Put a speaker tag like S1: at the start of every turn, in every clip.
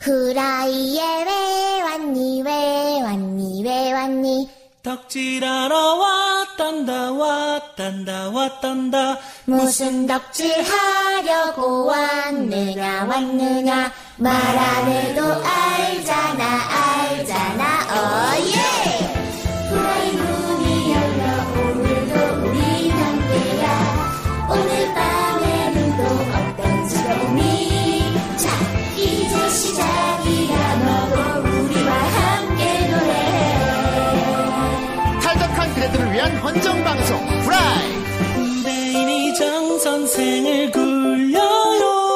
S1: 후라이에 왜 왔니 왜 왔니 왜 왔니
S2: 덕질하러 왔단다 왔단다 왔단다
S1: 무슨 덕질하려고 왔느냐 왔느냐 말 안 해도 알잖아 알잖아 어예 후라이 문이 열려 오늘도 우리 함께야 오늘 밤에는 또 어떤 즐거움이 자 이제 시작이야 너도 우리와 함께 노래해
S3: 탈덕한 그대들을 위한 헌정 방송 프라이
S2: 군대인이 정 선생을 굴려요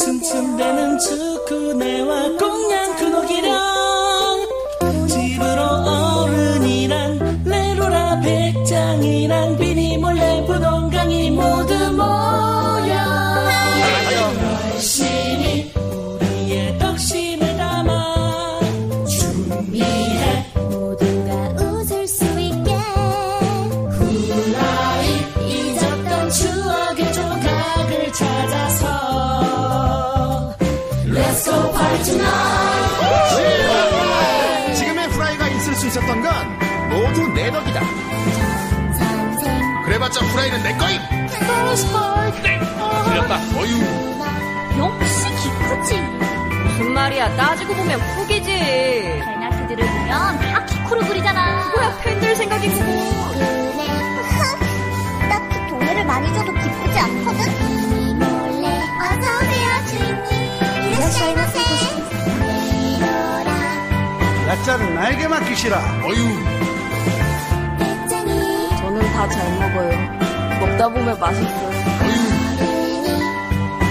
S2: 츤츤대는 축구네와 공양 큰옥이랑 집으로 어른이랑 레로라 백장이랑 비니 몰래 부동강이 모두 모여 열심히 우리의 덕심을 담아 준비해
S1: 모두가 웃을 수 있게 후라이 잊었던 추억의 조각을 찾아서 Let's go party tonight
S3: 지금의 프라이가 있을 수 있었던 건 모두 내 덕이다
S1: 선생
S3: 그래봤자 프라이는 내 거임
S4: 네,
S1: 하고 싶어
S3: 틀렸다 어휴
S5: 역시 키크지.
S6: 무슨 말이야 따지고 보면 푸기지
S5: 달나트들을 보면 다 키크로 그리잖아.
S6: 뭐야 팬들 생각이 그거
S5: 딱히 돈을 많이 줘도 기쁘지 않거든?
S1: 몰래 어서오세요 주인님 이라시마세 내려라
S7: 야자를 나에게 맡기시라.
S3: 어휴
S1: 백장이
S6: 저는 다 잘 먹어요 먹다 보면 맛있어요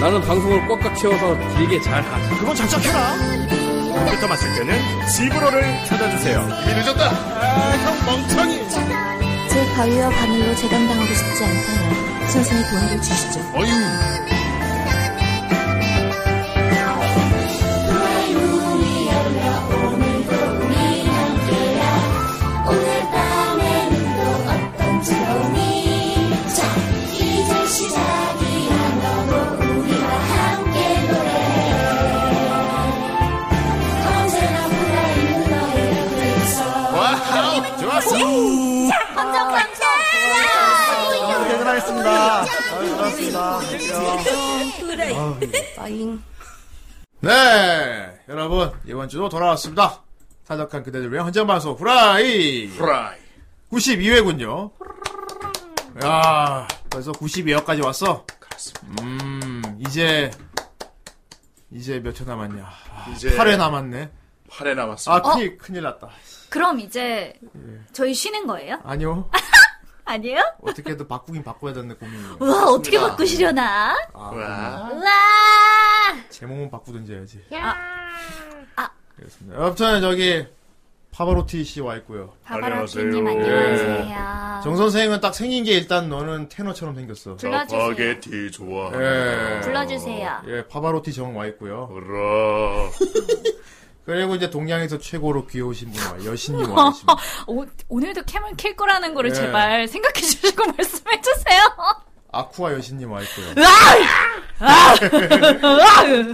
S8: 나는 방송을 꽉꽉 채워서 길게 잘 하지.
S3: 그거 작작해라
S9: 컴퓨터 맞을 때는 집으로를 찾아주세요.
S3: 이미 늦었다 아형 멍청이
S5: 제 바위와 바늘로 재단당하고 싶지 않다면 선생의 도움을 주시죠.
S3: 어휴
S1: 오늘 밤에는 또 어떤 즐거움이 자 이제 시작이야 너도 우리와 함께 노래해 언제나 후라이는 너의 곁에 있어
S3: 와우 좋았어
S5: 헌정방송!
S7: 퇴근하겠습니다. 수고하셨습니다.
S6: 빠잉
S3: 네 여러분 이번 주도 돌아왔습니다 탈덕한 그대들 위한 헌정 방송 프라이
S9: 프라이.
S3: 92회군요 야 벌써 92회까지 왔어 그렇습니다 음 이제 이제 몇 회 남았냐
S9: 이제
S3: 8회 남았네
S9: 8회 남았습니다.
S10: 어?
S3: 아 큰일, 큰일 났다
S5: 그럼 이제
S3: 예.
S5: 저희 쉬는 거예요?
S3: 아니요
S5: 아니에요?
S3: 어떻게든 바꾸긴 바꿔야 되는데 고민이에요
S5: 우와, 어떻게 바꾸시려나?
S3: 아.
S9: 와.
S5: 우와!
S3: 제목은 바꾸든지 해야지
S5: 아.
S3: 알겠습니다 아무튼 저기 파바로티 씨 와 있고요 예.
S5: 바바라키님
S9: 안녕하세요.
S5: 안녕하세요.
S3: 정 선생은 딱 생긴 게 일단 너는 테너처럼 생겼어
S5: 불러주세요.
S9: 바게티 좋아.
S3: 예.
S5: 불러주세요.
S3: 예, 파바로티 정 와 있고요.
S9: 그라.
S3: 그리고 이제 동양에서 최고로 귀여우신 분 와, 여신님 와 계십니다.
S5: 오, 오늘도 캠을 캘 거라는 거를
S3: 예.
S5: 제발 생각해 주시고 말씀해 주세요.
S3: 아쿠아 여신님 와 있고요.
S5: 으아!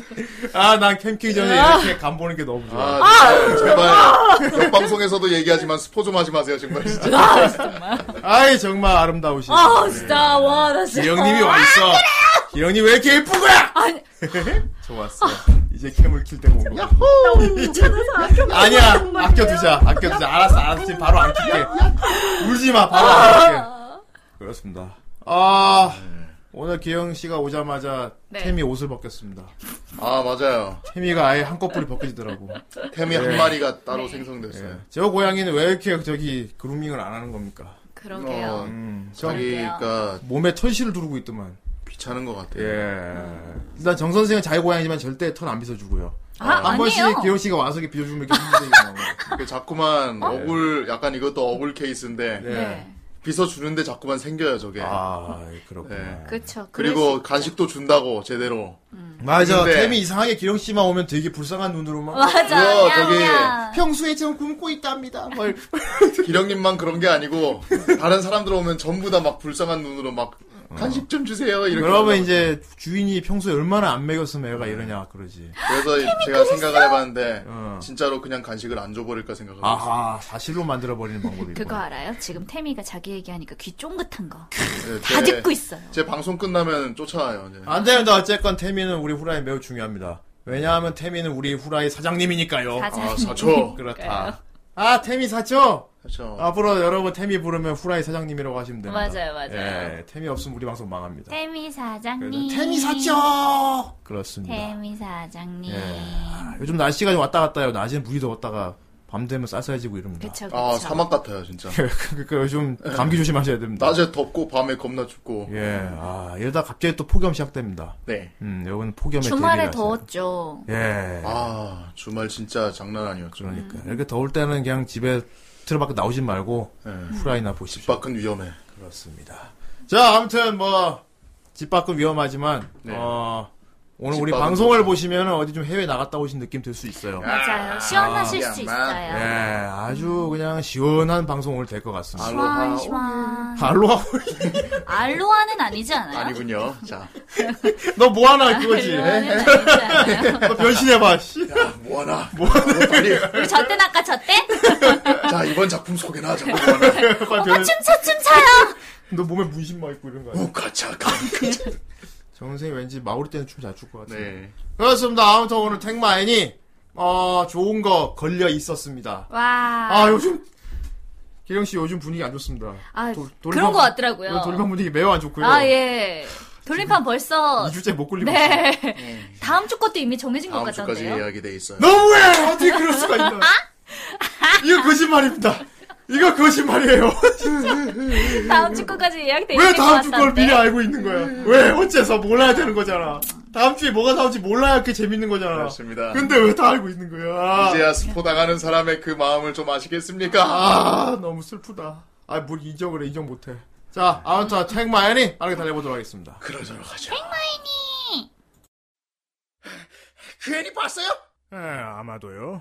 S3: 아, 난 캠핑 전에 이렇게 간 보는 게 너무 좋아.
S11: 아, 제발. 옆 방송에서도 얘기하지만 스포 좀 하지 마세요, 정말. 진짜.
S3: 아이, 정말 아름다우신.
S5: 아, 진짜, 와, 나 진짜.
S3: 기영님이 와 있어. 기영님 왜 이렇게 예쁜 거야?
S5: 아, 아니, 아.
S3: 좋았어. 이제 캠을 킬 때가 온 거야. 아니야, 아껴두자, 아껴두자. 알았어, 알았어. 지금 바로 안 킬게. 울지 마, 바로 안
S5: 아.
S3: 킬게. 그렇습니다. 아, 오늘 기영 씨가 오자마자
S5: 네.
S3: 태미 옷을 벗겼습니다.
S11: 아, 맞아요.
S3: 태미가 아예 한꺼풀이 벗겨지더라고. 네.
S11: 템이 한 마리가 따로
S5: 네.
S11: 생성됐어요.
S3: 저 고양이는 왜 이렇게 저기 그루밍을 안 하는 겁니까?
S11: 어,
S5: 그러게요.
S3: 음, 저
S11: 자기가
S3: 몸에 털씨를 두르고 있더만.
S11: 귀찮은 것 같아요.
S3: 예. 일단 정 선생은 자기 고양이지만 절대 털 안 빗어주고요.
S5: 아,
S3: 한 번씩
S5: 아니에요.
S3: 기영 씨가 와서 이렇게 빗어주면 이렇게 힘들게 나와요.
S11: 이게 그 자꾸만 억울, 약간 이것도 억울 케이스인데,
S3: 예.
S5: 네.
S11: 빚어주는데 자꾸만 생겨요, 저게.
S3: 아, 그렇구나.
S11: 네.
S5: 그쵸. 그럴 수
S11: 그리고
S5: 있죠.
S11: 간식도 준다고, 제대로.
S3: 맞아.
S11: 근데-
S3: 템이 이상하게 기령 씨만 오면 되게 불쌍한 눈으로만
S5: 맞아,
S11: 우와,
S5: 야,
S11: 저기-
S5: 야.
S3: 평소에 좀 굶고 있답니다. 뭐 뭘.
S11: 기령님만 그런 게 아니고, 다른 사람들 오면 전부 다 막 불쌍한 눈으로 막 간식 좀 주세요. 이렇게.
S3: 여러분 이제 주인이 평소에 얼마나 안 먹였으면 애가 이러냐 그러지.
S11: 그래서 제가 생각을 해봤는데
S3: 어.
S11: 진짜로 그냥 간식을 안 줘버릴까 생각하고
S3: 아하 사실로 만들어 버리는 방법이.
S6: 그거 알아요? 지금 태미가 자기 얘기하니까 귀 쫑긋한 거.
S3: 그-
S11: 있어요. 예,
S6: 다
S11: 제-
S6: 듣고 있어요.
S11: 제 방송 끝나면 쫓아와요. 이제.
S3: 안 됩니다. 어쨌건 태미는 우리 후라이 매우 중요합니다. 왜냐하면 태미는 우리 후라이 사장님이니까요.
S6: 사장님.
S11: 아,
S12: 네.
S11: 사초.
S3: 그렇다. 아 태미 사죠?
S11: 사초.
S12: 어,
S3: 앞으로 여러분 태미 부르면 후라이 사장님이라고 하시면 됩니다.
S6: 맞아요, 맞아요. 네.
S3: 예, 태미 없으면 우리 방송 망합니다.
S6: 태미
S3: 그래서
S6: 사장님.
S3: 태미 사죠. 그렇습니다.
S6: 태미 사장님.
S3: 예. 아, 요즘 날씨가 좀 왔다 갔다 해요. 낮에는 물이 더웠다가 밤 되면 쌀쌀해지고 이럽니다.
S6: 그쵸, 그쵸.
S11: 아 사막 같아요 진짜.
S3: 그러니까 요즘 감기 조심하셔야 됩니다.
S11: 낮에 덥고 밤에 겁나 춥고.
S3: 예. 아, 이러다 갑자기 또 폭염 시작됩니다.
S11: 네.
S3: 음, 여러분 폭염에
S6: 주말에
S3: 대비를
S6: 더웠죠.
S3: 하세요. 예.
S11: 아 주말 진짜 장난 아니었죠.
S3: 그러니까 이렇게 더울 때는 그냥 집에 틀어박고 나오지 말고
S11: 예.
S3: 후라이나 보십시오.
S11: 집 밖은 위험해.
S3: 그렇습니다. 자, 아무튼 뭐 집 밖은 위험하지만
S11: 네.
S3: 어, 오늘
S11: 집
S3: 우리
S11: 밖은
S3: 방송을
S11: 좋죠.
S3: 보시면 어디 좀 해외 나갔다 오신 느낌 들 수 있어요.
S6: 맞아요. 시원하실 수
S11: 양말.
S3: 예,
S6: 있어요.
S3: 아주 그냥 시원한 방송 오늘 될 것 같습니다.
S11: 알로하. 아.
S6: 시원.
S3: 알로하
S6: 알로아는 아니지 않아요?
S11: 아니군요. 자,
S3: 너뭐 하나 그거지?
S6: 알로아는 네, 아니지 않아요?
S3: 너 변신해봐.
S11: 아,
S3: 씨.
S11: 뭐하나. 뭐하나. 빨리.
S6: 우리 저때 나까 저때?
S3: 그
S11: 자, 이번 작품 소개나. 자, 뭐하나.
S3: 빨리 변-
S6: 춤춰 춤춰요!
S3: 너 몸에 문신 막 입고 이런 거 아니야?
S11: 우카차,
S3: 정선생이 왠지 마오리 때는 춤 잘 출 것 같아.
S11: 네.
S3: 그렇습니다. 아무튼 오늘 택마인이 어, 좋은 거 걸려 있었습니다.
S6: 와.
S3: 아 요즘 기령 씨 요즘 분위기 안 좋습니다.
S6: 아,
S3: 돌-
S6: 그런
S3: 돌방-
S6: 것 같더라고요.
S3: 돌반 분위기 매우 안 좋고요.
S6: 아, 예. 돌림판 벌써.
S3: 2주째 못 굴리고 있어요.
S6: 네. 다음 주 것도 이미 정해진 것
S11: 다음 주까지
S6: 같던데요.
S11: 예약이 돼 있어요. 네.
S3: 너무해! 어떻게 그럴 수가 있나?
S6: 아?
S3: 이거 거짓말입니다. 이거 거짓말이에요.
S6: 다음 주 거까지 예약돼 있을
S3: 왜
S6: 것
S3: 다음 주 걸 미리
S6: 같던데. 음.
S3: 알고 있는 거야? 왜? 어째서 몰라야 되는 거잖아. 다음 주에 뭐가 나올지 몰라야 그게 재밌는 거잖아.
S11: 그렇습니다.
S3: 근데 왜 다 알고 있는 거야?
S11: 이제야 스포 당하는 사람의 그 마음을 좀 아시겠습니까?
S3: 아 너무 슬프다. 아뭘 인정을 해 인정 못해. 자 아무튼 택마연이 빠르게 달려보도록 하겠습니다.
S11: 그러도록 하죠.
S2: 에, 예, 아마도요.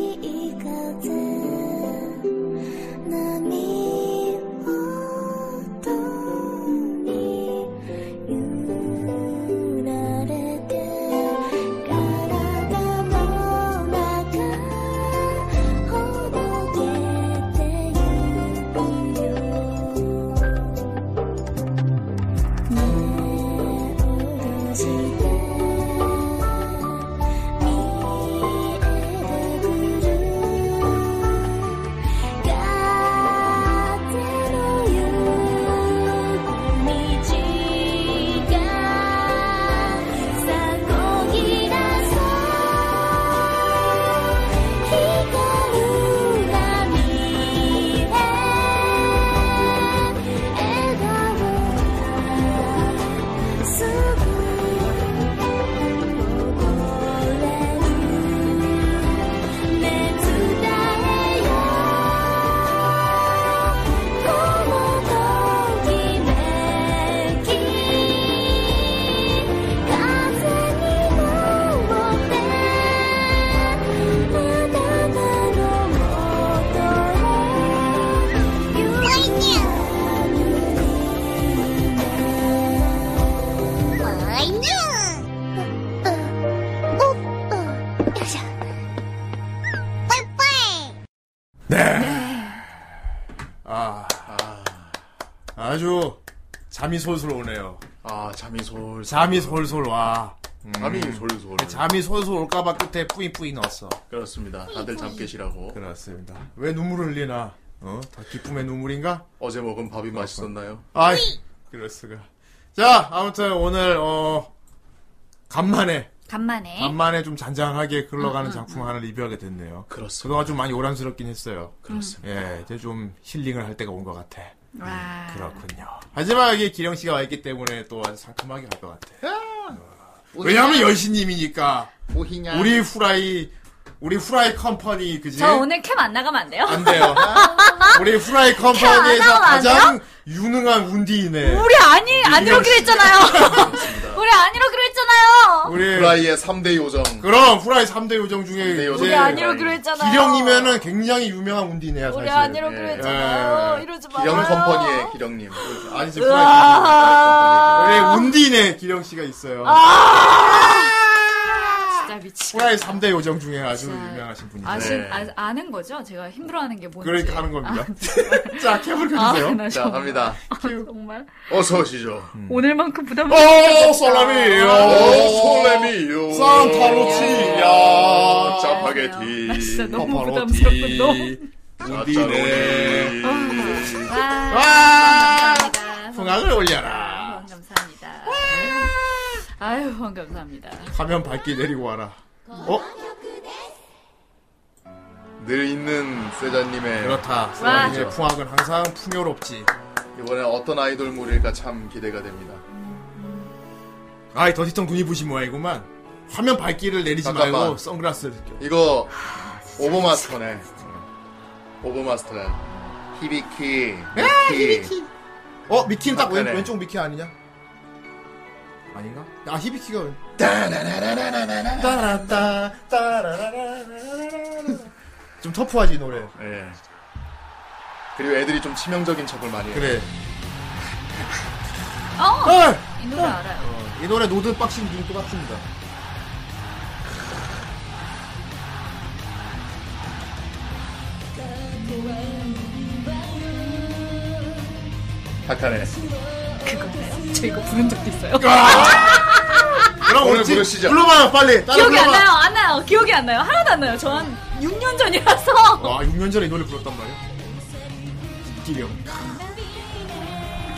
S3: 아, 아. 주 잠이 솔솔 오네요.
S11: 아, 잠이 솔.
S3: 잠이 솔솔 와. 음.
S11: 네, 잠이 솔솔.
S3: 잠이 솔솔 올까봐 끝에 뿌이뿌이 넣었어.
S11: 그렇습니다. 다들 잠 깨시라고.
S3: 그렇습니다. 왜 눈물을 흘리나? 어? 다 기쁨의 눈물인가?
S11: 어제 먹은 밥이 맛있었나요?
S3: 아이, 그럴 수가. 자, 아무튼 오늘 어 간만에
S6: 간만에.
S3: 간만에 좀 잔잔하게 흘러가는
S6: 음,
S3: 작품 하나 리뷰하게 됐네요.
S11: 그렇습니다.
S3: 그동안 좀 많이 오란스럽긴 했어요.
S11: 그렇습니다.
S3: 예, 이제 좀 힐링을 할 때가 온 것 같아.
S6: 음, 와.
S3: 그렇군요. 하지만 여기 기령 씨가 와 있기 때문에 또 아주 어. 상큼하게 갈 것 같아. 왜냐하면 여신님이니까
S11: 오히냐.
S3: 우리 후라이 우리 후라이 컴퍼니 그지?
S6: 저 오늘 캠 안 나가면 안 돼요?
S3: 안 돼요. 우리 후라이 컴퍼니에서
S6: 나가면 안 돼요?
S3: 가장 유능한 운디이네.
S6: 우리 아니 안 이러기로 했잖아요. 우리 안 이러기로 했잖아요.
S3: 우리
S11: 프라이의 3대 요정.
S3: 그럼 후라이 3대 요정 중에
S11: 네,
S3: 이제
S11: 요정.
S6: 우리 안 이러기로 했잖아요.
S3: 기령이면은 굉장히 유명한 운디네야 사실.
S6: 우리 그- 안 이러기로
S11: 예.
S6: 했잖아요.
S3: 예.
S6: 이러지 마요.
S11: 기령 컴퍼니의 기령님.
S3: 아니지
S5: 아,
S3: 후라이 컴퍼니. 우리 예, 운디네 기령 씨가 있어요.
S6: 아. 진짜 미치.
S3: 후라이 3대 요정 중에 아주 유명하신 분이죠.
S6: 아신
S3: 네.
S6: 아, 아는 거죠? 제가 힘들어하는 게 뭔지.
S3: 그러니까 하는 겁니다. 자, 음. 캠을
S6: 아,
S3: 켜주세요.
S6: 나
S11: 자,
S6: 정말-
S11: 갑니다. 음.
S6: 정말
S11: 어서 오시죠.
S6: 오늘만큼 부담.
S3: 오, 솔라미,
S11: 오,
S3: 오,
S11: 솔레미요.
S3: 산타로치, 야. 어,
S11: 네. 짜파게티.
S6: 진짜 너무
S3: 파파로티. 네.
S6: 부담스럽고 너무.
S11: 우디네. 아.
S6: 와, 감사합니다.
S3: 아! 풍악을 올려라.
S6: 후원 감사합니다. 아유, 후원 감사합니다.
S3: 가면 밝게 내리고 와라. 어?
S11: 늘 있는 세자님의
S3: 그렇다.
S6: 와.
S3: 이제 풍악은 항상 풍요롭지.
S11: 이번에 어떤 아이돌물일까 참 기대가 됩니다.
S3: 아이, 더디통 눈이 부신 모양이구만. 화면 밝기를 내리지
S11: 잠깐만.
S3: 말고 선글라스를 껴.
S11: 이거 오버마스터네. 음. 오버마스터야. 히비키. 네, 히비키.
S3: 어, 미키는 딱 왼,
S11: 맞다네.
S3: 왼쪽 미키 아니냐? 아닌가? 아, 히비키가 왜? 따라따, 따라라라라라라라. 좀 터프하지, 이 노래.
S11: 예. 그리고 애들이 좀 치명적인 척을 많이 해요.
S3: 그래.
S6: 어,
S3: 헐!
S6: 이 노래 알아요.
S3: 이 노래 노드 박싱 눈 똑같습니다.
S11: 박하네.
S6: 그거예요. 저 이거 부른 적도 있어요.
S3: 그럼
S11: 오늘
S3: 어찌-
S11: 부르시죠.
S3: 불러봐요, 빨리. 따라
S6: 기억이 안
S3: 불러봐.
S6: 나요, 안 나요. 기억이 안 나요. 하나도 안 나요. 저한 6년 전이라서.
S3: 와, 6년 전에 이 노래 불렀단 말이야. 기령.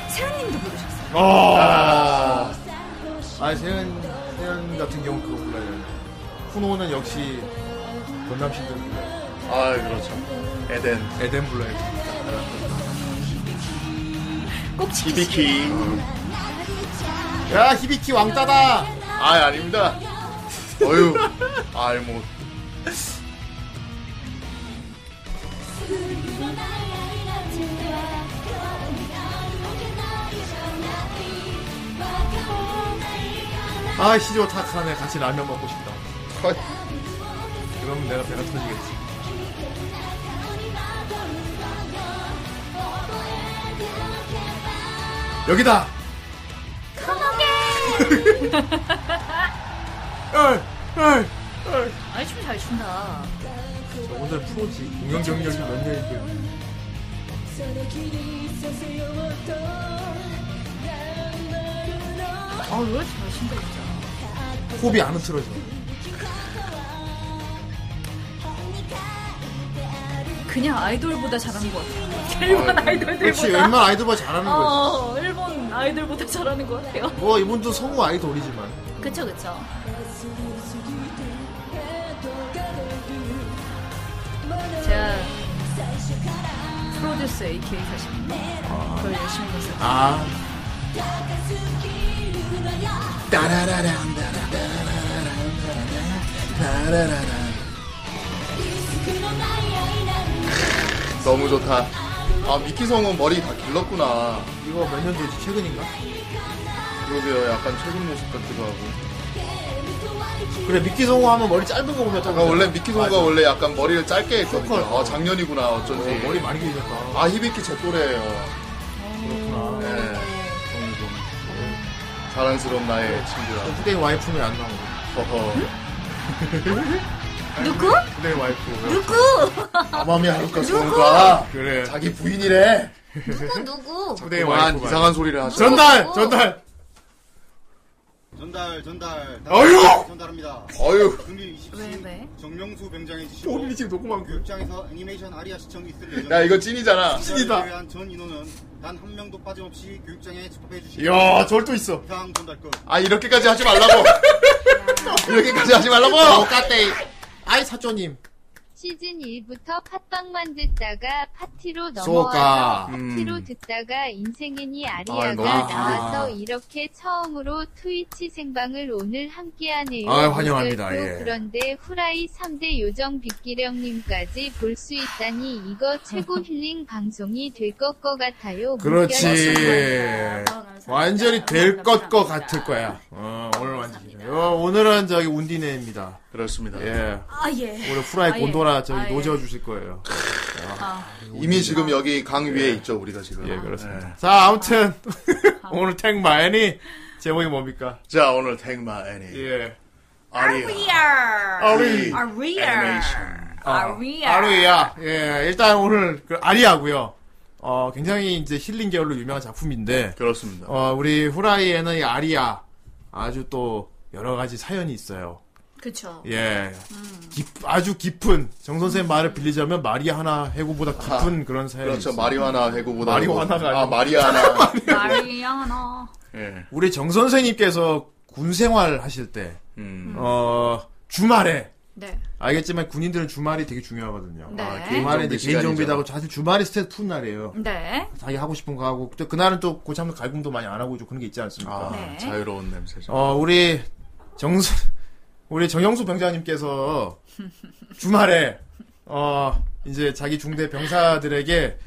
S6: 세훈님도 부르셨어요.
S3: 아. 아, 세현, 세현 같은 경우 그거 불러요. 쿠노는 역시 건담신들 불러요.
S11: 아, 그렇죠. 에덴.
S3: 에덴 불러요.
S6: 꼭 지키시.
S11: 히비키.
S3: 야, 히비키 왕따다!
S11: 아, 아닙니다. 어유. 아이, 뭐.
S3: 아, 시조 타카네 같이 라면 먹고 싶다.
S11: 헐.
S3: 그러면 내가 배가 터지겠지. 여기다! 컴온! 헐! 헐!
S6: 아니, 춤 잘 춘다.
S3: 저분들 프로지. 공연 경력이 몇 년인데.
S6: 아, 노래 잘 춘다, 진짜.
S3: 호흡이 안 흐트러져.
S6: 그냥 아이돌보다 잘하는 것 같아요. 일본
S3: 그렇지,
S6: 아이돌들보다.
S3: 웬만 아이돌보다 잘하는 거지.
S6: 어, 일본 아이돌보다 잘하는 것 같아요.
S3: 뭐, 이분도 성우 아이돌이지만.
S6: 그쵸, 그쵸. 제가 프로듀스 AK 사십니다. 그걸 열심히 했어요.
S3: 아.
S11: 너무 좋다. 아, 미키성은 머리 다 길렀구나.
S3: 이거 몇 년 되지? 최근인가?
S11: 그러게요. 약간 최근 모습 같기도 하고.
S3: 그래, 미끼 성우 하면 머리 짧은 거 보면 딱.
S11: 아, 원래 미키성가 원래 약간 머리를 짧게 했거든요.
S3: 쇼컬.
S11: 아, 작년이구나.
S3: 어,
S11: 어쩐지.
S3: 머리 많이 길렸다.
S11: 아, 히비키 제 또래예요.
S3: 그렇구나.
S11: 네. 자랑스러운 나의 친구야.
S3: 후대인 와이프는 안 나오고.
S11: 허허.
S6: 누구?
S3: 후대인 와이프.
S6: 누구?
S11: 아마미 하루카 소가
S3: 그래.
S11: 자기 부인이래.
S6: 누구, 누구?
S3: 후대인
S11: 난
S3: 와이프.
S11: 이상한 소리를 하죠.
S3: 전달! 전달!
S7: 전달, 전달.
S3: 어휴!
S7: 전달합니다.
S11: 어휴.
S7: 금일
S6: 왜, 왜?
S7: 27일 정명수 병장의 지시로
S3: 본인이 지금 녹음한 거.
S7: 교육장에서 애니메이션 아리아 시청이 있을
S11: 야
S7: 예정입니다.
S11: 이거 찐이잖아.
S3: 찐이다.
S7: 위한 전 인원은 단 한 명도 빠짐없이 교육장에 집합해 주시기
S3: 이야, 절도 있어.
S7: 이상 전달급.
S11: 아 이렇게까지 하지 말라고. 이렇게까지 하지 말라고.
S3: 똑같대. 아이, 사조님.
S10: 시즌 1부터 팟빵만 듣다가 파티로
S3: 소가.
S10: 넘어와서 파티로
S3: 음.
S10: 듣다가 인생애니
S3: 너무
S10: 아리아가
S3: 좋다.
S10: 나와서 이렇게 처음으로 트위치 생방을 오늘 함께하네요.
S3: 아유, 환영합니다.
S10: 오늘도
S3: 예.
S10: 그런데 후라이 3대 요정 빗기령님까지 볼 수 있다니 이거 최고 힐링 방송이 될 것 같아요.
S2: 예.
S3: 그렇지. 완전히 될 것 거 같을 거야. 어, 오늘 완전히. 어, 오늘은 저기 운디네입니다.
S11: 그렇습니다.
S3: 예.
S5: 아, 예.
S3: 오늘 후라이
S5: 아, 예.
S3: 곤도라 저기
S5: 아, 예.
S3: 노지어 주실 거예요.
S11: 이미 지금 여기 강 위에 있죠, 우리가 지금.
S3: 예, 그렇습니다. 자, 아무튼 오늘 택마 애니 제목이 뭡니까?
S11: 자, 오늘 택마 애니.
S3: 예.
S5: Are we are?
S3: Aria.
S5: Are we
S11: Animation.
S5: are? Are we are?
S3: 아루야. 예, 일단 오늘 그 아리아고요. 어, 굉장히 이제 힐링 계열로 유명한 작품인데
S11: 그렇습니다.
S3: 어, 우리 후라이에는 이 아리아 아주 또 여러 가지 사연이 있어요.
S5: 그쵸.
S3: 예.
S5: 음.
S3: 깊, 아주 깊은 정 선생 말을 빌리자면 마리아나 해구보다 깊은 그런 사연이
S11: 그렇죠.
S3: 있어요.
S11: 마리화나 해구보다
S3: 마리화나가
S11: 아,
S3: 아니고.
S11: 마리아나.
S5: 마리아나.
S11: 예.
S3: 우리 정 선생님께서 군 생활 하실 때, 어, 주말에,
S5: 네.
S3: 알겠지만 군인들은 주말이 되게 중요하거든요.
S5: 네. 아, 개인
S3: 주말에
S11: 정비
S3: 이제 개인
S11: 시간이죠.
S3: 정비다고 사실 주말이 스트레스 푸는 날이에요.
S5: 네.
S3: 자기 하고 싶은 거 하고 또 그날은 또 고참도 갈굼도 많이 안 하고 좀 그런 게 있지 않습니까?
S11: 아,
S6: 네.
S11: 자유로운 냄새.
S3: 어 우리 정수 우리 정영수 병장님께서 주말에 어 이제 자기 중대 병사들에게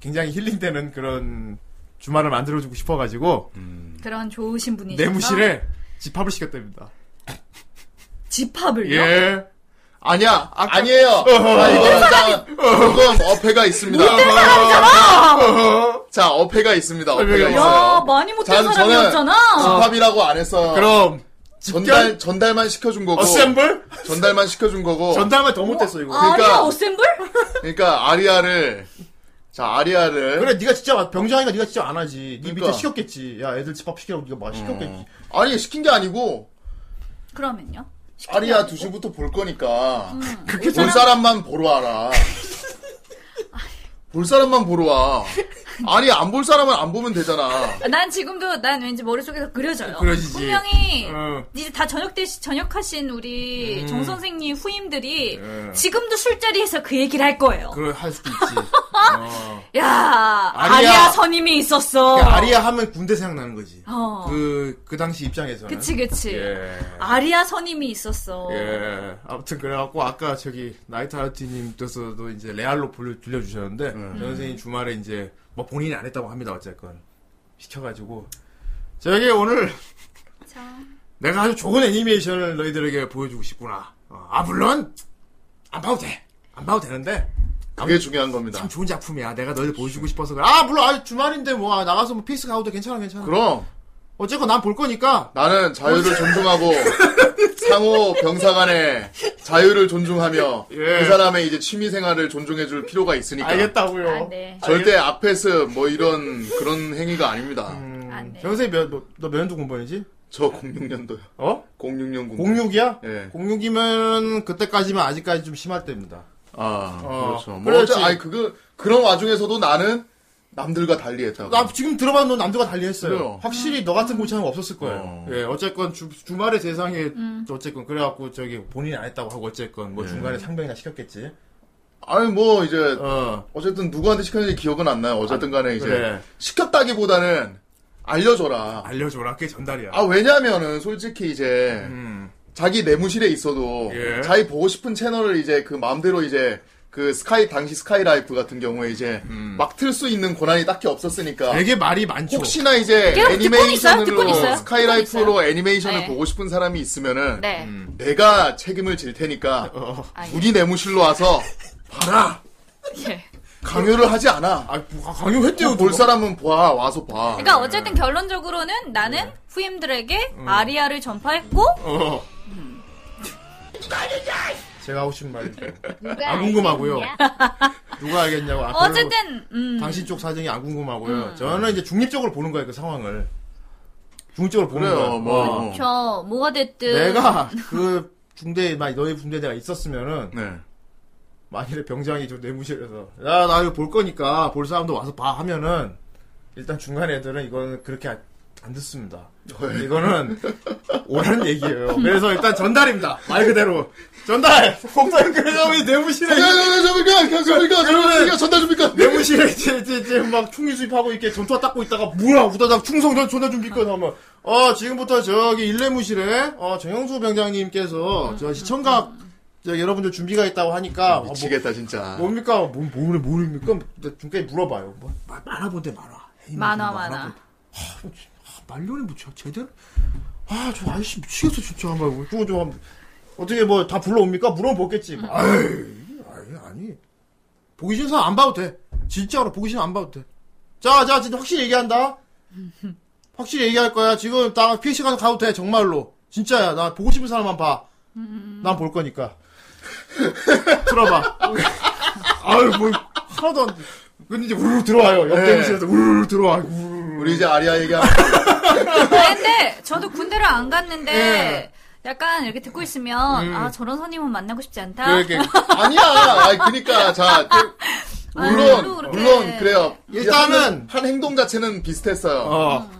S3: 굉장히 힐링되는 그런 주말을 만들어주고 싶어가지고
S5: 그런 좋으신 분이시죠.
S3: 내무실에 집합을 시켰답니다.
S5: 집합을요?
S3: 예.
S11: 아니야, 아니에요.
S3: 어허.
S11: 아, 이거는 다, 이건 어폐가 있습니다.
S5: 못된 사람이잖아!
S11: 어허. 자, 어폐가 있습니다. 어폐가
S3: 어폐가
S5: 야, 뭐.
S11: 있어요.
S5: 많이 못된
S11: 자,
S5: 사람이었잖아.
S11: 저는 집합이라고 안 했어.
S3: 그럼
S11: 전달 전달만 시켜준 거고.
S3: 어셈블
S11: 전달만 시켜준 거고.
S3: 전달만 더 못했어 이거.
S5: 아리아
S11: 그러니까
S5: 어셈블?
S11: 그러니까 아리아를 자 아리아를
S3: 그래 네가 진짜 병장이가 네가 진짜 안 하지. 네
S11: 그러니까.
S3: 밑에 시켰겠지. 야 애들 집합 시키라고 네가 막 시켰겠지.
S11: 아니 시킨 게 아니고
S5: 그러면요?
S11: 아리아 2 시부터 볼 거니까
S5: 음,
S3: 그렇게
S11: 볼 사람만 보러 와라. 볼 사람만 보러 와. 아니 안 볼 사람은 안 보면 되잖아.
S5: 난 지금도 난 왠지 머릿속에서 그려져요.
S3: 그려지지.
S5: 분명히
S3: 어. 음.
S5: 이제 다 저녁 때 시- 전역하신 우리 정 선생님 후임들이
S3: 예.
S5: 지금도 술자리에서 그 얘기를 할 거예요.
S3: 그럴 할 수도 있지. 어.
S5: 야
S3: 아리아.
S5: 아리아, 선임이 있었어.
S3: 그 아리아 하면 군대 생각나는 거지.
S5: 어.
S3: 그 그 당시 입장에서는.
S5: 그치 그치.
S3: 예.
S5: 아리아 선임이 있었어.
S3: 예. 아무튼 그래갖고 아까 저기 나이트 아르티님께서도 이제 레알로 불려, 들려주셨는데 선생님 주말에 이제 뭐 본인이 안 했다고 합니다 어쨌건 시켜가지고 저기 오늘 내가 아주 좋은 애니메이션을 너희들에게 보여주고 싶구나. 어, 아 물론 안 봐도 돼. 안 봐도 되는데
S11: 그게 중요한 겁니다.
S3: 참 좋은 작품이야. 내가 너희들 보여주고 싶어서 그래. 아 물론 아 주말인데 뭐 아, 나가서 뭐 피스 가도 돼. 괜찮아 괜찮아.
S11: 그럼
S3: 어쨌건 난 볼 거니까
S11: 나는 자유를 존중하고 상호 병사간의 자유를 존중하며
S3: 예.
S11: 그 사람의 이제 취미 생활을 존중해줄 필요가 있으니까
S3: 알겠다고요.
S6: 아,
S5: 안
S6: 네.
S5: 돼.
S11: 절대 앞에서 뭐 이런 그런 행위가 아닙니다.
S3: 음.
S5: 안 돼.
S3: 선생님 몇, 뭐, 너, 너몇 년도 공부했지?
S11: 저 06년도요.
S3: 어?
S11: 06년 공부.
S3: 06이야?
S11: 예.
S3: 06이면 그때까지면 아직까지 좀 심할 때입니다.
S11: 아
S3: 어,
S11: 그렇죠. 뭐
S3: 그렇지.
S11: 어째, 아니 그거 그런 와중에서도 나는 남들과 달리했다고.
S3: 나 지금 들어봤는 넌 남들과 달리했어요.
S11: 그래요.
S3: 확실히 너 같은 고참은 없었을 거예요.
S11: 어.
S3: 예, 어쨌건 주, 주말에 세상에
S10: 음.
S3: 어쨌건 그래갖고 저기 본인이 안 했다고 하고 어쨌건 뭐 중간에 상병이나 시켰겠지.
S11: 아니 뭐 이제
S3: 어.
S11: 어쨌든 누구한테 시켰는지 기억은 안 나요. 어쨌든 간에 이제
S3: 그래.
S11: 시켰다기보다는 알려줘라.
S3: 알려줘라. 그게 전달이야.
S11: 아 왜냐면은 솔직히 이제
S3: 음.
S11: 자기 내무실에 있어도
S3: 예.
S11: 자기 보고 싶은 채널을 이제 그 마음대로 이제 그 스카이 당시 스카이라이프 같은 경우에 이제 막 틀 수 있는 권한이 딱히 없었으니까
S3: 음. 되게 말이 많죠.
S11: 혹시나 이제
S5: 걔가 듣고는 있어요? 듣고는
S11: 애니메이션으로
S5: 있어요? 듣고는
S11: 스카이라이프로 애니메이션을
S5: 네.
S11: 보고 싶은 사람이 있으면은
S5: 네. 아,
S11: 내가 책임을 질 테니까
S3: 어.
S11: 우리 내무실로 와서 봐라
S5: 예.
S11: 강요를 하지 않아
S3: 아, 뭐 강요했대요.
S11: 볼
S3: 누가.
S11: 사람은 봐 와서 봐
S3: 예.
S5: 그러니까 어쨌든 결론적으로는 나는 후임들에게 아리아를 전파했고
S3: 음. 어. 제가 하고 싶은 말인데.
S10: 누가
S3: 안 궁금하고요.
S10: 알겠냐?
S3: 누가 알겠냐고. 아, 별로
S5: 어쨌든 음,
S3: 당신 쪽 사정이 안 궁금하고요.
S10: 음.
S3: 저는 이제 중립적으로 보는 거예요, 그 상황을. 중립적으로 보는
S11: 그래요,
S3: 거예요.
S11: 뭐.
S3: 어.
S5: 저 뭐가 됐든
S3: 내가
S10: 음.
S3: 그 중대, 막 너희 중대 내가 있었으면은,
S11: 네.
S3: 만일에 병장이 좀 내무실에서, 야, 나 이거 볼 거니까, 볼 사람도 와서 봐 하면은, 일단 중간 애들은 이거는 그렇게 안 듣습니다. 이거는 오라는 얘기예요. 그래서 일단 전달입니다. 말 그대로 전달. 공장 교장이 내무실에
S11: 전달 전달 준비가
S3: 내무실에 이제 이제 이제 막 총기 수입하고 이렇게 전투화 닦고 있다가 뭐야 우다닥 충성전 전달 준비권 하면 어 지금부터 저기 일례무실에 어 정영수 병장님께서 저 시청각 저 여러분들 준비가 있다고 하니까 어, 뭐
S11: 미치겠다 진짜.
S3: 뭡니까? 뭐, 뭐, 뭡니까? 중간에 물어봐요. 뭐, 말, 말아본대, 말아. 에이,
S5: 많아,
S3: 말아본대.
S5: 많아.
S3: 아, 아, 말년에 뭐, 저, 제대로? 아, 저 아저씨 미치겠어, 진짜. 막, 어쩌고 좀, 하면 어떻게 뭐, 다 불러옵니까? 물어보겠지. 막, 아이, 아니, 아니. 보기 싫은 사람 안 봐도 돼. 진짜로 보기 싫으면 안 봐도 돼. 자, 자, 진짜 확실히 얘기한다. 확실히 얘기할 거야. 지금 나 피해 시간 가도 돼, 정말로. 진짜야. 나 보고 싶은 사람만 봐. 난 볼 거니까. 들어봐. 아유, 뭘, 하나도 안 돼. 근데 이제 우르르 들어와요. 옆
S11: 네.
S3: 대무실에서 우르르 들어와. 우리
S11: 이제 아리아 얘기하
S5: 아, 근데 저도 군대를 안 갔는데
S3: 예.
S5: 약간 이렇게 듣고 있으면
S3: 음.
S5: 아 저런 선임은 만나고 싶지 않다.
S11: 그러게. 아니야. 아니, 그니까, 자. 그,
S5: 아니, 또
S11: 물론,
S5: 그렇게.
S11: 물론, 그래요.
S3: 일단은-
S11: 한, 한 행동 자체는 비슷했어요. 네.
S3: 어.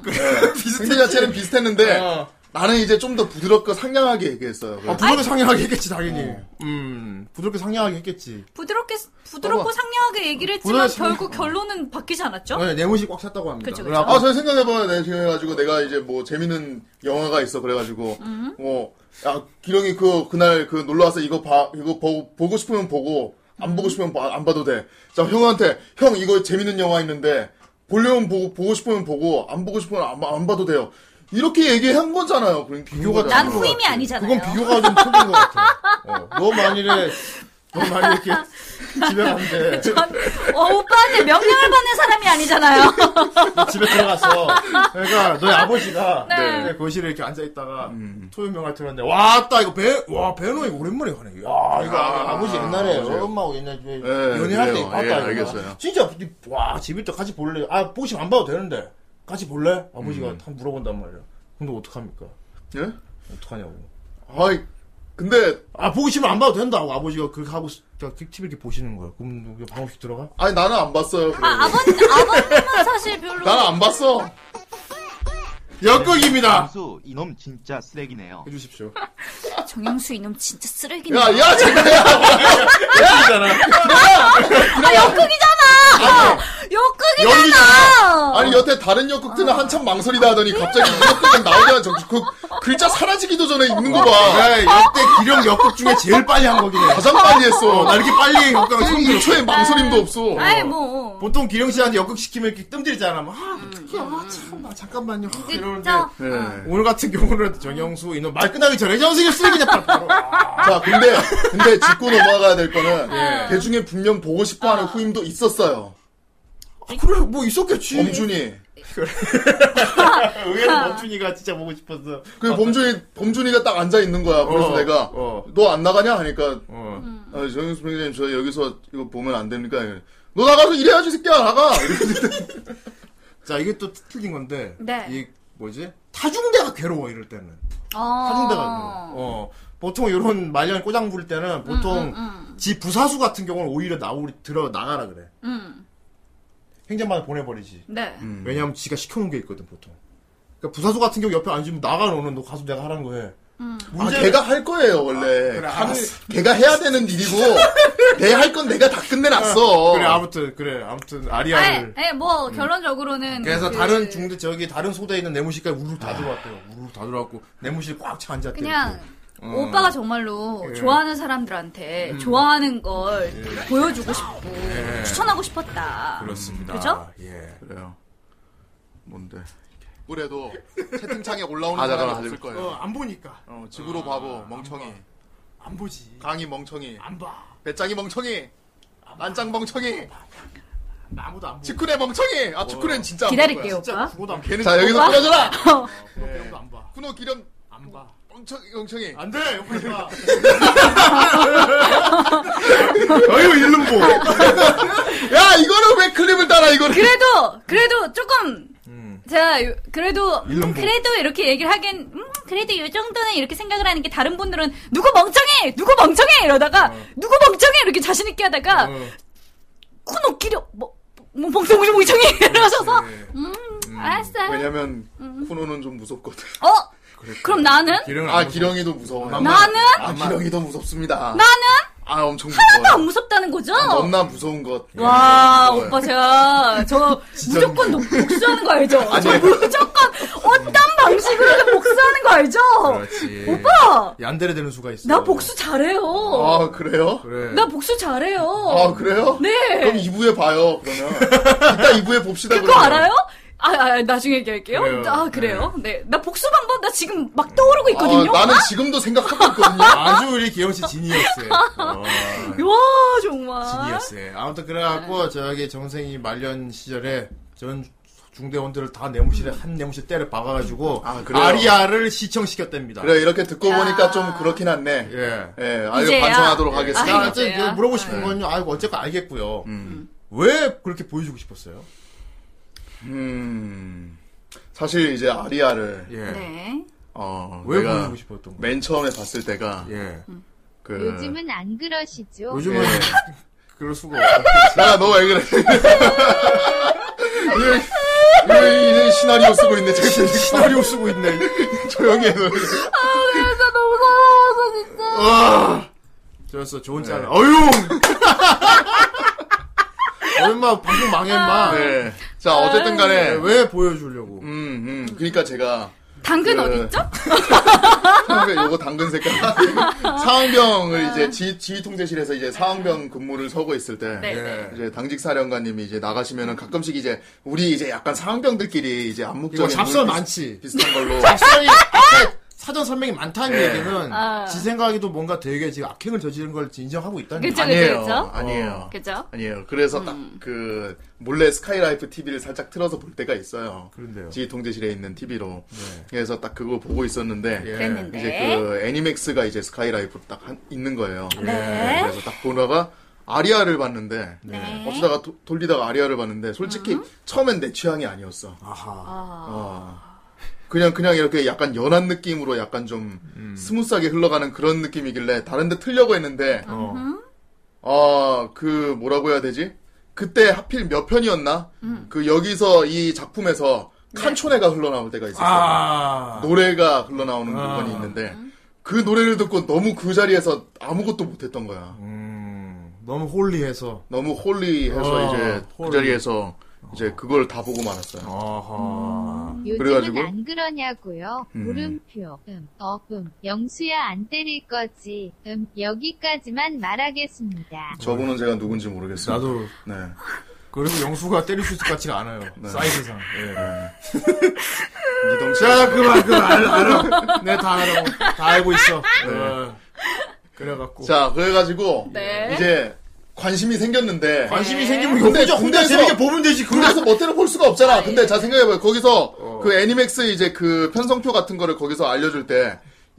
S11: 행동 자체는 비슷했는데,
S3: 어.
S11: 나는 이제 좀 더 부드럽고 상냥하게 얘기했어요.
S3: 아, 부드럽게 상냥하게 했겠지, 당연히. 음, 부드럽게 상냥하게 했겠지.
S5: 부드럽게 부드럽고
S3: 어머.
S5: 상냥하게 얘기를 했지만
S3: 부드럽게
S5: 결국 결론은 바뀌지 않았죠?
S3: 네, 내무실 꽉 찼다고 합니다.
S5: 그쵸,
S3: 그래갖고-
S11: 아, 저희 생각해봐요. 내가 지금 해가지고, 내가 이제 뭐, 재밌는 영화가 있어, 그래가지고, 뭐, 야, 기령이 그, 그날 그 놀러와서 이거 봐, 이거 보, 보고 싶으면 보고, 안 보고 싶으면 봐- 안 봐도 돼. 자, 형한테, 형, 이거 재밌는 영화 있는데, 보려면 보고, 보고 싶으면 보고, 안 보고 싶으면 안, 봐- 안 봐도 돼요. 이렇게 얘기한 거잖아요. 그러니까
S3: 비교가
S5: 난
S3: 그런 거
S5: 후임이 아니잖아요.
S3: 그건 비교가 좀 틀린 것 같아. 어, 너무 만일에, 너무 만일에 이렇게 집에 갔는데,
S5: 어, 오빠한테 명령을 받는 사람이 아니잖아요.
S3: 집에 들어갔어. 그러니까 너희 아버지가
S5: 네.
S3: 내 거실에 이렇게 앉아있다가
S11: 음.
S3: 토요명할 들었는데, 왔다, 이거 배, 와, 배너 이거 오랜만에 하네. 야, 이거
S11: 아,
S3: 아, 버지 옛날에
S11: 맞아요.
S3: 엄마하고 옛날에
S11: 예,
S3: 연애할 때
S11: 그래요.
S3: 이거 봤다.
S11: 예,
S3: 이거.
S11: 알겠어요.
S3: 진짜, 와, 집에 또 같이 볼래? 아, 보고 싶으면 안 봐도 되는데. 같이 볼래? 아버지가
S11: 음.
S3: 한 물어본단 말이야. 근데 어떡합니까?
S11: 예?
S3: 어떡하냐고.
S11: 아이, 근데,
S3: 아 보고 싶으면 안 봐도 된다고 아버지가 그렇게 하고 그러니까 TV 이렇게 보시는 거야. 그럼 우리가 방음식 들어가?
S11: 아니, 나는 안 봤어요. 그래서.
S5: 아, 아버님 아버님은 사실 별로
S11: 나는 안 봤어.
S3: 역극입니다.
S13: 수 이놈 진짜 쓰레기네요.
S3: 해주십시오.
S5: 정영수 이놈 진짜 쓰레기네.
S11: 야, 야, 잠깐, 야!
S3: 역극이잖아.
S5: 아 역극이잖아. 역극이잖아. 아.
S11: 아니 여태 다른 역극들은 한참 망설이다 하더니 갑자기 이 역극은 나오자마자 정식 그 글자 사라지기도 전에 있는 거 봐.
S3: 야, 역대 기령 역극 중에 제일 빨리 한 거긴 해.
S11: 가장 빨리 했어.
S3: 어, 나 이렇게 빨리 역극을
S11: 지금
S3: 손들어.
S11: 1초에 망설임도 없어.
S5: 아이 뭐.
S3: 보통 기령 씨한테 역극 시키면 이렇게 뜸들이잖아. 막, 아, 어떡해. 아, 참, 아, 잠깐만요. 아, 이러는데.
S5: 진짜.
S3: 오늘 같은 경우는 정영수 이놈 말 끝나기 전에 정수기 쓰레기냐 바로.
S11: 자, 근데 근데 짚고 넘어가야 될
S5: 아.
S11: 거는
S5: 네.
S11: 그 중에 분명 보고 싶어하는 후임도 있었어요.
S3: 아, 그래 뭐 있었겠지.
S11: 범준이.
S3: 의외로 범준이가 진짜 보고 싶었어.
S11: 그 범준이 범준이가 딱 앉아 있는 거야. 그래서
S3: 아. 어,
S11: 내가
S3: 어.
S11: 너 안 나가냐 하니까
S3: 어.
S5: 음.
S11: 아, 정영수 선생님 저 여기서 이거 보면 안 됩니까? 너 나가서 일해야지 이 새끼야 나가.
S3: 자 이게 또 틀린 건데.
S5: 네.
S3: 이 뭐지? 타중대가 괴로워 이럴 때는. 사준대가 있는
S5: 어.
S3: 거. 어. 보통 이런 말년 꼬장 부릴 때는
S5: 음,
S3: 보통 지 부사수 같은 경우는 오히려 나올 들어 나가라 그래.
S5: 음.
S3: 행정반에 보내버리지.
S5: 네.
S3: 왜냐하면 지가 시켜놓은 게 있거든 보통. 그러니까 부사수 같은 경우 옆에 앉으면 나가 너는 너 가서 내가 하라는 거 해.
S5: 음.
S11: 아,
S3: 문제는-
S11: 걔가 할 거예요, 원래.
S3: 아, 그래,
S11: 감-
S3: 알았어.
S11: 걔가 해야 되는 일이고, 내 할 건 내가 다 끝내놨어.
S3: 그래 아무튼 그래 아무튼
S5: 아니,
S3: 아리아를.
S5: 아니, 뭐 결론적으로는
S3: 음. 그래서
S5: 그-
S3: 다른 중대 저기 다른 소대에 있는 내무실까지 우르르 다 들어왔대요. 우르르 다 들어왔고 내무실 꽉 차 앉았대.
S5: 그냥
S3: 어.
S5: 오빠가 정말로
S3: 예.
S5: 좋아하는 사람들한테 좋아하는 걸 보여주고 싶고
S3: 예.
S5: 추천하고 싶었다.
S3: 그렇습니다.
S5: 그죠?
S3: 예.
S11: 그래요. 뭔데? 그래도 채팅창에 올라오는
S13: 아,
S11: 사람이
S13: 잠깐만,
S11: 없을
S13: 하지-
S11: 거예요.
S3: 어, 아, 안 보니까
S11: 어, 지구로 바보, 멍청이.
S3: 안 보지.
S11: 강이 멍청이.
S3: 안 봐.
S11: 배짱이 멍청이. 난짱 멍청이.
S3: 아무도 안 어. 보.
S11: 직군의 멍청이. 아, 직군엔 진짜. 안
S5: 기다릴게요,
S11: 볼 거야.
S5: 오빠.
S3: 죽어도 안 봐.
S11: 걔는
S5: 오빠?
S11: 자, 여기서 끊어줘라!
S3: 군호 기령도 안 봐.
S11: 군호 기령
S3: 안 봐.
S11: 멍청이, 멍청이.
S3: 안 돼! 옆에 봐.
S11: 어휴, 일름보. 야, 이거는 왜 클립을 따라, 이거는.
S5: 그래도 그래도 조금 제가 요- 그래도 음,
S11: 일렁보.
S5: 그래도 이렇게 얘기를 하긴 음, 그래도 이 정도는 이렇게 생각을 하는 게 다른 분들은 누구 멍청해 누구 멍청해 이러다가 누구 멍청해 이렇게 자신 있게 하다가 코노끼려 뭐, 뭐 멍청이 멍청이 이러셔서 음, 알았어.
S11: 왜냐면 쿠노는 좀 무섭거든.
S5: 어? 그럼 나는?
S11: 아 기령이도 무서워.
S5: 나는?
S11: 아 기령이도 무섭습니다.
S5: 나는?
S11: 아 엄청
S5: 하나도
S11: 무서워.
S5: 안 무섭다는 거죠?
S11: 넘나 무서운 것.
S5: 와,
S11: 네.
S5: 오빠, 제가, 저, 무조건 독- 복수하는 거 알죠? 저 무조건, 어떤 방식으로든 복수하는 거 알죠?
S11: 그러니까.
S3: 그렇지.
S5: 오빠!
S3: 얀데레 되는 수가 있어.
S5: 나 복수 잘해요.
S11: 아 그래요?
S3: 그래.
S5: 나 복수 잘해요.
S11: 아 그래요?
S5: 네.
S11: 그럼 2부에 봐요. 그러면 이따 2부에 봅시다.
S5: 그거 알아요? 아, 아, 나중에 얘기할게요.
S11: 그래요.
S5: 아, 그래요? 네. 나 복수 방법, 나 지금 막 떠오르고 있거든요.
S11: 아, 나는
S5: 아,
S11: 지금도 생각하고 있거든요.
S3: 아주 우리 기영 씨 진이었어요.
S5: 와, 정말.
S3: 진이었어요. 아무튼 그래갖고 저기 정생이 말년 시절에 전 중대원들을 다 내무실에 한 내무실 때려 박아가지고
S11: 그래요?
S3: 아리아를 시청시켰답니다.
S11: 그래 이렇게 듣고 보니까 좀 그렇긴 한데.
S3: 예.
S11: 예, 아, 이거 반성하도록
S3: 예.
S11: 하겠습니다.
S3: 아, 이제
S11: 이제야.
S3: 물어보고 싶은 건요. 아이고 어쨌건 알겠고요. 왜 그렇게 보여주고 싶었어요?
S11: 음. 사실 이제 아리아를
S5: 네.
S11: 어,
S3: 왜
S11: 내가
S3: 보여주고 싶었던 거예요?
S11: 맨 처음에 봤을 때가 그
S10: 요즘은 안 그러시죠?
S11: 요즘은
S3: 예. 그럴 수가
S11: 나가 너 왜 그래? 이거- 이거 이제 시나리오 쓰고 있네. 제
S3: 시나리오 쓰고 있네.
S11: 조용히 해. 너.
S5: 아, 그래서 너무 서러워서 진짜.
S3: 아, 저였어 좋은
S11: 네.
S3: 짤. 어휴. 얼마 방송 망해 인마.
S5: 아.
S11: 네. 자 어쨌든 간에
S3: 네, 왜 보여주려고?
S11: 음, 음. 그러니까 제가
S5: 당근
S11: 그-
S3: 아,
S5: 어딨죠?
S11: 상황병, 요거 당근 색깔. 상황병을 이제 지, 지휘 통제실에서 이제 상황병 근무를 서고 있을 때
S3: 아. 네, 네.
S11: 이제 당직 사령관님이 이제 나가시면은 가끔씩 이제 우리 이제 약간 상황병들끼리 이제
S3: 이거
S11: 안목적인
S3: 잡설
S11: 물-
S3: 많지.
S11: 비슷한 걸로
S3: 잡설이 아까 사전 설명이 많다는
S11: 예.
S3: 얘기는
S5: 아.
S3: 지 생각에도 뭔가 되게 지금 악행을 저지른 걸 인정하고 있다는
S5: 그쵸,
S11: 아니에요.
S5: 그쵸, 그쵸?
S11: 아니에요.
S5: 그죠?
S11: 아니에요. 그래서
S3: 음.
S11: 딱 그 몰래 스카이라이프 TV를 살짝 틀어서 볼 때가 있어요.
S3: 그런데요. 네.
S11: 지휘 통제실에 있는 TV로. 그래서 딱 그거 보고 있었는데
S5: 그랬는데.
S11: 예, 이제 그 애니맥스가 이제 스카이라이프로 딱 한- 있는 거예요.
S5: 네.
S11: 그래서 딱 보다가 아리아를 봤는데 어쩌다가 도- 돌리다가 아리아를 봤는데 솔직히 네. 처음엔 내 취향이 아니었어. 어. 그냥 그냥 이렇게 약간 연한 느낌으로 약간 좀 스무스하게 흘러가는 그런 느낌이길래 다른데 틀려고 했는데 음. 아, 그 뭐라고 해야 되지? 그때 하필 몇 편이었나? 그 여기서 이 작품에서 칸초네가 흘러나올 때가 있었어요. 노래가 흘러나오는
S3: 아.
S11: 부분이 있는데 그 노래를 듣고 너무 그 자리에서 아무것도 못했던 거야.
S3: 음. 너무 홀리해서
S11: 너무 홀리해서
S3: 아,
S11: 이제
S3: 홀리.
S11: 그
S3: 어.
S11: 자리에서 이제 그걸 다 보고 말았어요.
S5: 음.
S10: 요즘은
S11: 그래가지고
S10: 안 그러냐고요.
S11: 음.
S10: 물음표. 음, 어, 음. 영수야 안 때릴 거지. 음, 여기까지만 말하겠습니다.
S11: 저분은 제가 누군지 모르겠어요.
S3: 나도
S11: 네.
S3: 그래서 영수가 때릴 수 있을 것 같지가 않아요. 사이즈상.
S11: 이동
S3: 자 그만 그만 알아 알아. 네, 내다 알아. 다 알고 있어. 어. 그래갖고
S11: 자, 그래가지고
S5: 네.
S11: 이제 관심이 생겼는데
S3: 관심이 생기면 혼자- 혼자 재밌게 보면 되지.
S11: 군대에서 멋대로 볼 수가 없잖아. 근데 자 생각해봐요. 거기서
S3: 어.
S11: 그 애니맥스 이제 그 편성표 같은 거를 거기서 알려줄 때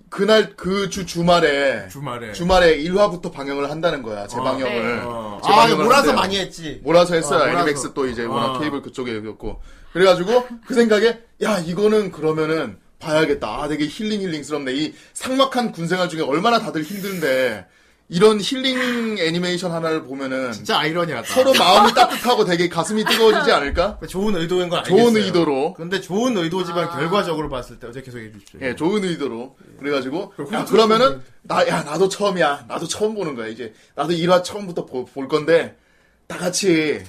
S11: 그날 그 주 주말에
S3: 주말에.
S11: 주말에 1화부터 방영을 한다는 거야. 재방영을.
S3: 네. 어.
S11: 재방영을
S3: 아, 몰아서
S11: 한대요.
S3: 많이 했지.
S11: 몰아서 했어요.
S3: 어, 몰아서.
S11: 애니맥스 또 이제 워낙
S3: 어.
S11: 케이블 그쪽이었고. 그래가지고 그 생각에 야 이거는 그러면은 봐야겠다. 아 되게 힐링 힐링스럽네. 이 삭막한 군생활 중에 얼마나 다들 힘든데 이런 힐링 애니메이션 하나를 보면은
S3: 진짜 아이러니하다.
S11: 서로 마음이 따뜻하고 되게 가슴이 뜨거워지지 않을까?
S3: 좋은 의도인 건
S11: 좋은
S3: 알겠어요.
S11: 의도로.
S3: 근데 좋은 의도지만
S5: 아.
S3: 결과적으로 봤을 때 어제 계속 얘기해 주십시오.
S11: 예, 좋은 의도로. 그래가지고, 야, 그러면은, 나, 야, 나도 처음이야. 나도 처음 보는 거야, 이제. 나도 1화 처음부터 보- 볼 건데, 다 같이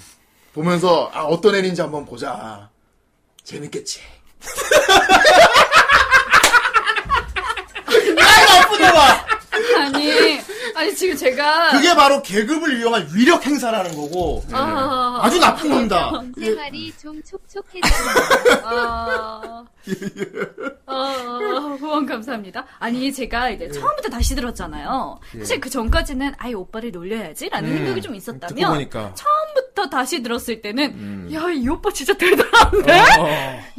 S11: 보면서, 아, 어떤 애인지 한번 보자. 재밌겠지. 그
S5: 아니, 아니, 지금 제가.
S3: 그게 바로 계급을 이용한 위력 행사라는 거고
S5: 아.
S3: 아주 나쁜 겁니다.
S10: 생활이
S3: 그,
S10: 좀 촉촉해지는
S5: 아, 아, 아, 후원 감사합니다. 아니 제가 이제 처음부터 다시 들었잖아요.
S3: 예.
S5: 사실 그 전까지는 아예 오빠를 놀려야지라는
S3: 음,
S5: 생각이 좀 있었다면
S3: 듣고 보니까. 음.
S5: 처음부터 다시 들었을 때는 야 이 오빠 진짜 대단한데?
S3: 어,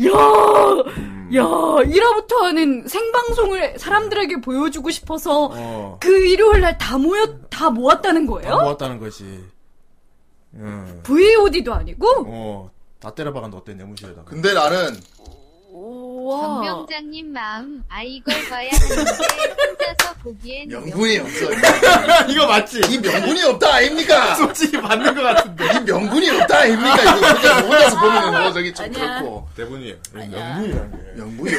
S5: 야,
S3: 음.
S5: 야 1화부터는 생방송을 사람들에게 보여주고 싶어서
S3: 어. 아.
S5: 그 일요일 날 다 모였 다 모았다는
S3: 다
S5: 거예요?
S3: 모았다는 거지. 응.
S5: VOD도 아니고?
S3: 어. 다 때려박았는데 어때 내무실에다가.
S11: 근데 나는
S5: 우와.
S10: 정병장님 마음 아이걸 봐야 하는데 혼자서 보기엔
S11: 명분이 없어.
S3: 이거 맞지?
S11: 이 명분이 없다 아닙니까?
S3: 솔직히 맞는 것 같은데.
S11: 이 명분이 없다 아닙니까? 이거 혼자서, 혼자서 보면은 뭐 저기 좀
S5: 아니야.
S11: 그렇고.
S3: 대본이에요.
S5: 아.
S3: 명분이란 게.
S11: 명분이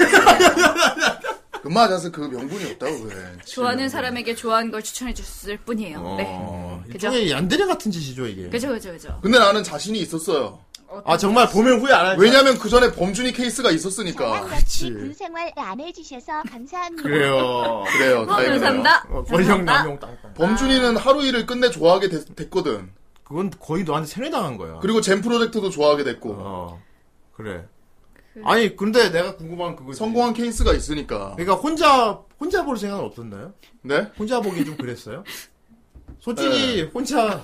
S11: 없어. 금마 자서 그 명분이 없다고 그래.
S5: 좋아하는 사람에게 좋아하는 걸 추천해 줬을 뿐이에요. 네.
S3: 어,
S5: 그죠?
S3: 일종의 얀데레 같은 짓이죠 이게.
S5: 그죠, 그죠, 그죠.
S11: 근데 나는 자신이 있었어요.
S3: 아 정말 보면 후회 안 하죠.
S11: 왜냐면 그 전에 범준이 케이스가 있었으니까.
S14: 아, 역시 군생활 안 해주셔서 감사합니다.
S3: 그렇죠. 그래요.
S11: 그래요.
S5: 어,
S11: 아, 다행이네요.
S5: 감사합니다.
S3: 어, 권력
S11: 아.
S5: 감사합니다.
S3: 남용 땅땅.
S11: 범준이는 하루 일을 끝내 좋아하게 됐, 거든
S3: 그건 거의 너한테 세뇌당한 거야. 어,
S11: 그리고 젠 프로젝트도 좋아하게 됐고.
S12: 어.
S3: 그래. 아니 근데 내가 궁금한 그거
S11: 성공한 케이스가 있으니까.
S3: 그러니까 혼자 혼자 볼 생각은 없었나요?
S11: 네?
S3: 혼자 보기 좀 그랬어요? 솔직히 혼자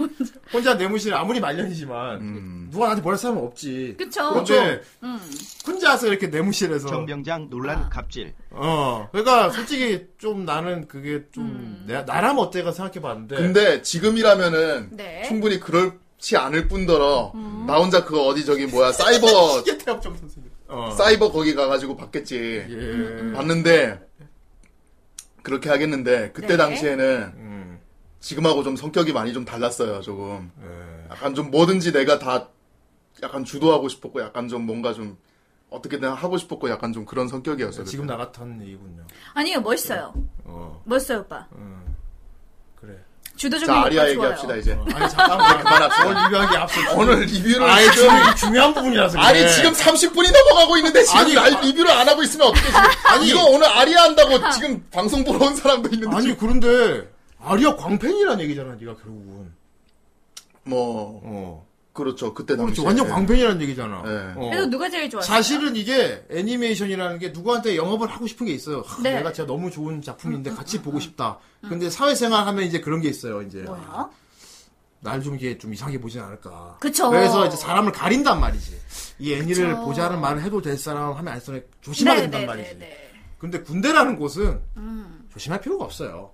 S3: 혼자 내무실 아무리 말년이지만
S11: 음.
S3: 누가 나한테 뭐랄 사람은 없지.
S5: 그쵸.
S3: 근데
S5: 음.
S3: 혼자서 이렇게 내무실에서
S13: 정병장
S5: 아.
S13: 논란 갑질.
S3: 어 그러니까 솔직히 좀 나는 그게 좀
S5: 음.
S3: 내- 나라면 어때가 생각해봤는데
S11: 근데 지금이라면은
S5: 네.
S11: 충분히 그렇지 않을 뿐더러 나 혼자 그 어디 저기 뭐야 사이버
S3: 태엽정 선생님. 어. 예.
S11: 사이버 거기 가가지고 봤겠지. 봤는데 그렇게 하겠는데 그때
S5: 네.
S11: 당시에는
S3: 음.
S11: 지금하고 좀 성격이 많이 좀 달랐어요. 조금
S3: 예.
S11: 약간 좀 뭐든지 내가 다 약간 주도하고 싶었고 약간 좀 뭔가 좀 어떻게든 하고 싶었고 약간 좀 그런 성격이었어요.
S3: 네, 지금
S11: 그때.
S3: 나 같은 얘기군요.
S5: 아니요, 멋있어요.
S3: 어
S5: 멋있어요, 오빠.
S3: 그래.
S5: 주도적인
S11: 자
S5: 오빠
S11: 아리아
S5: 좋아요.
S11: 얘기합시다 이제.
S3: 아니 잠깐만
S11: 그만합시다.
S3: 오늘 리뷰하기 앞서
S11: 오늘 리뷰를
S3: 아니
S11: 지금-
S3: 지금 중요한 부분이라서 그래.
S11: 아니 지금 30분이 넘어가고 있는데 지금
S3: 네. 아니,
S11: 날 리뷰를 안 하고 있으면 어떻게 지금
S3: 아니.
S11: 이거 오늘 아리아 한다고 지금 방송 보러 온 사람도 있는데
S3: 아니 그런데 아리아 광팬이란 얘기잖아 네가 결국은
S11: 뭐
S3: 어
S11: 그렇죠 그때 당시
S3: 그렇지 완전 광팬이란 얘기잖아
S11: 네.
S3: 어.
S5: 그래서 누가 제일 좋아하세요?
S3: 사실은 이게 애니메이션이라는 게 누구한테 영업을 하고 싶은 게 있어요 하,
S5: 네.
S3: 내가 진짜 너무 좋은 작품인데 같이 보고 싶다 근데 사회생활 하면 이제 그런 게 있어요 이제
S5: 뭐야?
S3: 날 좀 이게 좀 이상하게 보진 않을까
S5: 그쵸.
S3: 그래서 이제 사람을 가린단 말이지 이 애니를
S5: 그쵸.
S3: 보자는 말을 해도 될 사람 하면 안 되면 조심해야 된단 말이지
S5: 네.
S3: 근데 군대라는 곳은
S5: 음.
S3: 조심할 필요가 없어요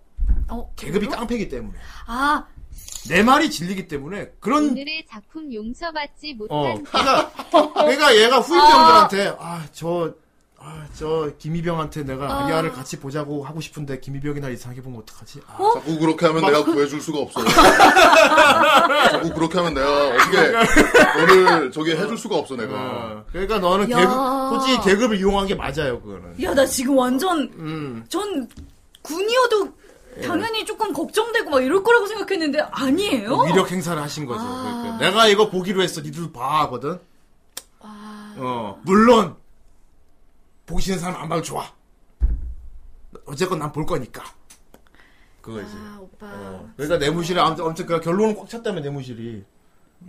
S5: 어,
S3: 계급이 깡패기 때문에
S5: 아,
S3: 내 말이 진리기 때문에 그런
S10: 오늘의 작품 용서받지
S3: 어,
S10: 못한
S3: 그러니까, 그러니까 얘가 후임병들한테, 아, 저, 아, 저, 김희병한테 내가
S5: 아.
S3: 아리아를 같이 보자고 하고 싶은데, 김희병이 날 이상하게 보면 어떡하지? 아,
S11: 자꾸 그렇게 하면 내가 구해줄 수가 없어요 자꾸 그렇게 하면 내가 어떻게 너를 저기 해줄 수가 없어 내가
S3: 어. 그러니까 너는
S5: 야.
S3: 계급, 솔직히 계급을 이용한 게 맞아요, 그거는.
S5: 야, 나 지금 완전,
S3: 음.
S5: 전 군이어도
S11: 예.
S5: 당연히 조금 걱정되고 막 이럴 거라고 생각했는데
S11: 어,
S5: 어? 아니에요.
S3: 뭐 위력 행사를 하신 거죠. 그러니까 내가 이거 보기로 했어, 니들 봐, 하거든? 어, 물론, 보기 싫은 사람 안 봐도 좋아. 어쨌건 난 볼 거니까. 그거지.
S5: 아, 오빠.
S3: 그러니까 내무실에 아무튼, 아무튼 그 결론은 꽉 찼다며, 내무실이.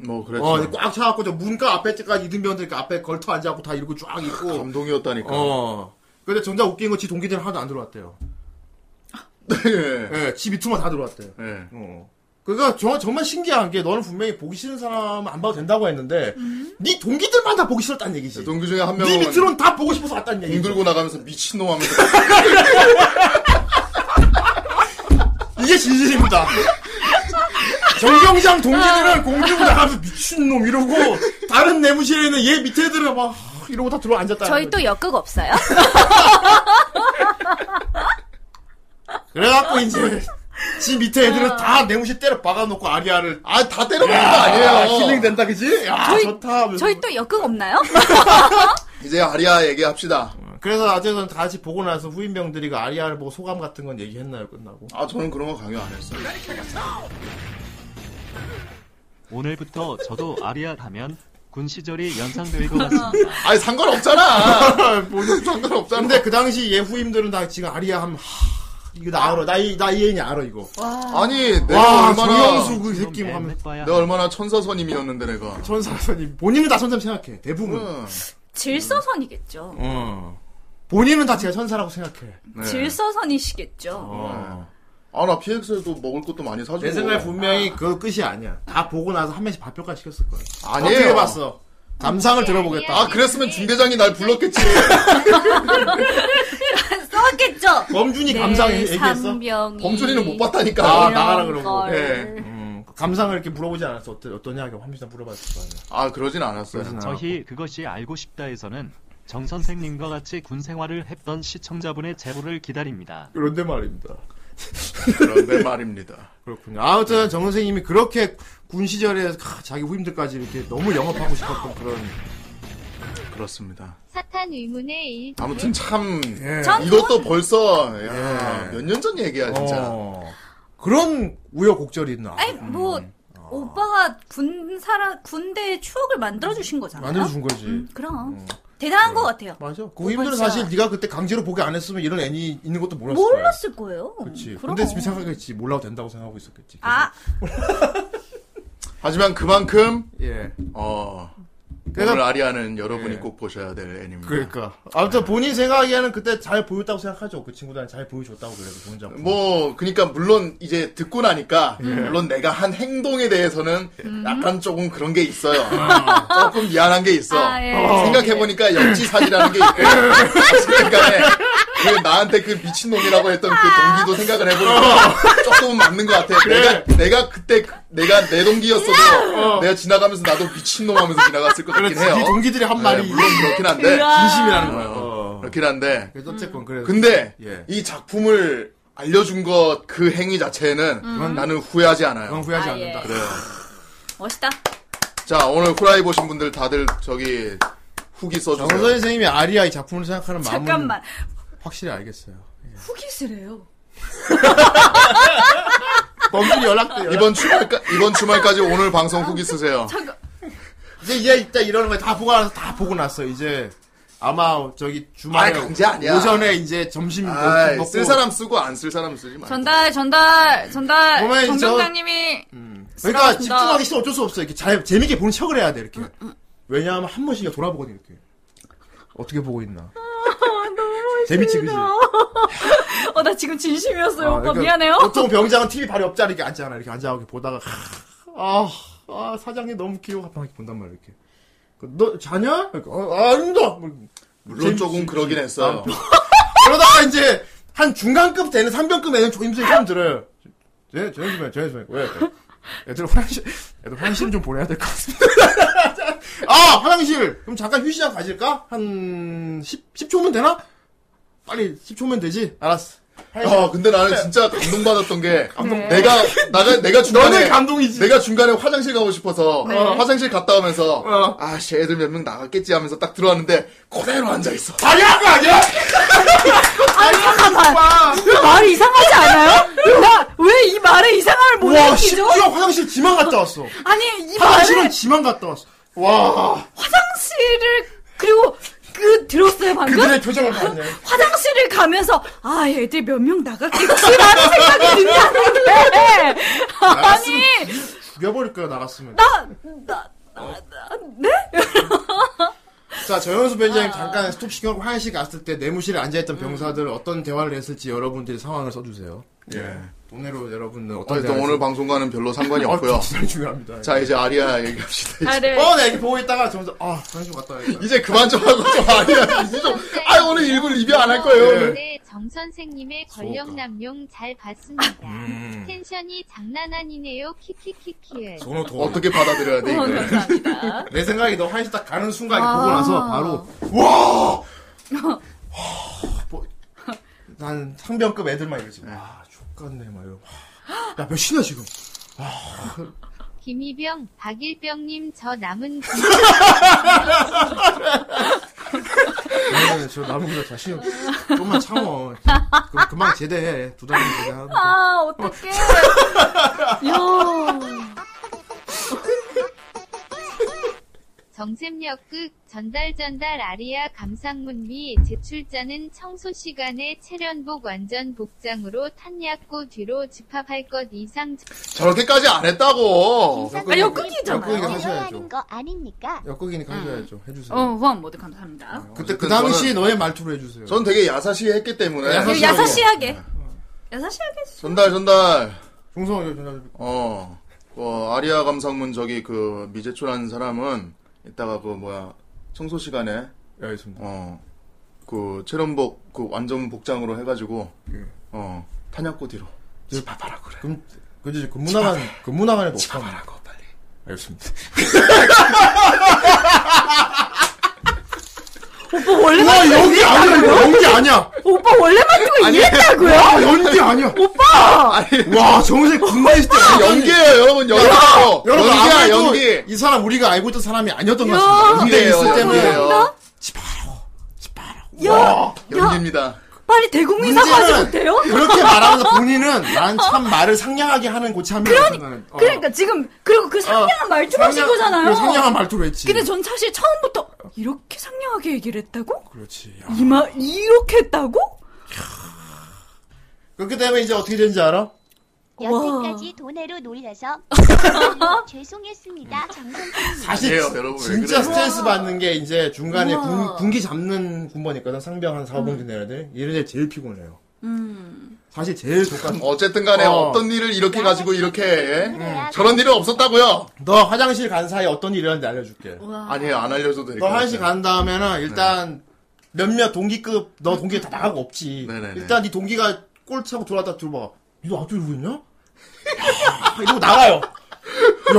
S11: 뭐
S3: 어,
S11: 그랬죠
S3: 근데 꽉 차갖고 저 문가 앞에까지 이등병들 그 앞에 걸터 앉아갖고 다 이러고 쫙 있고.
S11: 감동이었다니까
S3: 어. 근데 정작 웃긴 거지 동기들은 하나도 안 들어왔대요.
S11: 예.
S3: 예, 지 밑으로만 다 들어왔대요.
S11: 예.
S3: 어. 그러니까 저, 정말 신기한 게 너는 분명히 보기 싫은 사람 안 봐도 된다고 했는데
S5: 음.
S3: 네 동기들만 다 보기 싫었다는 얘기지.
S11: 동기 중에 한
S3: 네
S11: 명은
S3: 밑으로는 다 보고 싶어서 왔다는
S11: 공
S3: 얘기지.
S11: 들고 나가면서 미친놈 하면서
S3: 이게 진실입니다. 정경장
S5: 아.
S3: 동기들은 공 들고 나가면서 미친놈 이러고 다른 내무실에 있는 얘 밑에 들은 막 이러고 다 들어 앉았다는
S5: 저희
S3: 거지.
S5: 또 역극 없어요?
S3: 그래갖고 이제
S5: 아.
S3: 지 밑에 애들은 다 내무시 때려 박아놓고 아리아를
S11: 아 다 때려먹는 거 아니에요
S3: 힐링된다 그지? 야
S5: 저희-
S3: 좋다 하면서.
S5: 저희 또 역극 없나요?
S11: 이제 아리아 얘기합시다
S3: 그래서 아재선 같이 보고 나서 후임병들이 그 아리아를 보고 소감 같은 건 얘기했나요 끝나고?
S11: 아 저는 그런 거 강요 안 했어요
S13: 오늘부터 저도 아리아 가면 군 시절이 연상될 것 같습니다.
S11: 아니 상관없잖아
S3: 모두
S11: 상관없잖아
S3: 근데 그 당시 얘 후임들은 다 지금 아리아 하면 하, 이거 나 알아 나이 나이 애니 알아 이거
S11: 아니 내가
S3: 와
S11: 얼마나
S3: 정영수 그 새끼 뭐 하면
S13: 엠넷바야.
S11: 내가 얼마나 천사선임이었는데 내가 아,
S3: 천사선이 본인은 다 천사 생각해 대부분
S11: 응.
S5: 질서선이겠죠.
S3: 어 본인은 다 제가 천사라고 생각해
S11: 네.
S5: 질서선이시겠죠.
S3: 어.
S11: 아, 나 PX에도 먹을 것도 많이 사주고.
S3: 내 생각에 분명히 그거 끝이 아니야 다 보고 나서 한 명씩 발표까지 시켰을 거야
S11: 아니에요.
S3: 어떻게 봤어 감상을 들어보겠다
S11: 아, 그랬으면 중대장이 날 불렀겠지.
S5: 써왔겠죠.
S3: 범준이
S5: 내
S3: 감상 얘기했어?
S5: 네, 삼병이
S11: 범준이는 못 봤다니까.
S3: 아,
S5: 이런
S3: 나가라 그러고.
S5: 걸.
S11: 예.
S3: 음, 감상을 이렇게 물어보지 않았어. 어떠, 어떠냐? 이렇게 화면상 물어봤을 거 아니야.
S11: 아, 그러진 않았어요.
S13: 저희 그것이 알고 싶다에서는 정 선생님과 같이 군 생활을 했던 시청자분의 제보를 기다립니다.
S3: 그런데 말입니다.
S11: 그런데 말입니다.
S3: 그렇군요. 아무튼 정 선생님이 그렇게 군 시절에 캬, 자기 후임들까지 이렇게 너무 영업하고 싶었던 그런
S11: 그렇습니다.
S10: 사탄 의문의 일.
S11: 아무튼 참
S3: 예.
S10: 전
S11: 네, 이것도 벌써 몇 년 전 얘기야 진짜.
S3: 어. 그런 우여곡절이 있나?
S5: 아니 뭐 오빠가 군사라 군대의 추억을 만들어 주신 거잖아. 음.
S3: 만들어 준 거지. 음.
S5: 그럼 대단한 것 같아요.
S3: 맞아. 그 후임들은 사실 네가 그때 강제로 보게 안 했으면 이런 애니 있는 것도 몰랐을 거야.
S5: 몰랐을 거예요.
S3: 그렇지.
S5: 그럼.
S3: 근데 지금 생각했지 몰라도 된다고 생각하고 있었겠지.
S5: 아
S11: 하지만 그만큼
S3: 예.
S11: 어
S3: 그래서-
S11: 오늘 아리아는 여러분이
S3: 예.
S11: 꼭 보셔야 될 애니입니다.
S3: 그러니까. 아무튼 본인 생각에는 그때 잘 보였다고 생각하죠. 그 친구들한테 잘 보여줬다고 그래도 좋은 작품.
S11: 뭐 그러니까 물론 이제 듣고 나니까
S3: 예.
S11: 물론 내가 한 행동에 대해서는
S3: 음.
S11: 약간 조금 그런 게 있어요. 조금 미안한 게 있어.
S3: 아, 예. 어.
S11: 생각해 보니까 역지사지라는 게 있고 그러니까 그 나한테 그 미친 놈이라고 했던 그 동기도 생각을 해보니까 조금 맞는 것 같아.
S3: 어. 그래.
S11: 내가 내가 그때 그- 내가 내 동기였어도
S3: 어.
S11: 내가 지나가면서 나도 미친 놈 하면서 지나갔을 것 같긴
S3: 그렇지.
S11: 해요.
S3: 네 동기들이 한
S11: 네,
S3: 말이
S11: 물론 그렇긴 한데
S3: 우와. 진심이라는 거예요. 어.
S11: 그렇긴 한데
S3: 그래서 어쨌건 그래도
S11: 근데
S3: 예.
S11: 이 작품을 알려준 것 그 행위 자체는
S5: 음.
S11: 나는 후회하지 않아요.
S3: 후회하지
S5: 아, 않는다. 예.
S11: 그래요.
S5: 멋있다.
S11: 자 오늘 후라이 보신 분들 다들 저기 후기 써주세요.
S3: 정 선생님이 아리아의 작품을 생각하는 마음은
S5: 잠깐만
S3: 확실히 알겠어요.
S5: 후기스래요.
S3: 범준이 연락도 연락.
S11: 이번 주말까 이번 주말까지 오늘 방송 후기 쓰세요.
S5: 잠깐.
S3: 이제 이제 일단 이러는 거 다 보고 나서 다 보고 났어. 이제 아마 저기 주말에
S11: 아이, 강제 아니야.
S3: 오전에 이제 점심
S11: 아이,
S3: 먹고
S11: 쓸 사람 쓰고 안 쓸 사람 쓰지 마.
S5: 전달 전달 전달
S3: 어머니,
S5: 정
S3: 아, 저-
S5: 병장님이
S3: 그러니까
S5: 쓰라고
S3: 집중하기 싫어 어쩔 수 없어. 이렇게 잘 재밌게 보는 척을 해야 돼 이렇게. 왜냐하면 한 번씩 돌아보거든 이렇게. 어떻게 보고 있나.
S5: 아,
S3: 재밌지 그지?
S5: 어 나 지금 진심이었어요
S3: 아,
S5: 아, 오빠
S3: 그러니까
S5: 미안해요.
S3: 보통 병장은 TV 바로 옆자리 이렇게 앉잖아. 이렇게 앉아 이렇게 보다가 아, 아, 사장님 너무 귀여워 가만히 이렇게 본단 말이야 이렇게. 그, 너 자냐? 그러니까, 어, 아닙니다.
S11: 물론 조금 그러긴 했어요.
S3: 그러다가 이제 한 중간급 되는 3병급 애는 조임생 처음 들어요. 쟤, 쟤 좀 해, 쟤 좀 해. 왜? 애들 화장실, 애들 화장실 좀 보내야 될 것 같습니다. 아, 화장실! 그럼 잠깐 휴식장 가질까? 한, 10, 10초면 되나? 빨리, 10초면 되지? 알았어.
S11: 아 근데 나는 진짜 감동받았던 게
S3: 네.
S5: 네.
S3: 감동.
S11: 내가 나가 내가 중간에
S3: 너는 감동이지.
S11: 내가 중간에 화장실 가고 싶어서
S3: 네.
S11: 화장실 갔다 오면서
S3: 어.
S11: 아씨 애들 몇 명 나갔겠지 하면서 딱 들어왔는데 그대로 앉아 있어.
S3: 자기야 거 아니야?
S5: 아니 잠깐만 이 말이 이상하지 않아요? 나 왜 이 말에 이상함을 못
S3: 와,
S5: 느끼죠?
S3: 심지어 화장실 지만 갔다 왔어.
S5: 아니 이
S3: 화장실은
S5: 말에
S3: 지만 갔다 왔어. 와.
S5: 화장실을 그리고 그 들었어요 방금?
S3: 그 그들의 표정을 봤네.
S5: 화장실을 가면서 아 애들 몇 명 나갔겠지라는 생각이
S3: 네,
S5: 든다는데 아니
S3: 죽여버릴 거야, 나갔으면.
S5: 나나 네?
S3: 자, 정현수 변장님
S5: 아.
S3: 잠깐 스톱시켜고 화장실 갔을 때 내무실에 앉아있던
S5: 음.
S3: 병사들 어떤 대화를 했을지 여러분들이 상황을 써주세요.
S11: 예.
S3: 돈으로 여러분은 어떤
S11: 어쨌든 오늘 방송과는 별로 상관이 없고요.
S3: 네, 아, 진짜
S5: 네.
S3: 중요합니다.
S11: 자 이제 아리아 얘기합시다.
S5: 아, 네.
S3: 어, 네, 이렇게 보고 있다가 점점, 아, 화장실 갔다 와야겠다.
S11: 이제 그만 좀 하고 좀 아리아 이제 좀. 아 오늘 일부 리뷰 안 할
S3: 네.
S11: 거예요.
S10: 근데 정 선생님의 권력 남용 잘 봤습니다.
S3: 음.
S10: 텐션이 장난 아니네요. 키키키키.
S3: 저는 더
S11: 어떻게 받아들여야 돼
S5: 어,
S11: 이걸?
S5: 감사합니다.
S3: 내 생각에 너 화장실 딱 가는 순간
S5: 아.
S3: 이렇게 보고 나서 바로 와. 와. 뭐, 난 상병급 애들만 이러지. 와, 족같네 막 이러고. 야, 몇 시나 지금?
S10: 김희병, 박일병님 저 남은 군
S3: 왜냐면 저 남은 거다 자신 없어. 좀만 참어. 그럼 금방 제대해. 두 달이면 제대하고.
S5: 아 어떡해 야
S10: 정샘역 극 전달 전달 아리아 감상문 및 제출자는 청소 시간에 체련복 완전 복장으로 탄약고 뒤로 집합할 것 이상
S11: 저렇게까지 안 했다고.
S3: 어,
S5: 아, 역극이잖아요.
S3: 역극이긴 하셔야죠.
S14: 하는 거 아닙니까?
S3: 역극이니까 하셔야죠. 해주세요.
S5: 어 후원 모두 감사합니다
S3: 그때 그 당시
S11: 저는-
S3: 너의 말투로 해주세요.
S11: 전 되게 야사시했기 때문에.
S3: 아, 네, 야사시-
S5: 그 야사시하게
S3: 네.
S5: 야사시하게 해주세요.
S11: 전달 전달.
S3: 중성을 전달.
S11: 어, 어, 아리아 감상문 저기 그 미제초라는 사람은 이따가 그 뭐야 청소 시간에
S3: 예, 알겠습니다.
S11: 어, 그 체련복 그 완전 복장으로 해가지고
S3: 예.
S11: 어 탄약고 뒤로 집합하라고 그래.
S3: 그럼 그지 근무나간 근무나간에 못 가면.
S11: 집합하라고 빨리.
S3: 알겠습니다.
S5: 오빠 원래
S11: 와
S5: 말투가
S11: 연기 아니야 이거 연기
S5: 이랬다고요?
S11: 아니야
S5: 오빠 원래 말투가
S11: 아니,
S5: 이랬다고요?
S11: 와, 연기 아니야
S5: 오빠!
S11: 와 정우생 군대 있을 때 연기예요 아, 여러분 연기
S3: 아, 여러분
S11: 연기야
S3: 아무래도
S11: 연기
S3: 이 사람 우리가 알고 있던 사람이 아니었던 것
S11: 야,
S3: 같습니다. 군대
S11: 연기예요,
S3: 있을 때는
S11: 연기예요.
S5: 네. 야,
S11: 연기입니다
S5: 빨리 대국민 사과하지 못해요?
S3: 그렇게 말하면서 본인은 난 참 말을 상냥하게 하는 고참이야. 그러니,
S5: 그러니까 지금 그리고 그 상냥한 말투를 하신 거잖아요.
S3: 어. 아, 상냥한 말투로 했지.
S5: 근데 전 사실 처음부터 이렇게 상냥하게 얘기를 했다고?
S3: 그렇지.
S5: 이마 이렇게 했다고?
S3: 그렇게 되면 이제 어떻게 되는지 알아?
S14: 여태까지 돈으로 놀려서 죄송했습니다. 장선생님.
S3: 사실
S11: 아니에요,
S3: 진-
S11: 여러분, 왜
S3: 진짜
S11: 그래요?
S3: 스트레스 받는 게 이제 중간에
S14: 우와. 음.
S3: 군, 군기 잡는 군번 있거든. 상병 한 4, 5분 내야 돼. 얘네들 제일 피곤해요.
S5: 음.
S3: 사실 제일 독감.
S11: 어쨌든 간에 어. 떤 일을 이렇게 가지고 이렇게 예? 저런 일은 없었다고요
S3: 너 화장실 간 사이에 어떤 일이 일어났는지 알려줄게.
S11: 아니에요 안 알려줘도 될것
S3: 너
S11: 같아요
S3: 화장실 간 다음에는 일단 몇몇 동기급 너 동기 다 나가고 없지. 일단 네. 네 동기가 꼴 차고 돌아왔다 들어봐. 얘도 아직도 이러고 있냐? 야, 이러고 나가요.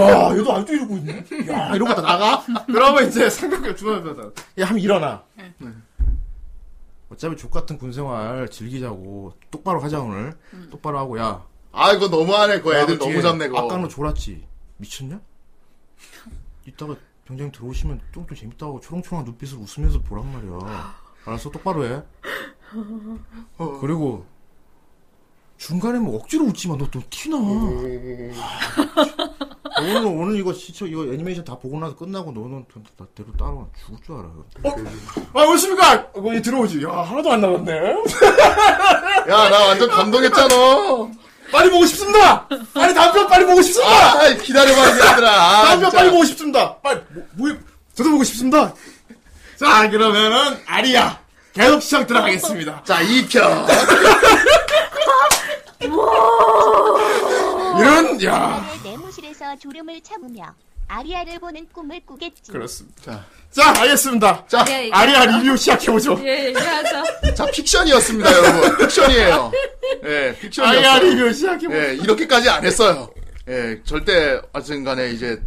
S3: 야, 얘도 아직도 이러고 있네. 야, 이러고 다 나가. 그러면 이제 생각해 주변에서 야, 한번 일어나. 어차피 족 같은 군생활 즐기자고 똑바로 하자 오늘. 똑바로 하고 야.
S11: 아 이거 너무하네 그거 애들 너무 잡네 그거
S3: 아까 너 졸았지. 미쳤냐? 이따가 병장 들어오시면 좀 더 재밌다고 초롱초롱한 눈빛을 웃으면서 보란 말이야. 알았어, 똑바로 해. 그리고 중간에 뭐 억지로 웃지 마. 너또 티나. 아, 오늘 오늘 이거 시청 이거 애니메이션 다 보고 나서 끝나고 너는 나대로 따라와 죽을 줄 알아. 아, 오십니까? 이거 들어오지. 야, 하나도 안 남았네.
S11: 야 나 완전 감동했잖아
S3: 빨리 보고 싶습니다. 빨리 다음 편 빨리 보고 싶습니다.
S11: 아 기다려봐 얘들아 아,
S3: 다음 편
S11: 진짜.
S3: 빨리 보고 싶습니다. 빨리 뭐, 뭐 저도 보고 싶습니다. 자, 그러면은 아리야 계속 시청 들어가겠습니다.
S11: 자 2편
S3: 이런 야.
S14: 나는 내무실에서 졸음을 참으며 아리아를 보는 꿈을 꾸겠지.
S3: 그렇습니다. 자, 알겠습니다. 자,
S14: 예, 예.
S3: 아리아 리뷰 시작해보죠.
S6: 네.
S5: 예, 얘기하자.
S11: 자 픽션이었습니다 여러분 픽션이에요 예 픽션이었어요
S3: 아리아 리뷰 시작해보죠.
S11: 예 이렇게까지 안 했어요 예 절대 어쨌든간에 이제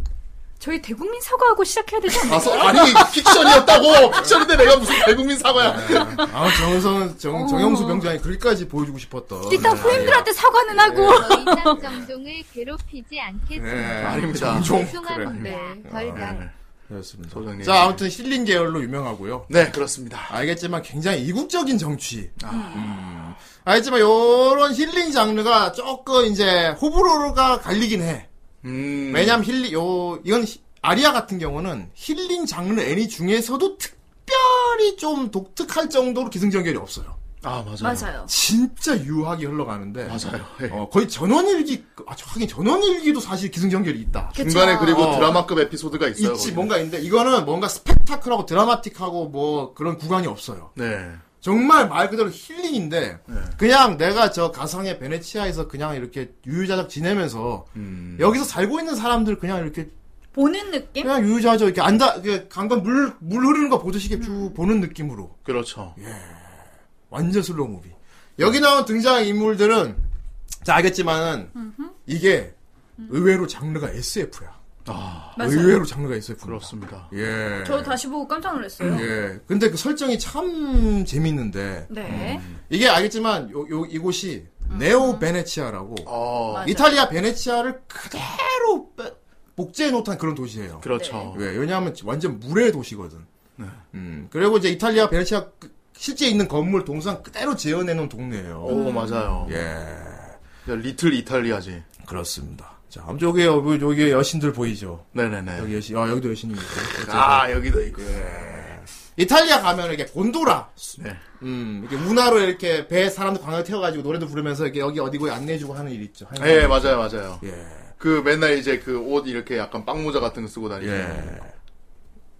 S5: 저희 대국민 사과하고 시작해야 되지 않나요?
S11: 가서 아니 픽션이었다고 픽션인데 내가 무슨 대국민 사과야
S3: 아, 정선 정,
S5: 어.
S3: 정영수 병장이 그렇게까지 보여주고 싶었던.
S5: 일단
S3: 네,
S5: 후임들한테 사과는 하고.
S10: 이상 정종을 괴롭히지 않겠습니다.
S3: 네,
S11: 아닙니다.
S3: 종종.
S10: 죄송합니다. 벌금.
S3: 그렇습니다.
S11: 소장님.
S3: 예. 자, 아무튼 힐링 계열로 유명하고요.
S11: 네 그렇습니다
S3: 알겠지만 굉장히 이국적인 정치. 음. 알겠지만 요런 힐링 장르가 조금 이제 호불호가 갈리긴 해.
S11: 음
S3: 왜냐면 힐링 요 이건 히- 아리아 같은 경우는 힐링 장르 애니 중에서도 특별히 좀 독특할 정도로 기승전결이 없어요.
S11: 아 맞아요
S5: 맞아요.
S3: 진짜 유하게 흘러가는데
S11: 맞아요 예.
S3: 어, 거의 전원일기 아, 저- 하긴 전원일기도 사실 기승전결이 있다.
S11: 중간에 그리고
S3: 어.
S11: 드라마급 에피소드가 있어요
S3: 있지
S11: 거기.
S3: 뭔가 있는데 이거는 뭔가 스펙타클하고 드라마틱하고 뭐 그런 구간이 없어요.
S11: 네
S3: 정말 말 그대로 힐링인데
S11: 네.
S3: 그냥 내가 저 가상의 베네치아에서 그냥 이렇게 유유자적 지내면서
S11: 음.
S3: 여기서 살고 있는 사람들 그냥 이렇게
S5: 보는 느낌?
S3: 그냥 유유자적 이렇게 앉아 그 강간 물, 물 흐르는 거 보듯이 이렇게
S11: 음.
S3: 쭉 보는 느낌으로
S11: 그렇죠
S3: 완전 슬로우 무비 여기 나온 등장 인물들은 자 알겠지만은 이게 의외로 장르가 SF야
S11: 아
S5: 맞아요.
S3: 의외로 장르가 SF
S11: 그렇습니다
S3: 예.
S5: 저 다시 보고 깜짝 놀랐어요.
S3: 예. 근데 그 설정이 참 재밌는데
S5: 네.
S3: 이게 알겠지만 요, 요 이곳이 네오 베네치아라고
S11: 어
S5: 음. 맞아요.
S3: 이탈리아 베네치아를 그대로 빼- 복제해 놓은 그런 도시예요.
S11: 그렇죠 네.
S3: 왜? 왜냐하면 완전 물의 도시거든. 음, 그리고 이제 이탈리아 베네치아 그- 실제 있는 건물 동상 그대로 재현해 놓은 동네예요.
S5: 음.
S11: 오 맞아요
S3: 예,
S11: 야, 리틀 이탈리아지
S3: 그렇습니다. 자, 아무튼 여기 여기 여기 여신들 보이죠?
S11: 네네네
S3: 여기 여신, 아 여기도 여신이 있고.
S11: 아 여기도 있고
S3: 이탈리아 가면 이렇게 곤도라,
S11: 네.
S3: 음, 이렇게 운하로 이렇게 배 사람들 광역 태워가지고 노래도 부르면서 이렇게 여기 어디고 안내해주고 하는 일 있죠. 하는
S11: 예
S3: 일.
S11: 맞아요 맞아요
S3: 예.
S11: 그 맨날 이제 그 옷 이렇게 약간 빵모자 같은 거 쓰고 다니고
S3: 예.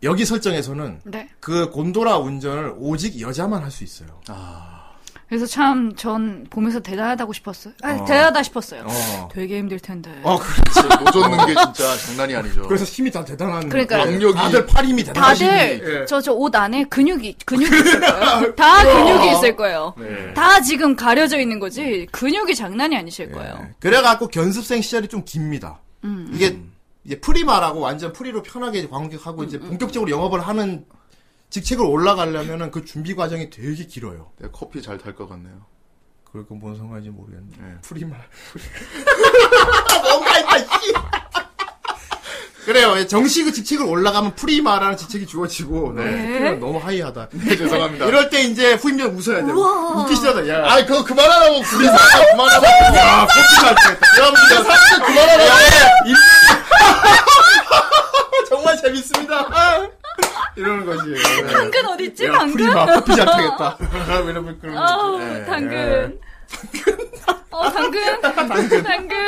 S3: 여기 설정에서는
S5: 네.
S3: 그 곤도라 운전을 오직 여자만 할 수 있어요.
S5: 아, 그래서 참 전 보면서 대단하다고 싶었어요. 아,
S3: 어.
S5: 대단하다 싶었어요.
S3: 어.
S5: 되게 힘들 텐데.
S3: 어, 그렇지.
S11: 노젓는 게 진짜 장난이 아니죠
S3: 그래서 힘이 다 대단한.
S5: 그러니까요.
S3: 압력이. 다들 팔 힘이 대단하시
S5: 다들 저 저 옷 안에 근육이 근육이 있을 거예요. 다 근육이 있을 거예요. 다 지금 가려져 있는 거지 근육이 장난이 아니실 거예요.
S3: 네. 그래갖고 견습생 시절이 좀 깁니다.
S5: 음. 음,
S3: 이게 이제 프리마라고 완전 프리로 편하게 이제 관객하고 이제 본격적으로 영업을 하는 직책을 올라가려면은 그 준비 과정이 되게 길어요.
S11: 내가 네, 커피 잘 탈 것 같네요.
S3: 그걸 그건 뭔 상관인지 모르겠네. 프리마.
S11: 뭔가 있다, 씨.
S3: 그래요. 예, 정식 그 직책을 올라가면 프리마라는 직책이 주어지고 네.
S11: 네.
S3: 프리마 너무 하이하다.
S11: 죄송합니다.
S3: 이럴 때 이제 후임자 웃어야 돼요.
S11: 우와. 아,
S3: 웃기 시작하다. 야.
S11: 아니, 그거 그만하라고,
S3: 우리
S11: 그만하라고.
S3: 사람
S11: 그만하라고.
S3: 야, 커피 잘 때.
S11: 야, 진짜 사람들 그만하라고.
S3: 정말 재밌습니다. 아. 이러는 거지. 네.
S5: 당근 어딨지?
S3: 야,
S5: 당근?
S3: 프리마 커피 잘 타겠다. 여러분 그런
S5: 아우,
S3: 네.
S5: 당근. 어, 당근.
S3: 당근.
S5: 당근.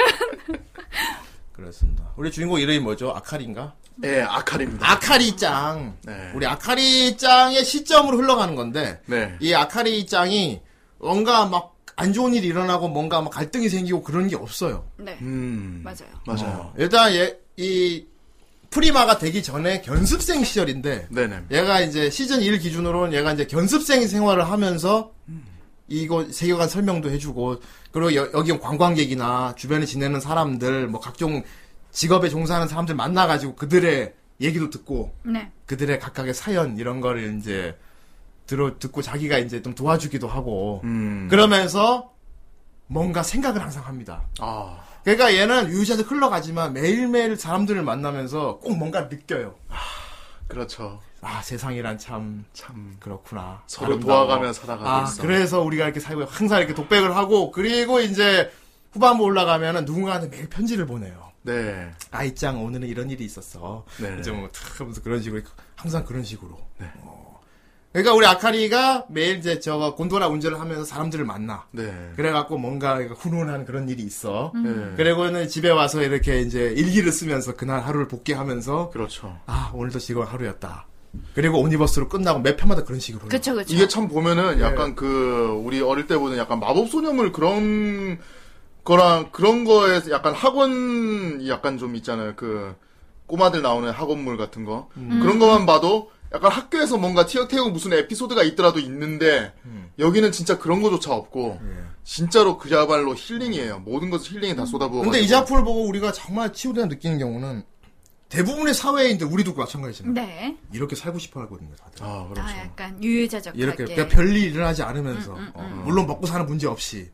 S3: 그렇습니다. 우리 주인공 이름이 뭐죠? 아카리인가? 네.
S11: 예, 아카리입니다.
S3: 아카리 짱. 우리 아카리 짱의 시점으로 흘러가는 건데,
S11: 네.
S3: 이 아카리 짱이 뭔가 막 안 좋은 일이 일어나고 뭔가 막 갈등이 생기고 그런 게 없어요.
S5: 네. 맞아요.
S3: 어, 일단 얘, 이 프리마가 되기 전에 견습생 시절인데,
S11: 네네.
S3: 얘가 이제 시즌 1 기준으로는 얘가 이제 견습생 생활을 하면서 이거 세계관 설명도 해주고 그리고 여, 여기 관광객이나 주변에 지내는 사람들 뭐 각종 직업에 종사하는 사람들 만나가지고 그들의 얘기도 듣고
S5: 네.
S3: 그들의 각각의 사연 이런 거를 이제 들어 듣고 자기가 이제 좀 도와주기도 하고
S11: 음.
S3: 그러면서 뭔가 생각을 항상 합니다.
S11: 아.
S3: 그러니까 얘는 유유자재 흘러가지만 매일매일 사람들을 만나면서 꼭 뭔가 느껴요.
S11: 아, 그렇죠.
S3: 아 세상이란 참 참 그렇구나
S11: 서로
S3: 아름다워.
S11: 도와가며 살아가고
S3: 아,
S11: 있어.
S3: 그래서 우리가 이렇게 살고 항상 이렇게 독백을 하고 그리고 이제 후반부 올라가면은 누군가한테 매일 편지를 보내요
S11: 네.
S3: 아이짱 오늘은 이런 일이 있었어
S11: 네.
S3: 이제 뭐탁 하면서 그런 식으로 항상 그런 식으로 어. 그러니까 우리 아카리가 매일 이제 저 곤도라 운전을 하면서 사람들을 만나
S11: 네.
S3: 그래갖고 뭔가 훈훈한 그런 일이 있어
S11: 음. 네.
S3: 그리고는 집에 와서 이렇게 이제 일기를 쓰면서 그날 하루를 복귀하면서
S11: 그렇죠.
S3: 아 오늘도 즐거운 하루였다. 그리고 오니버스로 끝나고 매 편마다 그런 식으로.
S5: 그쵸, 그쵸.
S11: 이게 참 보면은 약간 그 우리 어릴 때 보는 약간 마법 소녀물 그런 거랑 그런 거에 약간 학원 약간 좀 있잖아요. 그 꼬마들 나오는 학원물 같은 거 그런 거만 봐도 약간 학교에서 뭔가 티격태격 무슨 에피소드가 있더라도 있는데 여기는 진짜 그런 거조차 없고 진짜로 그야말로 힐링이에요. 모든 것을 힐링에 다 쏟아부어.
S3: 근데 이 작품을 보고 우리가 정말 치유되나 느끼는 경우는 대부분의 사회인들 우리도 마찬가지잖아요.
S5: 네.
S3: 이렇게 살고 싶어 하거든요, 다들.
S11: 아,
S5: 아, 약간 유유자적하게.
S3: 이렇게 그러니까 별일 일어나지 않으면서 어, 물론 먹고 사는 문제 없이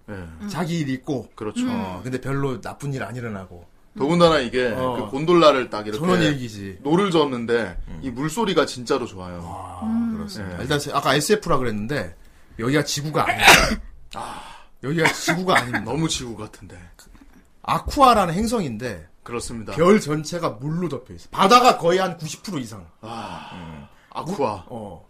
S3: 자기 일 있고
S11: 네. 그렇죠.
S3: 어, 근데 별로 나쁜 일 안 일어나고
S11: 더군다나 이게
S3: 어.
S11: 그 곤돌라를 딱 이렇게
S3: 저런 얘기지.
S11: 노를 저었는데 이 물소리가 진짜로 음. 좋아요. 네.
S3: 그렇습니다. 일단 세- 아까 SF라 그랬는데 여기가 지구가 아니야. 아, 여기가 지구가 아닙니다.
S11: 너무 지구 같은데.
S3: 아쿠아라는 행성인데
S11: 그- 그렇습니다.
S3: 별 전체가 물로 덮여 있어. 바다가 거의 한 90% 이상. 음.
S11: 아, 아쿠아.
S3: 어.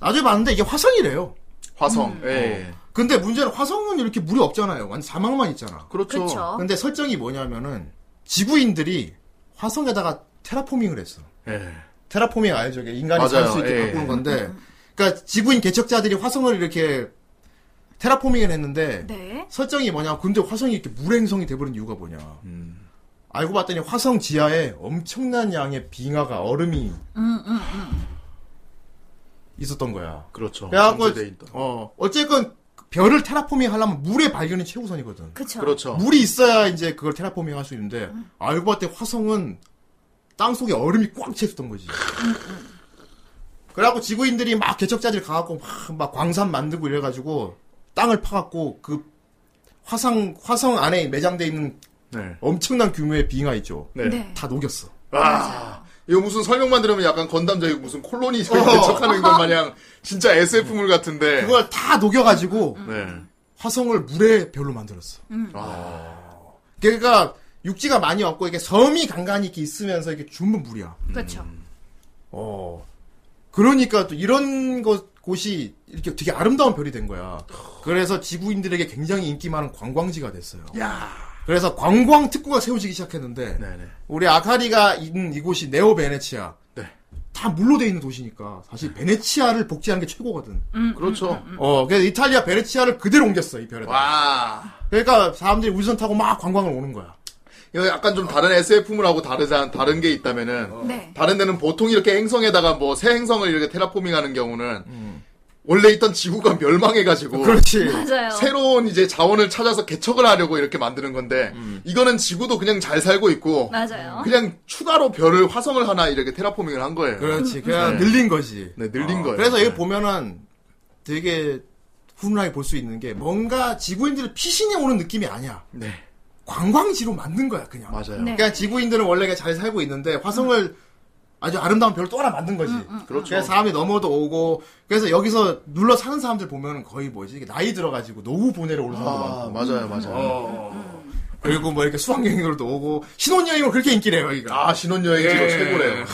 S3: 나중에 봤는데 이게 화성이래요.
S11: 화성.
S3: 음.
S11: 예.
S3: 어. 근데 문제는 화성은 이렇게 물이 없잖아요. 완전 사막만 있잖아.
S11: 그렇죠. 그쵸.
S3: 어, 근데 설정이 뭐냐면은 지구인들이 화성에다가 테라포밍을 했어.
S11: 예.
S3: 테라포밍 알죠? 이게 인간이
S11: 맞아요.
S3: 살 수 있게
S11: 예.
S3: 바꾸는
S5: 음,
S3: 건데. 그러니까 지구인 개척자들이 화성을 이렇게 테라포밍을 했는데
S5: 네.
S3: 설정이 뭐냐? 근데 화성이 이렇게 물행성이 돼버린 이유가 뭐냐?
S11: 음.
S3: 알고 봤더니 화성 지하에 엄청난 양의 빙하가 얼음이
S5: 음, 음, 음.
S3: 있었던 거야.
S11: 그렇죠.
S3: 그래갖고
S11: 존재돼 있다.
S3: 어 어쨌건 별을 테라포밍 하려면 물의 발견이 최우선이거든.
S5: 그쵸. 음.
S11: 그렇죠.
S3: 물이 있어야 이제 그걸 테라포밍 할 수 있는데 알고 봤더니 화성은 땅 속에 얼음이 꽉 채있던 거지. 그래갖고 지구인들이 막 개척자질 가갖고 막, 막 광산 만들고 이래가지고 땅을 파갖고 그 화성 화성 안에 매장돼 있는
S11: 네.
S3: 엄청난 규모의 빙하 있죠.
S11: 네. 네.
S3: 다 녹였어.
S11: 아, 이거 무슨 설명만 들으면 약간 건담적이고 무슨 콜로니 개척하는 것 마냥 진짜 SF물 같은데.
S3: 그걸 다 녹여가지고
S11: 네.
S3: 화성을 물의 별로 만들었어.
S5: 음.
S11: 아.
S3: 그러니까 육지가 많이 없고 이게 섬이 간간히 이렇게 있으면서 이게 주문 물이야.
S5: 그렇죠.
S11: 음.
S3: 어. 그러니까 또 이런 것 곳이 이렇게 되게 아름다운 별이 된 거야. 그래서 지구인들에게 굉장히 인기 많은 관광지가 됐어요.
S11: 야.
S3: 그래서 관광 특구가 세워지기 시작했는데
S11: 네네.
S3: 우리 아카리가 있는 이곳이 네오 베네치아.
S11: 네.
S3: 다 물로 돼 있는 도시니까 사실 베네치아를 복지하는 게 최고거든.
S11: 그렇죠.
S3: 어, 그래서 이탈리아 베네치아를 그대로 옮겼어 이 별에다.
S11: 와.
S3: 그러니까 사람들이 우주선 타고 막 관광을 오는 거야.
S11: 이거 약간 좀 다른 SF물하고 다르자, 다른 게 있다면은.
S5: 네.
S11: 다른 데는 보통 이렇게 행성에다가 뭐 새 행성을 이렇게 테라포밍 하는 경우는 원래 있던 지구가 멸망해가지고
S3: 그렇지.
S5: 맞아요.
S11: 음. 새로운 이제 자원을 찾아서 개척을 하려고 이렇게 만드는 건데 이거는 지구도 그냥 잘 살고 있고
S5: 맞아요.
S11: 그냥 추가로 별을 화성을 하나 이렇게 테라포밍을 한 거예요.
S3: 그렇지. 그냥 늘린 거지.
S11: 네, 늘린
S3: 어,
S11: 거예요.
S3: 그래서
S11: 네.
S3: 이거 보면은 되게 훈훈하게 볼 수 있는 게 뭔가 지구인들을 피신해 오는 느낌이 아니야.
S11: 네.
S3: 관광지로 만든 거야, 그냥.
S11: 맞아요.
S5: 네.
S3: 그러니까 지구인들은 원래 그냥 잘 살고 있는데 화성을 아주 아름다운 별을 또 하나 만든 거지.
S5: 음,
S11: 그렇죠.
S3: 래서 사람이 넘어도 오고 그래서 여기서 눌러 사는 사람들 보면 거의 뭐지 이게 나이 들어가지고 노후 보내러 오는 사람도
S11: 아,
S3: 많고.
S11: 맞아요, 맞아요.
S3: 어. 그리고 뭐 이렇게 수학여행으로도 오고 신혼여행으로 그렇게 인기래요 여기가.
S11: 아, 신혼여행지로
S3: 예.
S11: 최고래요.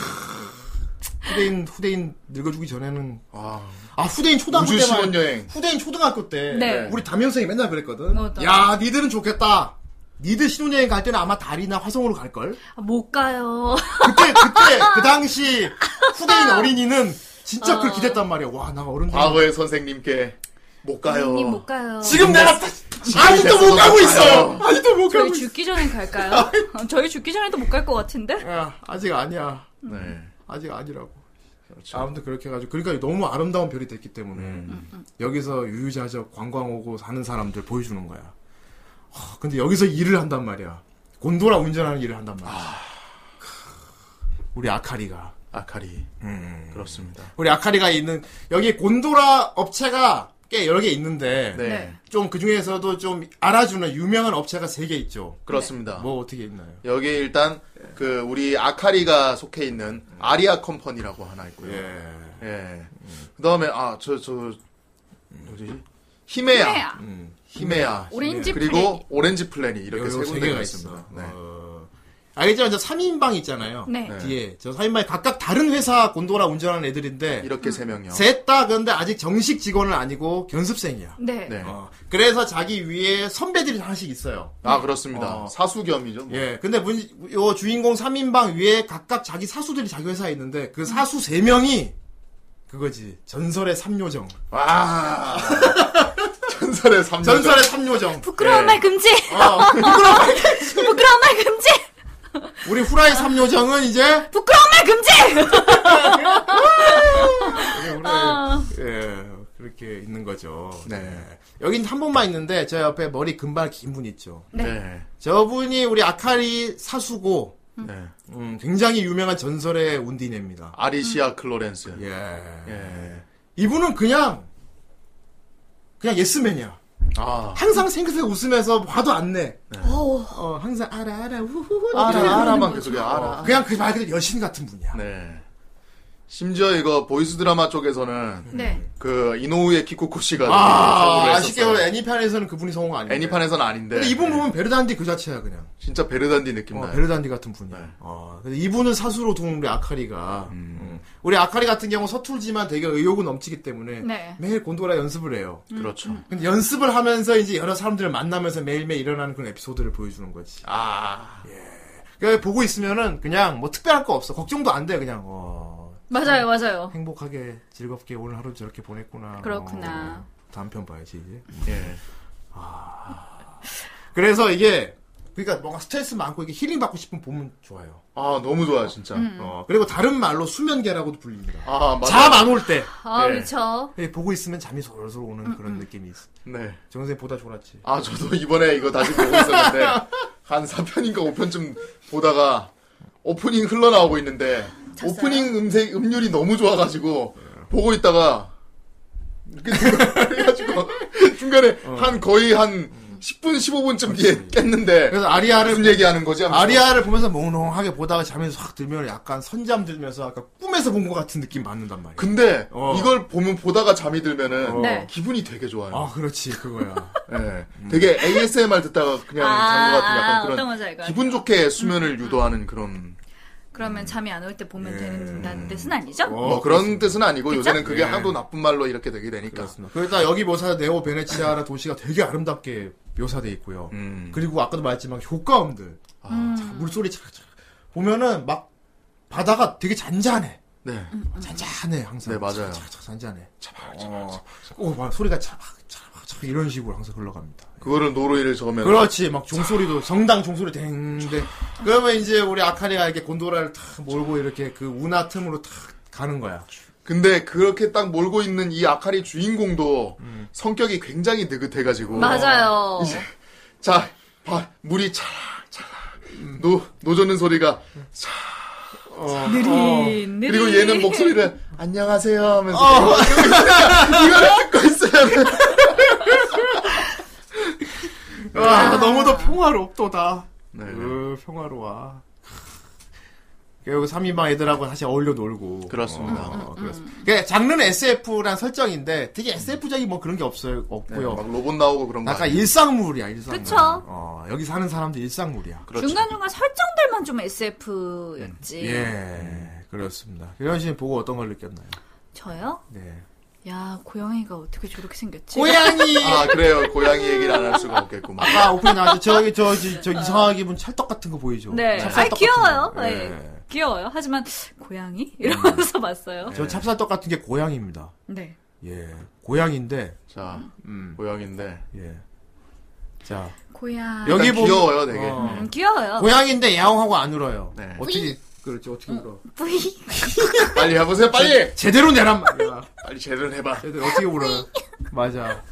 S3: 후대인 후대인 늙어주기 전에는
S11: 아,
S3: 아 후대인 초등학교
S11: 우주
S3: 때만
S11: 신혼여행.
S3: 후대인 초등학교 때
S5: 네.
S3: 우리 담임선생이 맨날 그랬거든.
S5: 맞아.
S3: 야 니들은 좋겠다. 니들 신혼여행 갈 때는 아마 달이나 화성으로 갈 걸.
S5: 아, 못 가요.
S3: 그때 그때 그 당시 후대인
S5: 아.
S3: 어린이는 진짜 그걸 기대했단 말이야. 와 나 어른 되면
S11: 과거의 선생님께 못 가요.
S5: 선생님 못 가요.
S3: 아, 지금 내가 아직도
S11: 됐어도
S3: 못 가고
S11: 못
S3: 있어요.
S11: 가요.
S3: 아직도 못 가고
S5: 저희
S3: 있어.
S5: 죽기 전에 갈까요? 어, 저희 죽기 전에도 못 갈 것 같은데?
S3: 야, 아직 아니야.
S11: 네.
S3: 아직 아니라고. 아무튼 그렇게 해가지고 그러니까 너무 아름다운 별이 됐기 때문에
S5: 음,
S3: 여기서 유유자적 관광 오고 사는 사람들 보여주는 거야. 하, 근데 여기서 일을 한단 말이야. 곤돌아 운전하는 일을 한단 말이야. 크, 우리 아카리가
S11: 아카리. 음. 그렇습니다.
S3: 우리 아카리가 있는 여기 곤돌아 업체가 꽤 여러 개 있는데
S11: 네.
S5: 네.
S3: 좀 그 중에서도 좀 알아주는 유명한 업체가 세 개 있죠.
S11: 그렇습니다.
S3: 뭐 어떻게 있나요?
S11: 여기 일단 그 우리 아카리가 속해 있는 아리아 컴퍼니라고 하나 있고요. 음. 예.
S3: 예.
S11: 그다음에 아 저 저 뭐지? 히메야.
S5: 히메야.
S11: 음, 히메야.
S5: 오렌지
S11: 그리고
S5: 플래닛.
S11: 오렌지 플래닛 이렇게
S3: 요
S11: 세
S3: 세
S11: 군데가
S3: 개가
S11: 있습니다.
S3: 있습니다.
S11: 네.
S3: 어. 알겠지만 저 3인방 있잖아요.
S5: 네.
S11: 네.
S3: 뒤에 저 3인방이 각각 다른 회사 곤도라 운전하는 애들인데
S11: 이렇게 세 명이요.
S3: 셋다 근데 아직 정식 직원은 아니고 견습생이야.
S5: 네.
S11: 네.
S3: 어. 그래서 자기 위에 선배들이 하나씩 있어요.
S11: 아 그렇습니다.
S3: 어.
S11: 사수겸이죠. 뭐.
S3: 예. 근데 문, 요 주인공 3인방 위에 각각 자기 사수들이 자기 회사에 있는데 그 사수 3명이 그거지. 전설의 삼요정.
S11: 와. 아. 전설의 삼.
S3: 전설의 삼요정.
S11: 네.
S5: 부끄러운 말 금지!
S11: 아,
S5: 부끄러운 말 금지!
S3: 우리 후라이 삼요정은 이제
S5: 부끄러운 말 금지! 아.
S3: 예, 그렇게 있는 거죠.
S11: 네.
S3: 네. 여긴 한 분만 있는데 저 옆에 머리 금발 긴 분 있죠.
S11: 네.
S5: 네.
S3: 저분이 우리 아카리 사수고
S11: 네.
S3: 음, 굉장히 유명한 전설의 운디네입니다.
S11: 아리시아 클로렌스.
S3: 예.
S11: 예.
S3: 이분은 그냥 그냥 예스맨이야.
S11: 아.
S3: 항상 생긋하게 웃으면서 화도 안 내.
S5: 어우.
S3: 어, 항상 알아 알아 우후후.
S11: 네. 알아
S3: 이러면서
S11: 알아만 계속해 알아.
S3: 그냥 그 말 그대로 여신 같은 분이야.
S11: 네. 심지어 이거 보이스 드라마 쪽에서는
S5: 네.
S11: 그 이노우의 키코코 씨가
S3: 아,
S11: 성우를
S3: 아쉽게도
S11: 했었어요.
S3: 애니판에서는 그분이 성우가 아니에요.
S11: 애니판에서는 아닌데 네.
S3: 근데 이분 보면 베르단디 그 자체야 그냥.
S11: 진짜 베르단디 느낌
S3: 어,
S11: 나요.
S3: 베르단디 같은 분이야.
S11: 네.
S3: 어, 근데 이분을 사수로 둔 우리 아카리가. 음. 우리 아카리 같은 경우 서툴지만 되게 의욕은 넘치기 때문에
S5: 네.
S3: 매일 곤도라 연습을 해요. 음.
S11: 그렇죠.
S3: 근데 연습을 하면서 이제 여러 사람들을 만나면서 매일매일 일어나는 그런 에피소드를 보여주는 거지.
S11: 아
S3: 그러니까 보고 있으면은 그냥 뭐 특별할 거 없어. 걱정도 안 돼, 그냥. 어,
S5: 맞아요, 맞아요.
S3: 행복하게 즐겁게 오늘 하루 저렇게 보냈구나.
S5: 그렇구나.
S3: 어, 다음 편 봐야지, 이제. 아.
S11: 예.
S3: 그래서 이게, 그러니까 뭔가 스트레스 많고 이게 힐링 받고 싶으면 보면 좋아요.
S11: 아 너무 좋아요 진짜.
S5: 음.
S3: 어, 그리고 다른 말로 수면계라고도 불립니다.
S11: 아
S3: 잠
S11: 맞아.
S3: 안 올 때.
S5: 아,
S11: 네.
S5: 미쳐.
S3: 예, 보고 있으면 잠이 솔솔 오는
S5: 음,
S3: 그런 느낌이 있어.
S11: 네.
S3: 정선생 보다 졸았지.
S11: 아 저도 이번에 이거 다시 보고 있었는데 한 4편인가 5편쯤 보다가 오프닝 흘러나오고 있는데
S5: 잤어요?
S11: 오프닝 음색 음률이 너무 좋아가지고 보고 있다가 이렇게 해가지고 중간에
S3: 어.
S11: 한 거의 한 10분 15분쯤 뒤에 깼는데
S3: 음. 그래서 아리아를
S11: 무슨 얘기하는 거지? 하면서.
S3: 아리아를 보면서 몽롱하게 보다가 잠이 확 들면 약간 선잠 들면서 아까 꿈에서 본 것 같은 느낌 받는단 말이야.
S11: 근데
S3: 어.
S11: 이걸 보면 보다가 잠이 들면은
S5: 네.
S11: 기분이 되게 좋아요.
S3: 아, 그렇지. 그거야.
S11: 예. 되게 ASMR 듣다가 그냥 잔것 같은
S5: 아,
S11: 약간
S5: 어떤
S11: 그런
S5: 건지 알것 같아요.
S11: 기분 좋게 수면을 유도하는 그런
S5: 그러면 잠이 안 올 때 보면
S11: 네.
S3: 예.
S5: 되는다는 뜻은 아니죠? 네.
S3: 어,
S11: 뭐 그런 뜻은 아니고 요새는 그게
S3: 예.
S11: 하도 나쁜 말로 이렇게 되게 되니까.
S3: 그렇습니다. 그러다 여기 묘사 네오 베네치아라 도시가 되게 아름답게 묘사돼 있고요.
S11: 음.
S3: 그리고 아까도 말했지만 효과음들,
S11: 아,
S3: 자, 물소리 착착 보면은 막 바다가 되게 잔잔해.
S11: 네.
S3: 잔잔해 항상.
S11: 네, 맞아요.
S3: 착착 잔잔해. 어, 오, 막 소리가 차박 차박 차박 이런 식으로 항상 흘러갑니다.
S11: 그거를 노로이를 저으면
S3: 그렇지, 막 종소리도 성당 종소리 댕댕. 그러면 이제 우리 아카리가 이렇게 곤도라를 탁 몰고 이렇게 그 운하 틈으로 탁 가는 거야.
S11: 근데 그렇게 딱 몰고 있는 이 아카리 주인공도 성격이 굉장히 느긋해가지고
S5: 맞아요.
S11: 이제 자 봐, 물이 차락차락 노 노젓는 소리가 차 어,
S5: 느린,
S11: 어.
S5: 느린.
S11: 그리고 얘는 목소리를 안녕하세요 하면서
S15: 어.
S11: 이거를 듣고 있어야 돼. 아.
S3: 와, 너무도 평화롭도다.
S11: 네.
S3: 으, 평화로워. 그리고 3인방 애들하고 다시 어울려 놀고.
S11: 그렇습니다. 음,
S3: 어, 그렇습니다. 그러니까 장르는 SF란 설정인데 되게 SF적인 뭐 그런 게 없어요. 없고요.
S11: 네, 막 로봇 나오고 그런 거
S3: 약간
S11: 아니에요?
S3: 일상물이야, 일상물.
S5: 그쵸. 그렇죠.
S3: 어, 여기 사는 사람들 일상물이야.
S11: 그렇죠.
S5: 중간중간 설정들만 좀 SF였지.
S11: 네. 음.
S3: 예. 그렇습니다. 이현 씨는 보고 어떤 걸 느꼈나요?
S5: 저요?
S3: 네.
S5: 야, 고양이가 어떻게 저렇게 생겼지?
S3: 고양이!
S11: 아 그래요 고양이 얘기를 안 할 수가 없겠구만
S3: 아까 오프닝 나왔죠? 저기, 저, 저, 저 이상하게 본 찰떡 같은 거 보이죠?
S5: 네. 아,
S3: 찹쌀떡
S5: 귀여워요.
S3: 같은 거.
S5: 네.
S3: 예.
S5: 귀여워요. 하지만 고양이 이러면서 봤어요.
S3: 저 찹쌀떡 같은 게 고양이입니다.
S5: 네.
S3: 예. 고양인데. 음.
S11: 자, 고양인데.
S3: 예. 자.
S5: 고양.
S11: 일단 귀여워요, 되게.
S5: 음, 귀여워요.
S3: 고양인데 야옹하고 안 울어요.
S11: 네.
S3: 어떻게 그렇지 어떻게 울어?
S5: 뿌이.
S11: 빨리 해보세요 빨리
S3: 제, 대로 내란 말이야.
S11: 빨리 제대로 해봐
S3: 제대로 어떻게 울어요? 맞아.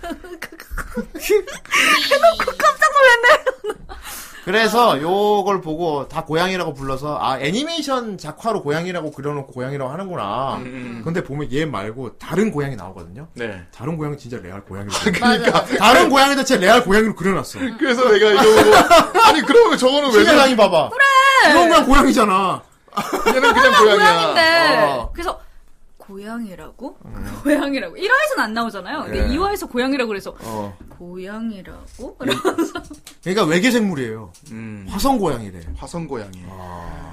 S5: 깜짝 놀랐네.
S3: 그래서 요걸 보고 다 고양이라고 불러서 아 애니메이션 작화로 고양이라고 그려놓고 고양이라고 하는구나. 근데 보면 얘 말고 다른 고양이 나오거든요.
S11: 음. 네.
S3: 다른 고양이 진짜 레알 고양이.
S11: 그러니까 음.
S3: 다른 고양이도 제 레알 고양이로 그려놨어.
S11: 그래서 내가 이거 보 아니 그러면 저거는 왜
S3: 신혜랑이 봐봐.
S5: 그래.
S3: 그런 거랑 고양이잖아.
S11: 얘는 그냥 고양이야
S5: 고양인데.
S11: 어.
S5: 그래서 고양이라고? 고양이라고. 1화에서는 안 나오잖아요. 근데
S3: 네.
S5: 2화에서 고양이라고 그래서
S3: 어.
S5: 고양이라고?
S3: 그러니까 외계생물이에요.
S11: 음.
S3: 화성 고양이래.
S11: 화성 고양이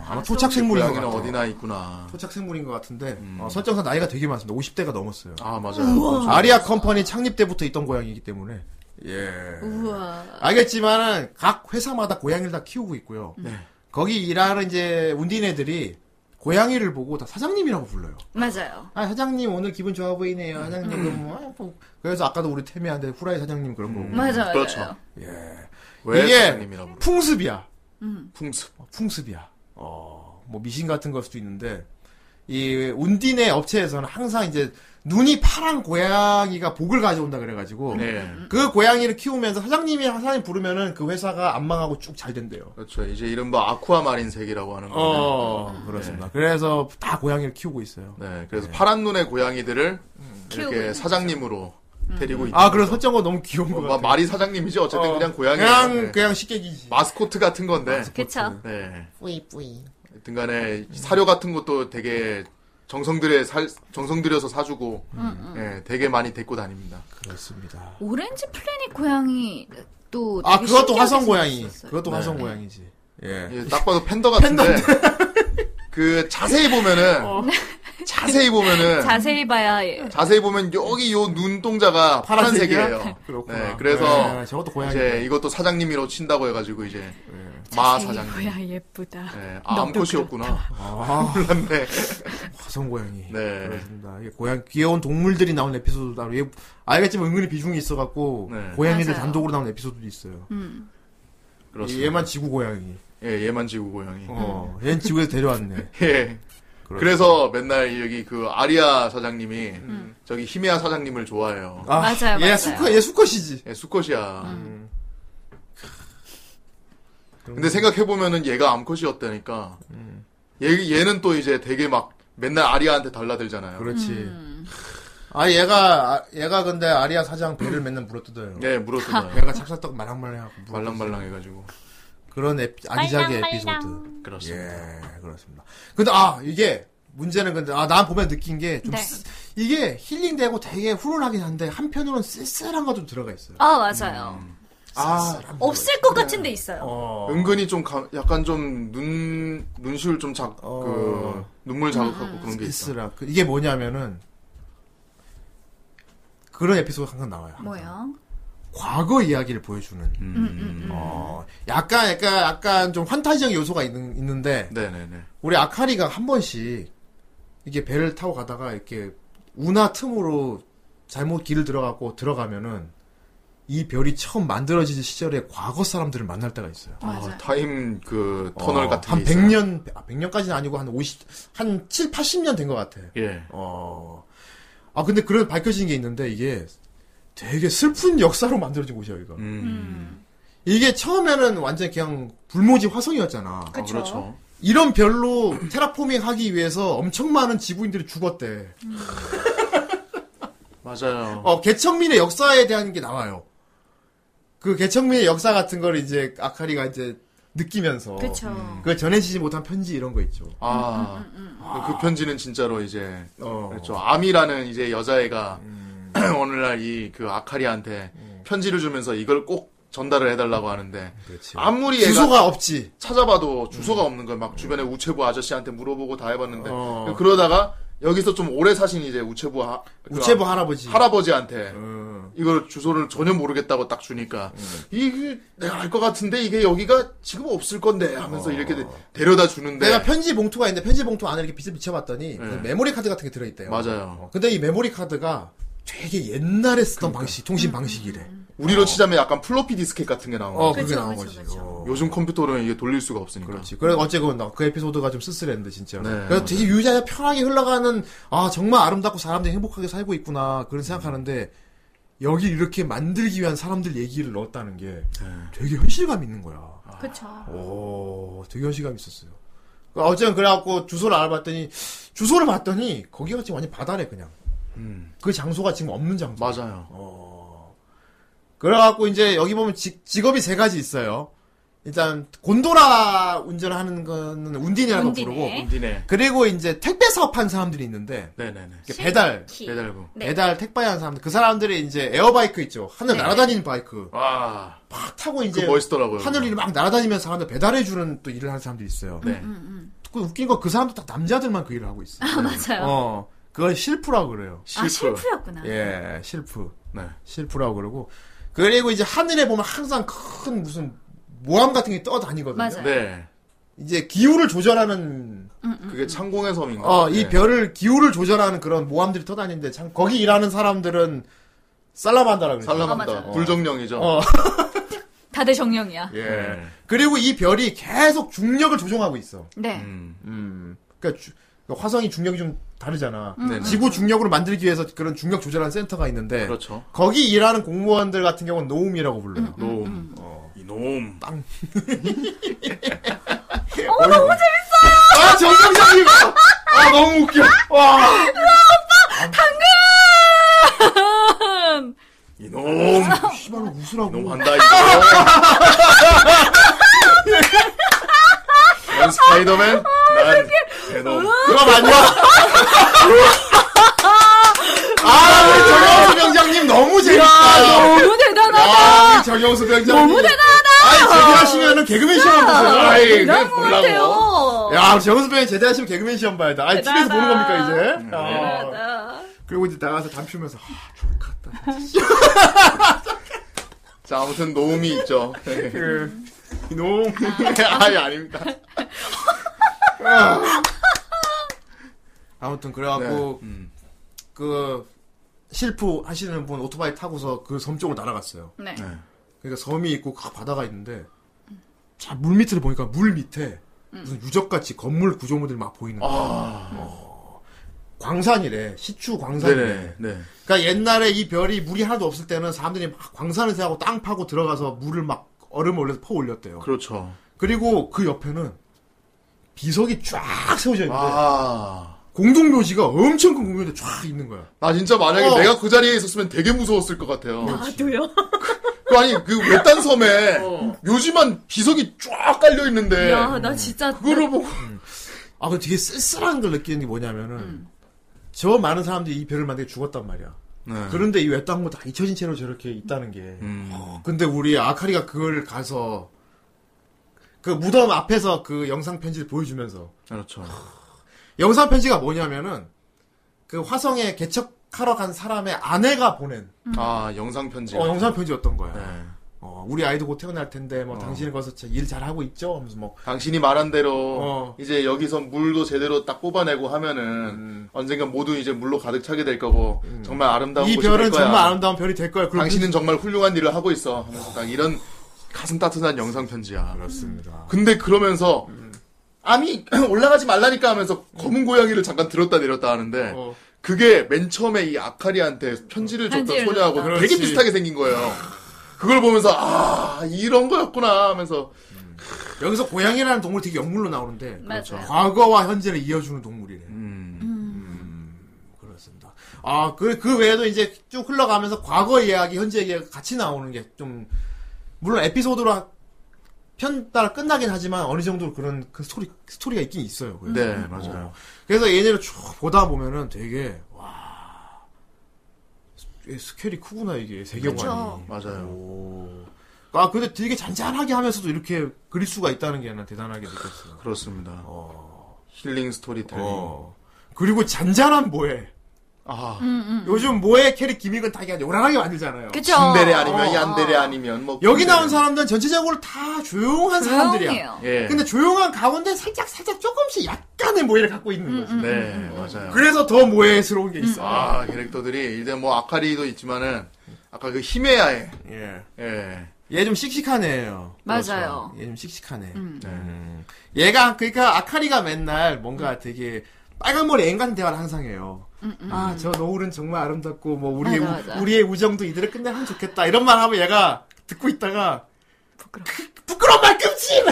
S3: 아마 토착생물인 것
S11: 고양이는
S3: 같아요.
S11: 어디나 있구나
S3: 토착생물인 것 같은데 어, 설정상 나이가 되게 많습니다. 50대가 넘었어요.
S11: 아 맞아요
S3: 아리아 컴퍼니 창립 때부터 있던 고양이기 때문에 예
S5: 우와.
S3: 알겠지만은 각 회사마다 고양이를 다 키우고 있고요.
S11: 네.
S3: 거기 일하는 이제 운디네들이 고양이를 보고 다 사장님이라고 불러요.
S5: 맞아요.
S3: 아 사장님 오늘 기분 좋아 보이네요.
S11: 음.
S3: 사장님 뭐, 아, 뭐. 그래서 아까도 우리 태미한테 후라이 사장님 음, 그런 거고
S5: 맞아요.
S11: 그렇죠. 왜
S3: 예. 이게
S11: 사장님이라고 부르-
S3: 풍습이야.
S5: 음.
S11: 풍습
S3: 어, 풍습이야. 어, 뭐 미신 같은 걸 수도 있는데 이 운디네 업체에서는 항상 이제 눈이 파란 고양이가 복을 가져온다 그래가지고
S11: 네.
S3: 그 고양이를 키우면서 사장님이 사장님 부르면은 그 회사가 안 망하고 쭉 잘 된대요.
S11: 그렇죠 이제 이른바 아쿠아마린 색이라고 하는 거예요
S3: 어 그렇습니다. 그래서 다 고양이를 키우고 있어요.
S11: 네 그래서 파란 눈의 고양이들을 음,
S5: 키우고
S11: 이렇게
S5: 있는 음.
S11: 사장님으로 데리고 있는
S3: 아 그래서 설정은 너무 귀여운
S11: 어,
S3: 거
S11: 마-
S3: 같아요.
S11: 말이 사장님이지 어쨌든
S3: 어,
S11: 그냥 고양이
S3: 그냥 그냥 식객이지.
S5: 아,
S11: 마스코트 같은 건데
S5: 그쵸.
S11: 네
S4: 뿌이 뿌이.
S11: 등간에 사료 같은 것도 되게 정성들에 살 정성들여서 사주고
S5: 음,
S11: 예, 되게 많이 데리고 다닙니다.
S3: 그렇습니다.
S5: 오렌지 플래닛 고양이 또.
S3: 아
S5: 되게
S3: 그것도
S5: 신기하게
S3: 화성 고양이.
S5: 생겼었어요.
S3: 그것도
S11: 네.
S3: 화성 고양이지. 예.
S11: 예, 딱 봐도 팬더 같은데 어. 그 자세히 보면은 자세히 보면은
S5: 자세히 봐야 예.
S11: 자세히 보면 여기 요 눈동자가
S3: 파란색이야?
S11: 파란색이에요.
S3: 그렇구나.
S11: 네, 그래서
S3: 네, 저것도 고양이네.
S11: 이제 이것도 사장님이로 친다고 해가지고 이제 예, 마
S5: 아, 예. 자세히
S11: 사장님.
S5: 봐야 예쁘다.
S11: 네, 아,
S5: 너도
S11: 암컷이 없구나.
S3: 아
S11: 몰랐네.
S3: 화성 고양이.
S11: 네.
S3: 그렇습니다. 이게 고양 귀여운 동물들이 나오는 에피소드 따로 얘- 알겠지만 은근히 비중이 있어갖고
S11: 네.
S3: 고양이들
S5: 맞아요.
S3: 단독으로 나오는 에피소드도 있어요.
S5: 음.
S11: 그렇습니다.
S3: 얘만 지구 고양이.
S11: 예, 얘만 지구 고양이.
S3: 어, 얘는 지구에서 데려왔네.
S11: 예.
S3: 그렇죠.
S11: 그래서 맨날 여기 그 아리아 사장님이
S5: 음.
S11: 저기 히메아 사장님을 좋아해요.
S3: 아,
S5: 맞아요,
S3: 얘
S5: 맞아요.
S3: 수컷 얘 수컷이지.
S11: 예, 수컷이야.
S5: 음.
S3: 음.
S11: 근데 생각해보면은 얘가 암컷이었다니까.
S3: 음.
S11: 얘, 얘는 또 이제 되게 막 맨날 아리아한테 달라들잖아요.
S3: 그렇지.
S5: 음.
S3: 아 얘가 아, 얘가 근데 아리아 사장 배를 맨날 물어뜯어요.
S11: 예, 물어뜯어요.
S3: 얘가 찹쌀떡 말랑말랑하고 물어-
S11: 말랑말랑 해가지고.
S3: 그런 에 아기자기 에피소드.
S11: 그렇습니다.
S3: 예, 그렇습니다. 근데 아 이게 문제는 근데 아난 보면 느낀 게 좀
S5: 네.
S3: 이게 힐링되고 되게 훈훈하긴 한데 한편으로는 쓸쓸한 것도 들어가 있어요.
S5: 아 맞아요.
S3: 아,
S5: 없을 것 같은데 있어요.
S3: 어,
S11: 은근히 좀 가- 약간 좀 눈, 눈시울 좀 작, 그,
S3: 어.
S11: 눈물 자극하고 그런 게 있어.
S3: 쓸쓸하. 그- 이게 뭐냐면은 그런 에피소드 가 항상 나와요. 항상.
S5: 뭐요?
S3: 과거 이야기를 보여주는.
S5: 음,
S3: 어, 약간 약간 약간 좀 환타지적 요소가 있는, 있는데
S11: 네네네.
S3: 우리 아카리가 한 번씩 이게 배를 타고 가다가 이렇게 운하 틈으로 잘못 길을 들어가고 들어가면은 이 별이 처음 만들어지는 시절에 과거 사람들을 만날 때가 있어요.
S11: 아, 타임 그 터널
S3: 어,
S11: 같은
S3: 한
S11: 게 있어요.
S3: 100년, 아, 100년까지는 아니고 한 50, 한 7, 80년 된 것 같아.
S11: 예.
S3: 어. 아, 근데 그런 밝혀진 게 있는데 이게 되게 슬픈 역사로 만들어진 곳이야, 이거.
S11: 음.
S3: 이게 처음에는 완전 그냥 불모지 화성이었잖아.
S11: 그쵸. 그렇죠.
S3: 이런 별로 테라포밍 하기 위해서 엄청 많은 지구인들이 죽었대.
S11: 맞아요.
S3: 어, 개척민의 역사에 대한 게 나와요. 그 개척민의 역사 같은 걸 이제 아카리가 이제 느끼면서
S11: 그쵸.
S12: 음.
S3: 그 전해지지 못한 편지 이런 거 있죠.
S11: 아, 그 편지는 진짜로 이제
S3: 어.
S11: 그렇죠. 아미라는 이제 여자애가
S3: 음.
S11: 오늘날 이 그 아카리한테 편지를 주면서 이걸 꼭 전달을 해달라고 하는데 아무리 애가
S3: 주소가 음. 없지.
S11: 찾아봐도 주소가 없는 걸 막 주변에 우체부 아저씨한테 물어보고 다 해봤는데 그러다가 여기서 좀 오래 사신 이제 우체부 하, 그
S3: 우체부 할아버지.
S11: 할아버지한테
S3: 음.
S11: 이걸 주소를 전혀 모르겠다고 딱 주니까 이게 내가 알 것 같은데 이게 여기가 지금 없을 건데 하면서 이렇게 데- 데려다 주는데
S3: 어. 내가 편지 봉투가 있는데 편지 봉투 안에 이렇게 빛을 비춰봤더니 무슨 메모리 카드 같은 게 들어있대요.
S11: 맞아요.
S3: 어, 근데 이 메모리 카드가 되게 옛날에 쓰던 방식, 통신 방식이래.
S11: 우리로 치자면 약간 플로피 디스켓 같은 게 나온
S3: 어,
S11: 거지.
S3: 음, 그게 나온 거지. 어.
S11: 요즘 컴퓨터로는 이게 돌릴 수가 없으니까.
S3: 그렇지. 그래 어쨌건 나그 에피소드가 좀 쓸쓸했는데 진짜.
S11: 네,
S3: 그래서 되게 유자야 편하게 흘러가는 아 정말 아름답고 사람들이 행복하게 살고 있구나 그런 생각하는데 여기 이렇게 만들기 위한 사람들 얘기를 넣었다는 게 되게 현실감 있는 거야.
S12: 아,
S5: 그쵸.
S3: 오, 되게 현실감 있었어요. 그 어쨌든 그래갖고 주소를 알아봤더니 주소를 봤더니 거기가 지금 완전 바다네 그냥. 그 장소가 지금 없는 장소.
S11: 음.
S3: 어.
S11: 맞아요.
S3: 그래갖고 이제 여기 보면 직, 직업이 세 가지 있어요. 일단 곤도라 운전하는 거는 운디네라고
S11: 운디네.
S3: 부르고
S11: 운디네.
S3: 그리고 이제 택배 사업하는 사람들이 있는데
S11: 네네네.
S3: 이렇게 배달
S11: 실- 배달부. 네.
S3: 배달 택배하는 사람들 그 사람들이 이제 에어바이크 있죠 하늘
S11: 네.
S3: 날아다니는 바이크
S11: 와.
S3: 팍 타고 이제
S11: 그거 멋있더라고요,
S3: 예. 하늘 위를 막 날아다니면서 사람들 배달해주는 또 일을 하는 사람들이 있어요
S11: 네.
S3: 그 웃긴 건 그 사람들 다 남자들만 그 일을 하고 있어
S5: 아, 맞아요.
S3: 어 그걸 실프라고 그래요
S5: 아, 실프였구나.
S3: 예, 실프. 실프라고 그러고. 그리고 이제 하늘에 보면 항상 큰 무슨 모함 같은 게 떠다니거든요.
S11: 맞아요. 네.
S3: 이제 기후를 조절하는
S11: 그게 창공의 섬인가?
S3: 어, 이
S11: 네.
S3: 별을 기후를 조절하는 그런 모함들이 떠다니는데 참 거기 일하는 사람들은 살라만다라고 그러죠.
S11: 살라만다.
S3: 어.
S11: 아, 불정령이죠.
S3: 어.
S5: 다들 정령이야.
S3: 예. 그리고 이 별이 계속 중력을 조종하고 있어.
S5: 네.
S3: 음. 그러니까 주- 그러니까 화성이 중력이 좀 다르잖아.
S5: 음. 네네.
S3: 지구 중력으로 만들기 위해서 그런 중력 조절하는 센터가 있는데
S11: 그렇죠.
S3: 거기 일하는 공무원들 같은 경우는 노움이라고 불러요.
S5: 음,
S3: 어.
S11: 노움. 이놈.
S3: 땅.
S5: 어머, 너무 재밌어요!
S3: 아, 정상적인 거! 아, 너무 웃겨. 와.
S5: 당근!
S11: 이놈.
S3: 씨발 웃으라고.
S11: 이놈 한다 이거. 넌 스파이더맨. 난 대놈.
S3: 그럼 안녕. 아, 우리 정영수 병장님 너무 재밌다.
S5: 야, 어, 너무 대단하다.
S3: 아, 우리 정영수 병장님.
S5: 너무 대단하다.
S3: 아니, 제대하시면은 개그맨 시험 보세요.
S5: 야,
S3: 아이,
S5: 대단한
S3: 그거
S5: 것
S3: 몰라고.
S5: 같아요.
S3: 야, 우리 정영수 병장님 제대하시면 개그맨 시험 봐야 돼. 아니, TV에서 보는 겁니까, 이제? 아.
S5: 대단하다.
S3: 그리고 이제 나가서 담 피우면서. 아,
S11: 자 아무튼 노움이 있죠.
S3: 그, 이놈.
S11: 아니 아닙니다.
S3: 아무튼, 그래갖고,
S11: 네. 음.
S3: 그, 실프 하시는 분 오토바이 타고서 그 섬 쪽으로 날아갔어요.
S5: 네.
S11: 네.
S3: 그러니까 섬이 있고 그 바다가 있는데 자 물 밑을 보니까 물 밑에 무슨 유적같이 건물 구조물들이 막 보이는 거야.
S11: 아.
S3: 어. 광산이래. 시추 광산이래.
S11: 네네, 네.
S3: 그러니까 옛날에 이 별이 물이 하나도 없을 때는 사람들이 막 광산을 세하고 땅 파고 들어가서 물을 막 얼음을 올려서 퍼 올렸대요.
S11: 그렇죠.
S3: 그리고 그 옆에는 비석이 쫙 세워져 있는데
S11: 아.
S3: 공동묘지가 엄청 큰 공묘지가 쫙 있는 거야.
S11: 나 진짜 만약에
S3: 어.
S11: 내가 그 자리에 있었으면 되게 무서웠을 것 같아요. 어.
S5: 나도요.
S11: 그 아니 그 외딴 섬에 묘지만 비석이 쫙 깔려 있는데
S5: 야, 아, 나 진짜. 네.
S11: 그거를 보고.
S3: 아, 그 되게 쓸쓸한 걸 느끼는 게 뭐냐면은, 저 많은 사람들이 이 별을 만들게 죽었단 말이야.
S11: 네.
S3: 그런데 이 외딴 거다 잊혀진 채로 저렇게 있다는 게.
S11: 음.
S3: 어, 근데 우리 아카리가 그걸 가서, 그 무덤 앞에서 그 영상 편지를 보여주면서,
S11: 그렇죠.
S3: 영상 편지가 뭐냐면은, 그 화성에 개척하러 간 사람의 아내가 보낸,
S11: 아 영상 편지. 네.
S3: 어, 영상 편지였던 거야. 어, 우리 아이도 곧 태어날 텐데 뭐 당신이 거기서 자- 일 잘하고 있죠? 하면서 뭐
S11: 당신이 말한 대로
S3: 어.
S11: 이제 여기서 물도 제대로 딱 뽑아내고 하면은
S3: 음.
S11: 언젠가 모두 이제 물로 가득 차게 될 거고 정말 아름다운
S3: 이
S11: 곳이
S3: 별은
S11: 뭐 될 거야.
S3: 정말 아름다운 별이 될 거야. 그리고
S11: 당신은 정말 훌륭한 일을 하고 있어. 하면서 딱 이런 가슴 따뜻한 영상 편지야.
S3: 그렇습니다. 음.
S11: 근데 그러면서 암이 올라가지 말라니까 하면서 검은 고양이를 잠깐 들었다 내렸다 하는데
S3: 어.
S11: 그게 맨 처음에 이 아카리한테 편지를 줬던
S3: 편지를
S11: 소녀하고
S3: 줬다.
S11: 되게
S3: 그렇지.
S11: 비슷하게 생긴 거예요. 그걸 보면서 아 이런 거였구나 하면서
S3: 여기서 고양이라는 동물 되게 역물로 나오는데
S11: 맞아요. 그렇죠.
S3: 과거와 현재를 이어주는 동물이래. 음, 그렇습니다. 아, 그, 그 외에도 이제 쭉 흘러가면서 과거 이야기, 현재 이야기 같이 나오는 게 좀, 물론 에피소드로 하- 편 따라 끝나긴 하지만 어느 정도 그런 그 스토리, 스토리가 있긴 있어요. 그래서.
S11: 네,
S3: 어.
S11: 맞아요.
S3: 그래서 얘네를 쭉 보다 보면은 되게, 와, 스- 스케일이 크구나, 이게, 세계관이.
S11: 그쵸. 맞아요.
S3: 아, 근데 되게 잔잔하게 하면서도 이렇게 그릴 수가 있다는 게 난 대단하게 느꼈어요.
S11: 그렇습니다. 힐링 스토리텔링.
S3: 그러니까 어. 그리고 잔잔한 모해.
S11: 아.
S3: 요즘 모해 캐릭 기믹은 다 그냥 요란하게 만들잖아요.
S11: 그쵸. 신데레 아니면 얀데레 아니면 뭐
S3: 여기
S11: 군데레.
S3: 나온 사람들은 전체적으로 다 조용한 사람들이야.
S11: 조용해요. 예.
S3: 근데 조용한 가운데 살짝 살짝 조금씩 약간의 모해를 갖고
S5: 음,
S3: 있는 거지.
S11: 네 맞아요.
S3: 그래서 더 모해스러운 게 있어.
S11: 아 캐릭터들이 이제 뭐 아카리도 있지만은 아까 그 히메야의
S5: 음.
S3: 예.
S11: 예.
S3: 얘 좀 씩씩한 애예요.
S5: 맞아요.
S3: 얘 좀 씩씩하네.
S5: 음.
S3: 음. 얘가 그러니까 아카리가 맨날
S5: 음.
S3: 뭔가 되게 빨간 머리 앵간 대화를 항상 해요. 아 저 노을은 정말 아름답고 뭐 우리의
S5: 맞아,
S3: 우,
S5: 맞아.
S3: 리의 우정도 이대로 끝내면 좋겠다 이런 말 하면 얘가 듣고 있다가 부끄러 부끄러운 말끔치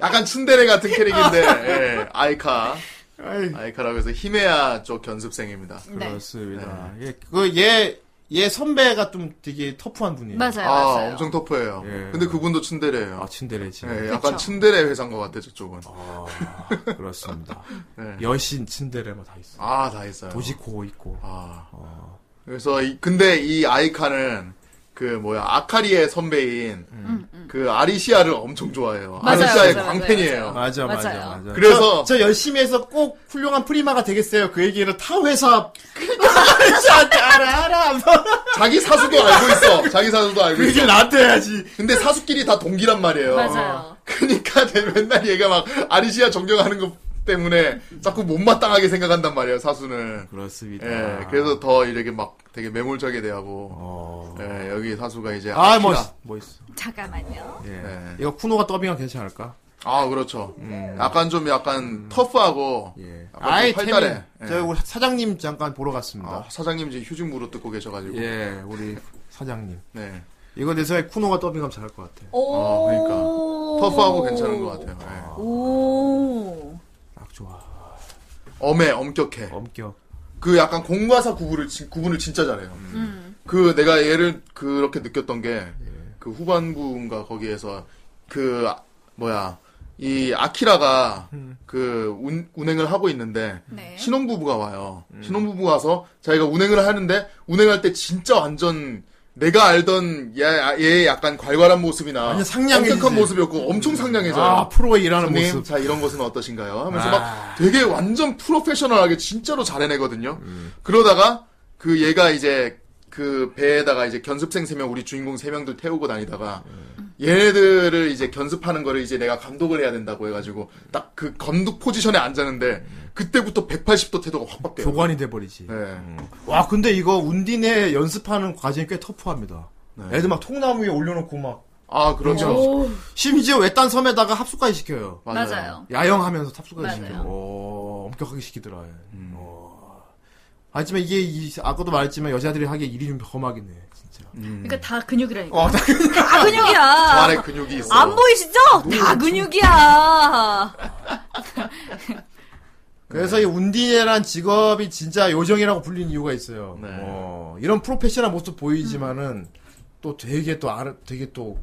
S11: 약간 츤데레 같은 캐릭인데 예, 아이카 아이카라고 해서 히메야 쪽 견습생입니다.
S5: 네.
S3: 그렇습니다. 그얘 얘 선배가 좀 되게 터프한 분이에요.
S11: 아
S5: 맞아요, 맞아요.
S11: 엄청 터프해요. 근데 그분도 츤데레예요. 예. 아
S3: 츤데레지.
S11: 예,
S5: 그쵸.
S11: 약간 츤데레 회사인 것 같아 저쪽은.
S3: 그렇습니다. 네. 여신 츤데레 뭐다 있어.
S11: 아다 있어요.
S3: 도지코 있고.
S11: 아. 그래서 이- 근데 이 아이카는 그 뭐야 아카리의 선배인 그 아리시아를 엄청 좋아해요.
S3: 음, 맞아요,
S11: 아리시아의
S3: 맞아요,
S11: 광팬이에요.
S3: 맞아, 맞아,
S11: 맞아요.
S3: 맞아.
S11: 그래서-
S3: 저, 저 열심히 해서 꼭 훌륭한 프리마가 되겠어요. 그 얘기를 타 회사 회사한테 알아 알아.
S11: 자기 사수도 알고 있어. 자기 사수도 알고
S3: 그
S11: 있어.
S3: 얘기를 나한테 해야지.
S11: 근데 사수끼리 다 동기란 말이에요.
S5: 맞아요.
S11: 그러니까 맨날 얘가 막 아리시아 존경하는 것 때문에 자꾸 못마땅하게 생각한단 말이에요. 사수는.
S3: 그렇습니다.
S11: 예, 그래서 더 이렇게 막 되게 매몰차게 대하고. 예, 여기 사수가 이제
S3: 어. 아,
S11: 아키라.
S3: 멋, 멋있어.
S5: 잠깐만요.
S3: 예.
S11: 예.
S3: 이거 쿠노가 더빙하면 괜찮을까?
S11: 아, 그렇죠. 약간 좀 약간 터프하고. 약간
S3: 음. 예. 아이,
S11: 좀 활달해.
S3: 태민, 저 우리 사장님 잠깐 보러 갔습니다.
S11: 아, 사장님 이제 휴직 무릎 뜯고 계셔가지고.
S3: 예, 우리 사장님.
S11: 네.
S3: 이거 내 생각에 쿠노가 더빙하면 잘할 것 같아.
S5: 오.
S11: 그러니까. 터프하고 괜찮은 것 같아요. 예.
S5: 오.
S11: 엄해, 엄격해.
S3: 엄격.
S11: 그 약간 공과사 구분을, 진- 구분을 진짜 잘해요.
S5: 음.
S11: 그 내가 얘를 그렇게 느꼈던 게 그 후반부인가 거기에서 그 아- 뭐야 이 아키라가
S3: 음.
S11: 그 운, 운행을 하고 있는데 신혼부부가 와요.
S3: 음.
S11: 신혼부부가 와서 자기가 운행을 하는데 운행할 때 진짜 완전 내가 알던 얘, 얘의 약간 괄괄한 모습이나
S3: 완전 상냥해지지.
S11: 엄격한 모습이었고 엄청 상냥해져요.
S3: 아, 프로에 일하는
S11: 손님,
S3: 모습.
S11: 자 이런 것은 어떠신가요? 하면서
S3: 아.
S11: 막 되게 완전 프로페셔널하게 진짜로 잘해내거든요.
S3: 음.
S11: 그러다가 그 얘가 이제 그 배에다가 이제 견습생 세명 우리 주인공 세 명들 태우고 다니다가 얘네들을 이제 견습하는 거를 이제 내가 감독을 해야 된다고 해가지고 딱 그 감독 포지션에 앉았는데 그때부터 180도 태도가 확 바뀌어요.
S3: 교관이 돼버리지.
S11: 네.
S3: 와, 근데 이거 운딘의 연습하는 과정이 꽤 터프합니다. 애들 막 통나무 위에 올려놓고 막.
S11: 아, 그렇죠.
S3: 어. 심지어 외딴 섬에다가 합숙까지 시켜요.
S5: 맞아요. 맞아요.
S3: 야영하면서 합숙까지
S5: 맞아요.
S3: 시켜요. 오, 엄격하게 시키더라. 오. 하지만 이게, 이- 아까도 말했지만 여자들이 하기에 일이 좀 험하긴 해, 진짜.
S5: 그러니까 다 근육이라니까.
S3: 음. 어, 나 그냥-
S5: 다 근육이야.
S3: 저 안에 근육이 있어.
S5: 안 보이시죠? 다 근육이야.
S3: 그래서 이 운디네란 직업이 진짜 요정이라고 불리는 이유가 있어요. 어, 이런 프로페셔널 모습
S5: 음.
S3: 보이지만은 또 되게 또 알아, 되게 또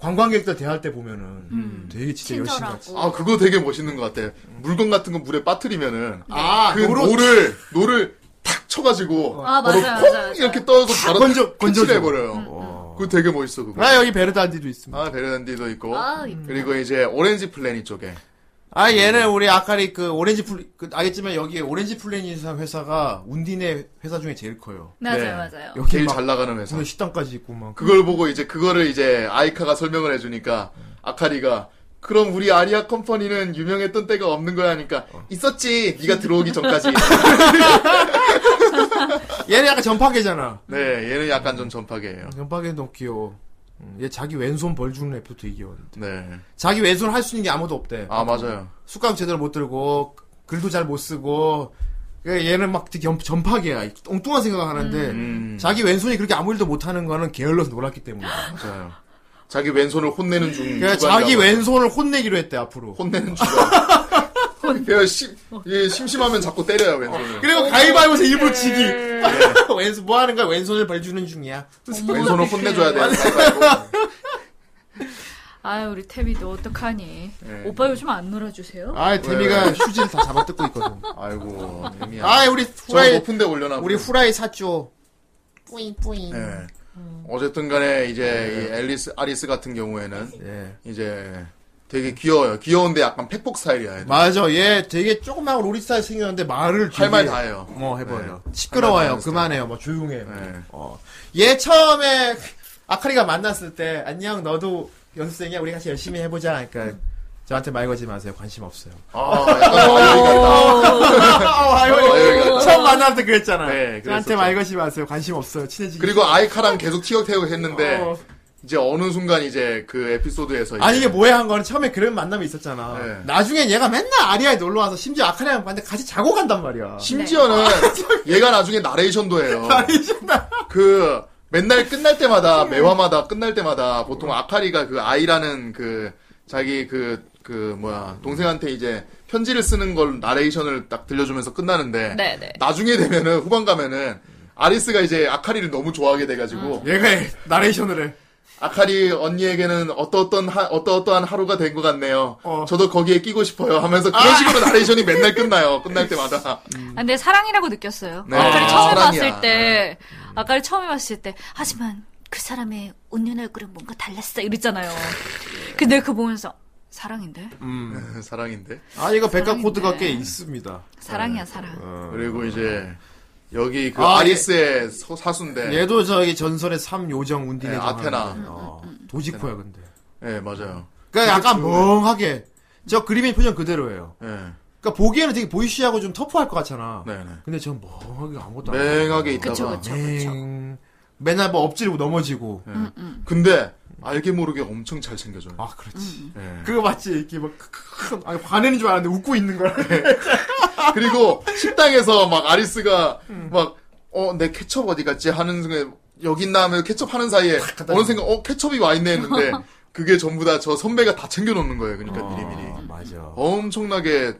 S3: 관광객들 대할 때 보면은
S5: 음.
S3: 되게 진짜 열심히 하지.
S11: 아, 그거 되게 멋있는 것 같아. 물건 같은 거 물에 빠뜨리면은
S3: 아,
S11: 그
S3: 노로-
S11: 노를 노를 탁 쳐가지고
S5: 아, 맞아요,
S11: 바로
S5: 맞아요, 음, 맞아요.
S11: 이렇게 떠서 바로
S3: 건져- 건져줘.
S11: 건져 해버려요. 그거 되게 멋있어 그거.
S3: 아 여기 베르단디도 있습니다.
S11: 아 베르단디도 있고
S5: 아, 이쁘다.
S11: 그리고 이제 오렌지 플래닛 쪽에
S3: 아 얘는 우리 아까리 그 오렌지 플 그, 알겠지만 여기 오렌지 플래닛 회사가 운딘의 회사 중에 제일 커요.
S6: 맞아요, 맞아요.
S11: 여기 제일 잘 나가는 회사.
S3: 오늘 식당까지 있고 막.
S11: 그걸 보고 이제 그거를 이제 아이카가 설명을 해주니까 아카리가 그럼 우리 아리아 컴퍼니는 유명했던 때가 없는 거야 하니까
S3: 어.
S11: 있었지 네가 들어오기 전까지
S3: 얘는 약간 전파계잖아.
S11: 네 얘는 약간 좀 전파계예요
S3: 연박에 너무 귀여워. 음, 얘 자기 왼손 벌 주는 래퍼 되게 귀여웠는데.
S11: 네
S3: 자기 왼손 할 수 있는 게 아무도 없대.
S11: 아, 맞아요.
S3: 숟가락 제대로 못 들고, 글도 잘 못 쓰고, 그러니까 얘는 막 되게 연- 전파계야. 엉뚱한 생각을 하는데, 자기 왼손이 그렇게 아무 일도 못 하는 거는 게을러서 놀았기 때문에.
S11: 맞아요 자기 왼손을 혼내는 중
S3: 그러니까 자기 왼손을 혼내기로 했대, 앞으로.
S11: 혼내는 중 그냥 심, 예, 심심하면 자꾸 때려요 왼손을
S3: 그리고 가위바위보에서 일부러 지기. 왼손, 뭐 하는 거야? 왼손을 벌주는 중이야.
S11: 왼손을 혼내줘야 돼요
S5: 아유 우리 태미도 어떡하니?
S11: 네.
S5: 오빠 요즘 안 놀아주세요?
S3: 아,
S11: 왜?
S3: 데미가 휴지를 다 잡아뜯고 뭐 있거든.
S11: 아이고 데미야
S3: 아, 우리
S11: 저
S3: 후라이,
S11: 높은 데 올려놔
S3: 우리 후라이 샀죠.
S4: 뿌잉 뿌잉.
S3: 네.
S11: 예. 어쨌든 간에 이제 이 앨리스 아리스 같은 경우에는 이제 되게 귀여워요. 귀여운데 약간 팩폭 스타일이야. 얘는.
S3: 맞아, 얘 되게 조그만 로리스타일 생겼는데 말을
S11: 할말
S3: 되게-
S11: 다 해요.
S3: 뭐 해봐요.
S11: 네. 할말다 네.
S3: 시끄러워요.
S11: 하는
S3: 그만해요. 뭐 조용해. 어. 얘 처음에 아카리가 만났을 때 안녕 너도 연습생이야. 우리 같이 열심히 해보자. 그러니까 저한테 말 걸지 마세요. 관심 없어요.
S11: 아, 약간
S3: 어, 아이고,
S11: 아이고, 아이고.
S3: 처음 만날 때 그랬잖아.
S11: 네,
S3: 저한테
S11: 그랬었죠.
S3: 말 걸지 마세요. 관심 없어요. 친해지기.
S11: 그리고 네. 아이카랑 계속 티격태격 했는데
S3: 어.
S11: 이제 어느 순간 이제 그 에피소드에서
S3: 아니 이게 뭐야 한 거는 처음에 그런 만남이 있었잖아.
S11: 네.
S3: 나중에 얘가 맨날 아리아에 놀러 와서 심지어 아카리랑 봤는데 같이 자고 간단 말이야.
S11: 심지어는 얘가 나중에 네. 나레이션도 해요. 그 맨날 끝날 때마다 매화마다 끝날 때마다 보통 아카리가 그 아이라는 그 자기 그 그 뭐야 동생한테 이제 편지를 쓰는 걸 나레이션을 딱 들려주면서 끝나는데
S5: 네네.
S11: 나중에 되면은 후반 가면은 아리스가 이제 아카리를 너무 좋아하게
S5: 음.
S11: 돼가지고
S3: 얘가 나레이션을 해.
S11: 아카리 언니에게는 어떠어떤 하, 어떠어떠한 하루가 된 것 같네요.
S3: 어.
S11: 저도 거기에 끼고 싶어요 하면서 그런 식으로 나레이션이 맨날 끝나요. 끝날 때마다.
S5: 아, 근데 사랑이라고 느꼈어요.
S11: 네.
S5: 아까를
S11: 아,
S5: 처음에
S11: 사랑이야. 네.
S5: 봤을 때, 아까를 처음에 봤을 때, 하지만 그 사람의 웃는 얼굴은 뭔가 달랐어 이랬잖아요. 근데 그 보면서 사랑인데?
S11: 음, 사랑인데.
S3: 아 이거 백과
S5: 사랑인데.
S3: 코드가 꽤 있습니다.
S5: 사랑이야 사랑.
S11: 어. 그리고 이제 여기 그
S3: 아,
S11: 아, 예. 리스의 사수인데
S3: 얘도 저기 전설의 삼 요정 운딘의
S11: 네,
S3: 정
S11: 아테나.
S3: 하는, 어, 도지코야 근데.
S11: 예, 맞아요.
S3: 그러니까 약간
S11: 그쵸.
S3: 멍하게 저 그림의 표정 그대로예요.
S11: 예.
S3: 그러니까 보기에는 되게 보이시하고 좀 터프할 것 같잖아.
S11: 네, 네.
S3: 근데 전 멍하게 아무것도
S11: 맹하게
S3: 안 하고.
S11: 있다가
S5: 어. 네.
S3: 맹. 맨날 뭐 엎지르고 넘어지고.
S11: 예. 근데 알게 모르게 엄청 잘 챙겨줘요.
S3: 아, 그렇지.
S11: 예.
S3: 그거 맞지? 이렇게 막 크크크 아니 화내는 줄 알았는데 웃고 있는 거라.
S11: 그리고 식당에서 막 아리스가 막 어 내 케첩 어디 갔지 하는 순간 여기 있나 하면 케첩 하는 사이에 어느 생각 어 케첩이 와 있네 했는데 그게 전부 다 저 선배가 다 챙겨 놓는 거예요. 그러니까 미리미리
S3: 맞아.
S11: 엄청나게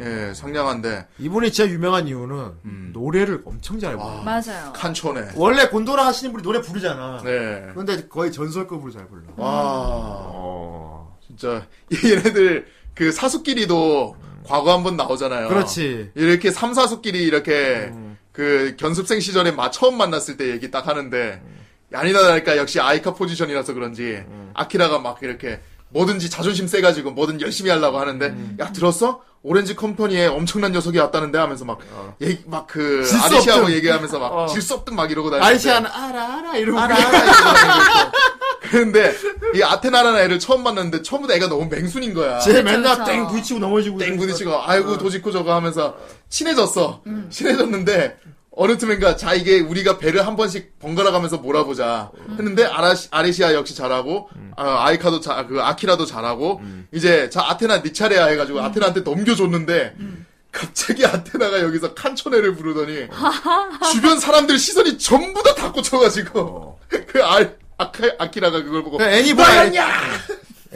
S11: 예, 상냥한데
S3: 이분이 진짜 유명한 이유는 노래를 엄청 잘 불러. 요
S5: 맞아요.
S11: 칸촌에
S3: 원래 곤도라 하시는 분이 노래 부르잖아.
S11: 네.
S3: 근데 거의 전설급으로 잘 불러.
S11: 와, 진짜 얘네들 그 사수끼리도 과거 한 번 나오잖아요.
S3: 그렇지. 음.
S11: 이렇게 삼사수끼리 이렇게 그 견습생 시절에 마 처음 만났을 때 얘기 딱 하는데 아니다 다를까 역시 아이카 포지션이라서 그런지
S3: 음.
S11: 아키라가 막 이렇게 뭐든지 자존심 세가지고 뭐든 열심히 하려고 하는데
S3: 음.
S11: 야 들었어? 오렌지 컴퍼니에 엄청난 녀석이 왔다는데 하면서 막
S3: 어.
S11: 얘기 막그
S3: 질수
S11: 아리시하고
S3: 없든.
S11: 얘기하면서 막
S3: 어.
S11: 질 수 없든 막 이러고 다니는데
S3: 아이시아는 알아 알아 이러고
S11: 알아,
S3: 그냥
S11: 근데 이 아테나라는 애를 처음 만났는데 처음부터 애가 너무 맹순인 거야.
S3: 쟤 맨날 땡 부딪히고 넘어지고
S11: 땡 부딪히고 아이고 도지코 저거 하면서 친해졌어. 친해졌는데 어느 틈인가 자 이게 우리가 배를 한 번씩 번갈아 가면서 몰아보자 했는데 아라시, 아레시아 역시 잘하고 아, 이카도 자, 그 아키라도 잘하고 이제 자 아테나 네 차례야 해가지고 아테나한테 넘겨줬는데 갑자기 아테나가 여기서 칸초네를 부르더니 주변 사람들 시선이 전부 다 다 꽂혀가지고 그 아, 아카, 아키라가 그걸 보고
S3: 그러니까 애니
S11: 뭐야,
S3: 보면
S11: 이거?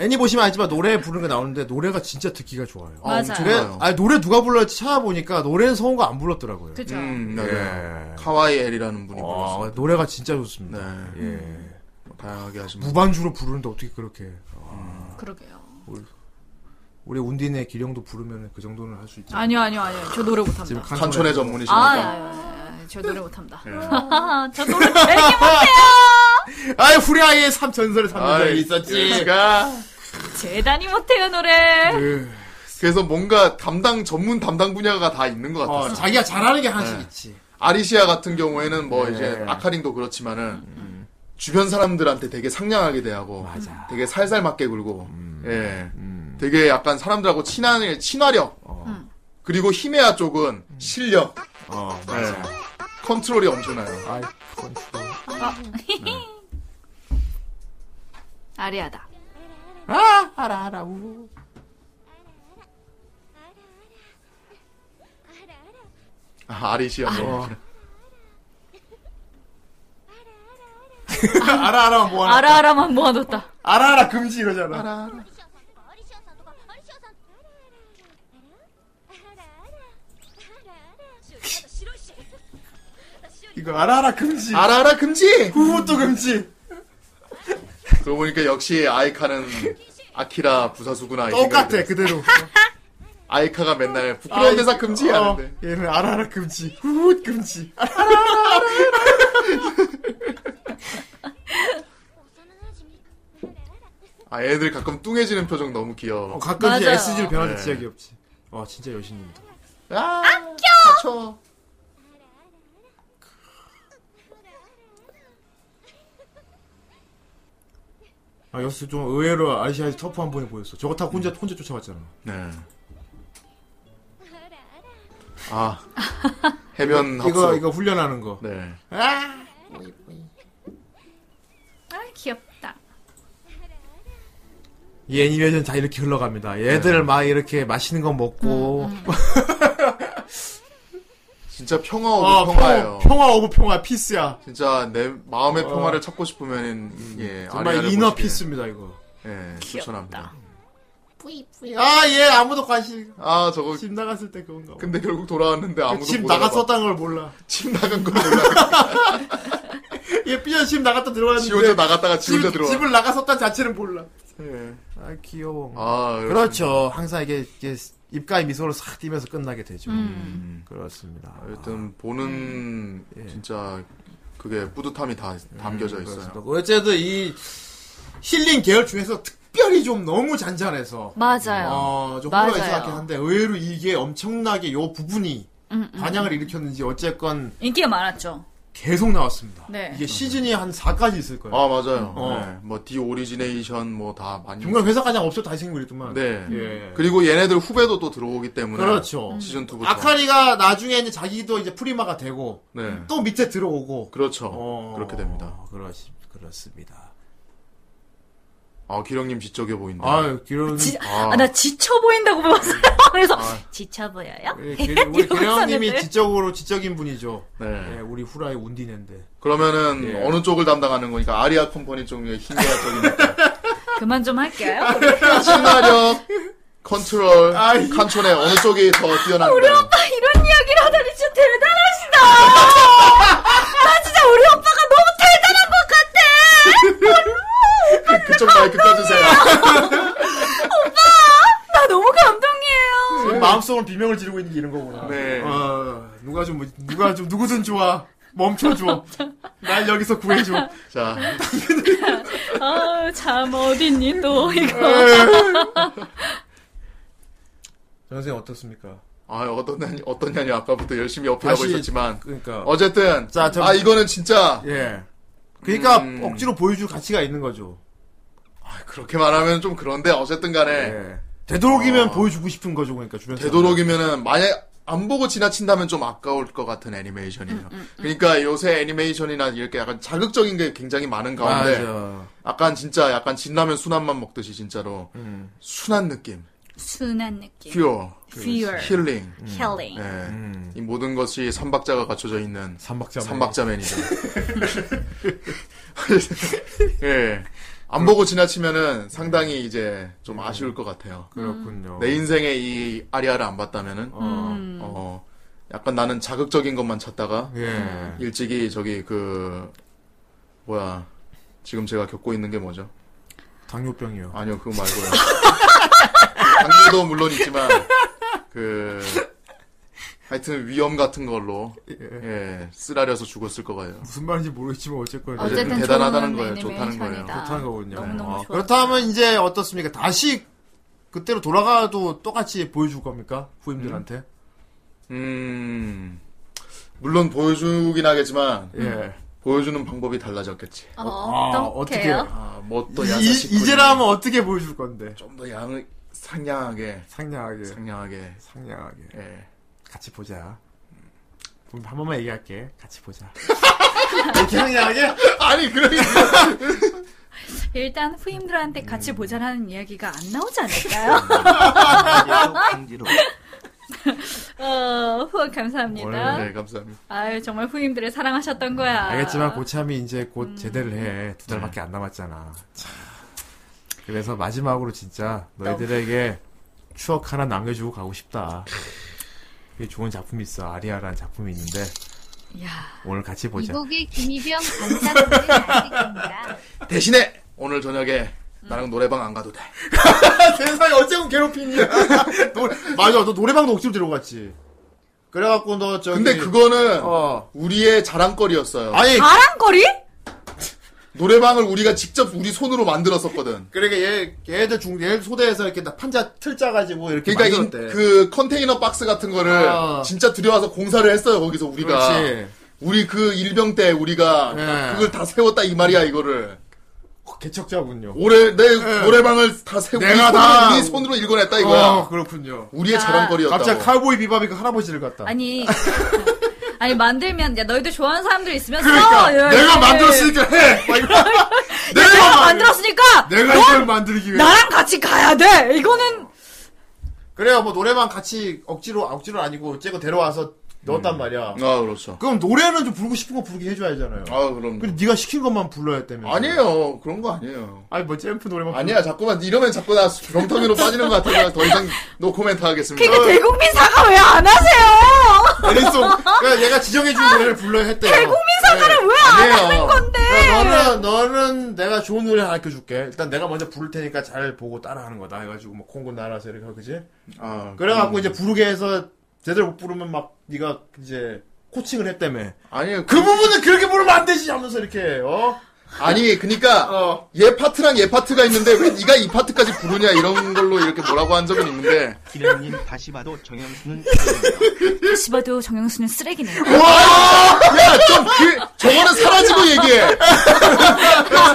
S3: 애니 보시면 알지만 노래 부르는 게 나오는데 노래가 진짜 듣기가 좋아요.
S11: 아, 맞아요. 엄청 좋아요.
S3: 아니, 노래 누가 불렀지 찾아보니까 노래는 성우가 안 불렀더라고요.
S5: 그죠.
S11: 음, 네.
S3: 예.
S11: 카와이 엘이라는 분이 불렀어요.
S3: 아, 노래가 진짜 좋습니다.
S11: 네.
S3: 예.
S11: 다양하게 하신 분.
S3: 무반주로 부르는데 어떻게 그렇게
S5: 그러게요.
S3: 우리 운딘의 기령도 부르면 그 정도는 할 수 있죠.
S5: 아니요 아니요 아니요. 저 노래 못합니다.
S11: 칸촌의
S5: 아,
S11: 전문이시니까.
S5: 아, 아, 저 노래 못합니다. 저 노래 되게 못해요.
S3: 아이 후리아의 삼 전설의 삼전설이
S11: 예. 아이,
S3: 있었지.
S11: 여기가 네.
S5: 네. 재단이 못해요 노래.
S11: 그래서 뭔가 담당 전문 담당 분야가 다 있는 것 같았어요. 네.
S3: 어, 자기가 잘하는 게 하나씩 있지.
S11: 아리시아 같은 경우에는 뭐
S3: 네.
S11: 이제 아카링도 그렇지만은 주변 사람들한테 되게 상냥하게 대하고 되게 살살 맞게 굴고
S3: 음.
S11: 예. 되게 약간 사람들하고 친한 친화력 그리고 히메아 쪽은 실력
S3: 음. 어,
S11: 예. 컨트롤이 엄청나요.
S5: 아. 아리아다.
S15: 아, 알아, 알아, 우.
S11: 아, 아리시아
S3: 어.
S11: 뭐.
S3: 알아 알아 뭐 하나.
S5: 아라아라만 모아뒀다.
S3: 알아 알아 금지 이러잖아. 이거 알아 알아 금지.
S11: 알아 알아 금지.
S3: 후후도 금지.
S11: 그러고 보니까 역시 아이카는 아키라 부사수구나. 이 생각이
S3: 똑같아
S11: 들어요.
S3: 그대로.
S11: 아이카가 맨날 부끄러운 대사 금지
S3: 어,
S11: 하는데.
S3: 얘는 알아 알아 금지. 후후 금지.
S11: 아 애들 가끔 뚱해지는 표정 너무 귀여워.
S3: 어, 가끔씩
S11: 맞아요.
S3: SG로 변하는
S11: 네.
S3: 지역이 없지. 와 진짜 여신입니다.
S11: 아,
S15: 아껴!
S3: 아 여수 좀 의외로 아시아에서 터프한 분이 보였어. 저거 다 혼자 혼자 쫓아갔잖아. 네.
S11: 아 해변
S3: 이거
S11: 합숙.
S3: 이거 훈련하는 거.
S11: 네.
S5: 아. 아, 귀엽다.
S3: 이 애니메이션 다 이렇게 흘러갑니다.
S11: 네.
S3: 얘들 막 이렇게 맛있는 거 먹고
S11: 음, 진짜 평화 오브 어,
S12: 어,
S11: 평화예요.
S3: 평화 오브 평화 피스야.
S11: 진짜 내 마음의
S3: 어.
S11: 평화를 찾고 싶으면 예
S3: 정말
S11: 아리아를
S3: 이너
S11: 보시길.
S3: 피스입니다 이거.
S11: 예 추천합니다.
S15: 뿌이, 뿌이.
S14: 어,
S3: 아, 얘 아무도 관심.
S11: 아 저거
S3: 집 나갔을 때 그건가 봐.
S11: 근데 결국 돌아왔는데 아무도
S3: 집
S11: 못 알아봐.
S3: 나갔었다는 걸 몰라.
S11: 집 나간 걸 몰라.
S3: 얘 예, 삐져 집 나갔다 들어왔는데.
S11: 지 혼자 나갔다가 지 혼자
S3: 집-
S11: 들어와.
S3: 집을 나갔었다는 자체를 몰라. 아 귀여워.
S11: 아
S12: 예. 그렇죠. 항상 이게, 이게 입가에 미소로 싹 띄면서 끝나게 되죠.
S5: 음.
S12: 그렇습니다.
S11: 하여튼 보는 진짜 그게 뿌듯함이 다 담겨져 있어요.
S12: 그렇습니다.
S3: 어쨌든 이 힐링 계열 중에서 특별히 좀 너무 잔잔해서.
S5: 맞아요.
S3: 어, 좀
S5: 맞아요.
S3: 호러가 있었긴 한데 의외로 이게 엄청나게 요 부분이
S5: 음, 음.
S3: 반향을 일으켰는지 어쨌건
S5: 인기가 많았죠.
S3: 계속 나왔습니다.
S5: 네.
S3: 이게 시즌이 한 4까지 있을 거예요.
S11: 아 맞아요.
S3: 어.
S11: 뭐 디 오리지네이션 뭐 다 많이.
S3: 정말 회사 가장 없어 다시 생긴 거랬더만.
S11: 네.
S3: 예.
S11: 그리고 얘네들 후배도 또 들어오기 때문에.
S3: 그렇죠.
S5: 음.
S11: 시즌 2부터.
S3: 아카리가 나중에 이제 자기도 이제 프리마가 되고
S11: 네.
S3: 또 밑에 들어오고 어,
S11: 그렇죠. 그렇게 됩니다.
S12: 그렇시, 그렇습니다.
S11: 아 기령님 지적해 보인다.
S3: 아유, 기령.
S5: 지, 아, 나 지쳐 보인다고 봤어요. 그래서
S11: 아.
S5: 지쳐 보여요?
S3: 예, 우리 계령님이
S5: 있었는데.
S3: 지적으로 지적인 분이죠.
S11: 네.
S3: 예, 우리 후라이 운디네인데.
S11: 그러면은
S3: 예.
S11: 어느 쪽을 담당하는 거니까 아리아 컴퍼니 쪽의 힘내야 쪽이니까
S5: 그만 좀 할게요.
S11: 친화력, 컨트롤,
S5: 아이.
S11: 칸촌의 어느 쪽이 더 뛰어난
S5: 우리
S11: 거예요?
S5: 오빠 이런 이야기를 하다니 진짜 대단하시다. 나 진짜 우리 오빠가 너무 대단한 것 같아.
S11: 그쪽 마이크 꺼주세요.
S5: 오빠, 나 너무
S3: 그
S5: 감동이에요.
S3: 마음속으로 비명을 지르고 있는 게 이런 거구나.
S11: 네.
S3: 어, 누가 좀 누가 좀 누구든 좋아. 멈춰줘. 날 여기서 구해줘.
S11: 자,
S5: 아, 참 어딨니 또 이거.
S3: 선생 어떻습니까?
S11: 아 어떠냐니 어떠냐니 아까부터 열심히 어필하고
S3: 다시,
S11: 있었지만
S3: 그러니까.
S11: 어쨌든
S3: 자, 저-
S11: 아 이거는 진짜
S3: 예. 그러니까
S11: 음.
S3: 억지로 보여줄 가치가 있는 거죠.
S11: 아, 그렇게 말하면 좀 그런데 어쨌든
S3: 예.
S11: 간에
S3: 되도록이면 보여주고 싶은 거죠, 그러니까 주변 사람.
S11: 되도록이면은 만약 안 보고 지나친다면 좀 아까울 것 같은 애니메이션이에요.
S5: 음,
S11: 그러니까 요새 애니메이션이나 이렇게 약간 자극적인 게 굉장히 많은 가운데
S3: 맞아.
S11: 약간 진짜 약간 진라면 순한맛 먹듯이 진짜로
S3: 음.
S11: 순한 느낌,
S5: 순한 느낌.
S11: 퓨어,
S5: Pure.
S11: 힐링,
S5: 힐링.
S11: 네.
S3: 음.
S11: 이 모든 것이 삼박자가 갖춰져 있는 삼박자 삼박자맨이죠. 예. 안 보고 지나치면은 상당히 이제 좀 아쉬울 것 같아요.
S3: 그렇군요.
S11: 내 인생에 이 아리아를 안 봤다면은
S3: 음.
S11: 어, 약간 나는 자극적인 것만 찾다가
S3: 예.
S11: 네. 일찍이 저기 그 뭐야 지금 제가 겪고 있는 게 뭐죠?
S3: 당뇨병이요.
S11: 아니요 그거 말고요. 당뇨도 물론 있지만 그 하여튼 위험 같은 걸로 예, 쓰라려서 죽었을 거예요.
S3: 무슨 말인지 모르겠지만 어쨌건
S11: 어쨌든 어쨌든
S6: 아,
S11: 대단하다는 좋은 거예요. 좋다는 거예요. 애니메이션이다.
S3: 좋다는 거군요.
S11: 너무너무
S3: 아,
S11: 좋았어요.
S3: 그렇다면 이제 어떻습니까? 다시 그때로 돌아가도 똑같이 보여줄 겁니까 후임들한테?
S11: 음, 물론 보여주긴 하겠지만,
S3: 예.
S11: 보여주는 방법이 달라졌겠지.
S3: 어, 아, 어떻게요? 어떻게?
S11: 아, 뭐또
S3: 이- 이제라면 어떻게 보여줄 건데?
S11: 좀 더 양을 상냥하게,
S3: 상냥하게,
S11: 상냥하게,
S3: 상냥하게.
S11: 예,
S3: 같이 보자. 그럼 한 번만 얘기할게. 같이 보자.
S11: 상냥하게? 아니 그런
S5: 일단
S3: 음.
S5: 후임들한테 같이 보자라는 이야기가 안 나오지 않을까요? 어, 후원 감사합니다.
S11: 네, 감사합니다.
S5: 아유, 정말 후임들을 사랑하셨던 거야.
S3: 알겠지만 고참이 이제 곧 제대를 해. 두
S11: 네.
S3: 달밖에 안 남았잖아. 참. 그래서 마지막으로 진짜 너희들에게 추억 하나 남겨주고 가고 싶다. 이게 좋은 작품이 있어. 아리아라는 작품이 있는데
S5: 야,
S3: 오늘 같이 보자.
S10: 이곡의 김희병 감상문은 아직입니다.
S11: 대신에 오늘 저녁에
S3: 음.
S11: 나랑 노래방 안 가도 돼.
S3: 세상에 어째고 괴롭히냐. 맞아, 너 노래방도 억지로 데려갔지. 그래갖고 너 저기.
S11: 근데 그거는
S3: 어.
S11: 우리의 자랑거리였어요.
S3: 네. 아니,
S5: 자랑거리?
S11: 노래방을 우리가 직접 우리 손으로 만들었었거든.
S3: 그러니까 얘 얘들 중 얘들 소대에서 이렇게 나 판자 틀 짜가지고 이렇게
S11: 그러니까 이-
S3: 만들었대.
S11: 그 컨테이너 박스 같은 거를
S3: 아.
S11: 진짜 들여와서 공사를 했어요 거기서 우리가
S3: 그렇지.
S11: 우리 그 일병 때 우리가
S3: 예.
S11: 그걸 다 세웠다 이 말이야 이거를
S3: 어, 개척자군요.
S11: 올해 내 노래방을 다 세우고
S3: 네. 내가
S11: 우리
S3: 다-
S11: 손으로, 우리 손으로 읽어냈다 이거야
S3: 어, 그렇군요.
S11: 우리의
S5: 자.
S11: 자랑거리였다고
S3: 갑자기 칼보이 비밥이 그 할아버지를 갖다.
S5: 아니. 아니, 만들면, 야, 너희들 좋아하는 사람들 있으면
S3: 그러니까
S5: 써! 예,
S3: 내가
S5: 예.
S3: 만들었으니까 해.
S11: 아,
S3: 막 이러-
S5: 내가, 만들었으니까!
S3: 내가
S11: 뭐?
S5: 넌
S3: 이걸 만들기 위해.
S5: 나랑 같이 가야 돼! 이거는
S3: 그래요. 뭐 노래방 같이 억지로 아, 억지로 아니고 어째고 데려와서 넣었단 말이야.
S11: 아 그렇죠
S3: 그럼 노래는 좀 부르고 싶은 거 부르게 해줘야잖아요.
S11: 아 그럼
S3: 근데 네가 시킨 것만 불러야 되면.
S11: 아니에요 그런 거 아니에요
S3: 아니 뭐 잼프 노래만.
S11: 아니야 자꾸만 이러면 자꾸 나 병텅이로 빠지는 것 같아서 더 이상 노 코멘트 하겠습니다
S3: 어.
S5: 그니까 대국민 사과 왜 안 하세요?
S3: 에리송. 그러니까 얘가 지정해준 노래를 불러야 했대.
S5: 대국민 사과를
S3: 네.
S5: 왜 안 하는 건데?
S3: 너는 너는 내가 좋은 노래 하나 알려줄게. 일단 내가 먼저 부를 테니까 잘 보고 따라하는 거다 해가지고 뭐 콩고 날아서 이렇게 하고 그지?
S11: 아,
S3: 그래갖고 이제 부르게 해서 제대로 못 부르면 막 네가 이제 코칭을 했다며.
S11: 아니에요
S3: 그 부분은 그렇게 부르면 안 되지 하면서 이렇게 어.
S11: 아니 그니까 얘 파트랑 얘 파트가 있는데 왜 네가 이 파트까지 부르냐 이런 걸로 이렇게 뭐라고 한 적은 있는데
S16: 기령님 다시 봐도 정영수는
S5: 다시 봐도 정영수는 쓰레기네요.
S3: 어?
S11: 와! 야, 좀, 그, 저거는 사라지고 얘기해.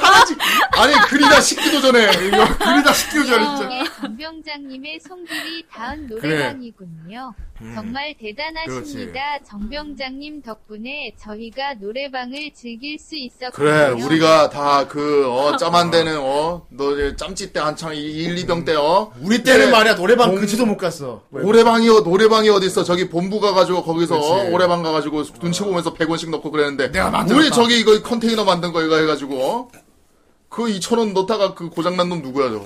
S11: 사라지. 아니, 그리다 식기도 전에. 이거 그리다 식기도 전에, 진짜.
S10: 이게 정병장님의 손길이 닿은 노래방이군요.
S3: 음.
S10: 정말 대단하십니다. 정병장님 덕분에 저희가 노래방을 즐길 수 있었고요.
S11: 그래, 우리가 다 그, 어, 짬 안 되는, 어, 너 이제 짬찌 때 한창 1, 2병 때, 어.
S3: 우리 때는
S11: 그래,
S3: 말이야 노래방
S11: 공-
S3: 근처도 못 갔어.
S11: 노래방이, 어, 노래방이 어딨어. 저기 본부 가가지고 거기서, 어,
S3: 그렇지.
S11: 오래방 가가지고 눈치 보면서 100원씩 넣고 그랬는데.
S3: 내가 만들었다.
S11: 우리 저기 이거 컨테이너 만든 거 이거 해가지고, 어? 그 2,000원 넣다가 그 고장난 놈 누구야, 저거.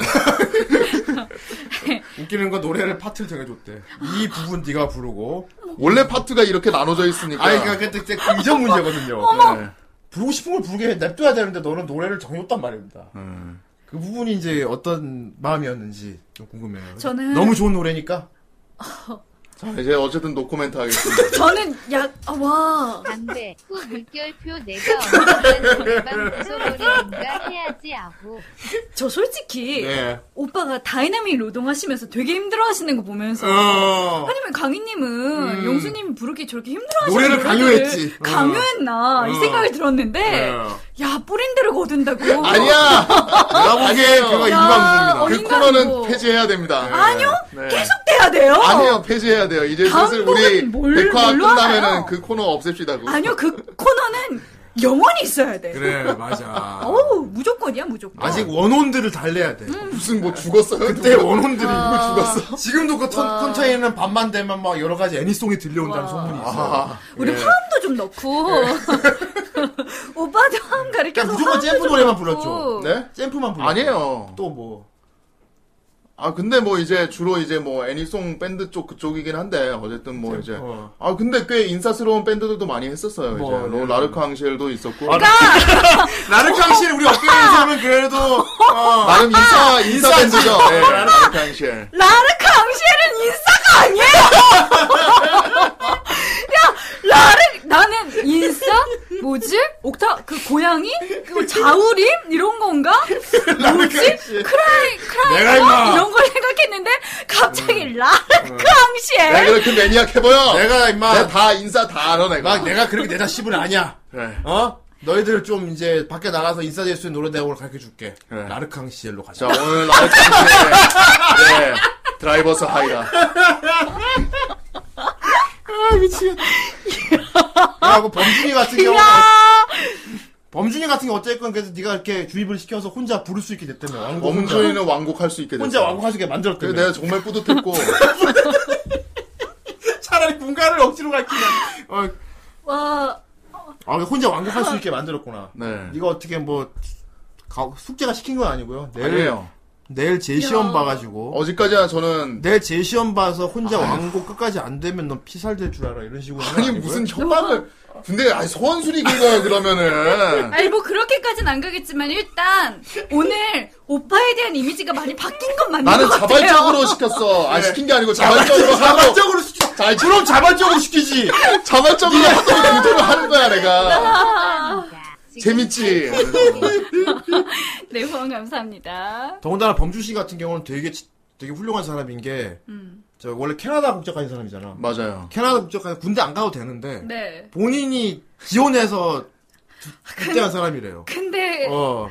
S3: 웃기는 건 노래를 파트를 정해줬대. 이 부분 네가 부르고.
S11: 원래 파트가 이렇게 나눠져 있으니까.
S3: 아니 그러니까 그때 그때 그 이전 문제거든요.
S11: 어머!
S3: 네. 부르고 싶은 걸 부르게 냅둬야 되는데 너는 노래를 정해줬단 말입니다. 그 부분이 이제 어떤 마음이었는지 좀 궁금해요.
S11: 음.
S5: 저는-
S3: 너무 좋은 노래니까.
S11: 자, 이제 어쨌든 노코멘트 하겠습니다.
S5: 저는 야, 아, 와.
S10: 담배, 후 물결표 내가 언제까지 노래방 부숴버리는가 해야지 하고.
S5: 저 솔직히
S3: 네.
S5: 오빠가 다이나믹 노동하시면서 되게 힘들어하시는 거 보면서
S3: 어.
S5: 아니면 강희님은
S3: 음.
S5: 용수님이 부르기 저렇게 힘들어하시는
S3: 노래를
S5: 노래를
S3: 강요했지. 어.
S5: 강요했나 이
S3: 어.
S5: 생각이 들었는데
S3: 어.
S5: 야 뿌린 대로 거둔다고
S11: 아니야! 내가 보기에 그거
S5: 야,
S11: 인간무입니다. 그
S5: 어린간이고.
S11: 코너는 폐지해야 됩니다.
S5: 아니요,
S11: 계속
S5: 돼야 돼요.
S3: 네.
S11: 아니요, 폐지해야 돼요. 이제
S5: 다음
S11: 슬슬
S5: 곡은
S11: 우리
S5: 뭘-
S11: 백화
S5: 뭘로
S11: 끝나면은
S5: 하나요?
S11: 그 코너 없앱시다. 그거.
S5: 아니요 그 코너는 영원히 있어야 돼
S3: 그래 맞아.
S5: 어우 무조건이야 무조건
S3: 아직 원혼들을 달래야 돼.
S11: 무슨 뭐 죽었어요?
S3: 그때 원혼들이
S5: 아.
S3: 죽었어. 지금도 그
S5: 와.
S3: 컨테이는 밤만 되면 막 여러 가지 애니송이 들려온다는 소문이 있어. 요
S5: 우리 화음도 좀 넣고 오빠도 화음 가르쳐서
S3: 그냥 예. 무조건 잼프 노래만 불렀죠.
S11: 네?
S3: 잼프만 불렀죠.
S11: 아니에요.
S3: 또 뭐.
S11: 아, 근데 뭐 이제 주로 이제 뭐 애니송 밴드 쪽 그쪽이긴 한데, 어쨌든 뭐 이제.
S3: 어.
S11: 아, 근데 꽤 인사스러운 밴드들도 많이 했었어요.
S3: 뭐,
S11: 이제.
S3: 네. 아,
S11: 라르크 앙쉘도 있었고.
S3: 나르크 앙실 우리 업계에서는 그래도 어.
S11: 나름 인사, 인사
S3: 인싸지.
S11: 밴드죠. 네, 라르크 앙쉘.
S5: 라르크 앙시엘은 인싸가 아니에요! 야, 라르, 나는 인싸? 뭐지? 옥타, 그 고양이? 그 자우림? 이런 건가? 뭐지? 크라이, 크라이,
S3: 내가
S5: 거?
S3: 임마. 음. 어.
S5: 이런 걸 생각했는데
S11: 내가 그렇게 매니악해 보여?
S3: 내가 임마.
S11: 내가 다 인사 다 알아, 내가.
S3: 막 내가 그렇게 내 자식은 아니야. 어? 너희들 좀 이제 밖에 나가서 인사될 수 있는 노래 내가 오늘 가르쳐 줄게. 라르캉 시엘로 가자.
S11: 자, 오늘 라르캉 시엘. 네, 드라이버스 하이라.
S3: 아, 미치겠다. 그리고 범준이 같은 경우 범준이 같은 경우 어쨌건 그래서 네가 이렇게 주입을 시켜서 혼자 부를 수 있게 됐다며. 왕곡 혼자.
S11: 범준이는 왕곡할 수 있게 됐어.
S3: 혼자 왕곡할 수 있게 만들었대.
S11: 그래서 내가 정말 뿌듯했고.
S3: 차라리 분가를 억지로 갈기면. 어,
S5: 와,
S3: 아, 혼자 왕곡할 수 있게 만들었구나.
S11: 네.
S3: 이거 어떻게 뭐 가- 숙제가 시킨 건 아니고요. 내일
S11: 아니에요.
S3: 내일 제 시험 봐가지고
S11: 어제까지야 저는
S3: 내일 제 시험 봐서 혼자 왕곡 끝까지 안 되면 넌 피살될 줄 아. 알아 이런 식으로.
S11: 아니, 무슨 협박을. 근데, 아니, 소원술이 그거야, 그러면은.
S5: 아니 뭐 그렇게까지는 안 가겠지만 일단 오늘 오빠에 대한 이미지가 많이 바뀐 건 맞는
S11: 나는
S5: 것 같아요.
S11: 자발적으로 시켰어. 아,
S3: 네.
S11: 시킨 게 아니고 자발적으로 하고.
S3: 자발적으로 시키.
S11: 자, 이제
S3: 그럼 자발적으로 시키지.
S11: 자발적으로 하도록 유도를 하는 거야, 내가.
S5: 아,
S11: 재밌지?
S5: 네 후원 감사합니다.
S3: 더군다나 범주 씨 같은 경우는 되게 치- 되게 훌륭한 사람인 게.
S5: 음.
S3: 저 원래 캐나다 국적 가진 사람이잖아.
S11: 맞아요.
S3: 캐나다 국적 가진 군대 안 가도 되는데
S5: 네.
S3: 본인이 지원해서 국대한 사람이래요.
S5: 근데
S3: 어.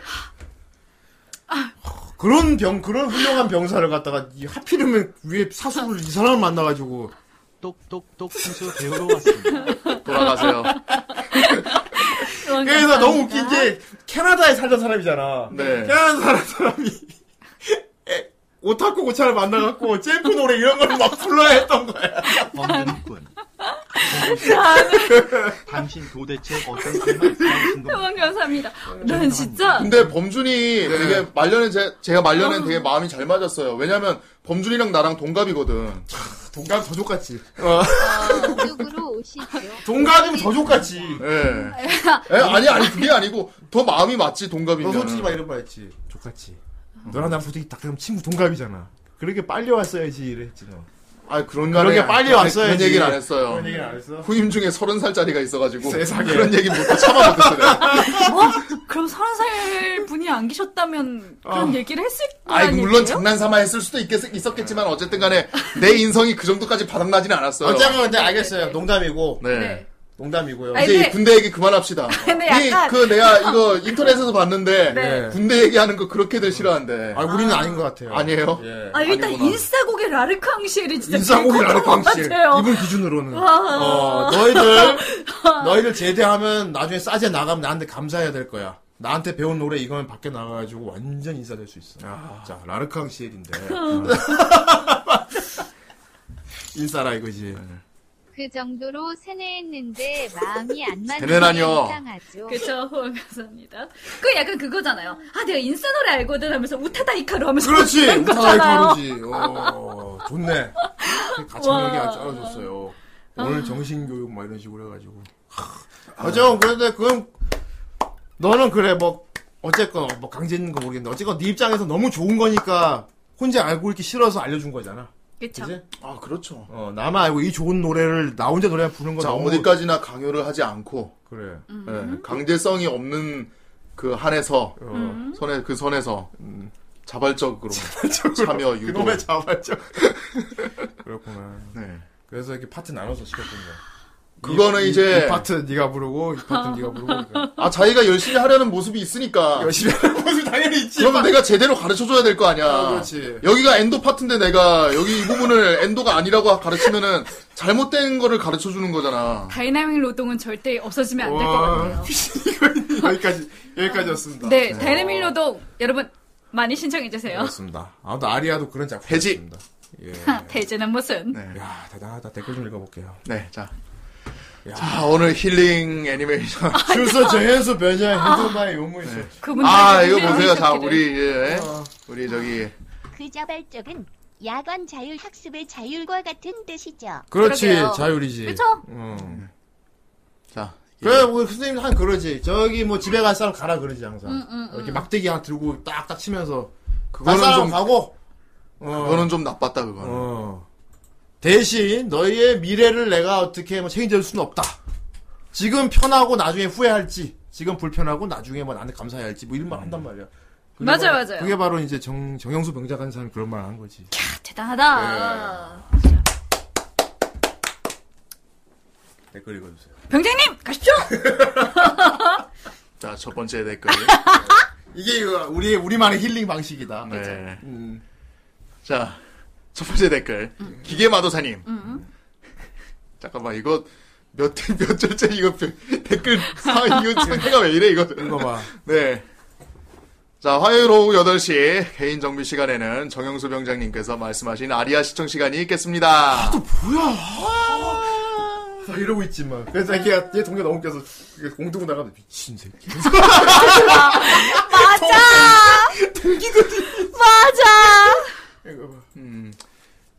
S3: 그런 병, 그런 훌륭한 병사를 갖다가 이 하필이면 위에 사수를 이 사람을 만나가지고
S13: 똑똑똑 선수 배우러 왔습니다.
S11: 돌아가세요.
S14: 그러니까
S5: 후원
S3: 그래서 너무
S5: 감사합니다.
S3: 웃긴 게 캐나다에 살던 사람이잖아.
S11: 네.
S3: 캐나다 사는 사람이 에, 오타쿠 고차를 만나갖고 잼프 노래 이런 걸 막 불러야 했던 거야.
S13: 없는군. 당신 도대체 어떤
S11: 음.
S5: 후원 감사합니다.
S11: 네,
S5: 난 진짜
S11: 근데
S3: 네.
S11: 범준이 되게 말년에 제, 제가 말년엔 되게 마음이 잘 맞았어요. 왜냐면 범준이랑 나랑 동갑이거든.
S3: 동갑 저족같이. 어.
S10: 쪽으로 오시죠.
S3: 동갑이면 저족같이.
S11: 예. 예, 아니 아니 그게 아니고 더 마음이 맞지
S3: 너
S11: 동갑이면.
S3: 솔직히 막 이런 말 했지. 족같이. 너랑 나랑 솔직히 딱 그럼 친구 동갑이잖아. 그렇게 빨리 왔어야지 이랬지 너.
S11: 아 그런 말에
S3: 그렇게 빨리 왔어야지.
S11: 그런 얘기를 안 했어요.
S3: 그런 얘기를 안 했어?
S11: 후임 중에 서른 살짜리가 있어가지고
S3: 세상에.
S11: 그런 얘기 못 참아 못했어요. 내가.
S5: 어? 그럼 서른 살 분이 안 계셨다면 그런
S11: 아.
S5: 얘기를 했을 거
S11: 아이
S5: 아니에요?
S11: 물론 장난삼아 했을 수도 있겠, 있었겠지만 어쨌든간에 내 인성이 그 정도까지 바닥나지는 않았어요.
S3: 어쨌건 근데 알겠어요. 농담이고.
S11: 네.
S5: 네.
S3: 농담이고요.
S5: 아니,
S11: 이제
S5: 근데-
S11: 이 군대 얘기 그만합시다.
S5: 근데
S11: 이-
S5: 약간-
S11: 그 내가 이거 인터넷에서 봤는데
S3: 네.
S11: 군대 얘기하는 거 그렇게들 싫어한대.
S3: 아, 우리는 아닌 것 같아요.
S11: 아니에요?
S3: 예.
S5: 아 일단
S11: 아니구나.
S5: 인싸고개 라르캉시엘이 진짜
S3: 인싸고기
S5: 제일
S3: 라는
S5: 컸던 것
S3: 광실.
S5: 같아요.
S3: 이분 그 기준으로는.
S5: 와.
S3: 어, 너희들, 너희들 제대하면 나중에 싸제 나가면 나한테 감사해야 될 거야. 나한테 배운 노래 이거면 밖에 나가가지고 완전 인싸될 수 있어. 자, 라르캉 시엘인데. 인싸라 이거지.
S10: 그 정도로 세뇌했는데 마음이 안 맞는 게
S11: 세뇌라뇨.
S10: 이상하죠.
S5: 그쵸, 후원 감사합니다. 그 약간 그거잖아요. 아, 내가 인싸 노래 알거든 하면서 우타다 이카루 하면서.
S3: 그렇지!
S5: 그런
S3: 우타다이
S5: 거잖아요.
S3: 그러지. 어, 좋네. 가창력이 아주 떨어졌어요. 오늘 정신교육 막 이런 식으로 해가지고. 어쨌건, 그런데 그건, 너는 그래, 뭐, 어쨌건, 뭐, 강제는 거 모르겠는데, 어쨌건 네 입장에서 너무 좋은 거니까, 혼자 알고 있기 싫어서 알려준 거잖아.
S5: 그쵸.
S3: 그지?
S11: 아 그렇죠.
S3: 어, 나만 알고 이 좋은 노래를 나 혼자 노래 부르는 거
S11: 자
S3: 너무.
S11: 어디까지나 강요를 하지 않고
S3: 그래.
S5: 음.
S11: 예, 강제성이 없는 그 한에서
S3: 어.
S5: 음.
S11: 선에 그 선에서 자발적으로 참여 유도.
S3: 그놈의 자발적. 그렇구나.
S11: 네.
S3: 그래서 이렇게 파트 나눠서 시켰던 거야.
S11: 그거는
S3: 이-
S11: 이제-
S3: 이 파트 네가 부르고 이 파트 네가 부르고
S11: 아 자기가 열심히 하려는 모습이 있으니까
S3: 열심히 하는 모습 당연히 있지.
S11: 그러면 내가 제대로 가르쳐줘야 될 거 아니야.
S3: 아, 그렇지.
S11: 여기가 엔도 파트인데 내가 여기 이 부분을 엔도가 아니라고 가르치면은 잘못된 거를 가르쳐주는 거잖아.
S5: 다이나믹 노동은 절대 없어지면 안 될 것
S3: 와.
S5: 같아요.
S3: 여기까지 여기까지였습니다.
S5: 네, 다이나믹 노동, 여러분, 많이 신청해주세요.
S3: 그렇습니다. 아무튼 아리아도 그런 작품.
S11: 해지.
S3: 있습니다. 예.
S5: 대전은 무슨.
S3: 야 대단하다. 댓글 좀 읽어볼게요.
S11: 네, 자. 자, 오늘 힐링 애니메이션.
S3: 출서 저해수 변장
S5: 아.
S3: 해도나의 요무이죠.
S5: 그분들.
S11: 아, 이거 보세요. 자, 우리, 예, 우리 저기.
S14: 그 자발적은 야간 자율 학습의 자율과 같은 뜻이죠.
S3: 그렇지
S5: 그러게요.
S3: 자율이지.
S5: 그쵸?
S3: 음.
S11: 자.
S3: 그래 뭐 선생님 한 그러지. 저기 뭐 집에 갈 사람 가라 그러지 항상.
S5: 음, 음,
S3: 이렇게 막대기 하나 들고 딱딱 치면서 갈
S11: 그거는
S3: 사람
S11: 좀,
S3: 가고. 어.
S11: 그거는 좀 나빴다, 그거는.
S3: 어. 대신 너희의 미래를 내가 어떻게 뭐 책임질 수는 없다. 지금 편하고 나중에 후회할지, 지금 불편하고 나중에 뭐 나한테 감사해야 할지 뭐 이런 말 한단 말이야. 그게
S11: 네.
S5: 맞아요,
S3: 바로-
S5: 맞아요.
S3: 그게 바로 이제
S11: 네.
S3: 정 정영수 병작한 사람 그런 말 한 거지.
S5: 대단하다.
S1: 댓글 읽어주세요.
S5: 병장님 가십시오.
S1: 자, 첫 번째 댓글. 이게 이거 우리 우리만의 힐링 방식이다.
S11: 네.
S1: 음.
S11: 자, 첫 번째 댓글. 기계마도사님.
S5: 음.
S11: 잠깐만, 이거 몇, 대- 몇 절째 이거 대- 댓글, 사, 이거 상태가 왜 이래, 이거.
S17: 읽어봐.
S11: 네. 자, 화요일 오후 8시 개인 정비 시간에는 정영수 병장님께서 말씀하신 아리아 시청 시간이 있겠습니다.
S1: 뭐야? 나 이러고 있지만. 뭐. 그래서 자기가 얘 동료 너무 웃겨서 공두고 나가면 미친 새끼.
S5: 맞아.
S11: 음.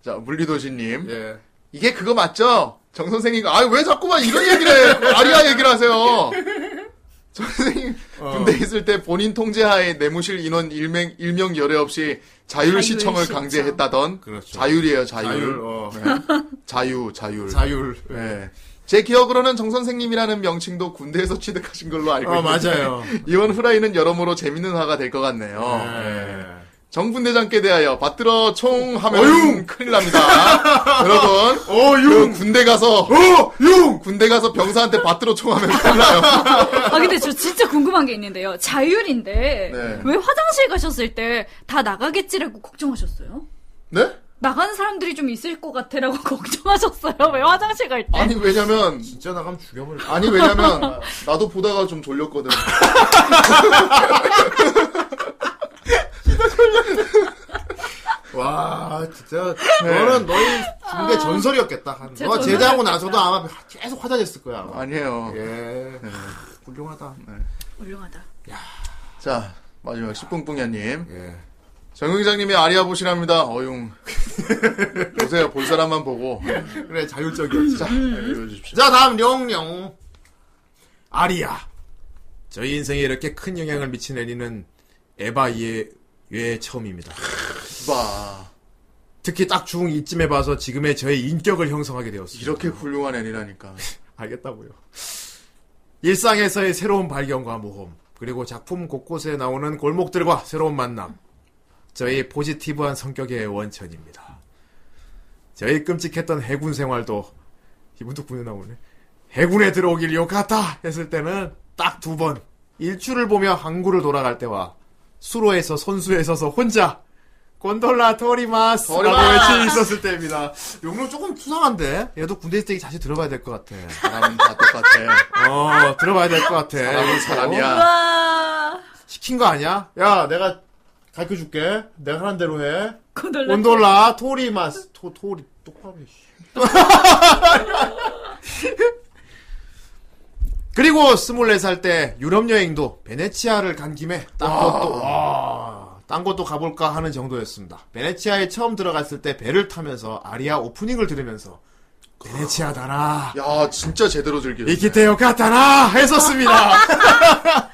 S11: 자, 물리도시님. 이게 그거 맞죠? 정 선생님, 아왜 자꾸만 이런 얘기를 해? 아리아 얘기를 하세요. 군대 있을 때 본인 통제하에 내무실 인원 일명, 일명 열애 없이 자율
S1: 자율
S11: 시청을
S1: 시청.
S11: 강제했다던
S3: 그렇죠.
S11: 자율이에요, 그렇죠. 자율.
S1: 자율, 어.
S11: 네. 자유, 자율.
S1: 자율.
S11: 네. 제 기억으로는 정 선생님이라는 명칭도 군대에서 취득하신 걸로 알고
S1: 어,
S11: 있는데
S1: 맞아요.
S11: 이번 후라이는 여러모로 재밌는 화가 될 것 같네요. 네. 정분대장께 대하여 받들어 총 하면 큰일 납니다. 여러분, 그 군대 가서 군대 가서 병사한테 받들어 총 하면 큰일 나요.
S5: 아 근데 저 진짜 궁금한 게 있는데요. 자율인데
S11: 네.
S5: 왜 화장실 가셨을 때 다 나가겠지라고 걱정하셨어요?
S11: 네?
S5: 나가는 사람들이 좀 있을 것 같아라고 걱정하셨어요. 왜 화장실 갈 때?
S11: 아니 왜냐면
S6: 진짜 나가면 죽여버릴
S5: 거야.
S11: 아니 왜냐면 나도 보다가 좀 졸렸거든.
S6: 와, 진짜.
S11: 네.
S6: 너는 너희 군대 전설이었겠다. 한.
S11: 제
S6: 너가
S11: 전설
S6: 제대하고
S11: 같다.
S6: 나서도 아마 계속 화장했을 거야. 아마.
S11: 아니에요.
S6: 예. 훌륭하다.
S5: 훌륭하다.
S11: 네. 자 마지막 십분뿡야님.
S6: 예.
S11: 정 회장님이 아리아 보시랍니다. 어용. 보세요 볼 사람만 보고.
S6: 그래, 자율적이었지.
S11: 자 읽어주십시오.
S6: 자, 다음, 룡룡.
S3: 아리야. 저희 인생에 이렇게 큰 영향을 미친 애니는 에바 이외 외에 처음입니다.
S11: 바.
S3: 특히 딱 중 이쯤에 봐서 지금의 저의 인격을 형성하게 되었습니다.
S11: 이렇게 훌륭한 애니라니까.
S3: 알겠다고요. 일상에서의 새로운 발견과 모험, 그리고 작품 곳곳에 나오는 골목들과 새로운 만남. 저희 포지티브한 성격의 원천입니다. 저희 끔찍했던 해군 생활도, 이분도 군에 나오네. 해군에 들어오길 욕하다! 했을 때는 딱 두 번. 일출을 보며 항구를 돌아갈 때와 수로에서 선수에 서서 혼자 곤돌라 토리마스! 라고
S6: 토리마스!
S3: 외치 있었을 때입니다. 용로 조금 수상한데? 얘도 군대 있을 때 다시 들어봐야 될 것 같아.
S11: 사람은 다 똑같아.
S3: 어, 들어봐야 될 것 같아.
S11: 사람은 사람이야.
S5: 아.
S3: 시킨 거 아니야?
S6: 야, 내가 가르쳐 줄게. 내가 하는 대로 해.
S5: 곤돌라.
S6: 온돌라, 토리마스. 토, 토리, 똑바로, 해, 씨.
S3: 그리고 24살 때 유럽 여행도 베네치아를 간 김에 딴 것도 와, 딴 것도 가볼까 하는 정도였습니다. 베네치아에 처음 들어갔을 때 배를 타면서 아리아 오프닝을 들으면서 베네치아다나
S11: 야 진짜 제대로 즐기네.
S3: 이키테요 카타나 했었습니다.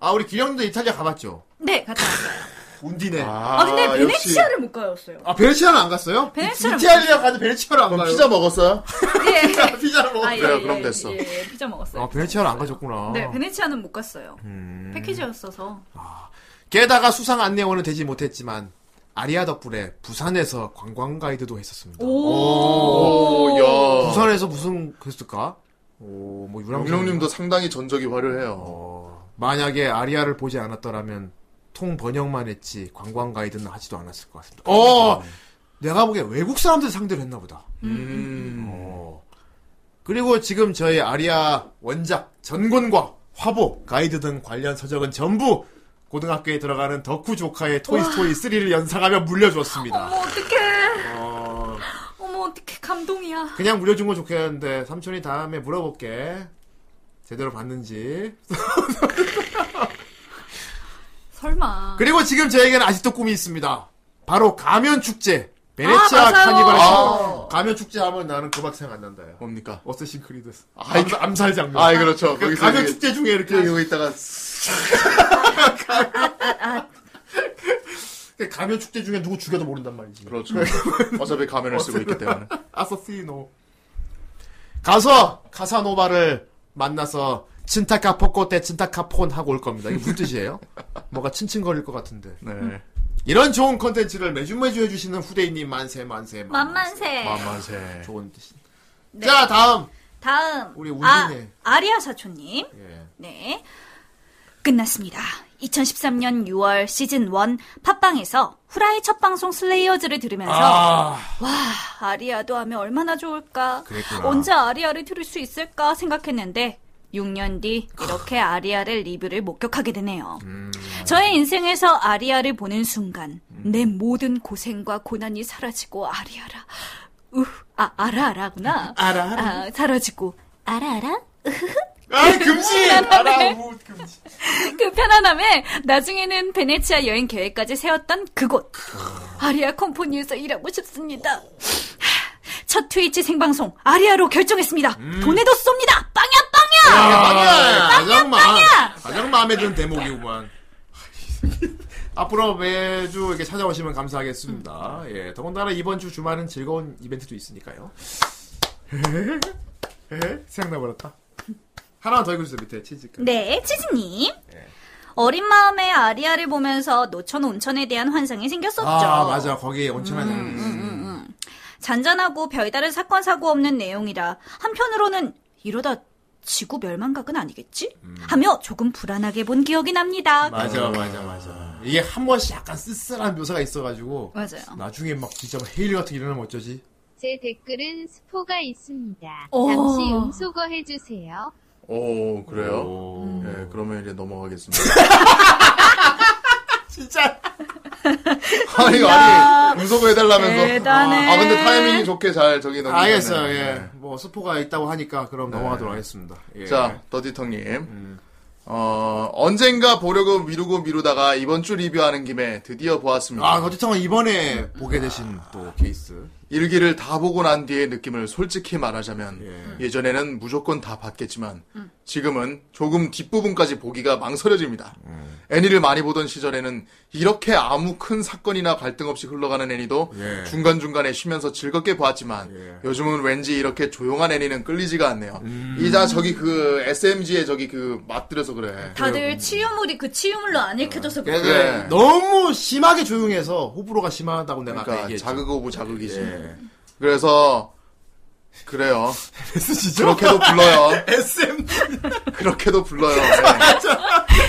S3: 아 우리 기령도 이탈리아 가봤죠?
S5: 네 갔다 왔어요.
S6: 운디네.
S5: 아, 근데 베네치아를 못 가였어요.
S6: 아, 베네치아는 안 갔어요?
S5: 베네치아는
S6: 이탈리아 가는데 베네치아를 안 가요.
S11: 피자 먹었어요?
S5: 예.
S6: 피자를
S5: 아,
S6: 먹었어요.
S5: 예, 예, 예, 예, 피자 먹었어요.
S3: 아 베네치아를 안 가졌구나.
S5: 네 베네치아는 못 갔어요.
S3: 음.
S5: 패키지였어서.
S3: 게다가 수상 안내원은 되지 못했지만 아리아 덕분에 부산에서 관광 가이드도 했었습니다.
S11: 오, 어, 야.
S3: 부산에서 무슨 그랬을까? 오, 뭐 유람
S11: 용룡님도 상당히 전적이 화려해요.
S3: 어, 만약에 아리아를 보지 않았더라면 통 번역만 했지 관광 가이드는 하지도 않았을 것 같습니다. 어, 내가 보기에 외국 사람들 상대로 했나 보다. 어. 그리고 지금 저희 아리아 원작 전권과 화보 가이드 등 관련 서적은 전부 고등학교에 들어가는 덕후 조카의 토이스토리 3를 연상하며 물려주었습니다.
S5: 어떡해.
S3: 아. 어,
S5: 어머 어떡해 감동이야.
S3: 그냥 물려준 거 좋겠는데 삼촌이 다음에 물어볼게. 제대로 봤는지.
S5: 설마.
S3: 그리고 지금 저에게는 아직도 꿈이 있습니다. 바로 가면 축제. 베네치아
S5: 아, 맞아요.
S3: 카니발
S11: 아.
S3: 가면 축제 하면 나는 그거밖에 생각 안 난다요.
S11: 뭡니까?
S3: 어쌔신 크리드스.
S11: 아,
S3: 암, 암살 장면.
S11: 아, 그렇죠.
S3: 그
S11: 거기서
S3: 가면
S11: 이게-
S3: 축제 중에 이렇게
S6: 아.
S11: 여기 있다가
S6: 그 가면 축제 중에 누구 죽여도 모른단 말이지.
S11: 그렇죠. 어차피 가면을 쓰고 있기 때문에.
S3: 아서시노. 가서 카사노바를 만나서 친타카 포코 때 친타카 폰 하고 올 겁니다. 이게 무슨 뜻이에요? 뭐가 칭칭거릴 것 같은데.
S11: 네.
S3: 이런 좋은 컨텐츠를 매주 매주 해주시는 후대인님 만세 만세 만세.
S5: 만만세.
S11: 만만세.
S3: 좋은 뜻이. 자, 다음.
S5: 다음
S3: 우리
S5: 아,
S3: 우진의.
S5: 아리아 사촌님
S3: 예.
S5: 네 끝났습니다. 2013년 6월 시즌 1 팟빵에서 후라이 첫 방송 슬레이어즈를 들으면서
S1: 아.
S5: 와 아리아도 하면 얼마나 좋을까
S1: 그랬구나.
S5: 언제 아리아를 들을 수 있을까 생각했는데 6년 뒤 이렇게 아리아를 리뷰를 목격하게 되네요.
S3: 음.
S5: 저의 인생에서 아리아를 보는 순간 내 모든 고생과 고난이 사라지고 아리아라 우아 아라아라구나
S3: 아라아라.
S5: 아, 사라지고 아라아라
S3: 아, 금지!
S5: 편안함에
S3: 알아, 뭐, 금지.
S5: 그 편안함에 나중에는 베네치아 여행 계획까지 세웠던 그곳 아리아 컴퍼니에서 일하고 싶습니다. 하, 첫 트위치 생방송 아리아로 결정했습니다. 돈에도 쏩니다. 빵야 빵야.
S3: 가장 마,
S5: 빵야!
S3: 가장 마음에 드는 대목이구만. 앞으로 매주 이렇게 찾아오시면 감사하겠습니다. 예, 더군다나 이번 주 주말은 즐거운 이벤트도 있으니까요. 에? 생각나 버렸다. 하나 더 읽어주세요 밑에 치즈가.
S5: 네, 치즈님. 어린 마음에 아리아를 보면서 노천 온천에 대한 환상이 생겼었죠. 음,
S3: 아 맞아 거기에 온천하냐.
S5: 잔잔하고 별다른 사건 사고 없는 내용이라 한편으로는 이러다 지구 멸망각은 아니겠지? 하며 조금 불안하게 본 기억이 납니다.
S3: 맞아 맞아 맞아. 이게 한 번씩 약간 쓸쓸한 묘사가 있어가지고
S5: 맞아요.
S3: 나중에 막 진짜 막 헤일 같은 게 일어나면 어쩌지?
S10: 제 댓글은 스포가 있습니다.
S4: 어.
S3: 오.
S10: 잠시 음소거 해주세요.
S11: 오, 그래요? 예, 그러면 이제 넘어가겠습니다.
S3: 진짜.
S11: 아니, 아니, 음소거 해달라면서.
S3: 대단해.
S11: 아, 근데 타이밍이 좋게 잘 저기 넘어가네. 네.
S3: 알겠어요. 예. 뭐 스포가 있다고 하니까 그럼 넘어가도록 하겠습니다. 예.
S11: 자, 더디텅님.
S3: 음.
S11: 어, 언젠가 보려고 미루고 미루다가 이번 주 리뷰하는 김에 드디어 보았습니다.
S3: 아, 거짓말은 이번에 보게 되신 또 케이스.
S11: 일기를 다 보고 난 뒤의 느낌을 솔직히 말하자면 예. 전에는 무조건 다 봤겠지만
S3: 음.
S11: 지금은 조금 뒷부분까지 보기가 망설여집니다.
S3: 음.
S11: 애니를 많이 보던 시절에는 이렇게 아무 큰 사건이나 갈등 없이 흘러가는 애니도
S3: 예.
S11: 중간중간에 쉬면서 즐겁게 보았지만 요즘은 왠지 이렇게 조용한 애니는 끌리지가 않네요.
S3: 음.
S11: 이자 저기 그 SMG에 저기 그 맛들여서
S3: 예.
S11: 그래.
S5: 다들 치유물이 그 치유물로 안 읽혀져서
S3: 그래서
S11: 그래.
S3: 너무 심하게 조용해서 호불호가 심하다고 내가 아까
S11: 그러니까
S3: 얘기했죠.
S11: 자극 오브 자극이지.
S3: 예.
S11: 그래서 그래요.
S3: 진짜?
S11: 그렇게도 불러요.
S3: SM
S11: 그렇게도 불러요. 예.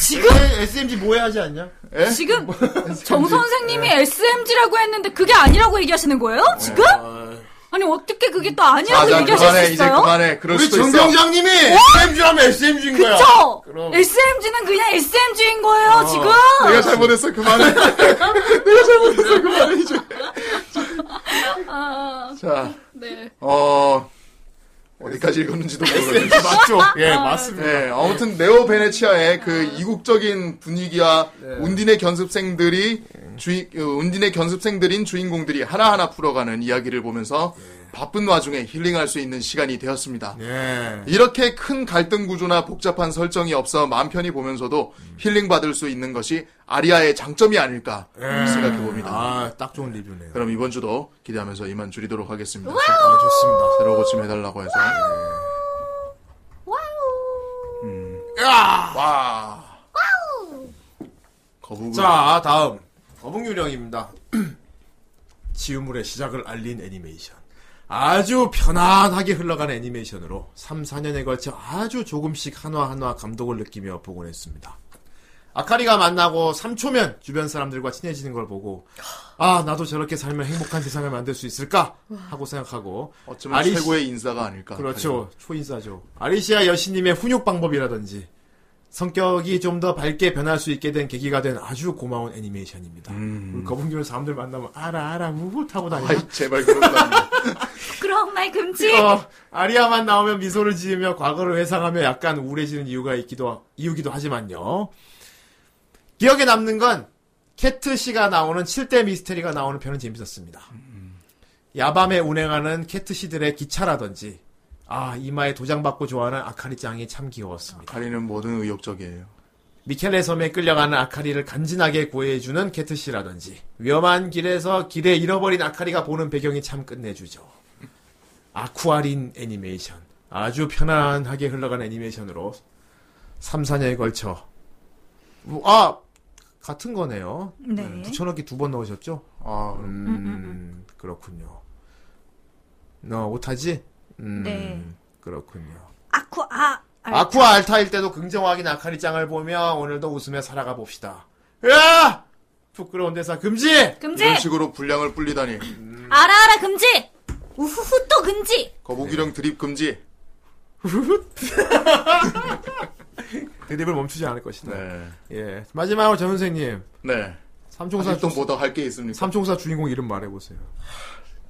S5: 지금
S3: SMG 뭐해 하지 않냐?
S11: 예?
S5: 지금 정 선생님이 SMG라고 했는데 그게 아니라고 얘기하시는 거예요? 지금? 아니 어떻게 그게 또 아니라고
S11: 자, 자,
S5: 얘기하실
S11: 그만해,
S5: 수
S11: 이제
S5: 있어요?
S11: 그만해. 그럴
S3: 우리
S11: 수도
S3: 정
S11: 있어.
S3: 경장님이 SMG라면 SMG인 거야.
S5: 그쵸?
S3: 그럼.
S5: SMG는 그냥 SMG인 거예요
S3: 어,
S5: 지금.
S11: 내가 잘못했어. 그만해.
S5: 내가
S11: 잘못했어 그만해 이제.
S5: 아,
S11: 자,
S5: 네.
S11: 어, 어디까지 읽었는지도 모르겠는데.
S3: 맞죠? 예,
S5: 아,
S3: 맞습니다.
S11: 예, 아무튼, 네오 베네치아의 그 이국적인 분위기와 운딘의 견습생들이, 주인, 어, 운딘의 견습생들인 주인공들이 하나하나 풀어가는 이야기를 보면서 바쁜 와중에 힐링할 수 있는 시간이 되었습니다.
S3: 예.
S11: 이렇게 큰 갈등 구조나 복잡한 설정이 없어 마음 편히 보면서도 힐링받을 수 있는 것이 아리아의 장점이 아닐까
S3: 예.
S11: 생각해봅니다.
S3: 아, 딱 좋은 리뷰네요.
S11: 그럼 이번 주도 기대하면서 이만 줄이도록 하겠습니다.
S3: 아, 좋습니다.
S11: 새로 고침해달라고 해서.
S3: 야!
S11: 예. 와.
S3: 거북. 자, 아, 다음. 거북유령입니다. 지우물의 시작을 알린 애니메이션. 아주 편안하게 흘러간 애니메이션으로 3, 4년에 걸쳐 아주 조금씩 한화한화 감독을 느끼며 보곤 했습니다. 아카리가 만나고 3초면 주변 사람들과 친해지는 걸 보고 아 나도 저렇게 살면 행복한 세상을 만들 수 있을까 하고 생각하고
S11: 어쩌면
S3: 아리시-
S11: 최고의 인싸가 아닐까.
S3: 그렇죠 초인사죠 아리시아 여신님의 훈육 방법이라든지 성격이 좀 더 밝게 변할 수 있게 된 계기가 된 아주 고마운 애니메이션입니다. 우리 거북이는 사람들 만나면 알아 음. 알아 우후 타고 다니고
S11: 아이, 제발 그런
S5: 그런 말 금지.
S3: 어, 아리아만 나오면 미소를 지으며 과거를 회상하며 약간 우울해지는 이유가 있기도 하- 이유기도 하지만요. 기억에 남는 건 캐트 씨가 나오는 7대 미스테리가 나오는 편은 재밌었습니다. 야밤에 운행하는 캐트 씨들의 기차라든지 아 이마에 도장 받고 좋아하는 아카리 짱이 참 귀여웠습니다.
S11: 아카리는 뭐든 의욕적이에요.
S3: 미켈레 섬에 끌려가는 아카리를 간지나게 구해주는 캐트 씨라든지 위험한 길에서 길에 잃어버린 아카리가 보는 배경이 참 끝내주죠. 아쿠아린 애니메이션. 아주 편안하게 흘러간 애니메이션으로 3, 4년에 걸쳐. 뭐, 아! 같은 거네요.
S5: 네.
S3: 붙여넣기 두 번 넣으셨죠? 아, 음, 그렇군요.
S12: 너 오타지? 음,
S5: 네.
S12: 그렇군요.
S5: 아쿠아 알타.
S3: 아쿠아 알타일 때도 긍정하게 나카리 짱을 보며 오늘도 웃으며 살아가 봅시다. 으아! 부끄러운 대사 금지!
S5: 금지!
S11: 이런 식으로 분량을 불리다니.
S5: 아라아라 금지. 우후후 또 금지.
S11: 거북이령 드립 금지.
S12: 드립을 멈추지 않을 것이다. 예. 마지막으로 전 선생님.
S11: 네.
S12: 삼총사
S11: 아직도 뭐더 할 게 있습니까?
S12: 삼총사 주인공 이름 말해보세요.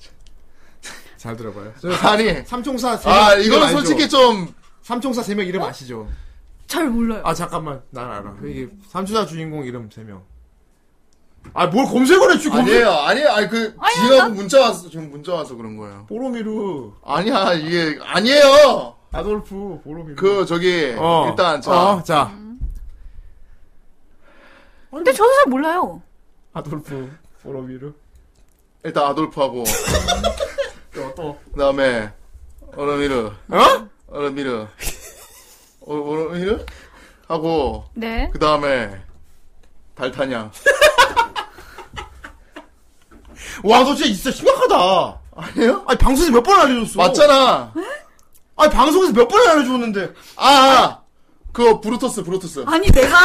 S12: 잘 들어봐요. 저
S11: 아니.
S12: 삼총사 세
S11: 아,
S12: 명 이름
S11: 이건
S12: 알죠?
S11: 솔직히 좀.
S12: 삼총사 세 명 이름 아시죠?
S5: 잘 몰라요.
S12: 아 잠깐만 난 알아. 이게 삼총사 주인공 이름 세 명. 아 뭘 검색을 해 지금?
S11: 아니에요, 아니에요, 아니 그 지금 문자 왔어, 지금 문자 와서 그런 거예요.
S12: 보로미루.
S11: 아니야, 이게 아니에요.
S12: 아돌프 보로미루.
S11: 그 저기
S12: 어.
S11: 일단 자,
S12: 어, 자.
S5: 음. 근데 저도 잘 몰라요.
S12: 아돌프 보로미루.
S11: 일단 아돌프하고
S12: 또 또.
S11: 그다음에 어르미르,
S12: 어?
S11: 어르미르, 어, 어르미르 하고
S5: 네.
S11: 그다음에 달타냥.
S3: 와, 너 진짜 진짜 심각하다.
S11: 아니에요?
S3: 아니, 방송에서 몇 번 알려줬어.
S11: 맞잖아.
S3: 아니, 방송에서 몇 번 알려줬는데.
S11: 아, 아 그거 브루토스, 브루토스.
S5: 아니 내가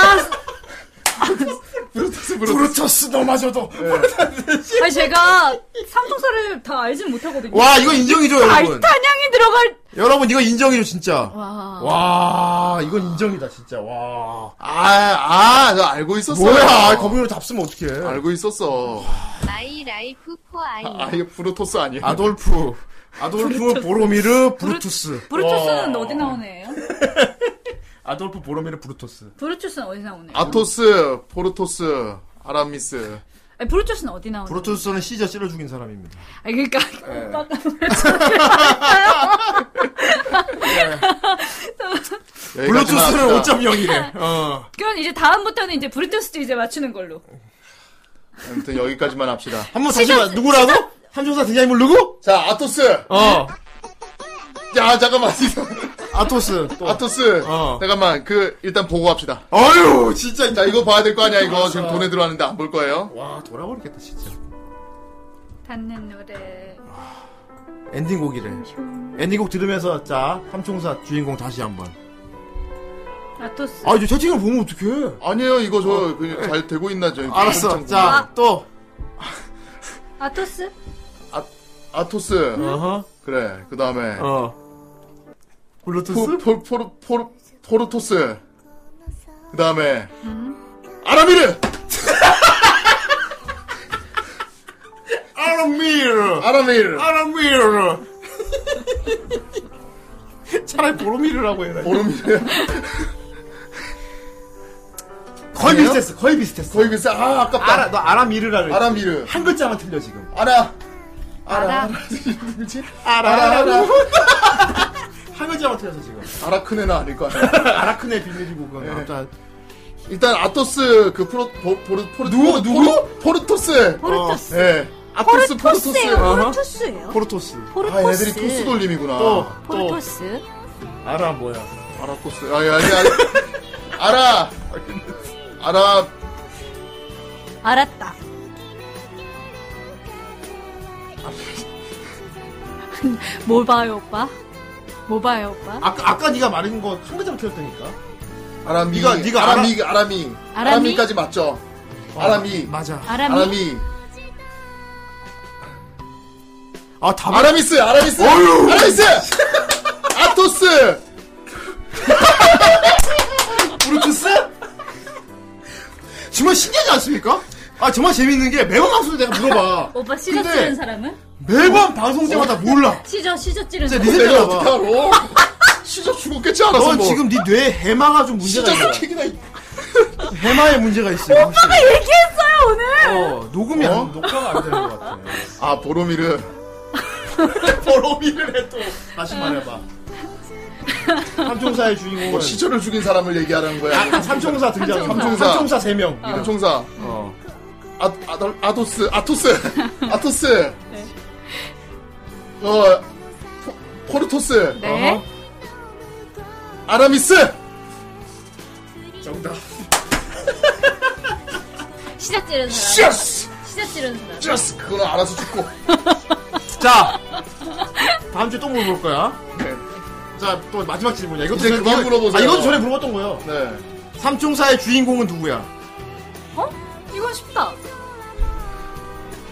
S11: 브루토스,
S3: 브루토스
S12: 아,
S3: 너마저도.
S12: 예.
S5: 아니 제가 삼총사를 다 알진 못하거든요.
S3: 와, 이거 인정이죠, 여러분.
S5: 아, 알타냥이 들어갈.
S3: 여러분, 이거 인정이죠, 진짜.
S5: 와.
S3: 와, 이건 인정이다, 진짜. 와.
S11: 아, 아, 나 알고 있었어.
S3: 뭐야, 거북이로 답쓰면 어떡해.
S11: 알고 있었어.
S10: 마이 라이프 포 아이.
S11: 아, 이거 브루토스 아니야?
S3: 아돌프. 아돌프 보로미르 브루투스.
S5: 브루투스는 어디 나오네요?
S3: 아돌프 보로미르 브루토스.
S5: 브루투스는 어디 나오네요?
S11: 아토스, 포르토스, 아라미스.
S5: 아니, 브루투스는 어디 나오네요?
S3: 브루투스는 시저 찔러 죽인 사람입니다.
S5: 아니 그러니까
S3: 예.
S5: 오빠가
S3: 블루투스는
S11: 합시다.
S3: 5.0이래. 어.
S5: 그럼 이제 다음부터는 이제 브루투스도 이제 맞추는 걸로.
S11: 아무튼 여기까지만 합시다.
S3: 한번 다시 봐. 누구라고? 삼총사 등장인물 누구?
S11: 자, 아토스.
S3: 어.
S11: 야, 잠깐만.
S3: 아토스. 또.
S11: 아토스. 잠깐만. 그 일단 보고 합시다.
S3: 아유, 진짜.
S11: 자, 이거 봐야 될 거 아니야, 이거. 지금 돈에 들어왔는데 안 볼 거예요.
S3: 와, 돌아버리겠다, 진짜.
S5: 닿는 노래.
S3: 엔딩곡이래. 엔딩곡 들으면서, 자, 삼총사 주인공 다시 한 번.
S5: 아토스.
S3: 아, 이제 채팅을 보면 어떡해.
S11: 아니에요, 이거 저 그냥 잘 되고 있나 저.
S3: 알았어.
S11: 엄청
S3: 자, 또.
S5: 아토스?
S11: 아토스.
S3: 어허.
S11: 그래. 그다음에
S3: 어.
S11: 포,
S3: 블루투스?
S11: 포, 포르, 포르, 포르토스. 그다음에 아라미르.
S3: 아라미르!
S11: 아라미르.
S3: 아라미르! 차라리 보로미르라고 해라.
S11: 보르미르.
S3: 거의
S11: 아니에요?
S3: 비슷했어, 거의 비슷했어.
S11: 거의 글쎄 아, 아깝다.
S3: 아라, 너 아라미르라 그랬지?
S11: 아라미르.
S3: 한 글자만 틀려, 지금.
S11: 아라.
S5: 아라.
S11: 누구지?
S3: 아라라라. 한 글자만 틀려서 지금.
S11: 아라크네나 아닐 거 아니야.
S3: 아라크네 비밀이고, 그건. 아무튼
S11: 일단 아토스 그 프로 포, 포르 포르
S3: 누구, 누구?
S11: 포르- 포르토스.
S5: 포르토스.
S11: 예. 아토스
S5: 포르토스예요.
S11: 포르토스.
S5: 포르토스예요.
S3: 포르토스.
S11: 아,
S5: 포르토스.
S11: 애들이 토스 돌림이구나.
S3: 또, 또.
S5: 포르토스.
S3: 아라 뭐야.
S11: 아라토스. 아, 야, 야, 알아. 알아.
S5: 알았다. 뭐 봐요 오빠? 뭐 봐요 오빠?
S3: 아까, 아까 네가 말한 거 한 글자만 틀렸다니까.
S11: 아라미.
S3: 네가- 네가
S11: 아라미, 아라미.
S5: 아라미?
S11: 까지 맞죠?
S3: 아,
S11: 아라미.
S3: 맞아.
S5: 아람이?
S11: 아라미.
S3: 아, 답
S11: 아라미스, 아라미스.
S3: 어휴.
S11: 아라미스. 아토스.
S3: 브루투스? 정말 신기하지 않습니까? 아 정말 재밌는 게 매번 방송 내가 뭐 물어봐
S5: 오빠 시저
S3: 근데-
S5: 찌는 사람은?
S3: 매번 방송 때마다 몰라
S5: 시저 시저 찌는
S3: 진짜
S5: 사람.
S3: 리셋
S11: 내가
S3: 해봐
S11: 어떻게 알아? 시저 죽었겠지 않아서
S3: 넌
S11: 뭐.
S3: 지금 네 뇌에 해마가 좀 문제가
S11: 시저
S3: 있어
S11: 새끼나. 이-
S3: 해마에 문제가 있어 오빠가
S5: 얘기했어요 오늘.
S3: 어 녹음이
S11: 어?
S3: 안 녹화가 안 되는 것 같아
S11: 아 보로미르.
S3: 보로미를 해또 다시 말해봐 삼총사의 주인공은
S11: 뭐 시저를 죽인 사람을 얘기하라는 거야.
S3: 아, 삼총사 등장
S11: 삼총사.
S3: 삼총사 3명
S11: 삼총사.
S3: 어.
S11: 아, 아돌, 아토스, 아토스, 아토스.
S5: 네.
S11: 어, 포, 포르토스,
S5: 네.
S11: 아라미스.
S3: 정답
S5: 시저 찌는 사람.
S11: 쥬스,
S5: 시저 찌는 사람.
S11: 쥬스. 그건 알아서 죽고.
S3: 자 다음 주에 또 물어볼 거야. 자, 또 마지막 질문이야. 네. 이것도
S11: 이제
S3: 전에-
S11: 그만
S3: 이거-
S11: 물어보세요.
S3: 아, 이것도 전에 물어봤던 거예요.
S11: 네,
S3: 삼총사의 주인공은 누구야?
S5: 어? 이건 쉽다.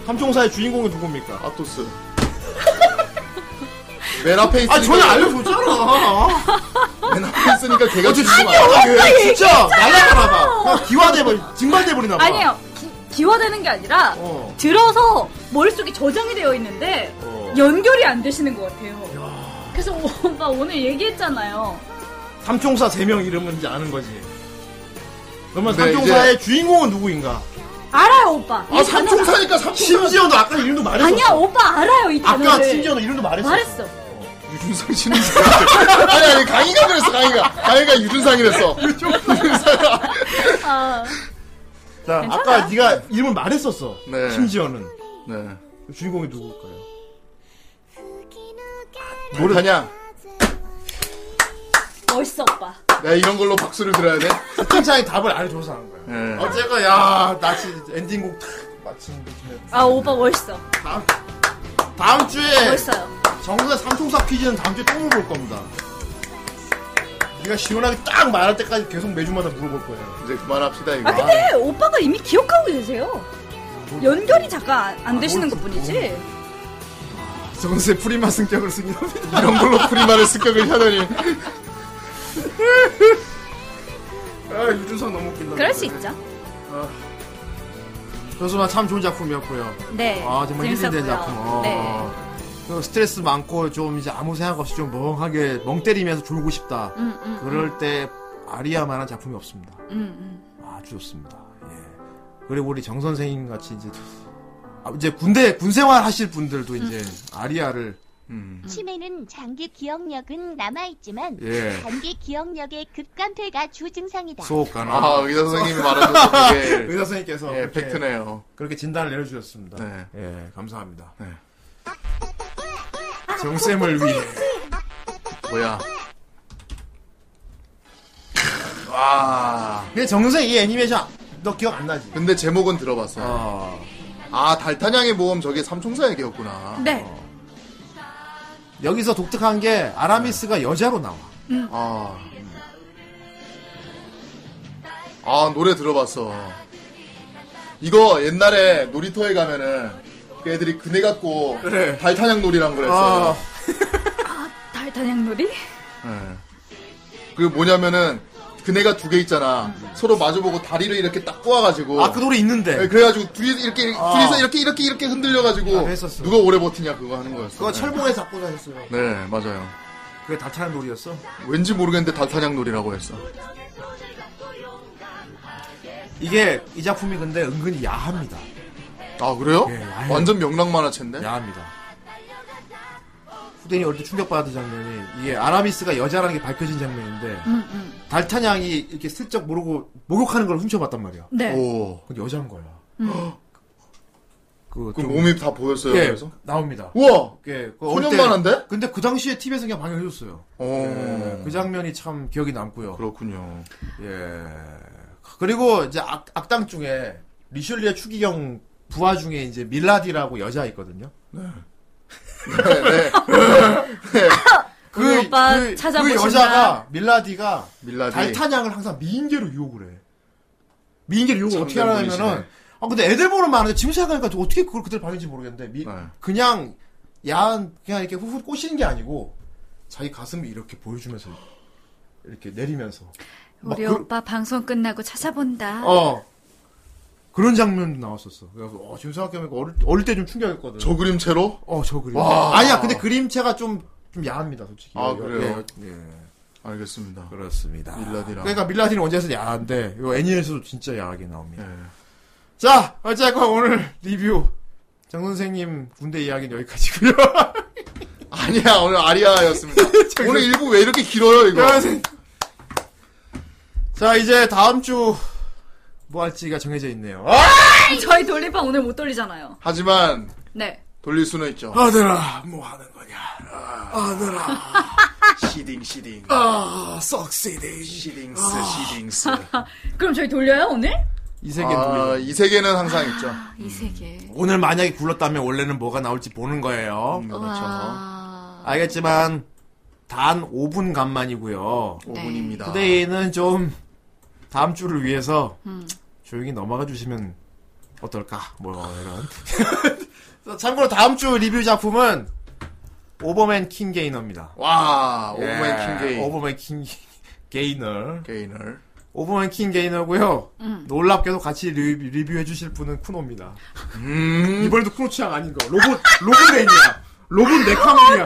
S3: 삼총사의 주인공은 누굽니까?
S11: 아토스. 맨 앞에 있으니까.
S3: 아, 전에 알려줬잖아.
S11: 맨 앞에 있으니까 걔가
S3: 어, 저
S11: 주지 마.
S3: 아니요, 아까
S11: 걔
S3: 진짜 날아가나 봐. 그냥 기화돼버리, 증발돼버리나 봐.
S5: 아니에요. 기, 기화되는 게 아니라 들어서 머릿속에 저장이 되어 있는데 연결이 안 되시는 것 같아요. 그래서 오빠 오늘 얘기했잖아요.
S3: 삼총사 세 명 이름은 이제 아는 거지. 그러면
S11: 근데
S3: 삼총사의 주인공은 누구인가?
S5: 알아요, 오빠. 이 단어가-
S3: 심지어 너 아까 이름도 말했어.
S5: 아니야, 오빠 알아요, 이 단어를.
S3: 아까 심지어 너 이름도 말했어.
S5: 말했어.
S11: 유준상 씨는 진짜- 아니 아니 강희가 그랬어 강희가 강희가 유준상이랬어
S5: 아,
S3: 자, 아까 네가 이름을 말했었어. 심지어는.
S11: 네
S3: 주인공이 누굴까요?
S11: 모르냐
S5: 멋있어, 오빠.
S11: 야 이런 걸로 박수를 들어야 돼
S3: 채팅창에 답을 안 해줘서 한 거야.
S11: 네.
S3: 어쨌건 야, 나 진짜 엔딩곡 탁 마치는 데
S5: 아, 오빠 멋있어. 아,
S3: 다음, 다음 주에
S5: 멋있어요.
S3: 정선의 삼총사 퀴즈는 다음 주에 또 물어볼 겁니다. 네가 시원하게 딱 말할 때까지 계속 매주마다 물어볼 거예요.
S11: 이제 그만합시다 이거
S5: 아, 근데 오빠가 이미 기억하고 계세요.
S3: 뭐,
S5: 연결이 잠깐 안,
S3: 아,
S5: 안 되시는 것 뿐이지.
S11: 정세 프리마 승격을 쓰기 이런 걸로 프리마를 승격을 하다니
S3: 아, 유준선 너무 웃긴다.
S5: 그럴 수 있죠.
S3: 그래서 참 좋은 작품이었고요.
S5: 네.
S3: 아 정말 힐링된
S5: 재밌었고요.
S3: 작품. 어.
S5: 네.
S3: 그 스트레스 많고 좀 이제 아무 생각 없이 좀 멍하게 멍 때리면서 졸고 싶다.
S5: 음, 음,
S3: 그럴 때 아리아만한 작품이 없습니다.
S5: 음, 음.
S3: 아주 좋습니다. 예. 그리고 우리 정 선생님 같이 이제 아, 이제 군대 군생활 하실 분들도 이제
S5: 음.
S3: 아리아를 음.
S14: 치매는 장기 기억력은 남아있지만
S3: 예.
S14: 단기 기억력의 급감퇴가 주증상이다.
S3: 소호가나
S11: 아, 의사 선생님이 말해줘서 그게
S3: 의사 선생님께서
S11: 예,
S3: 그렇게-
S11: 팩트네요.
S3: 그렇게 진단을 내려주셨습니다.
S11: 네.
S3: 예, 감사합니다.
S5: 아,
S11: 정쌤을 위해 뭐야
S5: 아,
S11: 와
S3: 근데 정세 이 애니메이션 너 기억 안 나지?
S11: 근데 제목은 들어봤어 아 달타냥의 모험 저게 삼총사 얘기였구나
S5: 네.
S3: 여기서 독특한 게 아라미스가 여자로 나와.
S5: 음.
S11: 아. 아, 노래 들어봤어. 이거 옛날에 놀이터에 가면은 그 애들이 그네 갖고
S3: 그래. 아.
S11: 달타냥 놀이랑 그랬어요.
S5: 아, 달단양놀이?
S11: 네. 그 뭐냐면은 그네가 두 개 있잖아.
S5: 음.
S11: 서로 마주보고 다리를 이렇게 딱 꼬아가지고.
S3: 아, 그 노래 있는데.
S11: 네, 그래가지고 둘이 이렇게, 둘이서 이렇게, 이렇게, 이렇게 흔들려가지고.
S3: 아, 그랬었어.
S11: 누가 오래 버티냐 그거 하는 거였어.
S3: 그거
S11: 네.
S3: 철봉에서 갖고 다녔어요.
S11: 네, 맞아요.
S3: 그게 달타는 놀이였어?
S11: 왠지 모르겠는데 달타냥 놀이라고 했어.
S3: 이게 이 작품이 근데 은근히 야합니다.
S11: 아 그래요?
S3: 예, 야해요.
S11: 완전 명랑 만화체인데?
S3: 네. 야합니다. 후대인이 어릴 때 충격받았던 장면이 이게 아라미스가 여자라는 게 밝혀진 장면인데
S5: 음, 음.
S3: 달타냥이 이렇게 슬쩍 모르고 목욕하는 걸 훔쳐봤단 말이야.
S5: 네.
S11: 오.
S3: 그 여자인 거야.
S5: 음.
S3: 그,
S11: 그
S3: 좀-
S11: 몸이 다 보였어요.
S3: 예,
S11: 그래서
S3: 나옵니다.
S11: 우와.
S3: 예, 그 어릴 때-
S11: 소년만한데?
S3: 근데 그 당시에 TV에서 그냥 방영해줬어요. 예, 그 장면이 참 기억이 남고요.
S11: 음. 그렇군요.
S3: 예. 그리고 이제 악, 악당 중에 리슐리의 추기경 부하 중에 이제 밀라디라고 여자 있거든요.
S11: 네. 네. 네.
S5: 우리 오빠 찾아보신다.
S3: 그 여자가 밀라디가
S11: 밀라디.
S3: 달타냥을 항상 미인계로 유혹을 해. 미인계로 유혹을 어떻게
S11: 참된
S3: 하냐면은
S11: 분이시네.
S3: 아 근데 애들 보는 많은데 지금 생각하니까 어떻게 그걸 그들 반응인지 모르겠는데 미-
S11: 네.
S3: 그냥 야한 그냥 이렇게 후후 꼬시는 게 아니고 자기 가슴을 이렇게 보여주면서 이렇게 내리면서 막
S5: 우리
S3: 그-
S5: 오빠 방송 끝나고 찾아본다.
S3: 어. 그런 장면도 나왔었어. 그래서 어, 지금 생각해보니까 어릴, 어릴 때 좀 충격했거든.
S11: 저 그림체로?
S3: 어, 저 그림.
S11: 와.
S3: 아니야, 근데 그림체가 좀, 좀 야합니다, 솔직히.
S11: 아
S3: 여-
S11: 그래요.
S3: 예, 예.
S11: 알겠습니다.
S3: 그렇습니다.
S11: 밀라디랑.
S3: 그러니까 밀라디는 원제에서 야한데, 이 애니에서도 진짜 야하게 나옵니다.
S11: 예.
S3: 자, 어쨌건 오늘 리뷰. 정 선생님 군대 이야기는 여기까지고요
S11: 아니야 오늘 아리아였습니다. 오늘 일부 왜 이렇게 길어요 이거?
S3: 아, 네. 자, 이제 다음 주, 뭐 할지가 정해져 있네요. 아!
S5: 저희 돌림판 오늘 못 돌리잖아요.
S11: 하지만
S5: 네.
S11: 돌릴 수는 있죠.
S3: 아들아, 뭐 하는 거냐. 아들아.
S11: 시딩 시딩.
S3: 아, 썩시딩.
S11: 시딩스
S5: 아.
S11: 시딩스.
S5: 그럼 저희 돌려요, 오늘?
S3: 이
S11: 세계는 아, 이 세계는 항상 있죠.
S5: 이 세계.
S11: 음.
S3: 오늘 만약에 굴렀다면 원래는 뭐가 나올지 보는 거예요.
S5: 와.
S3: 알겠지만 단 5분간만이고요.
S11: 네. 5분입니다.
S3: 후대인은 좀 다음 주를 위해서
S5: 음.
S3: 조용히 넘어가 주시면 어떨까? 뭐 이런. 참고로 다음 주 리뷰 작품은 오버맨 킹 게이너입니다.
S11: 와, 오버맨 킹 게이.
S3: 예. 오버맨 킹 게이너.
S11: 게이너.
S3: 오버맨 킹 게이너고요.
S5: 음.
S3: 놀랍게도 같이 리, 뷰해 주실 분은 쿠노입니다.
S11: 음,
S18: 이번에도 쿠노 취향 아닌 거. 로봇 로봇 레인이야. 로봇 네카몽이야.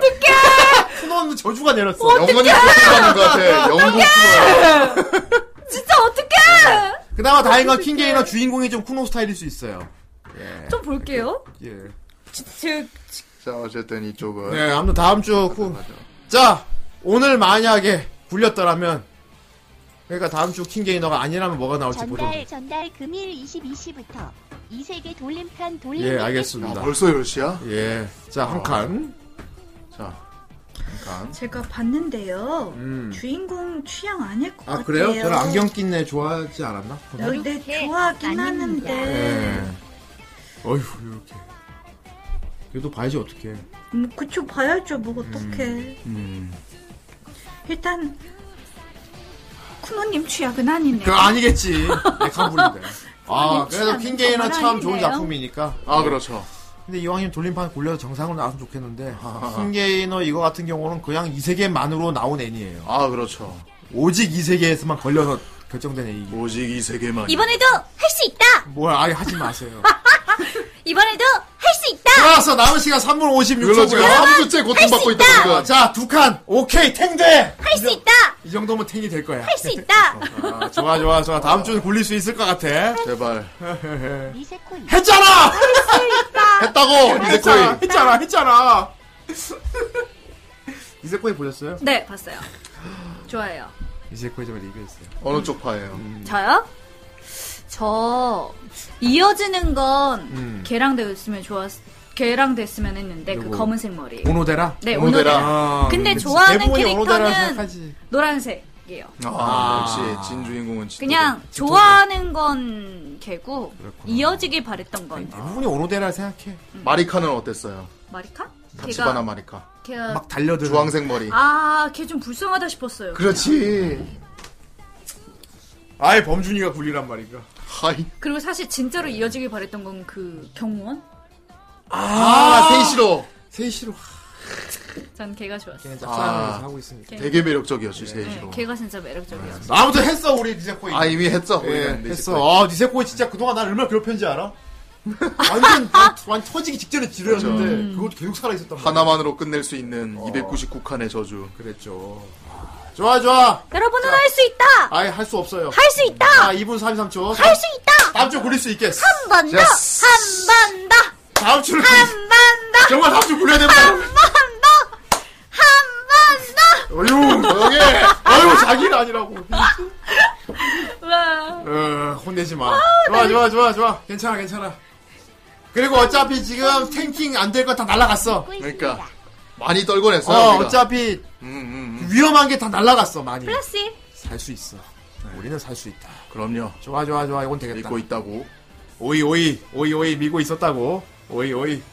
S18: 쿠노는 저주가 내렸어.
S11: 어떡해! 영원히 쿠노라는 것 같아. 영국 어떡해!
S5: 진짜 어떡해!
S3: 그나마 다행인 건 킹 게이너 주인공이 좀 쿠노 스타일일 수 있어요. 예.
S5: 좀 볼게요.
S3: 예.
S5: 즉,
S11: 자, 어쨌든 이쪽은.
S3: 네, 아무튼 다음 주 쿠. 자, 오늘 만약에 굴렸더라면 그러니까 다음 주 킹 게이너가 아니라면 뭐가 나올지 보도록. 예,
S14: 전달 전달 금일 22시부터 이세계 돌림판 돌림.
S3: 예, 알겠습니다.
S11: 아, 벌써 10시야?
S3: 예. 자, 한 칸.
S11: 자, 한 칸.
S5: 제가 봤는데요.
S3: 음.
S5: 주인공 취향 아닐 것
S3: 아,
S5: 같아요.
S3: 그래요? 저는 안경 낀 애 좋아하지 않았나?
S5: 여기 내 좋아하긴 하는데.
S3: 예. 어휴, 이렇게. 그래도 봐야지, 어떡해.
S5: 음, 그쵸, 봐야죠. 뭐, 어떡해.
S3: 음.
S5: 일단, 쿠노님 취향은 아니네.
S3: 그, 아니겠지. 내칸불인데 아, 그래서
S5: 아니, 취향은
S3: 킹 게이너
S5: 정말
S3: 참 좋은
S5: 아니네요.
S3: 작품이니까.
S11: 아,
S3: 예.
S11: 그렇죠.
S3: 근데 이왕이면 돌림판 굴려서 정상으로 나왔으면 좋겠는데 킹게이너 이거 같은 경우는 그냥 이 세계만으로 나온 애니예요.
S11: 아 그렇죠.
S3: 오직 이 세계에서만 걸려서 결정된 애니.
S11: 오직 이 세계만.
S6: 이번에도 할 수 있다!
S3: 뭐야 아예 하지 마세요.
S6: 이번에도 할 수 있다!
S3: 알았어 남은 시간 3분 56초고요.
S11: 지금 삼 주째 고통받고 있다, 지금.
S3: 자두 칸. 오케이 탱대.
S6: 할 수 있다!
S3: 이 정도면 탱이 될 거야.
S6: 할 수 있다!
S3: 아, 좋아 좋아 좋아 다음 주는 굴릴 수 있을 것 같아.
S11: 제발.
S3: 했잖아.
S11: 했다고
S3: 했잖아
S11: 니세코이.
S3: 했잖아 했잖아. 이세코이 보셨어요?
S5: 네, 봤어요. 좋아요.
S3: 이세코이 제가 리뷰했어요.
S11: 어느 쪽 파예요?
S3: 음.
S5: 저요? 저, 이어지는 건,
S3: 음.
S5: 걔랑 됐으면 좋았, 걔랑 됐으면 했는데, 그
S3: 누구?
S5: 검은색 머리.
S3: 오노데라?
S5: 네, 오노데라.
S3: 아,
S5: 근데
S3: 그치.
S5: 좋아하는
S3: 대부분이 오노데라
S5: 캐릭터는
S3: 생각하지.
S5: 노란색이에요.
S11: 아,
S3: 아.
S11: 역시 진 주인공은 진.
S5: 그냥 좋아하는 건 걔고 이어지길 바랬던 건
S12: 네.
S3: 대부분이 오노데라 생각해.
S11: 그 마리카는 어땠어요?
S5: 마리카?
S11: 다치바나 마리카.
S5: 걔가
S3: 막 달려드는.
S11: 주황색 머리.
S5: 아, 걔 좀 불쌍하다 싶었어요.
S11: 그 그렇지.
S3: 아예 범준이가 굴리란 말인가?
S11: 아, 하이.
S5: 그리고 사실 진짜로 이어지길 바랬던 건 그 경호원?
S11: 아, 세이시로.
S3: 세이시로.
S5: 전 걔가 좋았어요.
S3: 걔는
S11: 아,
S3: 하고 있으니까.
S11: 되게 매력적이었지 세이시로.
S5: 네, 걔가 진짜 매력적이었어.
S3: 아무튼 했어 우리 니세코이.
S11: 아 이미 했어.
S3: 예,
S11: 우리는
S3: 했어. 아 니세코이 진짜 그동안 날 얼마나 괴롭혔는지 알아? 완전 완- 완 터지기 직전에 지루했는데
S11: 그렇죠.
S3: 그것도 계속 살아 있었단 말이야.
S11: 하나만으로 끝낼 수 있는 299칸의 저주.
S5: 어.
S3: 그랬죠. 좋아 좋아.
S6: 여러분은 할 수 있다!
S3: 아예 할 수 없어요.
S6: 할 수 있다!
S3: 자 2분 33초.
S6: 할 수 있다!
S3: 다음 주 굴릴 수 있겠어.
S6: 한 번 더!
S3: Yes.
S6: 한 번 더!
S3: 다음 주를
S6: 한 번 더!
S3: 정말 다음 주 굴려야 된다.
S6: 한
S3: 어휴, 조용해. 어휴, 자기는 아니라고.
S5: 번 더! 와.
S3: 어, 혼내지 마. 좋아, 좋아, 좋아, 좋아. 괜찮아, 괜찮아. 그리고 어차피 지금 탱킹 안 될 거 다 날라갔어.
S11: 그러니까 많이 떨궈냈어요.
S3: 어,
S11: 우리가.
S3: 어차피
S11: 음, 음, 음.
S3: 위험한 게 다 날라갔어, 많이.
S5: 플러스
S3: 살 수 있어. 우리는 살 수 있다.
S11: 그럼요.
S3: 좋아, 좋아, 좋아. 이건 되겠다.
S11: 믿고 있다고.
S3: 오이, 오이, 오이, 오이, 미고 있었다고. 오이, 오이.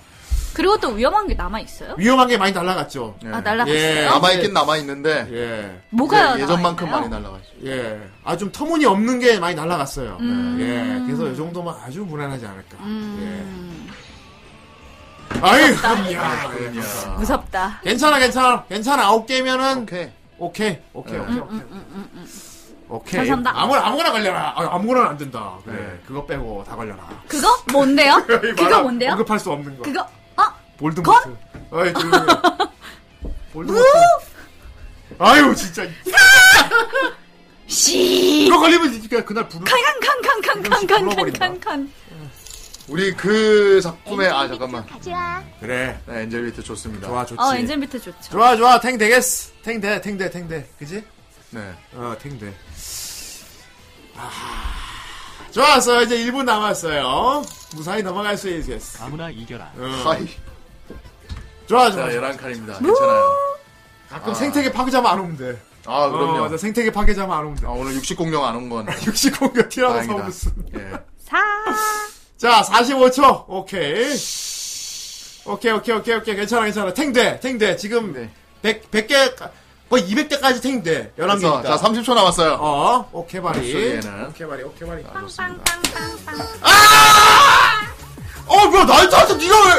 S5: 그리고 또 위험한 게 남아 있어요?
S3: 위험한 게 많이 날라갔죠.
S11: 예.
S5: 아, 날라갔어요.
S3: 예.
S11: 남아있긴 남아있는데
S3: 예.
S5: 뭐가요?
S11: 예, 전만큼
S5: 남아있나요?
S11: 많이 날라가죠.
S3: 예. 아, 좀 터무니없는 게 많이 날라갔어요.
S5: 음.
S3: 예. 그래서 이 정도면 아주 무난하지 않을까.
S5: 음.
S3: 예. 아이, 야, 예.
S5: 무섭다.
S3: 괜찮아, 괜찮아. 괜찮아. 아홉 개면은
S11: 오케이.
S3: 오케이. 오케이. 오케이.
S5: 음, 음, 음, 음, 음.
S3: 오케이.
S5: 감사합니다.
S3: 아무 아무거나 걸려라. 아, 아무거나는 안 된다. 그래.
S11: 네.
S3: 그거 빼고 다 걸려라.
S5: 그거 뭔데요? 그거
S3: 말아-
S5: 뭔데요?
S3: 언급할 수 없는 거.
S5: 그거 어?
S3: 볼드모트. 아이, 조용히. 해. 볼드모트. 아유, 진짜.
S5: 씨.
S3: 이거 걸리면 진짜 그날 부르.
S5: 칸칸칸칸칸칸칸칸.
S11: 우리 그 작품에 아 잠깐만.
S14: 가져와.
S3: 그래.
S11: 네, 엔젤 위트 좋습니다.
S3: 좋아, 좋지.
S5: 어, 엔젤 밑에 좋죠.
S3: 좋아, 좋아. 탱 되겠어. 탱 돼, 탱 돼, 탱 돼. 그지?
S11: 네.
S3: 어, 탱돼. 아, 좋았어요. 이제 1분 남았어요. 무사히 넘어갈 수 있겠어.
S19: 아무나 이겨라.
S3: 음.
S11: 하이.
S3: 좋아,
S11: 자,
S3: 좋아.
S11: 11칸입니다. 괜찮아요.
S3: 가끔
S11: 아.
S3: 생태계 파괴자만 안 오면 돼.
S11: 아, 그럼요.
S3: 어, 맞아. 생태계 파괴자만 안 오면 돼.
S11: 아, 오늘 60공룡 안 온 건.
S3: 60공격 티라노
S11: 다행이다.
S3: 사우루스.
S11: 예.
S5: 사.
S3: 자, 45초. 오케이. 오케이, 오케이, 오케이, 오케이. 괜찮아, 괜찮아. 탱돼, 탱돼. 지금
S11: 네.
S3: 100, 100개, 거의 200개까지 탱돼. 11개니까.
S11: 자, 30초 남았어요.
S3: 그러니까. 어, 오케이바리.
S11: 목소리에는.
S3: 오케이바리, 오케이바리. 아, 어, 뭐야,
S11: 나이 차서 니가 왜?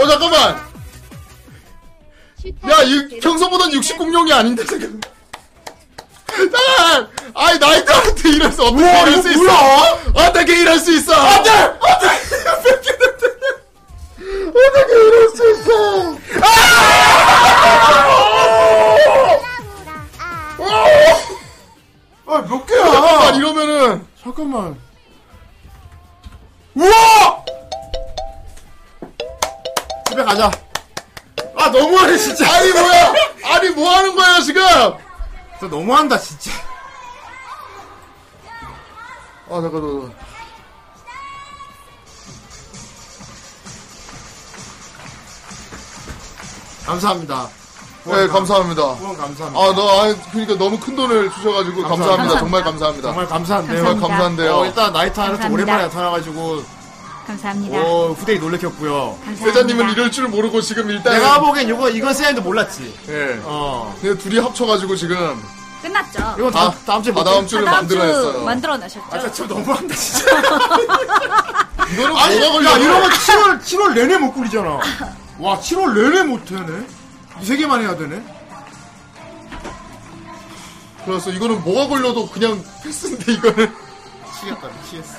S11: 어 잠깐만. 야, 이, 평소보단 60공룡이 아닌데 지금. 잠깐. 아이 나이트한테 이럴 수 어떻게
S3: 우와,
S11: 이럴
S3: 이거
S11: 수 있어?
S3: 뭐야?
S11: 어떻게 이럴 수 있어?
S3: 안돼!
S11: 어떻게 이럴 수 있어? 아!
S3: 아, 몇 개야?
S11: 잠깐만 이러면은
S3: 잠깐만. 우와! 집에 가자. 아, 너무하네, 진짜.
S11: 아니 뭐야? 아니 뭐 하는 거야 지금?
S3: 진짜 너무한다, 진짜.
S11: 아 잠깐 너.
S3: 감사합니다.
S11: 네 감사합니다.
S3: 후원 감사합니다.
S11: 아, 너, 아, 그러니까 너무 큰 돈을 주셔가지고 감사합니다.
S3: 감사합니다.
S11: 정말 감사합니다.
S3: 정말 감사한데요.
S11: 정말 감사한데요.
S3: 어, 일단 나이트 하나 좀
S11: 감사합니다.
S3: 오랜만에 나타나가지고
S5: 감사합니다.
S3: 어, 후대이 놀래켰고요.
S5: 감사합니다.
S11: 회장님은 이럴 줄 모르고 지금 일단
S3: 내가 보기엔 이거 이건 세안도 몰랐지.
S11: 예.
S3: 어.
S11: 근데 둘이 합쳐가지고 지금
S5: 끝났죠.
S3: 이건 다, 다음 주에
S11: 아, 다음 주를
S5: 아, 다음 주
S11: 만들어냈어요.
S5: 만들어내셨죠. 아,
S3: 저 너무한다, 진짜.
S11: 이거는
S3: 아니,
S11: 뭐가 걸려?
S3: 야, 이런 거 7월, 7월 내내 못 굴리잖아. 와, 7월 내내 못 해네. 이세 개만 해야 되네.
S11: 그래서 이거는 뭐가 걸려도 그냥 패스인데 이거는
S3: 미치겠다, 미치겠어.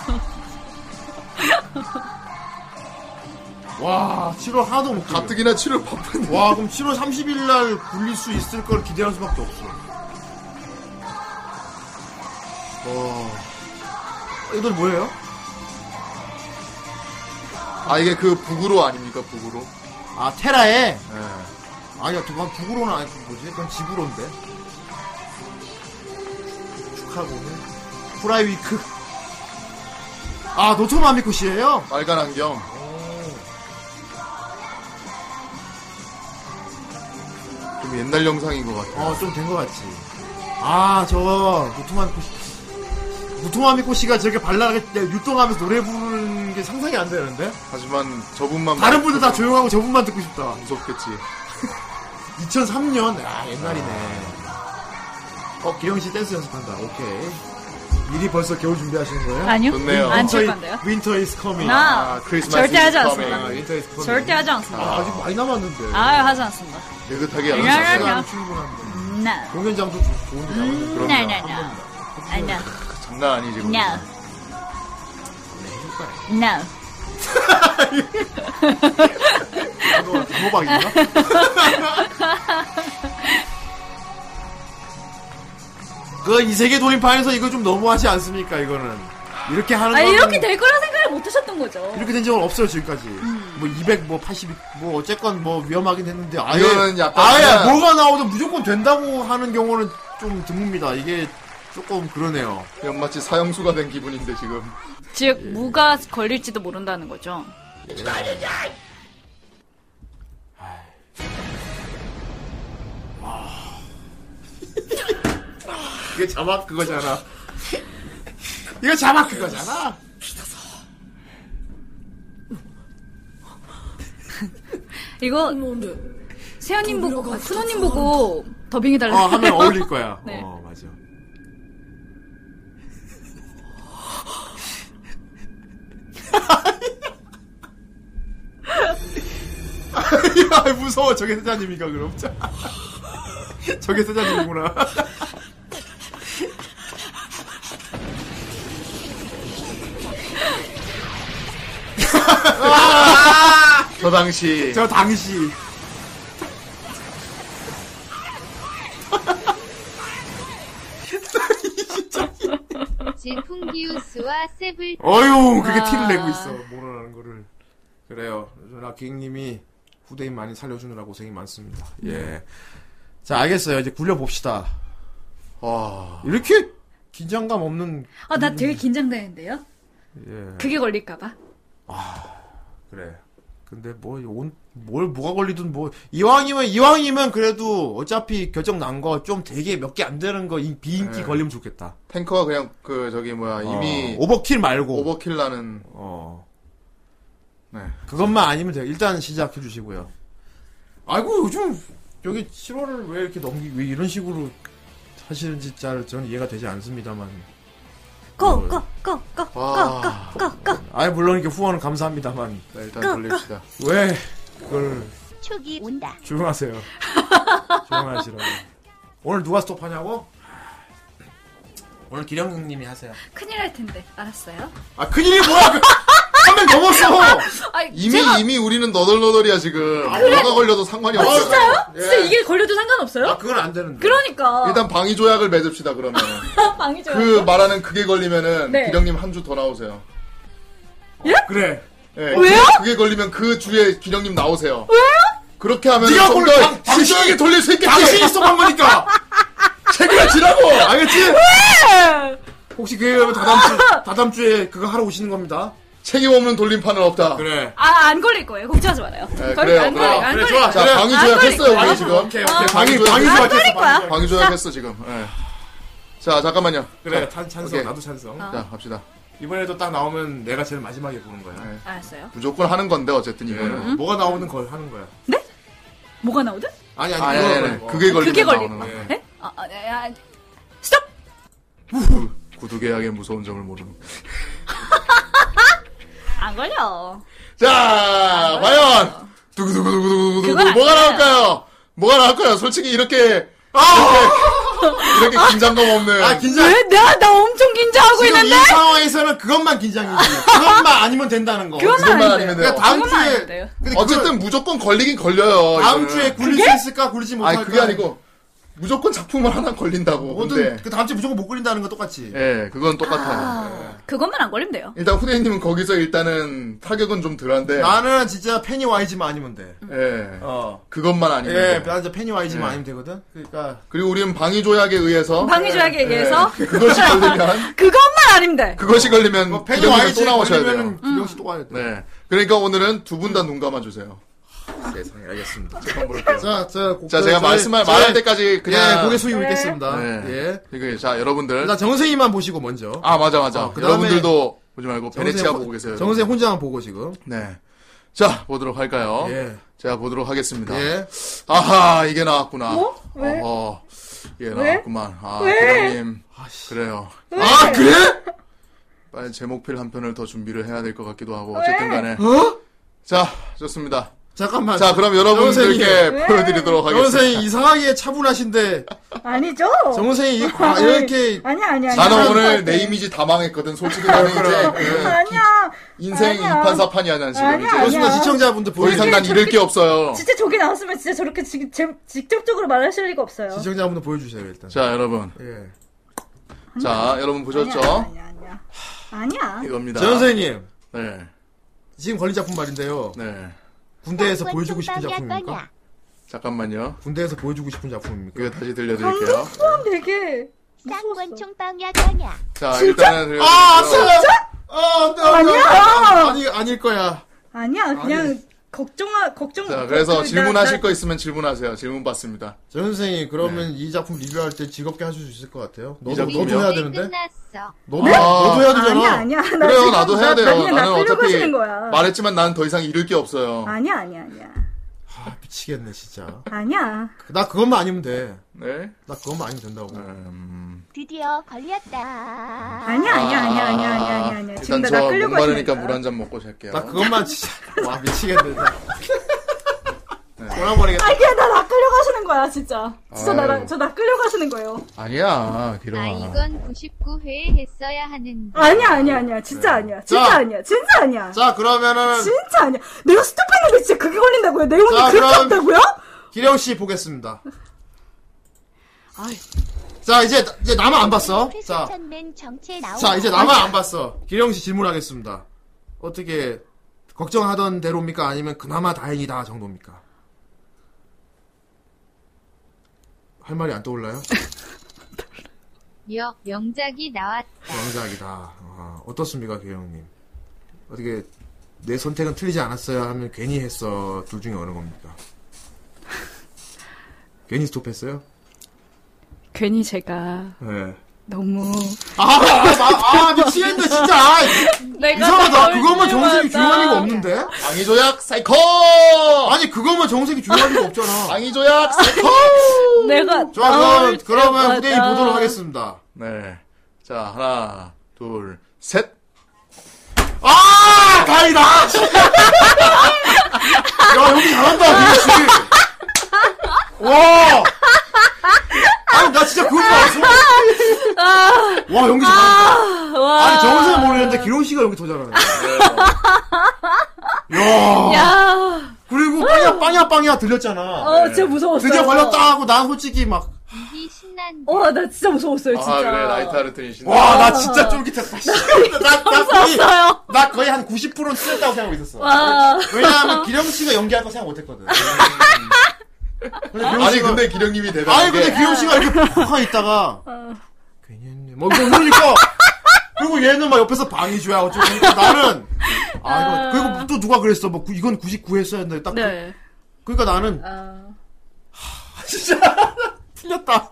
S3: 와, 7월 하나도 못 굴려.
S11: 가뜩이나 7월 바쁜데.
S3: 와, 그럼 7월 30일 날 굴릴 수 있을 걸 기대할 수밖에 없어. 와. 이들 뭐예요?
S11: 아 이게 그 북으로 아닙니까 북으로?
S3: 아, 테라에? 아니야, 그건 북으로는 아니고 뭐지? 그건 집으로인데. 축하고는. 프라이위크. 아, 노토 마미코 씨예요
S11: 빨간 안경. 좀 옛날 영상인 것 같아.
S3: 어, 좀 된 것 같지. 아, 저, 노토마미코 씨. 노토마미코 씨가 저렇게 발랄하게 율동하면서 노래 부르는 게 상상이 안 되는데?
S11: 하지만 저분만
S3: 다른 분들 다 조용하고 저분만 듣고 싶다.
S11: 무섭겠지.
S3: 2003년, 아, 옛날이네. 어, 기영 씨 댄스 연습한다. 오케이. 미리 벌써 겨울 준비하시는 거예요?
S5: 아니요. 좋네요. 안칠
S3: 윈터 이-
S5: 건데요.
S3: 윈터 이즈 커밍.
S5: 나
S11: 아,
S5: 절대 하지 않습니다.
S3: 윈터 이즈 커밍.
S5: 절대 하지 않습니다.
S3: 아, 아직 많이 남았는데.
S5: 아유, 하지 않습니다.
S11: 느긋하게
S5: 야, 야,
S11: 알아서
S5: 야.
S3: 충분한데.
S5: 나.
S3: 공연 장소 좋- 좋은 데
S5: 음,
S3: 나오는데.
S11: 그럼요.
S5: 나, 나, 나. 아, 나.
S11: 장난 아니지. 그거.
S5: 나. 나.
S3: 뭐, 호박인가? 그, 이 세계 돌림판에서 이거 좀 너무하지 않습니까, 이거는. 이렇게 하는
S5: 아,
S3: 거는
S5: 이렇게 될 거라 생각을 못 하셨던 거죠.
S3: 이렇게 된 적은 없어요 지금까지. 뭐 200, 뭐 80, 뭐 어쨌건 뭐 위험하긴 했는데 아예
S11: 이거는 약간
S3: 아예
S11: 그냥-
S3: 뭐가 나오든 무조건 된다고 하는 경우는 좀 드뭅니다. 이게 조금 그러네요.
S11: 연마치 사형수가 된 기분인데 지금.
S3: 예.
S5: 즉, 무가 걸릴지도 모른다는 거죠.
S3: 이게 자막 그거잖아. 이거 자막 그거잖아.
S5: 이거, 세연님
S10: 어,
S5: 보고, 푸노님 보고 더빙해달라고.
S3: 어, 하면 어울릴 거야.
S5: 네.
S3: 어, 맞아. 야, 무서워. 저게 사장님인가, 그럼. 저게 사장님이구나.
S11: 저 당시
S3: 저 당시.
S10: 질풍기우스와 세블
S3: 어휴, 그게 티를 내고 있어. 모르는 거를. 그래요. 락킹님이 후대인 많이 살려주느라 고생이 많습니다.
S11: 음.
S3: 예. 자, 알겠어요. 이제 굴려봅시다. 와. 이렇게 긴장감 없는.
S5: 아, 나 되게 긴장되는데요?
S3: 음. 예.
S5: 그게 걸릴까봐.
S3: 그래. 근데 뭐, 온, 뭘, 뭐가 걸리든 뭐, 이왕이면, 이왕이면 그래도 어차피 결정 난 거 좀 되게 몇 개 안 되는 거 이- 비인기
S11: 네.
S3: 걸리면 좋겠다.
S11: 탱커가
S12: 어.
S11: 그냥 그 저기 뭐야 이미
S3: 어, 오버킬 말고.
S11: 오버킬 나는
S3: 어. 네. 그것만 아니면 돼요. 일단 시작해 주시고요. 아이고 요즘 여기 7월을 왜 이렇게 넘기 왜 이런 식으로 하시는지 잘 저는 이해가 되지 않습니다만. 어,
S6: 고, 고, 고, 고, 고,
S3: 아.
S6: 고, 고, 고.
S3: 아예 물론 이렇게 후원은 감사합니다만.
S11: 일단
S6: 끄, 돌립시다.
S3: 왜 그걸
S14: 촉이 온다.
S3: 조용하세요. 조용하시라고. 오늘 누가 스톱하냐고? 오늘 기령님이 하세요.
S6: 큰일 날 텐데. 알았어요.
S3: 아 큰일이 뭐야? 그-
S11: 한명 넘었어.
S6: 아니,
S11: 이미
S6: 제가-
S11: 이미 우리는 너덜너덜이야 지금. 뭐가 걸려도 상관이
S6: 아,
S11: 없어.
S6: 진짜요?
S3: 예.
S6: 진짜 이게 걸려도 상관없어요?
S3: 그건 안 되는데.
S6: 그러니까.
S11: 일단 방위 조약을 맺읍시다 그러면.
S6: 방이죠.
S11: 그 말하는 그게 걸리면은
S6: 네.
S11: 기령님 한 주 더 나오세요.
S6: 예?
S3: 그래.
S6: 왜요?
S11: 그게 걸리면 그 주에 기령님 나오세요.
S6: 왜요?
S11: 그렇게 하면
S20: 네가 뭘
S11: 좀더
S20: 당- 당신이-
S11: 당신에게 돌릴 수 있겠지.
S20: 당신이 쏘한
S11: 거니까. 책임지라고. 알겠지?
S3: 혹시 그 다다음 주 다다음 주에 그거 하러 오시는 겁니다.
S11: 책임 없는 돌림판은 없다.
S3: 그래.
S6: 아, 안 걸릴 거예요. 걱정하지 말아요.
S11: 네,
S6: 걸-
S11: 그래요,
S6: 안 걸릴,
S11: 그래요.
S6: 안
S11: 그래,
S6: 걸릴
S11: 좋아.
S6: 거예요.
S11: 자, 방위
S6: 안
S11: 조약
S6: 걸릴
S11: 했어요,
S6: 거예요.
S11: 우리 지금. 오케이, 오케이. 방위
S6: 안
S11: 조약
S6: 걸릴
S11: 했어요.
S6: 거야.
S11: 방위 조약 했어 지금. 예. 자 잠깐만요.
S21: 그래,
S11: 자,
S21: 찬- 찬성,
S11: 오케이.
S21: 나도 찬성.
S11: 자 갑시다.
S21: 이번에도 딱 나오면 내가 제일 마지막에 보는 거야.
S6: 알았어요.
S11: 무조건 하는 건데 어쨌든 이거는.
S21: 음? 뭐가 나오는 걸 하는 거야.
S6: 뭐가 나오든?
S11: 아니 예,
S21: 아니,
S11: 아니,
S21: 그거
S3: 네.
S11: 아니,
S21: 걸리고.
S11: 네, 그게 걸리면
S6: 그게 걸리고.
S11: 나오는 거야.
S6: 예? 아, 아, 네, 아,
S11: 구두계약의 무서운 점을 모르는. 거야.
S6: 안 걸려.
S11: 자 과연
S6: 그건
S11: 두구두구두구두구두구
S6: 안
S11: 뭐가
S6: 돼요.
S11: 나올까요? 뭐가 나올까요? 솔직히 이렇게 이렇게, 이렇게 긴장감 없는.
S3: 아 긴장.
S6: 왜? 나, 나 엄청 긴장하고
S3: 지금
S6: 있는데?
S11: 네?
S3: 이 상황에서는 그것만 긴장이지. 그것만 아니면 된다는 거.
S6: 그것만 그것만 아니면 돼요.
S3: 그러니까 다음
S6: 그것만
S3: 주에
S6: 아니면 돼요.
S11: 어쨌든 무조건 걸리긴 걸려요.
S3: 다음
S11: 이거는.
S3: 주에 굴릴 수 있을까 굴리지
S11: 아니
S3: 못할까.
S11: 그게 아니고 무조건 작품을 하나 걸린다고.
S3: 뭐든
S11: 근데
S3: 그 다음 주에 무조건 못 굴린다는 건 똑같이.
S11: 예, 그건 똑같아요.
S6: 아, 그것만 안 걸리면 돼요.
S11: 일단 후대님은 거기서 일단은 타격은 좀 덜한데.
S3: 나는 진짜 팬이 와이즈만 아니면 돼.
S11: 예.
S3: 어.
S11: 그것만 아니면.
S3: 예,
S11: 돼요.
S3: 나 진짜 팬이 와이즈만
S11: 음. 예.
S3: 아니면 되거든. 그러니까
S11: 그리고 우리는 방위 조약에 의해서
S6: 방위 조약에 의해서
S11: 예, 그것이 걸리면
S6: 그것만 아니면 돼.
S11: 그것이 걸리면
S3: 뭐, 팬이
S11: 기령님은 또
S3: 와이즈
S11: 나오셔야 돼요.
S3: 걸리면은 기영 씨또 와야 돼.
S11: 네. 그러니까 오늘은 두 분 다 눈 감아 주세요.
S21: 세상에 알겠습니다.
S3: 자, 자, 곡-
S11: 음. 자, 제가
S3: 네, 저희-
S11: 말씀할
S3: 저희-
S11: 말할 때까지 그냥
S3: 예, 고개 숙이고 있겠습니다.
S11: 네.
S3: 예.
S11: 이거 자, 여러분들.
S3: 일단 정생이만 보시고 먼저.
S11: 아, 맞아 맞아.
S3: 어, 그다음에-
S11: 여러분들도 보지 말고
S3: 정세
S11: 베네치아
S3: 혼-
S11: 보고 계세요.
S3: 정세 혼자만 보고 지금.
S11: 네. 자, 보도록 할까요?
S3: 예.
S11: 제가 보도록 하겠습니다.
S3: 예.
S11: 아하, 이게 나왔구나.
S3: 뭐? 왜?
S11: 어허, 이게
S3: 왜?
S11: 나왔구만. 아,
S3: 왜?
S11: 기장님. 그래요.
S3: 왜?
S11: 아, 그래? 빨리 제목필 한 편을 더 준비를 해야 될 것 같기도 하고, 어쨌든 간에.
S3: 어?
S11: 자, 좋습니다.
S3: 잠깐만.
S11: 자, 그럼
S3: 정선생이-
S5: 네.
S11: 여러분들께 보여드리도록
S3: 정선생이
S11: 하겠습니다.
S3: 이상하게 차분하신데. 아니죠. 정선생이 이 과- 이렇게.
S5: 아니 아니 아니.
S11: 나는 오늘 내 이미지 다 망했거든. 솔직히 나는 이제 그
S5: 아니야.
S11: 인생
S5: 아니야.
S11: 2판 4판이야, 난 지금
S5: 아니야,
S11: 이제.
S5: 아니야. 그렇습니다. 시청자분들
S11: 더 이상 난 잃을 게 없어요.
S5: 진짜 저기 나왔으면 진짜 저렇게 지, 제, 직접적으로 말하실 리가 없어요.
S3: 시청자 한번 보여주세요, 일단.
S11: 자, 여러분. 자, 여러분 보셨죠?
S5: 아니야.
S11: 이겁니다.
S3: 정선생님.
S11: 네.
S3: 지금 걸린 작품 말인데요.
S11: 네.
S3: 군대에서 보여주고 싶은 작품입니까?
S11: 잠깐만요.
S3: 군대에서 보여주고 싶은 작품입니까?
S11: 이거 다시 들려드릴게요.
S5: 소음 되게
S14: 쌍권총 빵야거냐.
S11: 자,
S3: 진짜?
S11: 일단은.
S3: 아,
S11: 들려드릴게요.
S3: 진짜? 아, 네,
S5: 아니야.
S3: 아, 아니, 아닐 거야.
S5: 아니야 그냥 걱정하 걱정.
S11: 자, 그래서
S5: 그,
S11: 질문하실
S5: 나-
S11: 거 있으면 질문하세요. 질문 받습니다.
S3: 정 선생님, 그러면 이 작품 리뷰할 때 즐겁게 하실 수 있을 것 같아요.
S11: 네. 이
S3: 너도,
S11: 작품이요?
S3: 너도 해야 되는데?
S10: 끝났어.
S3: 너도, 너도 해야 되잖아.
S5: 아니야 아니야. 나
S11: 그래요,
S5: 지금
S11: 나도 해야
S5: 나-
S11: 돼요.
S5: 나 그냥 나
S11: 나는
S5: 끌려고
S11: 어차피
S5: 하시는 거야.
S11: 말했지만 난 더 이상 잃을 게 없어요.
S5: 아니야 아니야 아니야.
S3: 미치겠네, 진짜.
S5: 아니야.
S3: 나 그것만 아니면 돼.
S11: 네? 음,
S3: 나 그것만 아니면 된다고.
S14: 드디어 걸렸다.
S5: 아니야 아니야 아니야 아니야 아니야 아니야. 아니야. 지금
S11: 일단
S5: 나, 나
S11: 저
S5: 끌려고
S11: 목마르니까
S5: 하시는
S11: 물
S5: 거야.
S11: 한 잔 먹고 잘게요.
S3: 나 그것만 진짜. 와, 미치겠네.
S11: 돌아버리겠다.
S5: 아 그냥 나나 끌려고 하시는 거야 진짜. 진짜
S11: 아유.
S5: 나랑 저나 끌려고 하시는 거예요.
S11: 아니야,
S10: 아
S11: 기롱아.
S10: 이건 99회 했어야 하는데.
S5: 아니야 아니야 아니야
S11: 네.
S5: 진짜 아니야 진짜
S3: 자.
S5: 아니야 진짜 아니야
S3: 자, 그러면은.
S5: 진짜 아니야 내가 스톱했는데 진짜 그게 걸린다고요 내용이
S3: 자,
S5: 그렇게
S3: 그럼-
S5: 없다고요?
S3: 기령씨 보겠습니다.
S6: 아이.
S3: 자, 이제, 이제 나만 안 봤어. 자,
S14: 회수천맨 정체 나오.
S3: 자, 이제 나만 안 봤어. 기령씨 질문하겠습니다. 어떻게, 걱정하던 대로입니까? 아니면 그나마 다행이다 정도입니까? 할 말이 안 떠올라요?
S10: 여 명작이 나왔.
S3: 명작이다. 아, 어떻습니까, 기령님? 어떻게, 내 선택은 틀리지 않았어야 하면 괜히 했어. 둘 중에 어느 겁니까? 괜히 스톱했어요?
S6: 괜히 제가
S3: 네.
S6: 너무.
S3: 아, 아, 아, 미치겠네, 진짜. 아,
S6: 내가
S3: 이상하다.
S6: 널
S3: 그것만 정색이
S5: 아,
S6: 미워한다.
S3: 규환이가 없네. 없는데?
S11: 방위조약 사이코!
S3: 아니 그거면 정색이 중요할 리가 없잖아.
S11: 방위조약 사이코!
S5: 내가
S3: 좋아 그럼
S5: 나올
S3: 그러면
S5: 때마다.
S3: 후대인 보도록 하겠습니다.
S11: 네. 자, 하나, 둘, 셋.
S3: 아 다행이다. 야 여기 잘한다 민씨. 와. 아니 나 진짜 그거 봤어. 와 연기 잘한다. 아니 정선은 모르는데 기룡 씨가 연기 더 잘하네. 야.
S5: 야.
S3: 그리고 빵야 빵야 빵야 들렸잖아.
S6: 어, 진짜 무서웠어요.
S3: 네. 드디어 걸렸다 하고 난 솔직히 막.
S6: 와, 나 진짜 무서웠어요, 진짜.
S11: 아, 그래, 라이트하르트니 신나.
S3: 와 나 진짜 쫄깃했다. 씨. 나, 나, 거의, 나 거의 한 90%는 틀렸다고 생각하고 있었어.
S5: 아,
S11: 와.
S3: 왜냐하면 기령 씨가 연기할 거 생각 못했거든. 기령
S11: 아니,
S3: 씨가-
S11: 근데 기령님이 대단해.
S3: 아니 근데 기영 씨가 이렇게 푹하 있다가 괜히 뭐 그러니까 그리고 얘는 막 옆에서 방해줘야 어쩌고 그러니까 나는 아 이거 그리고 또 누가 그랬어 뭐 구- 이건 99 했어야 했는데 딱
S5: 네.
S3: 그, 그러니까 나는
S5: 아.
S3: 틀렸다.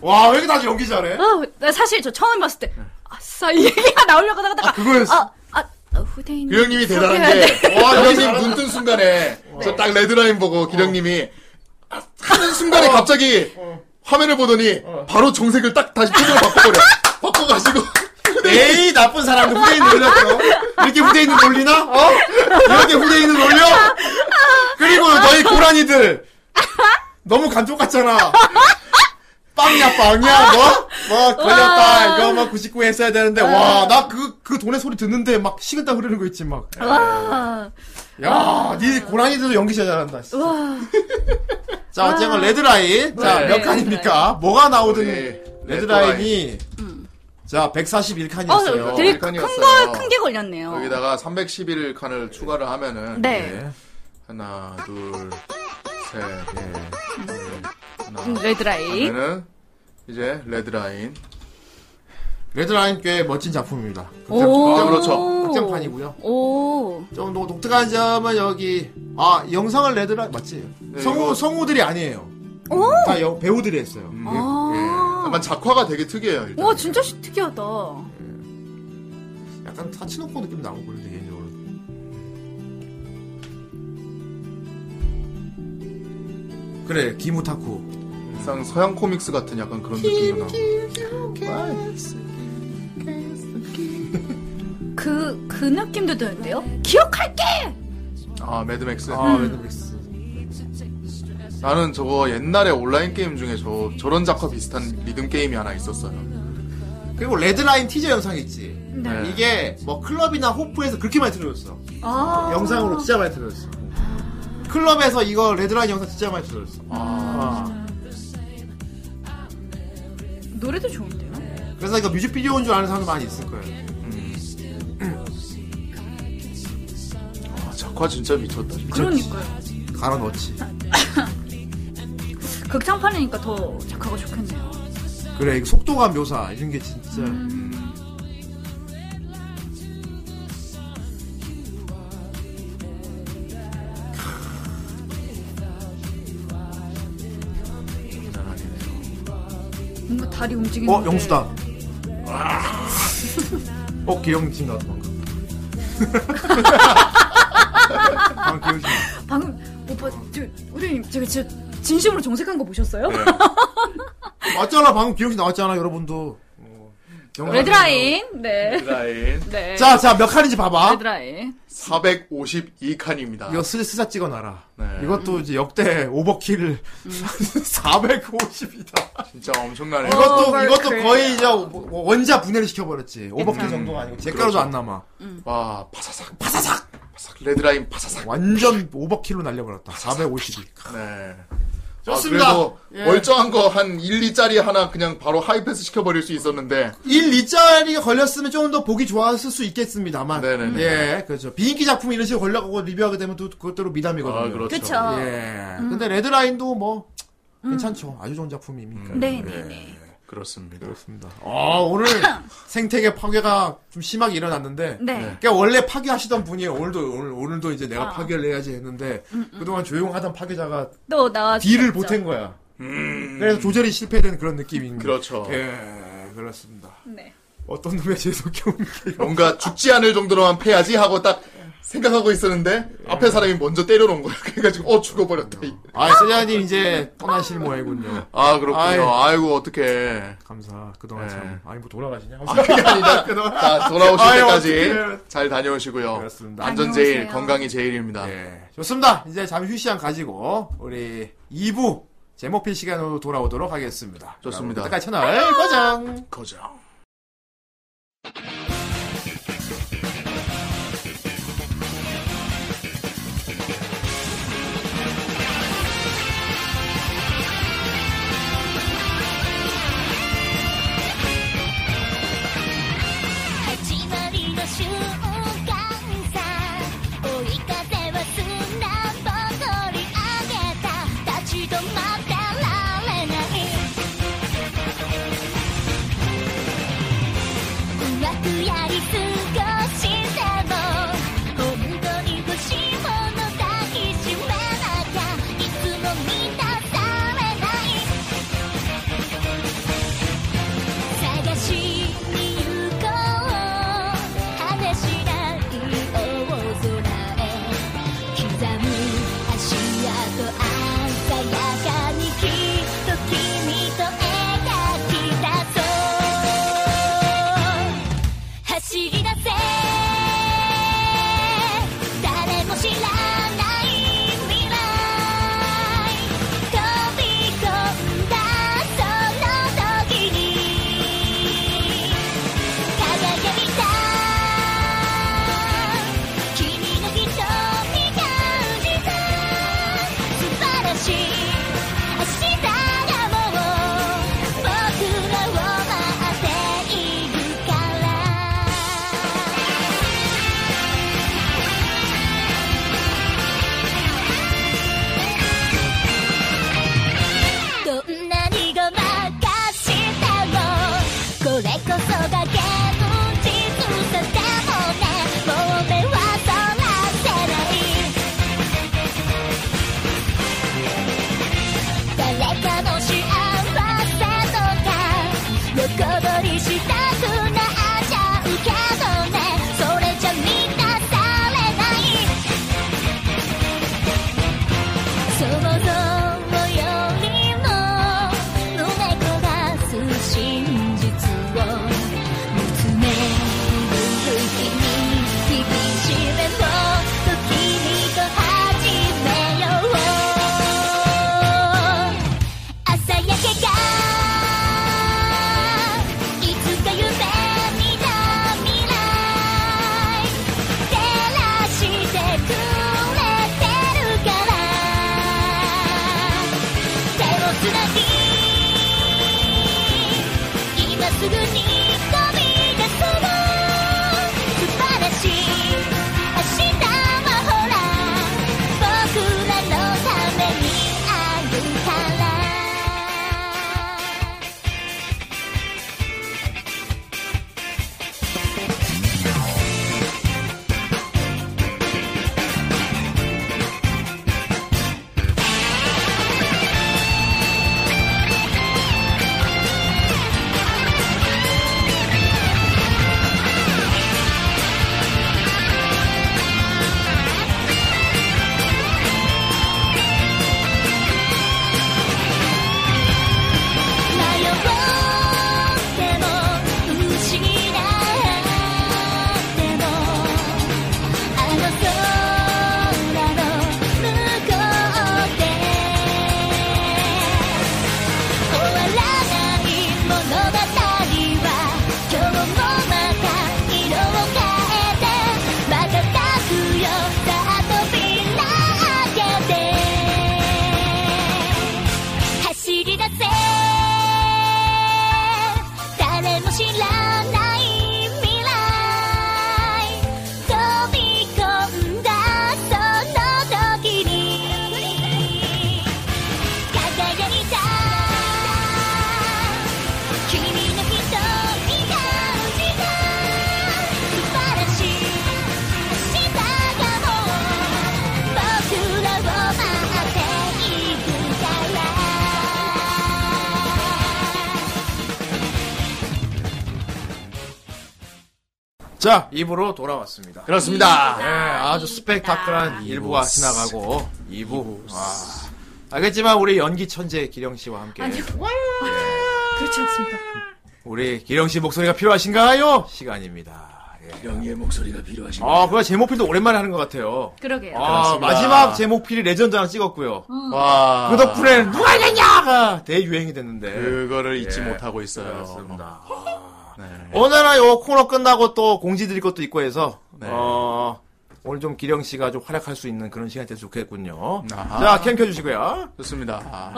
S3: 와 왜 이렇게 다시 연기 잘해?
S5: 어, 나 사실 저 처음 봤을
S3: 네.
S5: 때 아싸 이 얘기가 나오려고 하다가 아,
S11: 그거였어.
S5: 아, 아, 네, 어, 후대인
S11: 기령님이 대단한
S5: 소개해야
S11: 게,
S5: 돼.
S11: 와, 기령님 눈 뜬 순간에, 저 딱 레드라인 보고 기령님이, 아, 하는 순간에 갑자기, 화면을 보더니, 바로 정색을 딱 다시 표정을 바꿔버려. 바꿔가지고.
S3: 에이 나쁜 사람들 후대인 놀렸어. 이렇게 후대인을 놀리나? 어? 이렇게 후대인을 놀려? 그리고 너희 고라니들 너무 감쪽 같잖아. 빵야 빵야 뭐뭐 걸렸다 이거 막 99 했어야 되는데 와 나 그 그 돈의 소리 듣는데 막 식은땀 흐르는 거 있지 막.
S5: 와.
S3: 야, 니 고라니들도 연기 진짜 잘한다. 씨.
S5: 와.
S3: 자, 어쨌건 레드라인. 자,
S5: 네,
S3: 아, 몇 칸입니까? 뭐가 나오든 레드라인이
S5: 음.
S3: 자, 141칸이었어요.
S5: 어, 되게 큰 거, 큰 게 걸렸네요.
S11: 여기다가 311 칸을 추가를 하면은
S5: 네.
S11: 하나 둘셋넷
S5: 음,
S3: 아,
S5: 레드라인.
S11: 하면은 이제 레드라인
S3: 레드라인 꽤 멋진 작품입니다.
S5: 오.
S3: 극장, 그렇죠. 극장판이고요.
S5: 오.
S3: 좀 노- 독특한 점은 여기 아 영상을 레드라인 맞지?
S11: 네,
S3: 성우
S11: 이거-
S3: 성우들이 아니에요.
S5: 오.
S3: 다 여- 배우들이 했어요.
S5: 아.
S11: 다만 작화가 되게 특이해요. 일단.
S5: 와, 진짜 시- 특이하다.
S3: 약간 타치노코 느낌 나고 그런데 개인적으로. 그래 기무타쿠.
S11: 일상 서양 코믹스 같은 약간 그런 느낌도 나고.
S5: 그, 그 느낌도 드는데요? 기억할게!
S11: 아 매드맥스.
S3: 아, 매드맥스.
S11: 나는 저거 옛날에 온라인 게임 중에 저 저런 작화 비슷한 리듬 게임이 하나 있었어요.
S3: 그리고 레드라인 티저 영상 있지.
S11: 네.
S3: 이게 뭐 클럽이나 호프에서 그렇게 많이 틀어줬어.
S5: 아.
S3: 영상으로 진짜 많이 틀어줬어. 클럽에서 이거 레드라인 영상 진짜 많이 틀어줬어. 아.
S5: 노래도 좋은데요?
S3: 그래서 이거 뮤직비디오인 줄 아는 사람도 많이 있을 거예요.
S11: 아, 작화 진짜 미쳤다. 진짜.
S5: 그러니까요.
S3: 갈아 넣었지.
S5: 극장판이니까 더 작화가 좋겠네요.
S3: 그래, 이거 속도감 묘사 이런 게 진짜.
S5: 뭔가 다리 움직이는.
S3: 어, 영수다. 아. 어, 기영 팀 나도 방금. 방금 기영 팀.
S5: 방금, 오빠, 저, 우리, 제가 진짜 진심으로 정색한 거 보셨어요?
S3: 네. 맞잖아, 방금 기영 팀 나왔잖아, 여러분도. 어, 경험하셨나?
S5: 레드라인, 네.
S11: 레드라인.
S5: 네.
S3: 자, 자, 몇 칸인지 봐봐.
S5: 레드라인.
S11: 452칸입니다.
S3: 이거 슬, 스사 찍어놔라.
S11: 네.
S3: 이것도 이제 역대 오버킬을 450이다.
S5: 어,
S11: 진짜 엄청나네.
S3: 이것도
S11: 어,
S3: 이것도
S11: 그래.
S3: 거의 이제 뭐- 원자 분해를 시켜버렸지. 오버킬
S11: 음.
S3: 정도가 아니고 제
S11: 그렇죠.
S3: 가루도 안 남아.
S11: 와 파사삭 파사삭 파사삭 레드라인 파사삭.
S3: 완전 오버킬로 날려버렸다. 452.
S11: 네.
S3: 좋습니다.
S11: 아, 그래도
S3: 예.
S11: 멀쩡한 거 한 1, 2짜리 하나 그냥 바로 하이패스 시켜버릴 수 있었는데
S3: 1, 2짜리가 걸렸으면 좀 더 보기 좋았을 수 있겠습니다만.
S11: 네네네.
S3: 예, 그렇죠. 비인기 작품 이런 식으로 걸려가고 리뷰하게 되면 또 그것대로 미담이거든요.
S11: 아, 그렇죠. 그쵸.
S3: 예.
S11: 음.
S3: 근데 레드라인도 뭐, 괜찮죠. 아주 좋은 작품이니까.
S5: 음. 네네네.
S11: 그렇습니다.
S3: 그렇습니다. 아, 오늘 생태계 파괴가 좀 심하게 일어났는데.
S5: 네.
S3: 그러니까 원래 파괴하시던 분이 오늘도, 오늘, 오늘도 이제
S5: 아.
S3: 내가 파괴를 해야지 했는데,
S5: 음,
S3: 그동안 조용하던 파괴자가
S5: 또 나와.
S3: 뒤를 보탠 거야. 그래서 조절이 실패된 그런 느낌인
S11: 음. 그렇죠.
S3: 예, 그렇습니다.
S5: 네.
S3: 어떤 놈의 재석이 온 게.
S11: 뭔가 죽지 않을 정도로만 패야지 하고 딱
S22: 생각하고 있었는데 앞에 사람이 먼저 때려놓은 거야. 그래가지고 어 죽어버렸다. 이.
S12: 아, 세자님 이제 떠나실 모양이군요.
S22: 아 그렇군요. 아이고 어떡해.
S12: 감사. 그동안
S3: 네.
S12: 참. 아니 뭐 돌아가시냐?
S22: 아, 그게 아니라 자, 돌아오실
S12: 아유,
S22: 때까지
S12: 어떡해.
S22: 잘 다녀오시고요. 안전
S12: 다녀오세요.
S22: 제일, 건강이 제일입니다.
S11: 예.
S12: 예. 좋습니다. 이제 잠시 휴식시간 가지고 우리 2부 제목필 시간으로 돌아오도록 하겠습니다.
S22: 좋습니다.
S12: 여러분, 그때까지 채널 고정.
S22: 거장.
S4: 始まりの瞬間さ追い風は砂ぼこり上げた立ち止まってられないうまくやり過ごしても本当に欲しいもの抱きしめなきゃいつも満たされない探しに行こう果てしない想いを空へ刻む足跡鮮やかにきっと君と描き出そう走り出せ誰も知らない未来飛び込んだその時に輝いた君の瞳が見た素晴らしい明日がもう僕らを待っているからどんなにごまかしてもこれこそが現実さでもねもう目はそらせない誰かの幸せとか横取りしたくなっちゃうけどねそれじゃ満たされない想像よりも胸が焦がす真実を見つめる君にしめもっと君と始めよう朝焼けがいつか夢見た未来照らしてくれてるから手をつなぎ今すぐに飛び出そう素晴らしい明日はほら僕らのためにあるから迷っても不思議なでもあの空の向こうで終わらない物語は今日もまた色を変えて瞬くよさあ扉開けて走り出せ誰も知らない未来飛び込んだ
S3: 자, 입으로 돌아왔습니다.
S11: 그렇습니다.
S3: 예, 아주 스펙타클한 1부가 지나가고 2부. 아, 알겠지만 우리 연기 천재 기령 씨와 함께
S2: 아니, 그렇지 않습니다.
S3: 우리 기령 씨 목소리가 필요하신가요? 시간입니다. 예.
S23: 영희의 목소리가 필요하신
S3: 아, 그거 제목필도 오랜만에 하는 것 같아요.
S5: 그러게요.
S3: 아,
S5: 그렇습니다.
S3: 마지막 제목필이 레전드 하나 찍었고요.
S5: 음.
S11: 와.
S3: 그 덕분에 누가 이겼냐가 대유행이 됐는데.
S11: 아, 그거를 잊지
S3: 예,
S11: 못하고 있어요.
S3: 그렇습니다. 오늘은 요 코너 끝나고 또 공지 드릴 것도 있고 해서 어, 오늘 좀 기령 씨가 좀 활약할 수 있는 그런 시간이 됐으면 좋겠군요. 자, 캠 켜주시고요.
S11: 좋습니다.
S6: 아,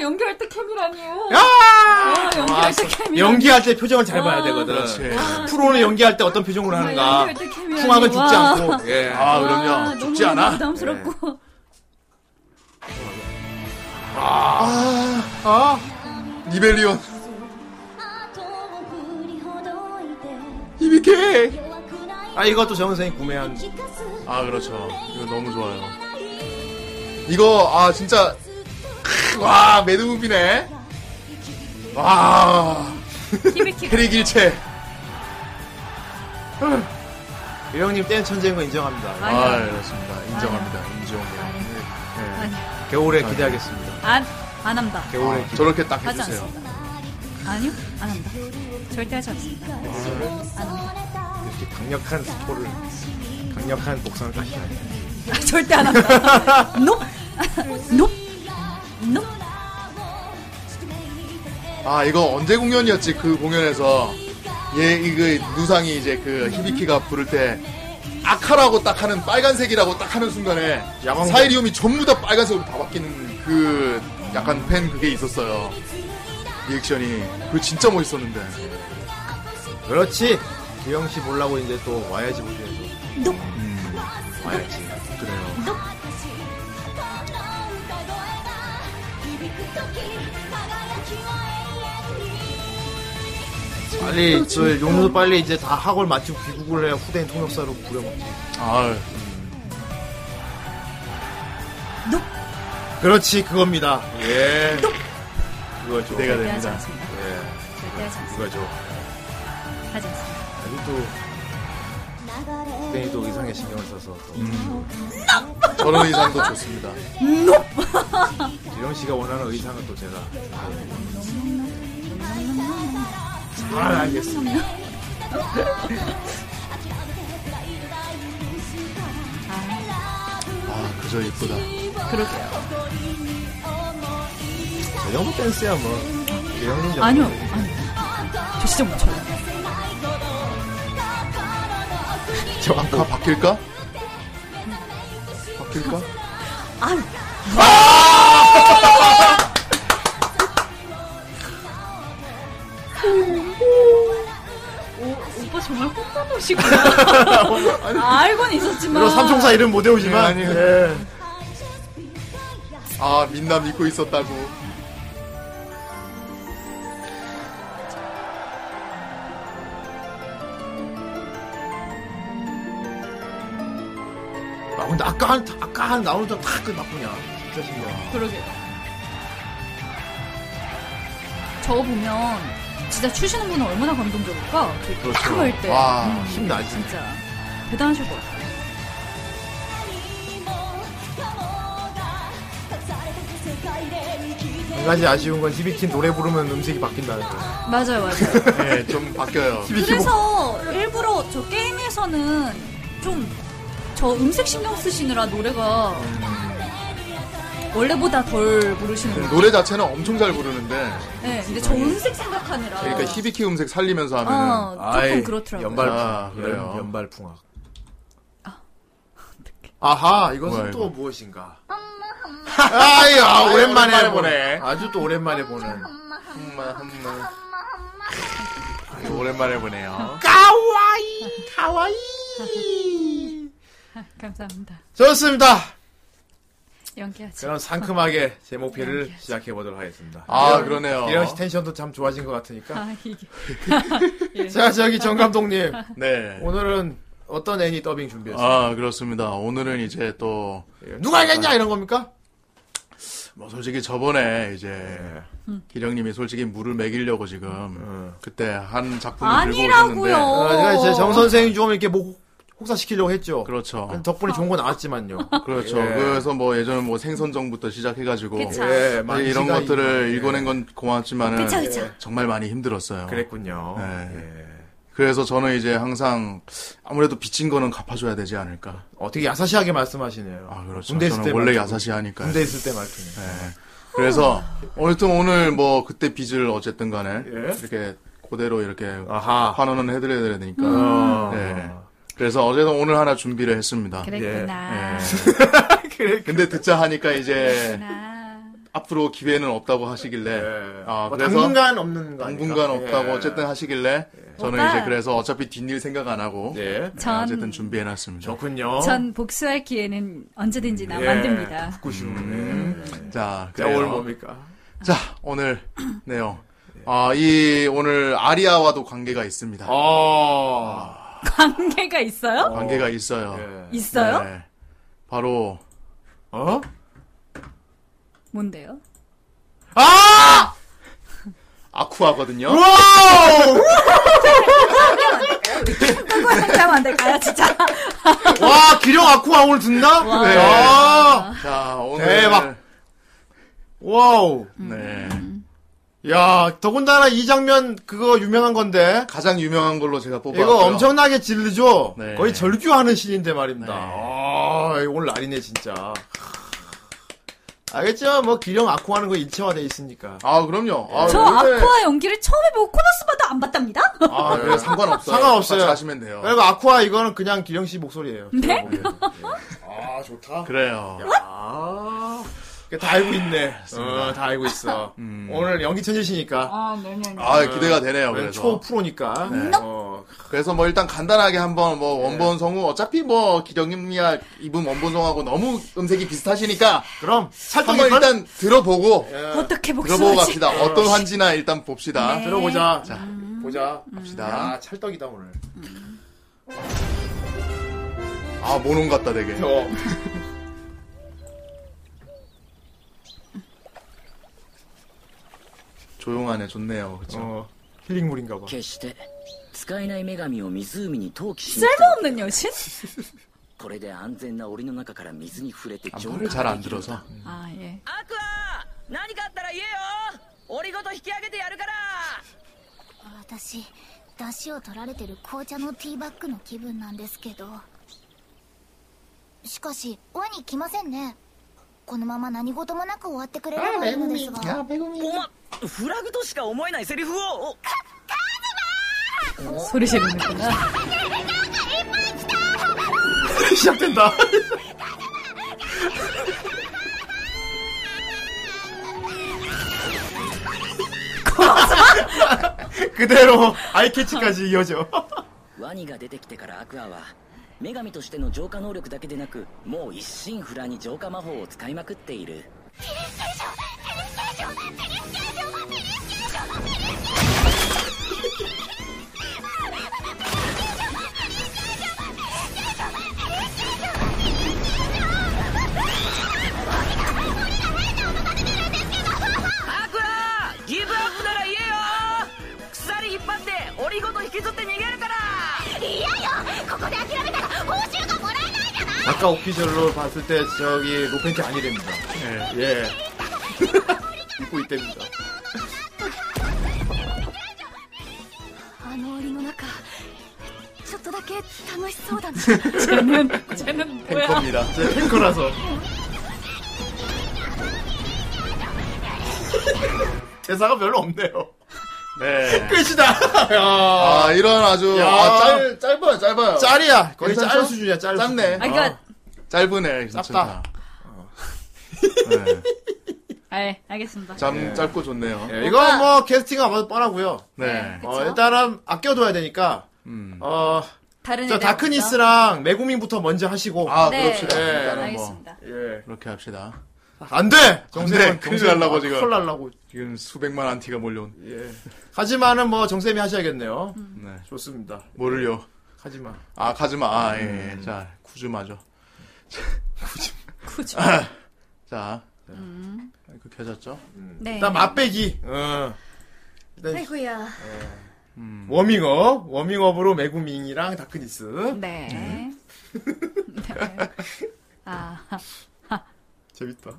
S6: 연기할 때 캠이라니요.
S3: 야!
S6: 아, 연기할 때 캠이.
S3: 연기할 때 표정을 잘 봐야 되거든. 아, 프로는 연기할 때 어떤 표정으로
S5: 아,
S3: 하는가.
S5: 네.
S6: 연기할 때 캠이라니.
S3: 풍악은 죽지
S6: 와.
S3: 않고. 예.
S6: 아, 와, 너무 너무 부담스럽고.
S3: 네.
S11: 아, 아. 니벨리온.
S3: 이비케. 아, 이것도 정 선생님 구매한.
S11: 아, 그렇죠. 이거 너무 좋아요. 이거, 아, 진짜. 크, 와, 매드무비네. 와. 캐릭 일체.
S3: 예. 유형님 땐 천재인 거 인정합니다.
S5: 아니요.
S11: 아, 그렇습니다. 인정합니다. 인정.
S5: 아니,
S3: 겨울에 기대하겠습니다.
S5: 안, 안 한다.
S3: 겨울에 기대.
S11: 저렇게 딱
S5: 하지
S11: 해주세요.
S5: 않습니다. 아니요, 안 한다. 절대 하지 않습니다. 안 합니다.
S3: 이렇게 강력한 스포를, 강력한 복선을 까시나요?
S5: 아, 절대 안 한다. 높! 높! 높!
S11: 아 이거 언제 공연이었지 그 공연에서 얘 이거 누상이 이제 그 히비키가 부를 때 아카라고 딱 하는 빨간색이라고 딱 하는 순간에
S3: 야광-
S11: 사이리움이 전부 다 빨간색으로 다 바뀌는 그 약간 팬 그게 있었어요 리액션이 그 진짜 멋있었는데
S3: 그렇지. 유형 씨 몰라고 이제 또 와야지 우리에서. 음,
S5: 높!
S3: 와야지. 그래요. 빨리 저 용도 빨리 이제 다 학원 마치고 귀국을 해야 후대인 통역사로 부려먹지.
S11: 아
S3: 그렇지 그겁니다. 예.
S11: 기대가
S3: 이거죠.
S5: 절대 하지
S11: 됩니다
S5: 않습니다.
S3: 예.
S5: 절대 하지 않습니다.
S3: 이거죠.
S5: 하지 않습니다.
S3: 아직도 후대인도 이상의 신경을 써서 또
S11: 저런 의상도 좋습니다
S3: 유형 씨가 원하는 의상은 또 제가 잘 알겠습니다.
S11: 아 그저 예쁘다
S5: 그러게요.
S3: 저 정도 댄스야 뭐. 유형 님 정도.
S5: 아니요, 아니요. 저 진짜 못 쳐요.
S11: 저 아까 바뀔까? 바뀔까?
S5: 아유. 오, 오빠 정말 혼나보시구나. 알고는 있었지만.
S3: 물론 삼총사 이름 못 외우지만.
S11: 아. 예, 아니요.
S3: 예.
S11: 아 민남 잊고 있었다고
S3: 아 근데 아까 한 아까 한 나오는 점탁 끝났구냐. 진짜 신기하다.
S5: 그러게요. 저거 보면 진짜 추시는 분은 얼마나 감동적일까? 저기 딱
S3: 그렇죠.
S5: 할
S11: 네.
S5: 때.
S3: 와,
S5: 음,
S3: 힘나지.
S5: 진짜. 대단하실 것 같아요.
S3: 한 가지 아쉬운 건 히비킨 노래 부르면 음색이 바뀐다는 거.
S5: 맞아요, 맞아요.
S11: 예, 좀 바뀌어요.
S3: 뭐
S5: 그래서 일부러 저 게임에서는 좀 저 음색 신경 쓰시느라 노래가 원래보다 덜 부르시는 것 같아요.
S11: 노래 자체는 엄청 잘 부르는데
S5: 네, 근데 저 음색 생각하느라.
S11: 그러니까 히비키 음색 살리면서 하면
S5: 어, 조금 그렇더라고요.
S3: 연발풍.
S11: 아, 그래요.
S3: 연발풍악.
S11: 아하
S3: 이것은 또
S11: 뭐
S3: 무엇인가?
S11: 아이, 아,
S3: 아이,
S11: 오랜만에 보네.
S3: 아주 또 오랜만에 보는.
S11: 오랜만에 보네요.
S2: 가와이 가와이
S5: 감사합니다.
S3: 좋습니다.
S5: 연기하지.
S3: 그럼 상큼하게 제 목표를 시작해 보도록 하겠습니다.
S12: 어.
S11: 아,
S3: 이런-
S11: 그러네요.
S3: 이런 씨 텐션도 참 좋아진 것 같으니까.
S5: 아, 네. 이게.
S3: 자, 저기 정 감독님.
S11: 네.
S3: 오늘은 어떤 애니 더빙 준비했어요?
S11: 아, 그렇습니다. 오늘은 이제 또
S3: 누가 이겼냐 이런 겁니까?
S11: 뭐 솔직히 저번에 이제
S3: 네.
S11: 기령님이 솔직히 물을 먹이려고 지금 그때 한 작품을
S5: 아니라고요.
S11: 들고
S3: 아,
S12: 어,
S11: 오셨는데
S3: 제가 이제 정 선생님 좀 이렇게 뭐 혹사시키려고 했죠.
S11: 그렇죠.
S3: 덕분에 좋은 거 나왔지만요.
S11: 그렇죠.
S3: 예.
S11: 그래서 뭐 예전에 뭐 생선정부터 시작해가지고
S3: 그쵸. 예,
S11: 사실
S3: 많은
S11: 이런
S3: 시간이-
S11: 것들을
S3: 예.
S11: 읽어낸 건 고맙지만은 예,
S3: 그쵸, 그쵸.
S11: 정말 많이 힘들었어요.
S24: 그랬군요.
S11: 예. 그래서 저는 이제 항상 아무래도 빚진 거는 갚아줘야 되지 않을까.
S3: 어떻게 야사시하게 말씀하시네요.
S11: 아 그렇죠.
S3: 군대 있을
S11: 저는
S3: 때
S11: 원래
S3: 말투.
S11: 야사시하니까.
S3: 군대 있을 때 말투네.
S11: 그래서 어쨌든 오늘 뭐 그때 빚을 어쨌든 간에
S3: 예.
S11: 이렇게 그대로 이렇게 환원은 해드려야 되니까.
S3: 음.
S11: 예. 그래서 어제도 오늘 하나 준비를 했습니다.
S5: 그랬구나.
S11: 예. 근데 듣자 하니까 이제
S3: 예.
S11: 앞으로 기회는 없다고 하시길래 아
S3: 뭐
S11: 그래서
S3: 당분간 없는 거 아닐까?
S11: 당분간 없다고
S3: 예.
S11: 어쨌든 하시길래 저는
S5: 오빠.
S11: 이제 그래서 어차피 뒷일 생각 안 하고
S3: 네.
S11: 예,
S5: 전-
S11: 어쨌든 준비해놨습니다. 좋군요.
S5: 전 복수할 기회는 언제든지 나
S11: 어? 예.
S5: 만듭니다.
S3: 음.
S11: 자,
S3: 자,
S11: 그래요.
S3: 오늘 네, 뭐 뭡니까?
S11: 자, 오늘 내용. 아, 이 오늘 아리아와도 관계가 있습니다.
S3: 어.
S11: 아,
S5: 관계가 있어요?
S11: 관계가
S3: 예.
S11: 있어요.
S5: 있어요?
S11: 네. 바로 어?
S5: 뭔데요?
S11: 아! 아쿠아거든요.
S5: 그거 상담 안 될까요, 진짜?
S11: 아,
S3: 와, 기령 아쿠아 오늘 듣나?
S5: 와.
S11: 네.
S3: 아.
S11: 자, 오늘
S3: 대박. 음. 와우.
S11: 네.
S3: 야, 더군다나 이 장면 그거 유명한 건데.
S11: 가장 유명한 걸로 제가 뽑았고요.
S3: 이거 엄청나게 질르죠?
S11: 네.
S3: 거의 절규하는 신인데 말입니다. 아, 오늘 날이네, 진짜. 알겠지만, 뭐, 기령 아쿠아 하는 거 일체화돼 있으니까.
S11: 아, 그럼요. 아,
S5: 저 아쿠아 연기를 처음 해보고 코너스바도 안 봤답니다?
S11: 아, 그래 상관없어요.
S3: 상관없어요. 네.
S11: 같이 하시면 돼요.
S3: 그리고 아쿠아 이거는 그냥 기령 씨 목소리예요.
S5: 네?
S3: 아, 좋다.
S11: 그래요.
S3: 야. 그게 아. 다 알고 있네. 어, 다 알고 있어.
S11: 음.
S3: 오늘 연기 천재시니까.
S5: 아, 네네네.
S11: 아, 기대가 되네요.
S3: 어,
S11: 그래서.
S3: 초 프로니까.
S11: 네.
S3: 어,
S11: 그래서 뭐 일단 간단하게 한번 뭐
S3: 네.
S11: 원본 성우 어차피 뭐 기령님이야 이분 원본 성우하고 너무 음색이 비슷하시니까
S3: 그럼
S11: 한번 일단 들어보고
S3: 네.
S5: 어떻게
S11: 들어보고
S5: 복수하지?
S11: 갑시다. 어떤 환지나 일단 봅시다.
S3: 네. 들어보자.
S11: 자,
S3: 보자.
S5: 음.
S11: 갑시다.
S3: 야, 찰떡이다 오늘.
S11: 아, 모논 같다 되게.
S3: 네.
S11: 조용하네, 좋네요. 그렇죠.
S3: 어, 힐링물인가 봐.
S23: 決して使えない女神を湖に投棄しなさい
S5: 쓸모없는 여신?
S23: これで安全な檻の中から水に触れて
S11: あ
S23: 浄化できるんだ
S5: 아, 예.
S25: 何かあったら言えよ檻ごと引き上げてやるから
S26: 私出汁を取られてる紅茶のティーバッグの気分なんですけどしかし輪に来ませんねこのまま何事もなく終わってくれればいいのですが
S25: お前フラグとしか思えないセリフを
S5: 어?
S25: お
S5: 소리 지르는구나.
S3: 시작된다. 그대로 아이캐치까지 이어져.
S23: ワニが出てきてからアクアは女神としての浄化能力だけでなくもう一心不乱に浄化魔法を使いまくっている
S25: アクアギブアップなら言えよ鎖引っ張って檻ごと引きずって逃げるからいやよここで諦めたら報酬がもらえない
S3: 아까 오피셜로 봤을 때 저기 로펜트 아니랍니다.
S11: 네.
S3: 예. 예. 입고 있답니다.
S5: 아,
S1: あの檻の中ちょっとだけ楽しそうだな
S5: 아, 쟤는, 쟤는 뭐야.
S11: 탱커입니다.
S3: 제 탱커라서. 대사가 별로 없네요.
S11: 네.
S3: 끝이다. 야.
S11: 아, 이런 아주
S3: 야.
S11: 아, 짧, 짧아요, 짧아요.
S3: 짤이야. 거의
S11: 괜찮죠?
S3: 짤 수준이야, 짤
S11: 짧네.
S3: 수준. 아, 그러니까-
S11: 짧으네, 괜찮다.
S5: 예, 알겠습니다.
S11: 짬 짧고 좋네요.
S3: 예, 이건 뭐 캐스팅은 아마도 뻔하고요.
S11: 네.
S3: 어, 일단은 아껴둬야 되니까.
S11: 음.
S3: 어.
S5: 다른
S11: 네,
S3: 저
S5: 애들
S3: 다크니스랑 메구민부터 먼저 하시고.
S11: 아,
S5: 네.
S11: 그럽시다.
S5: 네,
S11: 일단은 뭐.
S5: 알겠습니다.
S11: 그렇게 합시다.
S3: 안 돼!
S11: 정세 큰일 날라고 지금.
S3: 네. 큰일 날라고.
S11: 지금 수백만 안티가 몰려온.
S3: 하지만은 뭐 정쌤이 하셔야겠네요.
S11: 네.
S3: 좋습니다.
S11: 뭐를요?
S3: 하지마.
S11: 아, 가지마. 아, 예,
S3: 음.
S11: 예. 자, 아, 쿠즈마죠. 쿠즈마. 자, 그 겨졌죠?
S5: 네.
S3: 일단 맛배기. 어. 아 일단 예.
S5: 아이고야.
S11: 음.
S3: 워밍업, 워밍업으로 메구밍이랑 다크니스.
S5: 네. 아,
S3: 재밌다.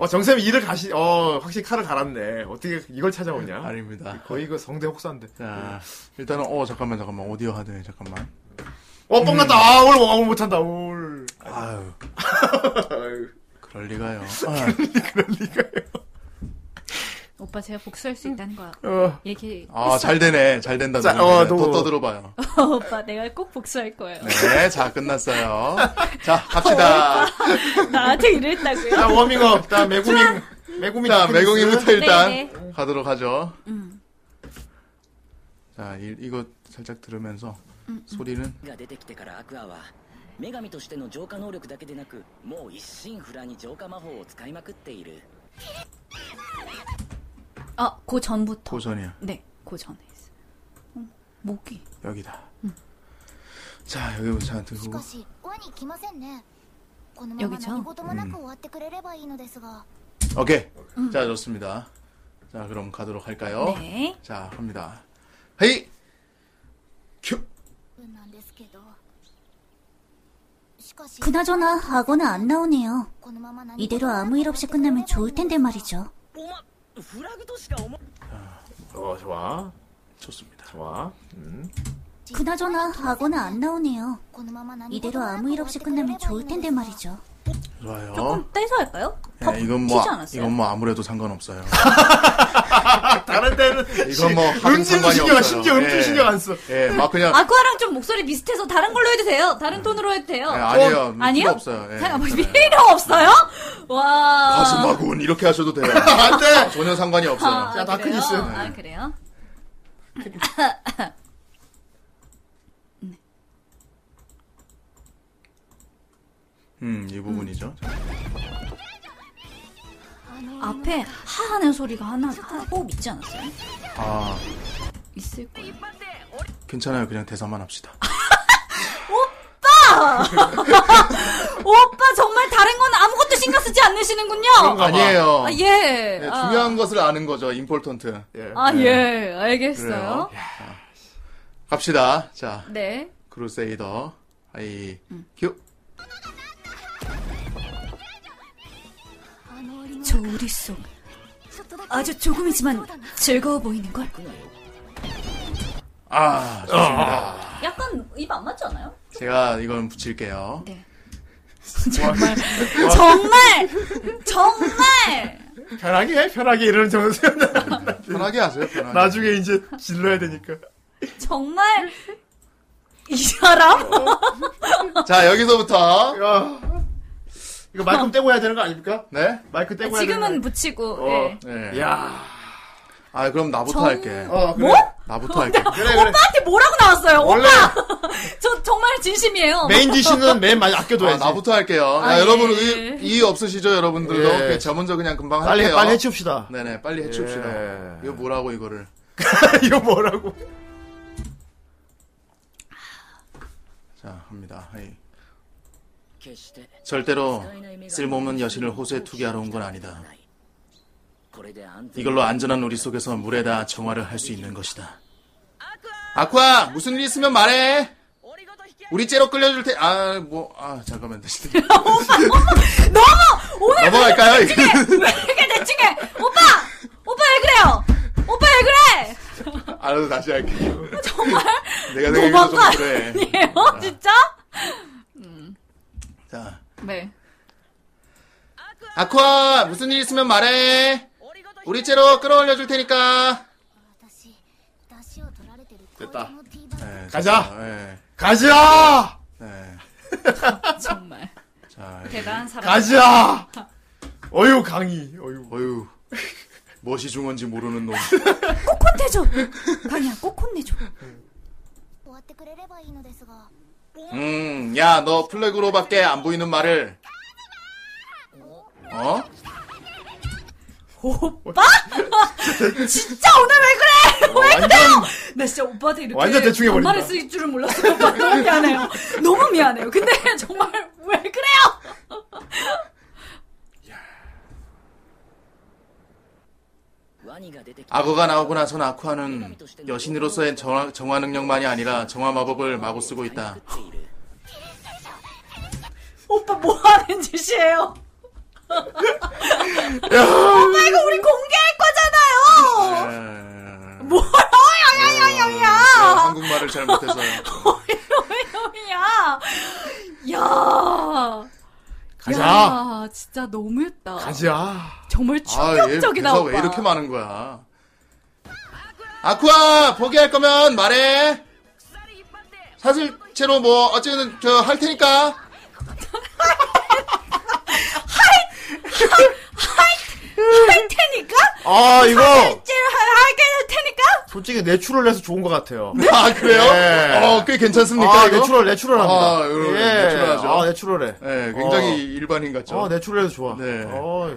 S3: 어, 정쌤 이를 가시, 어, 확실히 칼을 갈았네. 어떻게 이걸 찾아오냐?
S11: 아닙니다.
S3: 거의 그 성대 혹사인데.
S11: 자, 일단은 어 잠깐만 잠깐만 오디오 하드 잠깐만.
S3: 어, 뻥 났다. 아, 오늘, 오늘 못한다. 오늘.
S11: 아유. 그럴 리가요.
S5: 오빠 제가 복수할 수 있다는 거야.
S11: 어.
S5: 이렇게.
S11: 아, 잘 되네. 잘 된다.
S3: 자,
S11: 자,
S3: 어,
S11: 어,
S3: 너무-
S11: 또 떠들어봐요.
S5: 오빠 내가 꼭 복수할 거예요.
S11: 네, 자, 끝났어요. 자,
S5: 어,
S11: 갑시다.
S5: 나한테 이랬다고요?
S3: 자, 워밍업. 일단 메구밍. 메구밍.
S11: 자, 매공이부터 일단
S5: 네, 네.
S11: 가도록 하죠.
S5: 음.
S11: 자, 이, 이거 살짝 들으면서 소리는
S23: が出てきてからアクアは女神としての浄化能力だけでなくもう一心不乱に浄化魔法を使いまくっている
S5: 아, 그 전부터.
S11: 고전이야.
S5: 네, 그 전에 있어요. 음, 목이.
S11: 여기다. 자, 여기부터 뭐 자,
S14: し
S11: 듣고
S14: かし輪に来ませんねこのまま何事もなく終わってくれればいいのですが
S11: 오케이. 자, 좋습니다. 자, 그럼 가도록 할까요?
S14: 네.
S11: 자, 갑니다. 헤이! 큐!
S14: なんですけどしかし
S27: 그나저나 악어는 안 나오네요.
S14: このまま何
S27: 이대로 아무 일 없이 끝나면 좋을 텐데 말이죠.
S25: フラグとしか思
S3: 어, 좋아.
S11: 좋습니다.
S3: 좋아. 음.
S27: 그나저나 악어는 안 나오네요.
S14: このまま何
S27: 이대로 아무 일 없이 끝나면 좋을 텐데 말이죠.
S11: 좋아요.
S5: 음, 떼서 할까요?
S11: 야, 이건 뭐,
S27: 튀지 않았어요?
S11: 이건 뭐 아무래도 상관없어요.
S3: 다른 데는.
S11: 이건 뭐, 하등 상관이
S3: 음질도 신경, 안-
S11: 없어요.
S3: 심지어 음질
S11: 예.
S3: 신경 안 써.
S11: 예, 막 그냥.
S5: 아쿠아랑 좀 목소리 비슷해서 다른 걸로 해도 돼요. 다른 톤으로 해도 돼요.
S11: 예, 아니에요.
S5: 어,
S11: 필요
S5: 아니요?
S11: 없어요. 예,
S5: 잠깐만, 필요 없어요? 와.
S11: 가슴하군 이렇게 하셔도 돼요. 안 돼! 전혀 상관이 없어요.
S5: 아, 아, 그래요?
S11: 네.
S5: 아, 그래요?
S11: 음, 이 부분이죠.
S5: 앞에 하하는 소리가 하나 꼭 있지 않았어요?
S11: 아,
S5: 있을 거예요.
S11: 괜찮아요. 그냥 대사만 합시다.
S5: 오빠! 오빠 정말 다른 건 아무것도 신경 쓰지 않으시는군요.
S11: 아니에요.
S5: 아, 예.
S11: 네,
S5: 아.
S11: 중요한 것을 아는 거죠. 임폴턴트.
S5: 아,
S11: 네,
S5: 예. 알겠어요.
S11: 그래요. 자, 갑시다. 자,
S5: 네.
S11: 크루세이더. 아이,
S5: 음.
S11: 큐.
S5: 저 우리 속 아주 조금이지만 즐거워 보이는 걸.
S11: 아, 좋습니다.
S5: 약간 입 안 맞지 않아요?
S11: 제가 이건 붙일게요.
S5: 네.
S11: 정말. 아.
S5: 정말 정말
S3: 편하게 해, 편하게 이러는 정세
S11: 편하게 하세요, 편하게.
S3: 나중에 이제 질러야 되니까.
S5: 정말 이 사람
S11: 어, 네. 자, 여기서부터.
S3: 이거 마이크 떼고 해야 되는 거 아닙니까?
S11: 네?
S3: 마이크 떼고 해야 되는
S5: 지금은 붙이고
S3: 거.
S5: 예.
S11: 네.
S3: 야.
S11: 아, 그럼 나부터
S5: 정-
S11: 할게.
S3: 어,
S5: 그래. 뭐?
S11: 나부터 할게. 그래,
S5: 오빠한테 뭐라고 나왔어요? 오빠 저 정말 진심이에요.
S11: 디시는 맨 많이 아껴둬야지. 나부터 할게요.
S5: 아,
S11: 야,
S5: 예.
S11: 여러분, 의, 이 없으시죠, 여러분들도?
S3: 예.
S11: 저 먼저 그냥 금방
S3: 빨리,
S11: 할게요.
S3: 빨리 예. 해치웁시다.
S11: 네네, 빨리 해치웁시다. 이거 뭐라고, 이거를.
S3: 이거 뭐라고?
S11: 자, 합니다. 하이.
S25: 決して
S11: 절대로 쓸모없는 여신을 호수에 투기하러 온 건 아니다.
S25: これで安全
S11: 이걸로 안전한 우리 속에서 물에다 정화를 할 수 있는 것이다. 아쿠아! 무슨 일 있으면 말해! 우리 째로 끌려줄 테, 아, 뭐, 아, 잠깐만. 다시. 들-
S5: 너무 오늘
S11: 넘어갈까요? 이거?
S5: 왜 이렇게 대충해 오빠 오빠 왜 그래요? 오빠 왜 그래?
S11: 알아서 다시 할게요.
S5: 정말
S11: 내가 내가 이거
S5: 너무한
S11: 좀
S5: 거
S11: 그래.
S5: 아니에요? 진짜?
S11: 자.
S5: 네.
S11: 아쿠아! 무슨 일 있으면 말해! 우리 째로 끌어올려줄 테니까!
S3: 됐다.
S11: 네,
S3: 가자.
S11: 됐어요. 네.
S3: 가자!
S11: 네.
S5: 정말
S11: 자,
S5: 대단한 사람.
S3: 가자! 어휴, 강의. 어휴.
S11: 어휴. 무엇이 중헌지 모르는 놈.
S5: 꼭 혼내줘. 강이야, 꼭 혼내줘.
S11: 음, 야, 너 플래그로밖에 안 보이는 말을. 어?
S5: 오빠? 진짜 오늘 왜
S11: 어,
S5: 그래? 왜 그래요? 나 진짜 오빠한테 이렇게
S3: 완전 대충 해버린다.
S5: 반말을 쓸 줄은 몰랐어요. 오빠 너무 미안해요. 너무 미안해요. 근데 정말 왜 그래요?
S11: 악어가 나오고 나선 아쿠아는 여신으로서의 정화, 정화 능력만이 아니라 정화 마법을 마구 쓰고 있다.
S23: 오빠 뭐 하는 짓이에요? 오빠 이거 우리 공개할
S11: 예.
S23: 거잖아요. 뭐야야야야야.
S11: 제가 한국말을 잘 못해서요.
S5: 야, 야,
S11: 가자.
S5: 야, 진짜 너무했다.
S11: 가자.
S5: 정말 충격적이다.
S11: 아, 얘,
S5: 오빠.
S11: 왜 이렇게 많은 거야? 아쿠아 포기할 거면 말해. 사실대로 뭐 어쨌든 저 할 테니까.
S5: 할 테니까?
S3: 아, 이거!
S5: 찔 하게 할 테니까?
S3: 아, 솔직히 내추럴해서 좋은 것 같아요.
S11: 아 그래요?
S3: 네.
S11: 어, 꽤 괜찮습니까?
S3: 아,
S11: 이거?
S3: 내추럴, 내추럴합니다.
S11: 아, 이거
S3: 예.
S11: 내추럴하죠.
S3: 아, 내추럴해.
S11: 네, 굉장히
S3: 어.
S11: 일반인 같죠.
S3: 어, 내추럴해서 좋아.
S11: 네.
S3: 어이.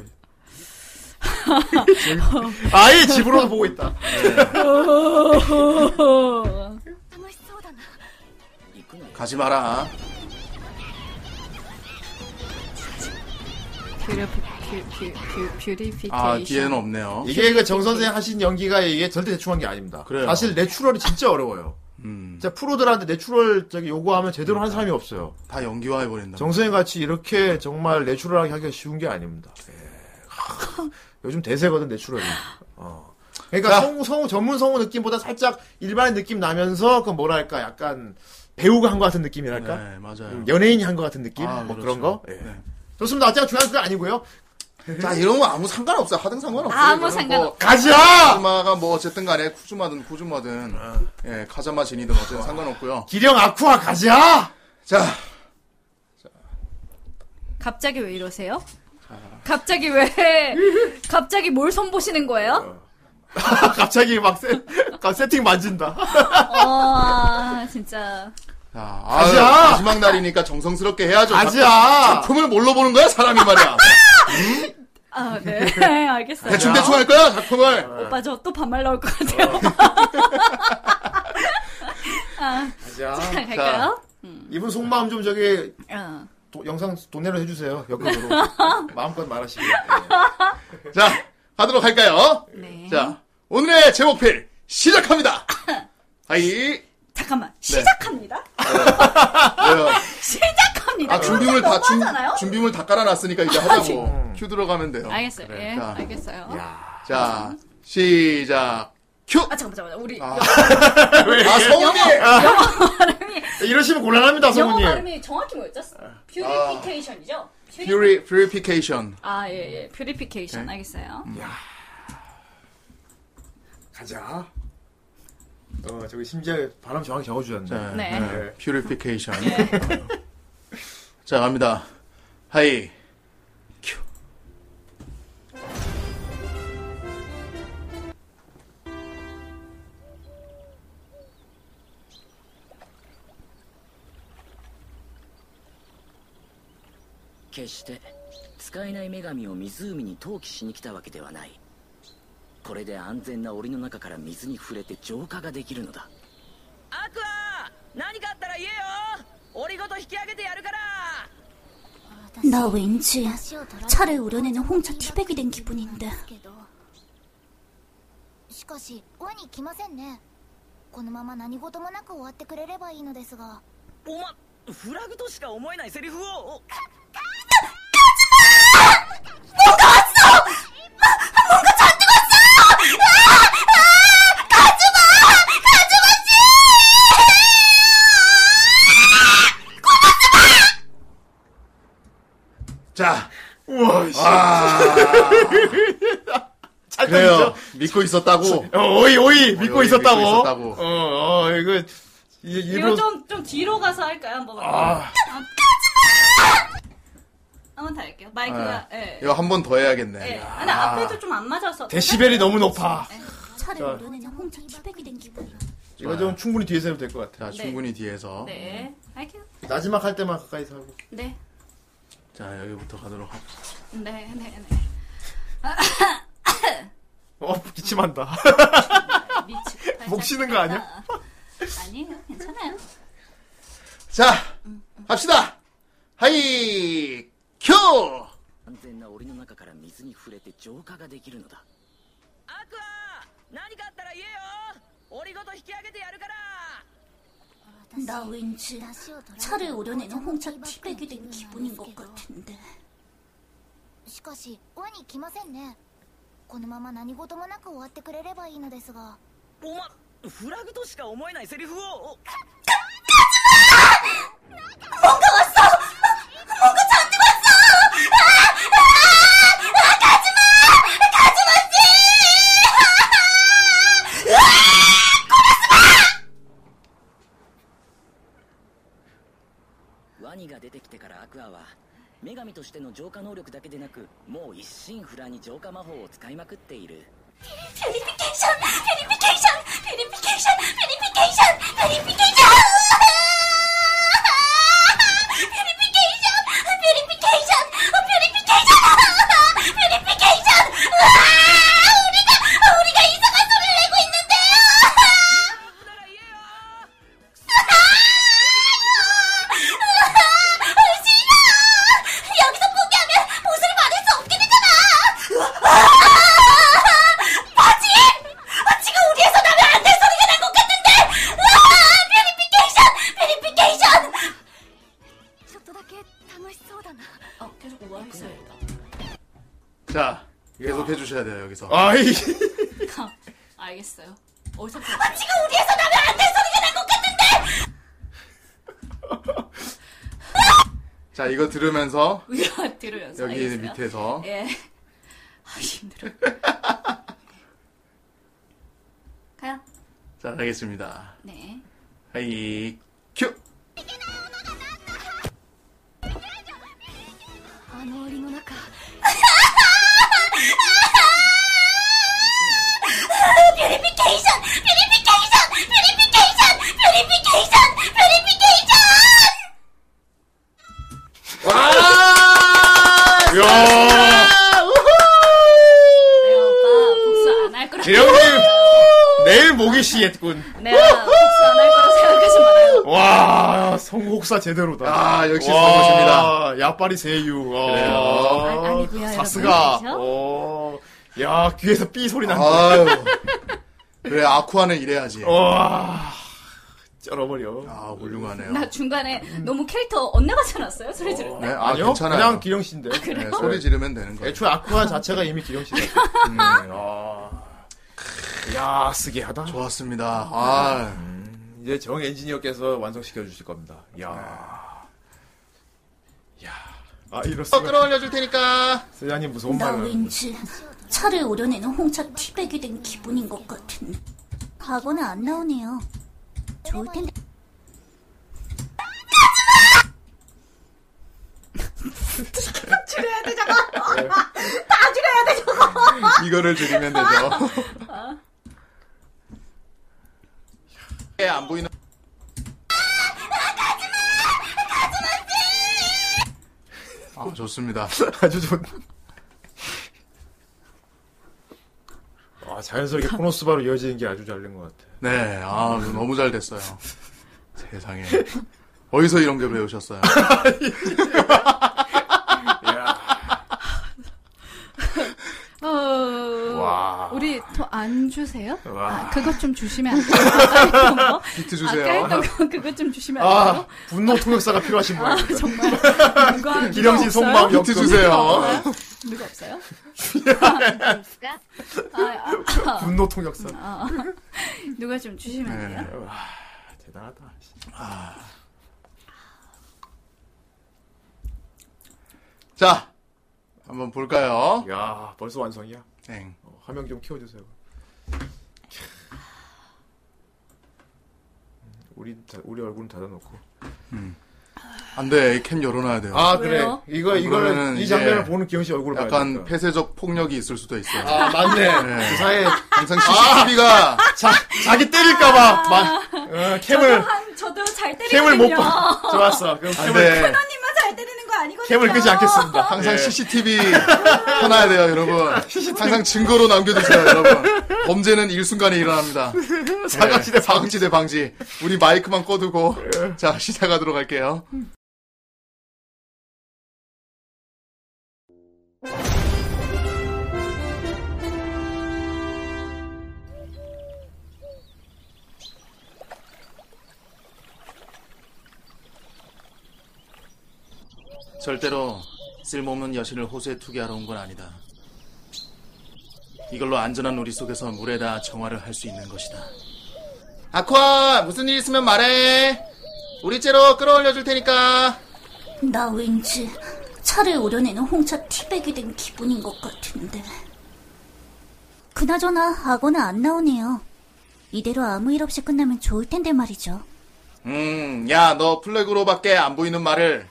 S3: 아예 집으로도 보고 있다. 네.
S11: 가지 마라.
S5: 뷰리피케이션.
S11: 아, 뒤에는 없네요.
S3: 이게 그 정선생 하신 연기가 이게 절대 대충한 게 아닙니다.
S11: 그래요. 음.
S3: 사실 내추럴이 진짜 어려워요. 진짜 프로들한테 내추럴 저기 요구하면 제대로 한 사람이 없어요.
S11: 다 연기화 해버린다.
S3: 정선생 같이 이렇게 정말 내추럴하게 하기가 쉬운 게 아닙니다. 예. 요즘 대세거든 내추럴이. 어. 그러니까 성우, 성우 전문 성우 느낌보다 살짝 일반인 느낌 나면서 그 뭐랄까 약간 배우가 한 것 같은 느낌이랄까.
S11: 네, 맞아요.
S3: 음, 연예인이 한 것 같은 느낌?
S11: 아,
S3: 뭐
S11: 그렇죠.
S3: 그런 거? 예. 좋습니다. 어쨌든 중요한 건 아니고요.
S11: 자, 이런 건 아무 상관없어요. 하등 상관없어요.
S5: 아무
S11: 이거는
S5: 상관없-
S3: 가자!
S11: 쿠즈마가 뭐 어쨌든 간에 쿠즈마든 쿠즈마든
S3: 네.
S11: 예, 카자마 진이든 어쨌든 상관없고요.
S3: 기령 아쿠아 가자!
S11: 자,
S5: 갑자기 왜 이러세요?
S11: 아.
S5: 갑자기 왜, 갑자기 뭘 선보시는 거예요?
S3: 아, 갑자기 막 세, 가- 세팅 만진다.
S5: 어, 진짜.
S11: 자,
S3: 가자!
S11: 아유, 마지막 날이니까 정성스럽게 해야죠.
S3: 가자!
S11: 작- 작품을 뭘로 보는 거야, 사람이 말이야.
S5: 아, 네, 알겠어요.
S11: 대충 대충 할 거야, 작품을. 어.
S5: 오빠 저 또 반말 나올 것 같아요. 아,
S3: 가자.
S5: 자, 갈까요?
S3: 이분 속마음 좀 저기
S5: 어.
S3: 도- 영상 돈내로 해주세요. 역으로. 마음껏 말하시고.
S11: 네. 자, 가도록 할까요?
S5: 네.
S11: 자, 오늘의 제목필 시작합니다. 하이. 네.
S5: 잠깐만, 시작합니다.
S11: 왜요?
S5: 시작합니다.
S11: 아, 준비물 다, 준,
S5: 하잖아요?
S11: 준비물 다 깔아놨으니까 이제 하자고. 음. 큐 들어가면 돼요.
S5: 알겠어요. 예,
S11: 자,
S5: 알겠어요.
S11: 자, 시작. 큐!
S5: 아, 잠깐만, 잠깐만. 우리
S11: 아,
S3: 왜?
S11: 아, 성훈이!
S3: 네, 이러시면 곤란합니다,
S5: 영어
S3: 성우님.
S5: 발음이 정확히 뭐였죠? 퓨리피케이션이죠?
S11: 퓨리, 퓨리피케이션.
S5: 아, 예, 예. 퓨리피케이션.
S11: 네.
S5: 알겠어요.
S3: 가자. 어, 저기 심지어 발음 정확히 적어주셨네.
S5: 네.
S11: 퓨리피케이션. 자, 갑니다. 하이.
S23: 決して使えない女神を湖に投棄しに来たわけではないこれで安全な檻の中から水に触れて浄化ができるのだ
S25: アクア何かあったら言えよ檻ごと引き上げてやるから
S27: 나 왠지 차를 우려내는 홍차 티백이 된 기분인데.
S26: しかし輪に来ませんねこのまま何事もなく終わってくれればいいのですが
S25: おまフラグとしか思えないセリフを
S1: 뭔가 왔어! 마- 뭔가 잔뜩 왔어요! 아! 아! 가지마!
S11: 자.
S3: 우와, 씨. 아,
S11: 그래요. 믿고 있었다고.
S3: 어, 오이, 오이, 믿고
S11: 오이,
S3: 있었다고.
S11: 믿고 있었다고.
S3: 어, 어, 이거, 이,
S5: 이거
S3: 일부러.
S5: 좀, 좀 뒤로 가서 할까요? 한번.
S11: 아.
S5: 한번 더 할게요. 마이크가,
S11: 아,
S5: 예.
S11: 이거 한 번 더 해야겠네.
S5: 예. 아니, 앞에도 좀 안 맞아서.
S3: 데시벨이 너무 높아.
S27: 차를
S3: 자.
S27: 우려내는 홍차 티백이 된 기분이야.
S3: 이거 좀 충분히 뒤에서 해도 될 것 같아.
S11: 자, 충분히 뒤에서.
S5: 네. 할게요.
S3: 마지막 할 때만 가까이서 하고.
S5: 네.
S11: 자, 여기부터 가도록 합시다.
S5: 네, 네, 네.
S3: 어, 기침한다.
S5: 미치겠다.
S3: 목 쉬는 거 아니야?
S5: 아니에요. 괜찮아요.
S11: 자, 갑시다. 하이, 큐!
S25: 安全な檻の中から水に触れて浄化ができるのだ
S1: ガ
S23: 何かあったら言えよ檻ごと引き上げてやるから
S1: 나 왠지 차를 오려내는 홍차 티백이 된 기분인 것 같은데
S26: しかし輪に来ませんねこのまま何事もなく終わってくれればいいのですが
S23: おまフラグとしか思えないセリ
S6: 아,
S23: フを
S1: 뭔가 왔어! 뭔가 잔뜩 왔어! 아! 아! 아! 가지마! 가지마 씨! 아!
S23: ワニが出てきてからアクアは女神としての浄化能力だけでなくもう一心不乱に浄化魔法を使いまくっている
S1: 베리피케이션! 베리피케이션! 베리피케이션! 베리피케이션! 베리피케이션! 베리피케이션! 베리피케이션! 베리피케이션! 베리피케이션! 아! 우리가, 우리가 이상한 소리를 내고 있는데요! 싫어! 여기서 포기하면 보수를 받을 수 없게 되잖아! 바지! 지금 우리에서 나면 안 될 소리가 난 것 같은데! 베리피케이션! 베리피케이션!
S28: ちょっとだけ楽しそうだな
S1: 어, 계속 우아했어요.
S11: 자, 계속 해주셔야 돼요, 여기서.
S3: 아이.
S6: 알겠어요. 어디서
S1: 아, 지금 우리에서 나면 안 될 소리가 난 것 같은데!
S11: 자, 이거 들으면서.
S6: 우리가 들으면서
S11: 여기
S6: 알겠어요?
S11: 밑에서.
S6: 예. 아 힘들어. 가요.
S11: 자, 가겠습니다.
S6: 네.
S11: 하이, 큐!
S28: あの檻の中
S1: 뷰리피케이션! 뷰리피케이션! 뷰리피케이션! 뷰리피케이션! 뷰리피케이션!
S3: 야.
S6: 복수 안 할 거라.
S3: 재령님 내일 모기 씨겠군.
S23: 네, 아,
S6: 내가 복수 안 할 거라 생각하지 말아요.
S3: 와 성곡사 제대로다.
S11: 아, 역시
S3: 와,
S11: 성곡입니다.
S3: 야빨이 세유. 와.
S11: 그래요.
S3: 아,
S6: 아니고요,
S3: 사스가.
S6: 여러분. 그렇죠?
S3: 어. 야 귀에서 삐 소리
S11: 아유. 어.
S3: 난다.
S11: 그래, 아쿠아는 이래야지.
S3: 와. 쩔어버려.
S11: 아, 훌륭하네요.
S6: 나 중간에 너무 캐릭터 엇나가지 않았어요? 소리 지를 때.
S11: 네, 아,
S3: 아니요,
S11: 괜찮아요.
S3: 그냥 기령 씨인데.
S6: 그래요?
S11: 네, 소리 지르면 되는 거예요.
S3: 애초에 아쿠아 자체가 이미 기령 씨다. 음, 아. 야. 야 쓰기하다.
S11: 좋았습니다. 아,
S3: 이제 정 엔지니어께서 완성시켜 주실 겁니다. 야. 야. 아 이럴수가.
S11: 올려줄 테니까.
S3: 세자님 무서운
S1: 나
S3: 말을.
S1: 왠지 차를 오려내는 홍차 티백이 된 기분인 것 같은데 과거는 안 나오네요 좋을 텐데
S29: 줄여야 돼 저거 다 줄여야 돼 저거
S11: 이거를 줄이면 되죠. 예, 안 보이는. 아, 좋습니다.
S3: 아주 좋. 아 자연스럽게 코노스바로 이어지는 게 아주 잘 된 것 같아.
S11: 네, 아, 너무 잘 됐어요. 세상에. 어디서 이런 게 배우셨어요?
S5: 어...
S11: 와.
S5: 우리 더 안 주세요?
S11: 와.
S5: 아, 그것 좀 주시면 안 돼요?
S11: 비트
S5: 아까
S11: 주세요.
S5: 했던 거 그것 좀 주시면 안 돼요?
S3: 아 분노 통역사가 필요하신
S5: 아,
S3: 분입니다.
S5: 정말 누가
S3: 기령 씨
S5: 누가
S3: 속마음
S5: 없어요?
S3: 비트 주세요.
S5: 누가 없어요? 누가 없어요? 아, 아, 아.
S3: 분노 통역사.
S5: 아, 누가 좀 주시면 안 돼요?
S3: 와, 대단하다.
S11: 자, 한번 볼까요?
S3: 야 벌써 완성이야.
S11: 땡.
S3: 어, 화면 좀 키워주세요. 캬. 우리 다- 우리 얼굴은 닫아놓고.
S11: 안 돼, 이 캠 열어놔야 돼요.
S3: 아 그래. 이거 이거는
S11: 그러면은
S3: 이
S11: 이제
S3: 장면을 보는 기영 씨 얼굴을 봐야
S11: 약간 폐쇄적 폭력이 있을 수도 있어요.
S3: 아, 맞네. 그 사이에
S11: 항상 CCTV가 아!
S3: 자, 자기 때릴까봐 막 어, 캠을
S5: 저도, 한, 저도 잘 때리거든요.
S3: 캠을 못 봐. 좋았어. 그럼
S11: 안
S3: 캠을
S11: 돼.
S5: 하나님만 잘 때리는 거 아니거든요.
S3: 캠을 끄지 않겠습니다.
S11: 항상
S3: 예.
S11: CCTV 켜놔야 돼요, 여러분. 항상 증거로 남겨주세요, 여러분. 범죄는 일순간에 일어납니다.
S3: 사각지대
S11: 예,
S3: 네.
S11: 사각지대 방지. 우리 마이크만 꺼두고 자 시작하도록 할게요. 절대로 쓸모없는 여신을 호수에 투기하러 온 건 아니다. 이걸로 안전한 우리 속에서 물에다 정화를 할 수 있는 것이다. 아쿠아 무슨 일 있으면 말해. 우리 째로 끌어올려 줄 테니까.
S27: 나 왠지 차를 오려내는 홍차 티백이 된 기분인 것 같은데. 그나저나 악어는 안 나오네요. 이대로 아무 일 없이 끝나면 좋을 텐데 말이죠.
S11: 음, 야, 너 플래그로밖에 안 보이는 말을.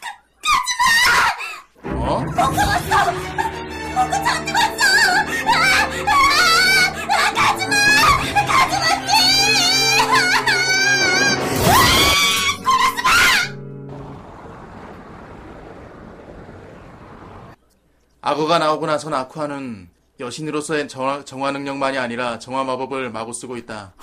S11: 어?
S6: 먹고 왔어! 먹고 잔뜩 왔어! 아! 아! 아! 가지마! 가지마 씨! 고라스
S11: 악어가 나오고 나선 아쿠아는 여신으로서의 정화, 정화 능력만이 아니라 정화 마법을 마구 쓰고 있다.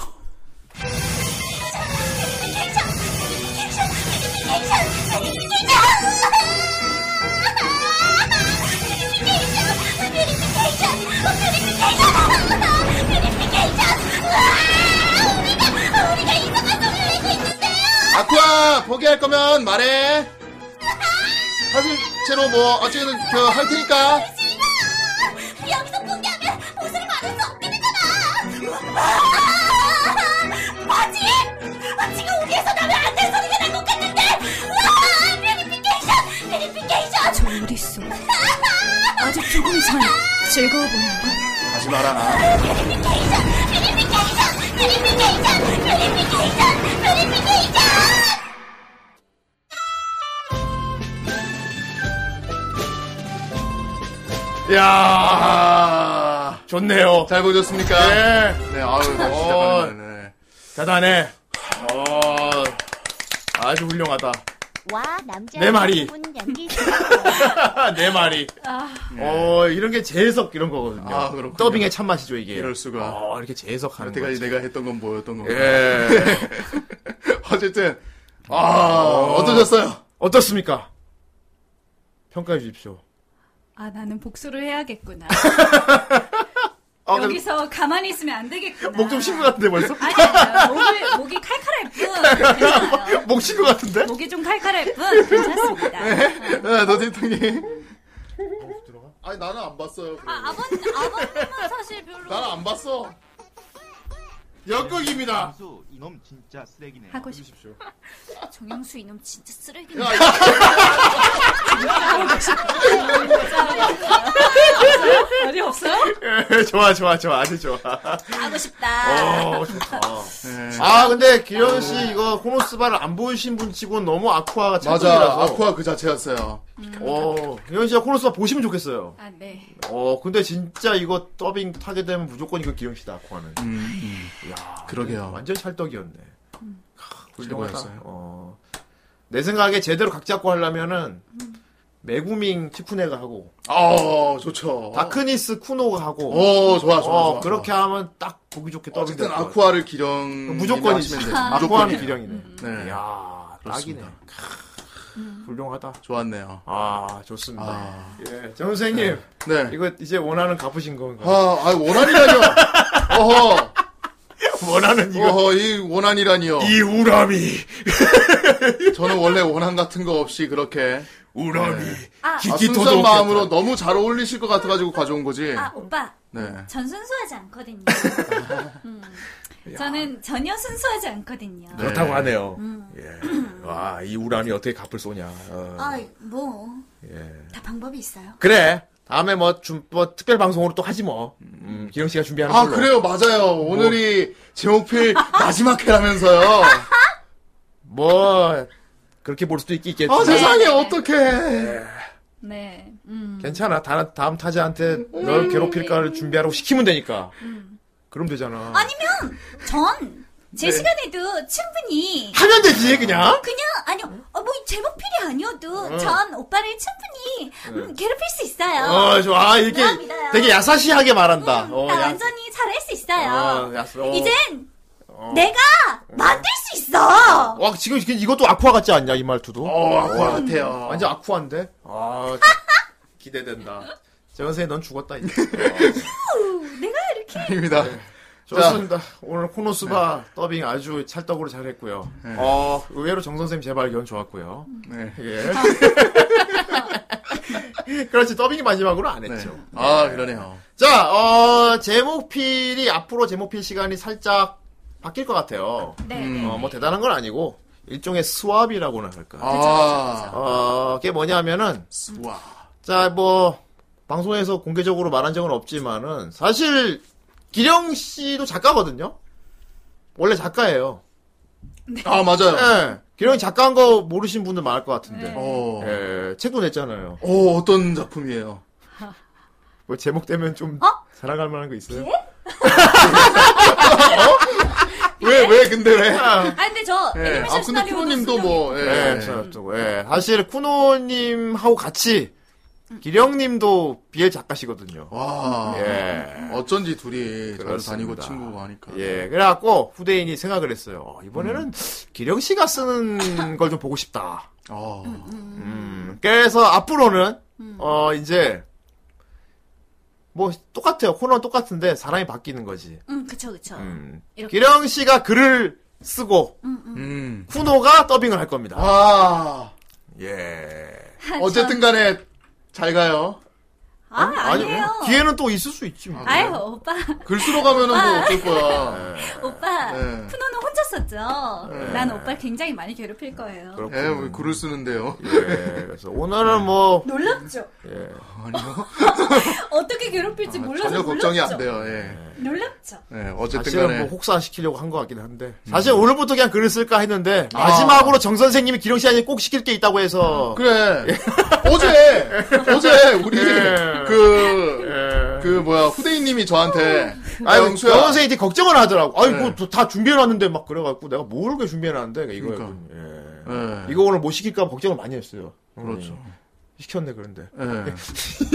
S11: 아쿠아 포기할 거면 말해. 사실 채로 뭐 어쨌든 그 할 테니까.
S6: 여기서 포기하면 옷을 받을 수 없게 되잖아! 아! 바지! 아, 지금 우리에서 나면 안 될 소리가 날 것 같은데! 아! 베리피케이션! 베리피케이션!
S5: 저 어디 있어? 아직 조금 전 즐거워 보이는
S11: 하지 마라 나.
S6: 베리피케이션! 베리피케이션! 베리피케이션! 베리피케이션!
S11: 야
S3: 좋네요.
S11: 잘 보셨습니까?
S3: 네.
S11: 네, 아유, 나 진짜
S3: 어.
S11: 네
S3: 대단해.
S11: 어,
S3: 아주 훌륭하다.
S1: 와 남자
S3: 내 말이. 아,
S1: 분 연기
S3: 내 말이. 어, 이런 게 재해석 이런 거거든요.
S11: 아, 그렇군요.
S3: 더빙의 참맛이죠, 이게.
S11: 이럴 수가.
S3: 어, 이렇게 재해석하는 거.
S11: 여태까지 내가 했던 건 뭐였던 건가?
S3: 예.
S11: 어쨌든 아 어떠셨어요?
S3: 어떻습니까? 평가해 주십시오.
S30: 아 나는 복수를 해야겠구나.
S3: 아, 근데
S30: 여기서 가만히 있으면 안 되겠구나.
S3: 목좀 쉰것 같은데 벌써?
S30: 아니야 목을, 목이 칼칼할 뿐 괜찮아요.
S3: 목 쉰 것 같은데? 네.
S30: 목이 좀 칼칼할 뿐 괜찮습니다.
S11: 아, 노대통님. 아니 나는 안 봤어요. 아,
S5: 아버님, 아버님은 사실 별로.
S11: 나는 안 봤어. 역극입니다.
S31: 이놈 진짜 쓰레기네.
S5: 하고 싶죠. 정영수 이놈 진짜 쓰레기네.
S6: 야,
S5: 어디 없어요?
S3: 예, 좋아, 좋아, 좋아. 아주 좋아.
S5: 하고 싶다.
S3: 어, 좋다.
S11: 네.
S3: 아, 근데 기현 씨 이거 코노스바를 안 보이신 분 치고는 너무 아쿠아가
S11: 맞아.
S3: 찰떡이라서.
S11: 아쿠아 그 자체였어요.
S3: 어, 기현 씨가 코노스바 보시면 좋겠어요.
S30: 아 네.
S3: 어, 근데 진짜 이거 더빙 타게 되면 무조건 이거 기영 씨다, 아쿠아는.
S11: 음.
S3: 야,
S11: 그러게요.
S3: 완전 찰떡이었네.
S30: 음.
S3: 캬, 훌륭하다.
S11: 최고였어요.
S3: 어, 내 생각에 제대로 각 잡고 하려면은,
S30: 음.
S3: 메구밍 치쿠네가 하고,
S11: 어 좋죠.
S3: 다크니스 쿠노가 하고,
S11: 어, 좋아, 좋아,
S3: 어,
S11: 좋아.
S3: 그렇게 하면 딱 보기 좋게 더빙
S11: 어쨌든
S3: 될것 같아요.
S11: 아쿠아를 기령
S3: 무조건이지.
S11: 하시면 돼요.
S3: 아쿠아는 기령이네.
S30: 음.
S11: 네.
S3: 이야,
S11: 그렇습니다.
S3: 딱이네. 훌륭하다.
S11: 좋았네요.
S3: 아, 좋습니다.
S11: 아.
S3: 예, 정 선생님.
S11: 네.
S3: 이거 이제 원하는 갚으신 건가요?
S11: 아, 아 원한이라뇨. 어허.
S3: 원하는 이거.
S11: 어허, 이 원한이라니요.
S3: 이 우람이.
S11: 저는 원래 원한 같은 거 없이 그렇게
S3: 우람이.
S5: 아,
S11: 아, 순수한 마음으로 너무 잘 어울리실 것 같아가지고 가져온 거지.
S5: 아 오빠.
S11: 네.
S5: 전 순수하지 않거든요. 음. 저는 전혀 순수하지 않거든요.
S3: 그렇다고 하네요.
S27: 음.
S3: 예. 와, 이 우람이 어떻게 갚을 쏘냐. 어,
S27: 아이, 뭐.
S3: 예.
S27: 다 방법이 있어요.
S3: 그래. 다음에 뭐, 좀, 뭐, 특별 방송으로 또 하지 뭐. 음, 기영 씨가 준비하는
S11: 아,
S3: 걸로.
S11: 그래요, 뭐. 맞아요. 오늘이 제목필 마지막 회라면서요.
S3: 뭐, 그렇게 볼 수도 있긴 있겠지.
S11: 아, 세상에, 어떡해.
S5: 네. 음.
S3: 괜찮아. 다, 다음 타자한테 널 괴롭힐까를 준비하라고 시키면 되니까. 그럼 되잖아.
S5: 아니면 전 제
S3: 네.
S5: 시간에도 충분히
S3: 하면 되지, 그냥.
S5: 그냥 아니요 어, 뭐 제목필이 아니어도
S3: 어.
S5: 전 오빠를 충분히 음, 괴롭힐 수 있어요.
S3: 네. 어, 좋아. 아, 이게
S5: 나 믿어요.
S3: 되게 야사시하게 말한다.
S6: 음,
S3: 어,
S5: 음, 나
S3: 야-
S5: 완전히 잘할 수 있어요.
S3: 어, 야스- 어.
S5: 이젠
S3: 어.
S5: 내가 만들 수 있어.
S3: 와, 지금 이게- 이것도 아쿠아 같지 않냐, 이 말투도?
S11: 어, 아쿠아 같아요.
S3: 완전 아쿠아인데? 아, 기대된다. 재원생이 넌 죽었다, 이제.
S5: 우, 내가 이렇게
S11: 아닙니다.
S3: 좋습니다. 오늘 코노스바 더빙 아주 찰떡으로 네. 잘했고요. 어, 의외로 정선생님 재발견 좋았고요.
S11: 네.
S3: 예. 그렇지 더빙이 마지막으로 안 했죠.
S11: 네. 아 그러네요.
S3: 자, 어, 제목필이 앞으로 제목필 시간이 살짝 바뀔 것 같아요.
S6: 네,
S10: 음.
S6: 네,
S3: 어, 뭐 대단한 건 아니고 일종의 수왑이라고나 할까.
S11: 그쵸, 그쵸, 그쵸.
S3: 어, 그게 뭐냐면은
S11: 아, 우와.
S3: 자, 뭐 방송에서 공개적으로 말한 적은 없지만은 사실 기령 씨도 작가거든요. 원래 작가예요.
S11: 아 맞아요.
S3: 예. 기령이 작가한 거 모르신 분들 많을 것 같은데.
S11: 어.
S3: 예, 책도 냈잖아요.
S11: 오 어떤 작품이에요?
S3: 뭐 제목 되면 좀 자랑할 만한 거 있어요? 어?
S11: 왜 왜 근데 왜?
S6: 아 근데 저
S3: 네.
S11: 예.
S6: 애니메이션
S11: 아 근데
S6: 시나리오도
S11: 쿠노님도 뭐
S3: 예,
S11: 예.
S3: 저, 저, 예. 사실 쿠노님하고 같이 기령님도 BL 작가시거든요.
S11: 와.
S3: 예.
S11: 어쩐지 둘이 자주 아, 다니고
S3: 그렇습니다.
S11: 친구고 하니까. 네. 음.
S3: 예, 그래갖고 후대인이 생각을 했어요. 어, 이번에는 기령 씨가 쓰는 걸 좀 보고 싶다.
S11: 어.
S3: 음, 그래서 앞으로는
S6: 음.
S3: 어 이제 뭐 똑같아요. 코너는 똑같은데 사람이 바뀌는 거지.
S6: 음 그쵸 그쵸.
S3: 음.
S6: 이렇게.
S3: 기령 씨가 글을 쓰고
S11: 음.
S3: 쿠노가 더빙을 할 겁니다.
S11: 아.
S3: 예.
S11: 어쨌든 간에 잘 가요.
S6: 아 아니에요.
S3: 뭐, 기회는 또 있을 수 있지
S10: 음.
S3: 뭐.
S6: 아유 오빠
S11: 글쓰러 가면은
S6: 아.
S11: 뭐 어쩔 거야.
S6: 오빠
S11: 네.
S6: 쿠노는 혼자 썼죠. 난 오빠 굉장히 많이 괴롭힐 거예요.
S3: 네.
S11: 예, 뭐 글을 쓰는데요.
S3: 예, 그래서 오늘은 뭐
S11: 네.
S6: 놀랍죠.
S3: 예.
S6: 어떻게 괴롭힐지 몰라서
S11: 전혀
S6: 놀랍죠.
S11: 걱정이 안 돼요. 예.
S6: 놀랍죠.
S11: 예, 어쨌든
S3: 사실은
S11: 간에
S3: 뭐 혹사시키려고 한 것 같긴 한데 사실 오늘부터 그냥 글을 쓸까 했는데
S11: 아.
S3: 마지막으로 정 선생님이 기령 씨한테 꼭 시킬 게 있다고 해서
S11: 그래. 어제, 어제, 우리,
S3: 예.
S11: 그, 그, 뭐야, 후대인님이 저한테,
S6: 어.
S11: 아,
S3: 아니,
S11: 영수야.
S3: 정 선생님이 걱정을 하더라고. 아니,
S11: 예.
S3: 뭐, 다 준비해놨는데, 막, 그래갖고, 내가 모르게 준비해놨는데, 그러니까 이거였군요. 예.
S11: 예.
S3: 이거 오늘 뭐 시킬까 걱정을 많이 했어요.
S11: 그렇죠.
S3: 음. 시켰네, 그런데.
S11: 예.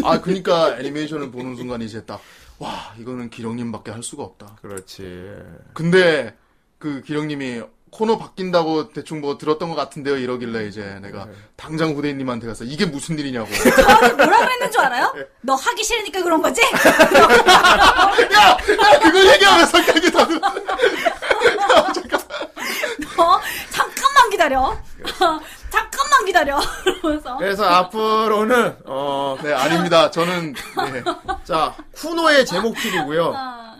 S11: 아, 그니까 애니메이션을 보는 순간 이제 딱, 와, 이거는 기령님밖에 할 수가 없다.
S3: 그렇지.
S11: 근데, 그 기령님이 코너 바뀐다고 대충 뭐 들었던 것 같은데요, 이러길래 이제 내가 당장 후대인님한테 가서 이게 무슨 일이냐고.
S6: 뭐라 그랬는 줄 알아요? 너 하기 싫으니까 그런 거지?
S11: 야! 야, 그걸 얘기하면 성격이 다.
S6: 너 잠깐만 기다려. 잠깐만 기다려. 그러면서
S10: 예,
S3: 그래서 앞으로는, 어,
S11: 네, 아닙니다. 저는, 예.
S3: 자, 쿠노의 제목필이고요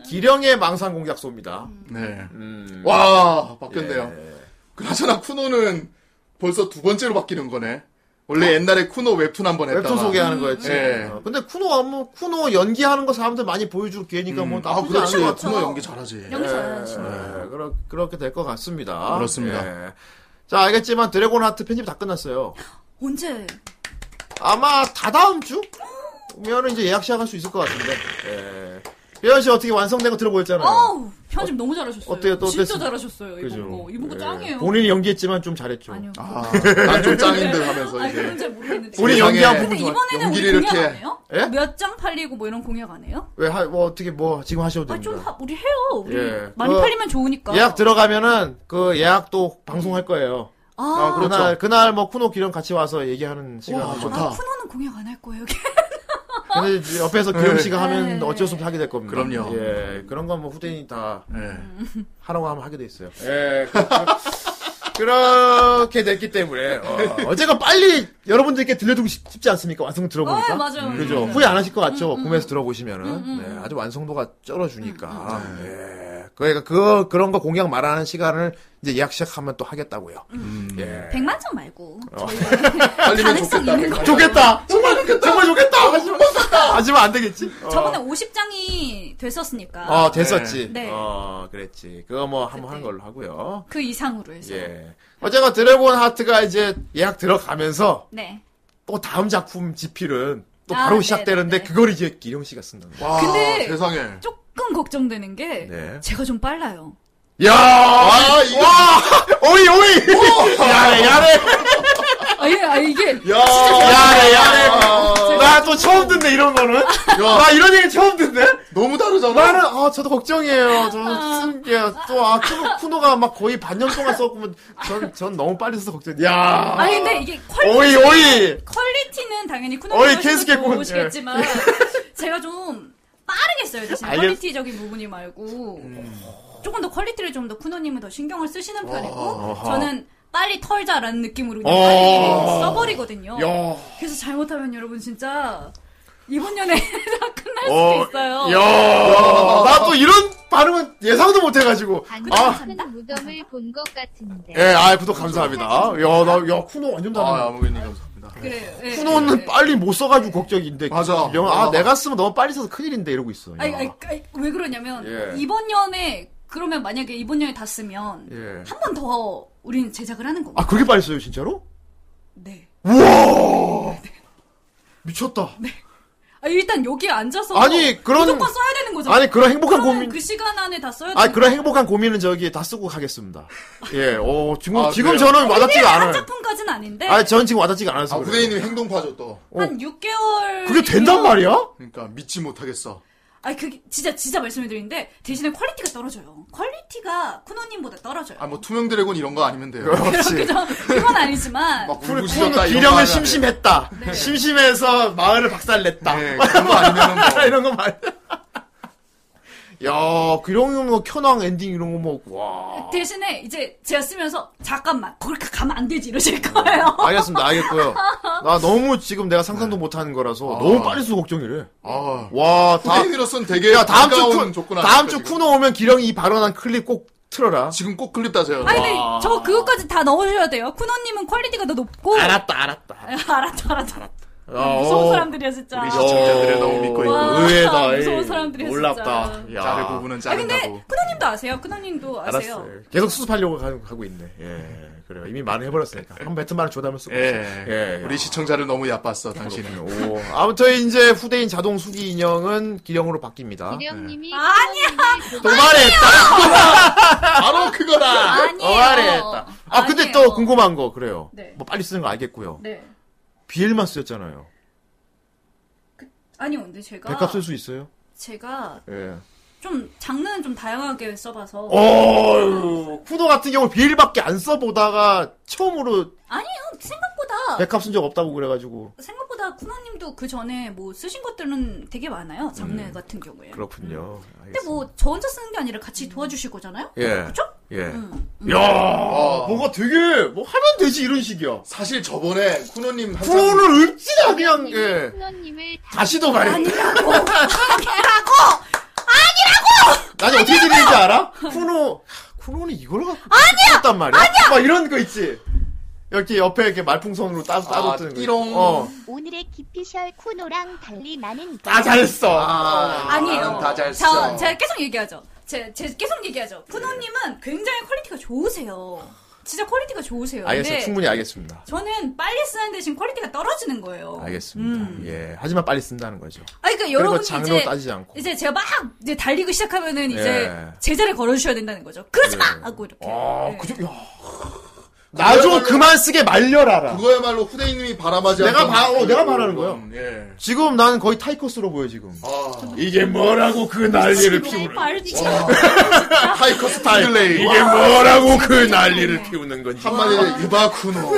S3: 기령의 망상 공작소입니다.
S11: 네.
S3: 음.
S11: 와, 바뀌었네요.
S3: 예.
S11: 그나저나 쿠노는 벌써 두 번째로 바뀌는 거네. 원래 옛날에 쿠노 어? 웹툰 한 번 했다가
S3: 웹툰 소개하는 거였지.
S11: 예.
S3: 어, 근데 쿠노 아무 쿠노 연기하는 거 사람들 많이 보여줄 기회니까 뭐
S11: 아,
S3: 나쁘지
S11: 그렇지.
S3: 않은 것
S11: 쿠노 연기 잘하지.
S6: 연기 잘하는 친구.
S3: 같아요. 예, 그러, 그렇게 될 것 같습니다.
S11: 그렇습니다.
S3: 예. 자 알겠지만 드래곤 하트 편집 다 끝났어요. 예.
S6: 언제?
S3: 아마 다다음 주면은 이제 예약 시작할 수 있을 것 같은데. 예. 배현 씨 어떻게 완성된 거 들어보셨잖아요.
S5: 어우 편집 너무 잘하셨어요.
S3: 어때요? 또
S5: 진짜
S3: 어땠어요?
S5: 잘하셨어요. 이번 거 이번 거
S3: 예.
S5: 짱이에요.
S3: 본인이 연기했지만 좀 잘했죠.
S5: 뭐. 아니요.
S11: 아, 난 좀 짱인 듯 하면서
S5: 아니 그건
S11: 이제.
S5: 잘 모르겠는데.
S3: 본인
S11: 세상에.
S3: 연기한
S5: 근데
S3: 부분 좋아.
S5: 이번에는 우리
S11: 연기를
S5: 공약 안
S11: 이렇게-
S5: 해요?
S3: 예?
S5: 몇 장 팔리고 뭐 이런 공약 안 해요?
S3: 왜 하, 뭐 어떻게 뭐 지금 하셔도 됩니다.
S5: 아좀 우리 해요. 우리
S3: 예.
S5: 많이
S3: 그
S5: 팔리면 좋으니까.
S3: 예약 들어가면은 그 예약도 방송할 거예요.
S5: 아,
S3: 그날
S11: 그렇죠.
S3: 그날 뭐 쿠노 기령 같이 와서 얘기하는 시간.
S11: 와,
S3: 한번.
S11: 좋다.
S5: 쿠노는 공약 안 할 거예요.
S3: 근데 이제 옆에서 기령
S11: 네.
S3: 씨가 하면 어쩔 수 없이 하게 될 겁니다.
S11: 그럼요.
S3: 예, 그런 건 뭐 후대인이 다
S11: 예.
S3: 하라고 하면 하게 돼 있어요. 예. 그렇게 됐기 때문에 어, 제가 빨리 여러분들께 들려주고 싶, 지 않습니까? 완성 들어보니까.
S5: 어, 맞아요.
S3: 그러니까? 그죠. 네. 후회 안 하실 것 같죠. 구매해서 들어보시면은 네, 아주 완성도가 쩔어주니까. 예. 그러니까 그 그런 거 공약 말하는 시간을 이제 예약 시작하면 또 하겠다고요. 예.
S6: 100만 장 말고
S11: 팔리면
S6: 가능성 있는
S11: 좋겠다.
S6: 거.
S3: 어. 좋겠다. 정말 좋겠다. 정말 좋겠다. 하지만 하지만 안 되겠지. 어.
S6: 저번에 50장이 됐었으니까
S3: 어 됐었지.
S6: 네.
S3: 어 그랬지. 그거 뭐 한번 하는 걸로 하고요.
S6: 그 이상으로 해서
S3: 예. 어제가 드래곤 하트가 이제 예약 들어가면서
S6: 네.
S3: 또 다음 작품 지필은 또
S6: 아,
S3: 바로
S6: 네네네.
S3: 시작되는데 그걸 이제 기령 씨가 쓴다는 거.
S11: 와,
S5: 근데-
S11: 세상에.
S5: 조금 걱정되는 게
S3: 아, 네.
S5: 제가 좀 빨라요.
S3: 야! 와, 이거 오이 오이. 야래 야래.
S5: 아, 예, 아 이게
S3: 야! 야래 야래. 나 또 처음 듣네 이런 거는. 나 이런 얘기 처음 듣네.
S11: 너무 다르잖아.
S3: 나는 아 저도 걱정이에요.
S5: 아.
S3: 저쓴게또아 쿠노, 쿠노가 막 거의 반년 동안 썼고 전전 너무 빨리 써서 걱정. 야.
S5: 아니 근데 이게 퀄,
S3: 오이 오이.
S5: 퀄리티는 당연히
S3: 어이,
S5: 쿠노님
S3: 케이스케 군,
S5: 보시겠지만 제가 좀 빠르겠어요 대신
S3: 알겠-
S5: 퀄리티적인 부분이
S3: 음.
S5: 말고 조금 더 퀄리티를 좀 더 쿠노님은 더 신경을 쓰시는 편이고 저는 빨리 털자라는 느낌으로 그냥
S6: 어.
S5: 빨리 써버리거든요.
S6: 야.
S5: 그래서 잘못하면 여러분 진짜 이번 연애 다 끝날
S3: 어,
S5: 수도 있어요.
S3: 야, 나 또 이런 반응은 예상도 못 해가지고. 아,
S10: 큰 무덤을 본 것 같은데.
S3: 예, 아, 구독 감사합니다. 야, 나, 야, 쿠노 완전 잘하네.
S11: 아, 아무개님 감사합니다.
S5: 그래요. 예.
S3: 쿠노는 빨리 못 써가지고 걱정인데.
S11: 맞아.
S3: 명은, 아,
S11: 맞아.
S3: 내가 쓰면 너무 빨리 써서 큰일인데 이러고 있어.
S5: 아니, 아니, 아니, 왜 그러냐면
S3: 예.
S5: 이번 연애 그러면 만약에 이번 연애 다 쓰면
S3: 예.
S5: 한 번 더 우리는 제작을 하는 겁니다.
S3: 아, 그렇게 빨리 써요, 진짜로?
S5: 네.
S3: 우와! 미쳤다.
S5: 아, 일단 여기 앉아서
S3: 아니, 그런-
S5: 무조건 써야 되는 거잖아.
S3: 아니, 그런 행복한
S5: 그러면
S3: 고민-
S5: 그 시간 안에 다 써야
S3: 아,
S5: 되는
S3: 그런
S5: 거야.
S3: 행복한 고민은 저기 다 쓰고 가겠습니다. 예, 어, 지금,
S5: 아,
S3: 지금
S5: 그래요?
S3: 저는 와닿지가
S5: 고민을 한
S3: 않아요.
S5: 작품까지는 아닌데
S3: 아, 전 지금 와닿지가 않아서.
S11: 아, 후대인님 행동파죠, 또.
S5: 한 6개월
S3: 어. 그게 된단 말이야?
S11: 그러니까 믿지 못하겠어.
S5: 아니 그게 진짜 진짜 말씀을 드리는데 대신에 퀄리티가 떨어져요. 퀄리티가 쿠노님보다 떨어져요.
S3: 네.
S11: 아, 뭐, 투명 드래곤 이런 거 아니면 돼요. 뭐
S5: 그죠? 그건 아니지만
S11: 막
S3: 쿠노
S11: 울부짖었다 이런 거
S3: 기량은
S11: 하면
S3: 심심했다.
S5: 네.
S3: 심심해서 마을을 박살냈다.
S11: 네, 그런 거 아니면은 뭐.
S3: 이런 거 말. 야, 그런 거 켜낭 엔딩 이런 거 뭐, 와.
S5: 대신에 이제 제가 쓰면서 잠깐만 거기까 가면 안 되지 이러실 거예요.
S3: 알겠습니다, 알겠고요. 나 너무 지금 내가 상상도 못하는 거라서 너무 빨리 쓰고 걱정이래. 와, 다.
S11: 후대인으로선 되게
S3: 야, 다음 주
S11: 반가운
S3: 쿠,
S11: 조건 아닐까,
S3: 다음 주
S11: 지금?
S3: 쿠노 오면 기령이 이 발언한 클립 꼭 틀어라.
S11: 지금 꼭 클립 따세요.
S5: 아니 근데 저 그것까지 다 넣으셔야 돼요. 쿠노님은 퀄리티가 더 높고
S3: 알았다, 알았다.
S5: 알았다 알았다.
S3: 야,
S5: 아, 무서운
S3: 어.
S5: 사람들이야 진짜.
S3: 우리
S11: 시청자들을 너무 믿고 있고.
S5: 와,
S3: 어. 의외다.
S5: 무서운
S3: 에이,
S5: 사람들이야,
S3: 놀랍다.
S5: 진짜.
S3: 야.
S11: 자를 부분은
S5: 아 근데 쿠노님도 아세요. 쿠노님도 아세요.
S3: 알았어요. 계속 수습하려고 가- 하고 있네. 예. 그래요. 이미 말을 해버렸으니까. 한 배트만을 조담을 쓰고.
S11: 예. 우리
S3: 시청자를 너무 얕봤어,
S11: 당신은.
S3: 오. 아무튼 이제 후대인 자동 수기 인형은 기령으로 바뀝니다.
S10: 기령님이
S5: 아니야.
S3: 도발했다! 바로 그거다!
S10: 아니에요.
S3: 도발했다. 아, 근데 또 궁금한 거, 그래요. 뭐 빨리 쓰는 거 알겠고요.
S5: 네.
S3: 비엘만 쓰였잖아요.
S5: 아니 근데 제가
S3: 백합 쓸 수 있어요?
S5: 제가
S3: 예.
S5: 좀 장르는 좀 다양하게 써봐서
S3: 어 쿠노 같은 경우 비엘밖에 안 써보다가 처음으로
S5: 아니요 생각보다
S3: 백합 쓴 적 없다고 그래가지고.
S5: 생각보다 쿠노님도 그 전에 뭐 쓰신 것들은 되게 많아요 장르
S3: 음.
S5: 같은 경우에
S3: 그렇군요.
S5: 근데 뭐 저 혼자 쓰는 게 아니라 같이 도와주실 거잖아요
S3: 예.
S5: 그쵸?
S3: 예.
S5: 음.
S3: 야, 뭐가 되게 뭐 하면 되지 이런 식이야.
S11: 아. 사실 저번에 쿠노님 한참-
S3: 쿠노를 읊지나 그냥 예.
S10: 쿠노님을
S3: 다시도 말해.
S10: 아니라고.
S5: 아니라고.
S3: 나는 어떻게 들리는지 알아? 쿠노 쿠노는 이걸 갖고 아니야. 말이야. 아니야. 막 이런 거 있지. 이렇게 옆에 이렇게 말풍선으로 따로 따로 뜨는 거.
S11: 아, 띠롱.
S3: 어.
S14: 오늘의 기피셜 쿠노랑 달리 나는
S10: 아,
S3: 다 잘했어.
S5: 아니에요
S3: 다잘
S5: 저 제가 계속 얘기하죠 제, 제 계속 얘기하죠 쿠노님은 굉장히 퀄리티가 좋으세요 진짜 퀄리티가 좋으세요
S3: 알겠어요.
S5: 근데
S3: 충분히 알겠습니다.
S5: 저는 빨리 쓰는 대신 퀄리티가 떨어지는 거예요
S3: 알겠습니다. 예. 하지만 빨리 쓴다는 거죠.
S5: 아니, 그러니까
S3: 그리고
S5: 여러분이
S3: 장르로
S5: 이제
S3: 따지지 않고.
S5: 이제 제가 막 이제 달리기 시작하면은 이제
S3: 예.
S5: 제자를 걸어주셔야 된다는 거죠. 그러지 마 하고 이렇게. 예.
S3: 아, 그죠? 야. 나 좀 그만 쓰게 말려라라.
S11: 그거야말로 후대인님이 바라마지
S3: 내가
S11: 않던
S3: 바, 어,
S11: 그런
S3: 내가 말하는 거예요.
S11: 예.
S3: 지금 난 거의 타이커스로 보여 지금. 이게 뭐라고 그 난리를 피우는?
S11: 그
S3: 타이커스
S11: 타이레이.
S3: 이게 뭐라고
S27: 네.
S3: 그 난리를 피우는 건지.
S11: 한마디로 이봐 쿠노.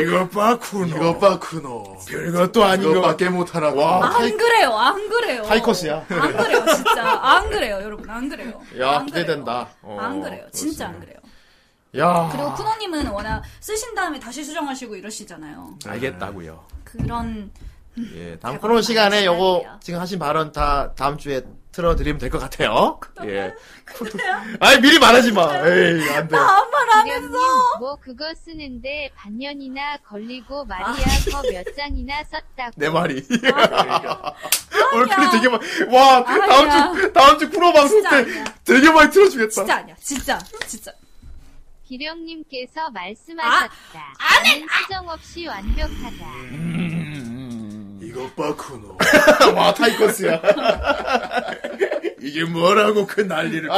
S3: 이것 봐 쿠노.
S11: 이것 봐 쿠노.
S3: 별것도 아닌
S11: 것밖에 못하나.
S3: 와.
S5: 안 그래요, 안 그래요.
S3: 타이커스야.
S5: 안 그래요, 진짜. 안 그래요, 여러분. 안 그래요.
S3: 야 기대된다. 어.
S5: 안 그래요. 진짜 안 그래요.
S3: 야.
S5: 그리고 쿠노님은 워낙 쓰신 다음에 다시 수정하시고 이러시잖아요.
S3: 알겠다고요.
S5: 그런
S3: 예, 다음 코너 시간에 요거 지금 하신 발언 다 다음 주에 틀어드리면 될 것 같아요. 예. 아니 미리 말하지 마. 에이 안 돼.
S5: 나한말
S27: 네.
S10: 하면서. 뭐 그거 쓰는데 반년이나 걸리고 말이야.
S27: 아.
S10: 거몇 장이나 썼다고.
S3: 내 말이. 얼굴이 되게 많이, 와, 다음 주, 다음 주 프로 방송
S10: 진짜
S3: 때
S10: 아니야.
S3: 되게 많이 틀어주겠다.
S5: 진짜 아니야. 진짜. 진짜. 아!
S10: 기령님께서 말씀하셨다. 나는 수정 없이 완벽하다.
S11: 이것 봐 쿠노.
S3: 와, 타이커스야. 이게 뭐라고 그 난리를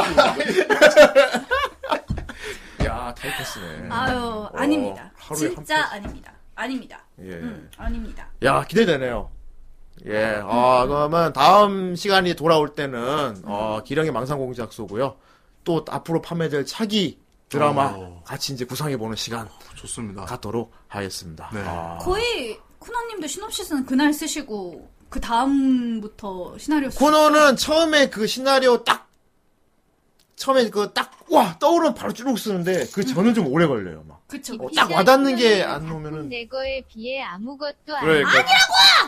S3: 피우고. 야, 타이커스네.
S5: 아유,
S3: 어,
S5: 아닙니다.
S3: 하루에 한
S5: 진짜 아닙니다. 아닙니다.
S3: 예.
S5: 음, 아닙니다.
S3: 야, 기대되네요. 예, 아, 그러면 다음 시간이 돌아올 때는, 어, 기령의 망상공작소고요. 또 앞으로 판매될 차기 드라마 같이 이제 구상해보는 시간. 좋습니다. 갖도록 하겠습니다. 아.
S5: 거의 쿠노님도 시놉시스는 그날 쓰시고 그 다음부터 시나리오 쓰
S3: 코너는 처음에 그 시나리오 딱 처음에 그 딱 와 떠오르면 바로 쭉 쓰는데 그 저는 좀 오래 걸려요 막
S5: 그쵸.
S3: 어, 딱 와닿는 게 안 오면은
S10: 내 거에 비해 아무것도 아니
S3: 그러니까.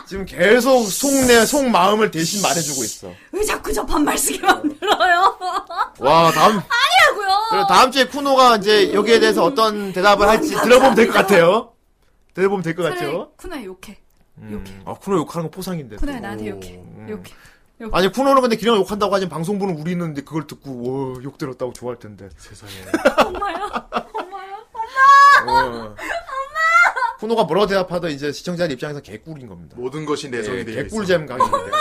S3: 지금 계속 속내 속 마음을 대신 말해주고 있어.
S5: 왜 자꾸 저 반말 쓰게 만들어요?
S3: 와 다음 그래,
S5: 아니라고요.
S3: 다음 주에 쿠노가 이제 여기에 대해서 어떤 대답을 할지 들어보면 될 것 같아요. 들어보면 될 것
S5: 차라리
S3: 같죠.
S5: 쿠나 욕해.
S3: 음. 아 쿠노 욕하는 거 포상인데. 또.
S5: 쿠나 나한테 욕해. 욕해. 욕해.
S3: 아니 쿠노는 근데 기령 욕한다고 하지 방송부는 우리는 이제 그걸 듣고 와, 욕 들었다고 좋아할 텐데. 세상에. 엄마야. 어. 쿠노가 뭐라고 대답하든 이제 시청자 입장에서 개꿀인 겁니다.
S11: 모든 것이 내 손이
S3: 예,
S11: 되어
S3: 개꿀잼
S11: 있어.
S3: 강의인데.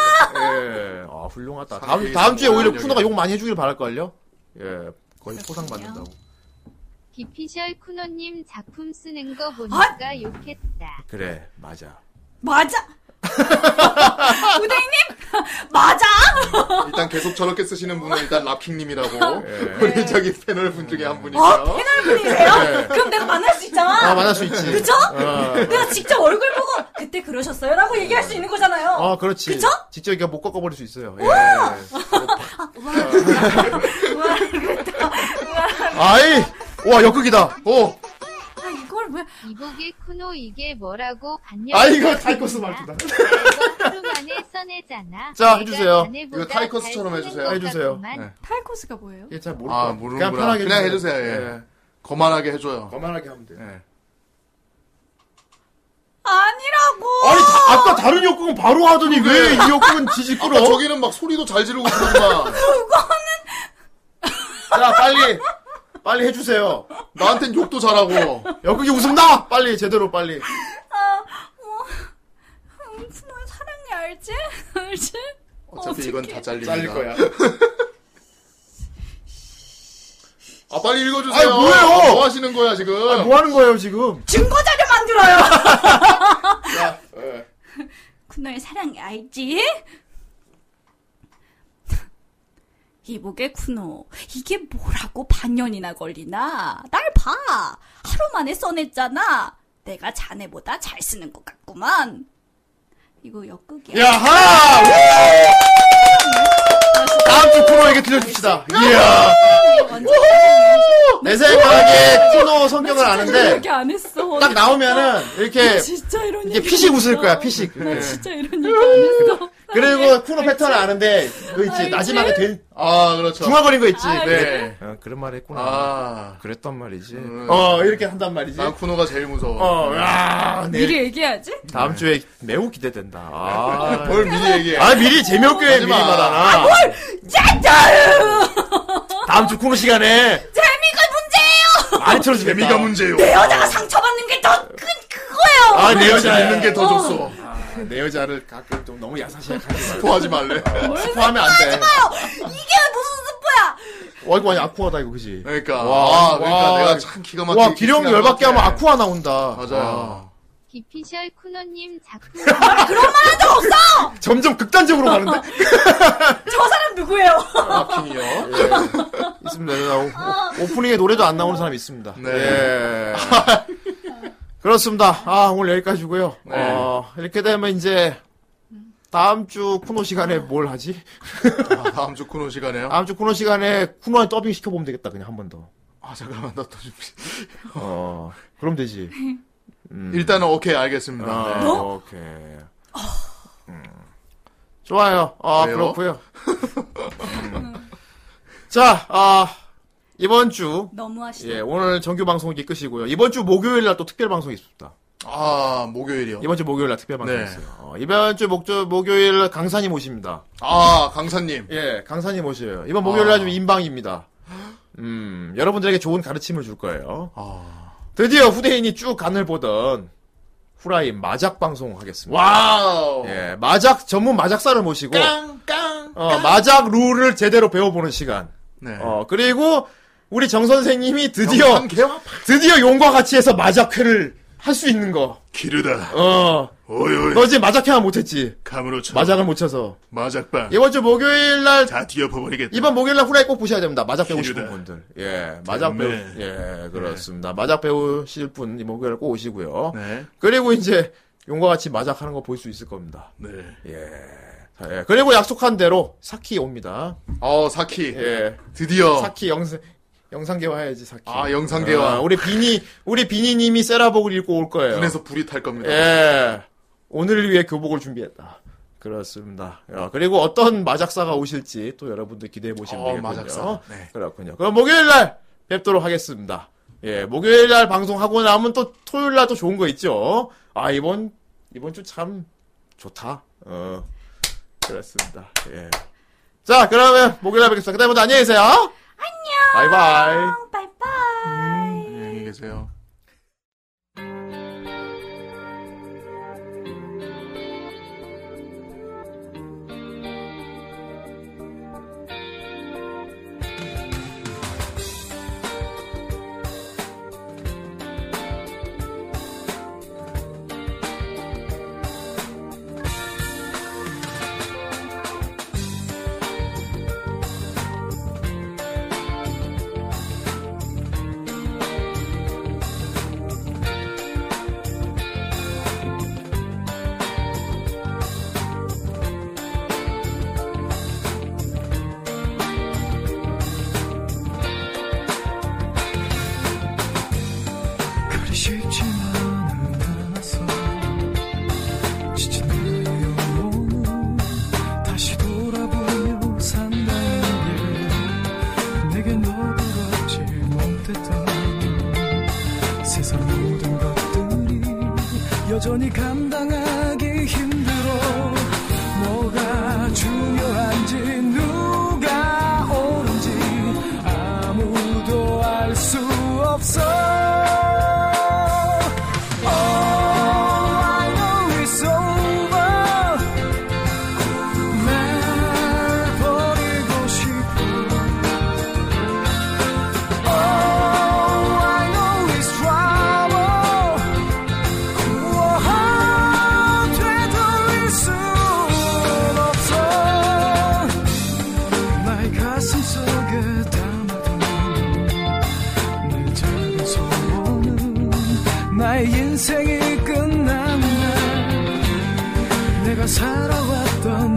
S3: 예. 아 훌륭하다. 다음
S11: 상대의
S3: 다음 주에 오히려
S11: 상대의
S3: 쿠노가 욕 많이 해주길 바랄걸요. 예. 거의 포상 받는다고.
S10: 기피셜 쿠노님 작품 쓰는 거 보니까
S3: 아!
S10: 욕했다.
S3: 그래 맞아.
S5: 맞아. 우대님 맞아.
S11: 일단 계속 저렇게 쓰시는 분은 일단 라핑님이라고
S3: 예.
S11: 우리 저기 패널 분 중에 한 분이고요.
S5: 아 패널
S11: 네.
S5: 분이세요? 그럼 내가 만날 수 있잖아.
S3: 아 만날 수 있지.
S5: 그쵸?
S11: 아.
S3: 어.
S5: 내가 직접 얼굴 보고 그때 그러셨어요라고 얘기할 수 있는 거잖아요.
S3: 아, 그렇지.
S5: 그쵸?
S3: 직접 이렇게 못 꺾어버릴 수 있어요. 예. 아이! 와, 역극이다. 오!
S10: 아 이걸 왜? 이보게 쿠노 이게 뭐라고 봤냐?
S11: 아 이거 타이커스 말투다.
S10: 하루만에 써내잖아.
S11: 자, 해주세요.
S10: 자네보다
S11: 이거 타이커스처럼
S10: 잘
S11: 해주세요.
S10: 쓰는 것
S11: 해주세요.
S10: 같구만.
S11: 네.
S5: 타이코스가 뭐예요?
S3: 얘잘 모르고.
S11: 아 모르는구나. 그냥 편하게 해주세요. 예. 거만하게 해줘요.
S3: 거만하게 하면 돼.
S11: 예.
S5: 아니라고.
S3: 아니, 다- 아까 다른 역극은 바로 하더니 왜 이 역극은 지지 끌어?
S11: 아까 저기는 막 소리도 잘 지르고 그러구나.
S3: 자, 빨리. 빨리 해주세요.
S11: 나한텐 욕도 잘하고.
S3: 역극이 웃음다! 빨리, 제대로 빨리.
S5: 음, 쿠노야 사랑해 알지? 알지?
S11: 어차피 이건 다 잘립니다.
S3: 잘릴 거야.
S11: 아 빨리 읽어주세요.
S3: 아니, 뭐예요?
S11: 뭐 하시는 거야 지금?
S3: 아, 뭐 하는 거예요, 지금?
S5: 증거 자료 만들어요.
S3: 자, 예.
S5: 쿠노야 사랑해 알지? 이보게 쿠노 이게 뭐라고 반년이나 걸리나 날 봐 하루 만에 써냈잖아 내가 자네보다 잘 쓰는 것 같구만 이거 역극이야
S3: 야하! 우! 다음 주 프로에게 들려줍시다. 이야. 내 생각에 코너 성격을 아는데
S5: 이렇게 안 했어
S3: 딱
S11: 예.
S3: 나오면은 이렇게
S5: 나 진짜 이런
S3: 이게
S5: 얘기
S3: 피식
S5: 안
S3: 웃을
S5: 했어.
S3: 거야, 피식.
S5: 나
S3: 예.
S5: 진짜 이런 얘기 안 했어
S3: 그리고 쿠노 패턴을 아는데 그 있지
S5: 알지?
S3: 마지막에 된
S11: 아 그렇죠.
S3: 중화거린 거 있지.
S5: 아,
S11: 네.
S3: 어, 그런 말 했구나.
S11: 아.
S6: 그랬단 말이지.
S3: 어 이렇게 한단 말이지.
S11: 난 쿠노가 제일 무서워.
S3: 어, 야, 네.
S5: 아, 미리 얘기해야지
S6: 다음 주에 매우 기대된다. 아,
S11: 뭘 미리 얘기해.
S6: 아, 미리 재미없게
S11: 하지
S6: 미리
S11: 마.
S6: 말하나.
S5: 아, 짜잔
S6: 다음 주 코너 시간에
S5: 재미가 문제예요
S6: 많이 틀어주겠다.
S11: 재미가 문제요.
S5: 내 여자가 상처받는 게 더 큰 그거예요
S3: 아,
S11: 내
S3: 내
S11: 여자
S3: 여자 아,
S11: 있는 게 더
S5: 어.
S11: 좋소.
S3: 내 여자를 가끔 좀 너무 야사시하게 하지
S11: 포하지 말래.
S3: 마. 스포하면 안 돼.
S5: 이게 무슨 스포야
S3: 네. 와 이거 많이 아쿠아다 이거지.
S11: 그러니까.
S3: 와,
S11: 아, 그러니까
S3: 와.
S11: 내가 참 기가 막히게.
S3: 네. 와 기령
S11: 생각을
S3: 열받게
S11: 하네.
S3: 하면 아쿠아 나온다.
S11: 맞아요.
S10: 기피셜 쿠노님 작품.
S3: 아, 점점 극단적으로 가는데.
S5: 저 사람 누구예요
S11: 라핑이요.
S3: 있습니다. 네, 오, 프닝에 노래도 안 나오는 사람이 있습니다.
S11: 네.
S3: 예. 그렇습니다. 아 오늘 여기까지고요.
S11: 네.
S3: 어, 이렇게 되면 이제 다음 주 쿠노 시간에 뭘 하지?
S11: 아, 다음 주 쿠노 시간에요.
S3: 다음 주 쿠노 시간에 쿠노한테 더빙 시켜보면 되겠다. 그냥 한 번 더.
S11: 아 잠깐만 나 또 준비.
S3: 어, 그럼 되지. 음.
S11: 일단은 오케이 알겠습니다.
S3: 아,
S11: 네.
S3: 오케이. 음. 좋아요. 아,
S11: 왜요?
S3: 그렇고요. 음. 자, 아, 이번 주
S5: 너무 하시다
S3: 예, 오늘 정규 방송 이제 끝이고요. 이번 주 목요일 날 또 특별 방송이 있습니다.
S11: 아 목요일이요.
S3: 이번 주 목요일 날 특별 방송이
S11: 네.
S3: 있어요. 어, 이번 주 목, 목요일 날 강사님 오십니다.
S11: 아 강사님.
S3: 예, 강사님 오셔요. 이번 목요일 날 좀 인방입니다. 음, 여러분들에게 좋은 가르침을 줄 거예요. 드디어 후대인이 쭉 간을 보던 후라이 마작 방송 하겠습니다.
S11: 와우.
S3: 예, 마작 전문 마작사를 모시고
S11: 깡깡.
S3: 어, 마작 룰을 제대로 배워보는 시간.
S11: 네.
S3: 어, 그리고 우리 정 선생님이 드디어
S11: 한 개와
S3: 드디어 용과 같이 해서 마작회를 할 수 있는 거.
S11: 기르다.
S3: 어,
S11: 오이 오이.
S3: 너 지금 마작회만 못했지.
S11: 감으로 쳐.
S3: 마작을 못 쳐서
S11: 마작방.
S3: 이번 주 목요일 날
S11: 다 뒤엎어버리겠다.
S3: 이번 목요일 날 후라이 꼭 보셔야 됩니다. 마작 배우실
S11: 기르다.
S3: 분들. 예, 마작 배우.
S11: 네.
S3: 예, 그렇습니다. 마작 배우실 분 목요일 꼭 오시고요.
S11: 네.
S3: 그리고 이제 용과 같이 마작 하는 거 볼 수 있을 겁니다.
S11: 네.
S3: 예. 자, 예. 그리고 약속한 대로 사키 옵니다.
S11: 어 사키.
S3: 예.
S11: 드디어
S3: 사키 영생 영상개화해야지 사키.
S11: 아, 영상개화.
S3: 아, 우리 비니 우리 비니님이 세라복을 입고 올 거예요.
S11: 눈에서 불이 탈 겁니다.
S3: 예. 오늘을 위해 교복을 준비했다. 그렇습니다. 야, 그리고 어떤 마작사가 오실지 또 여러분들 기대해 보시면
S11: 어,
S3: 되겠군요.
S11: 마작사. 네.
S3: 그렇군요. 그럼 목요일 날 뵙도록 하겠습니다. 예, 목요일 날 방송하고 나면 또 토요일 날 또 좋은 거 있죠. 아, 이번 이번 주 참 좋다. 어. 그렇습니다. 예. 자, 그러면 목요일 날 뵙겠습니다. 그다음부터 안녕히 계세요. 안녕. 바이바이.
S11: 안녕히 계세요.
S2: 그리 쉽지만은 않아서 지친 나의 영혼은 다시 돌아보며 산다는 게 내겐 너그럽지 못했던 세상 모든 것들이 여전히 감당하기 힘들어 뭐가 중요한지 누가 옳은지 아무도 알 수 없어 All I know is over 날 버리고 싶어 All I know is trouble 구워하 되돌릴 순 없어 나의 가슴 속에 담아둔 내 작은 소원은 나의 인생이 끝나는 날 내가 살아왔던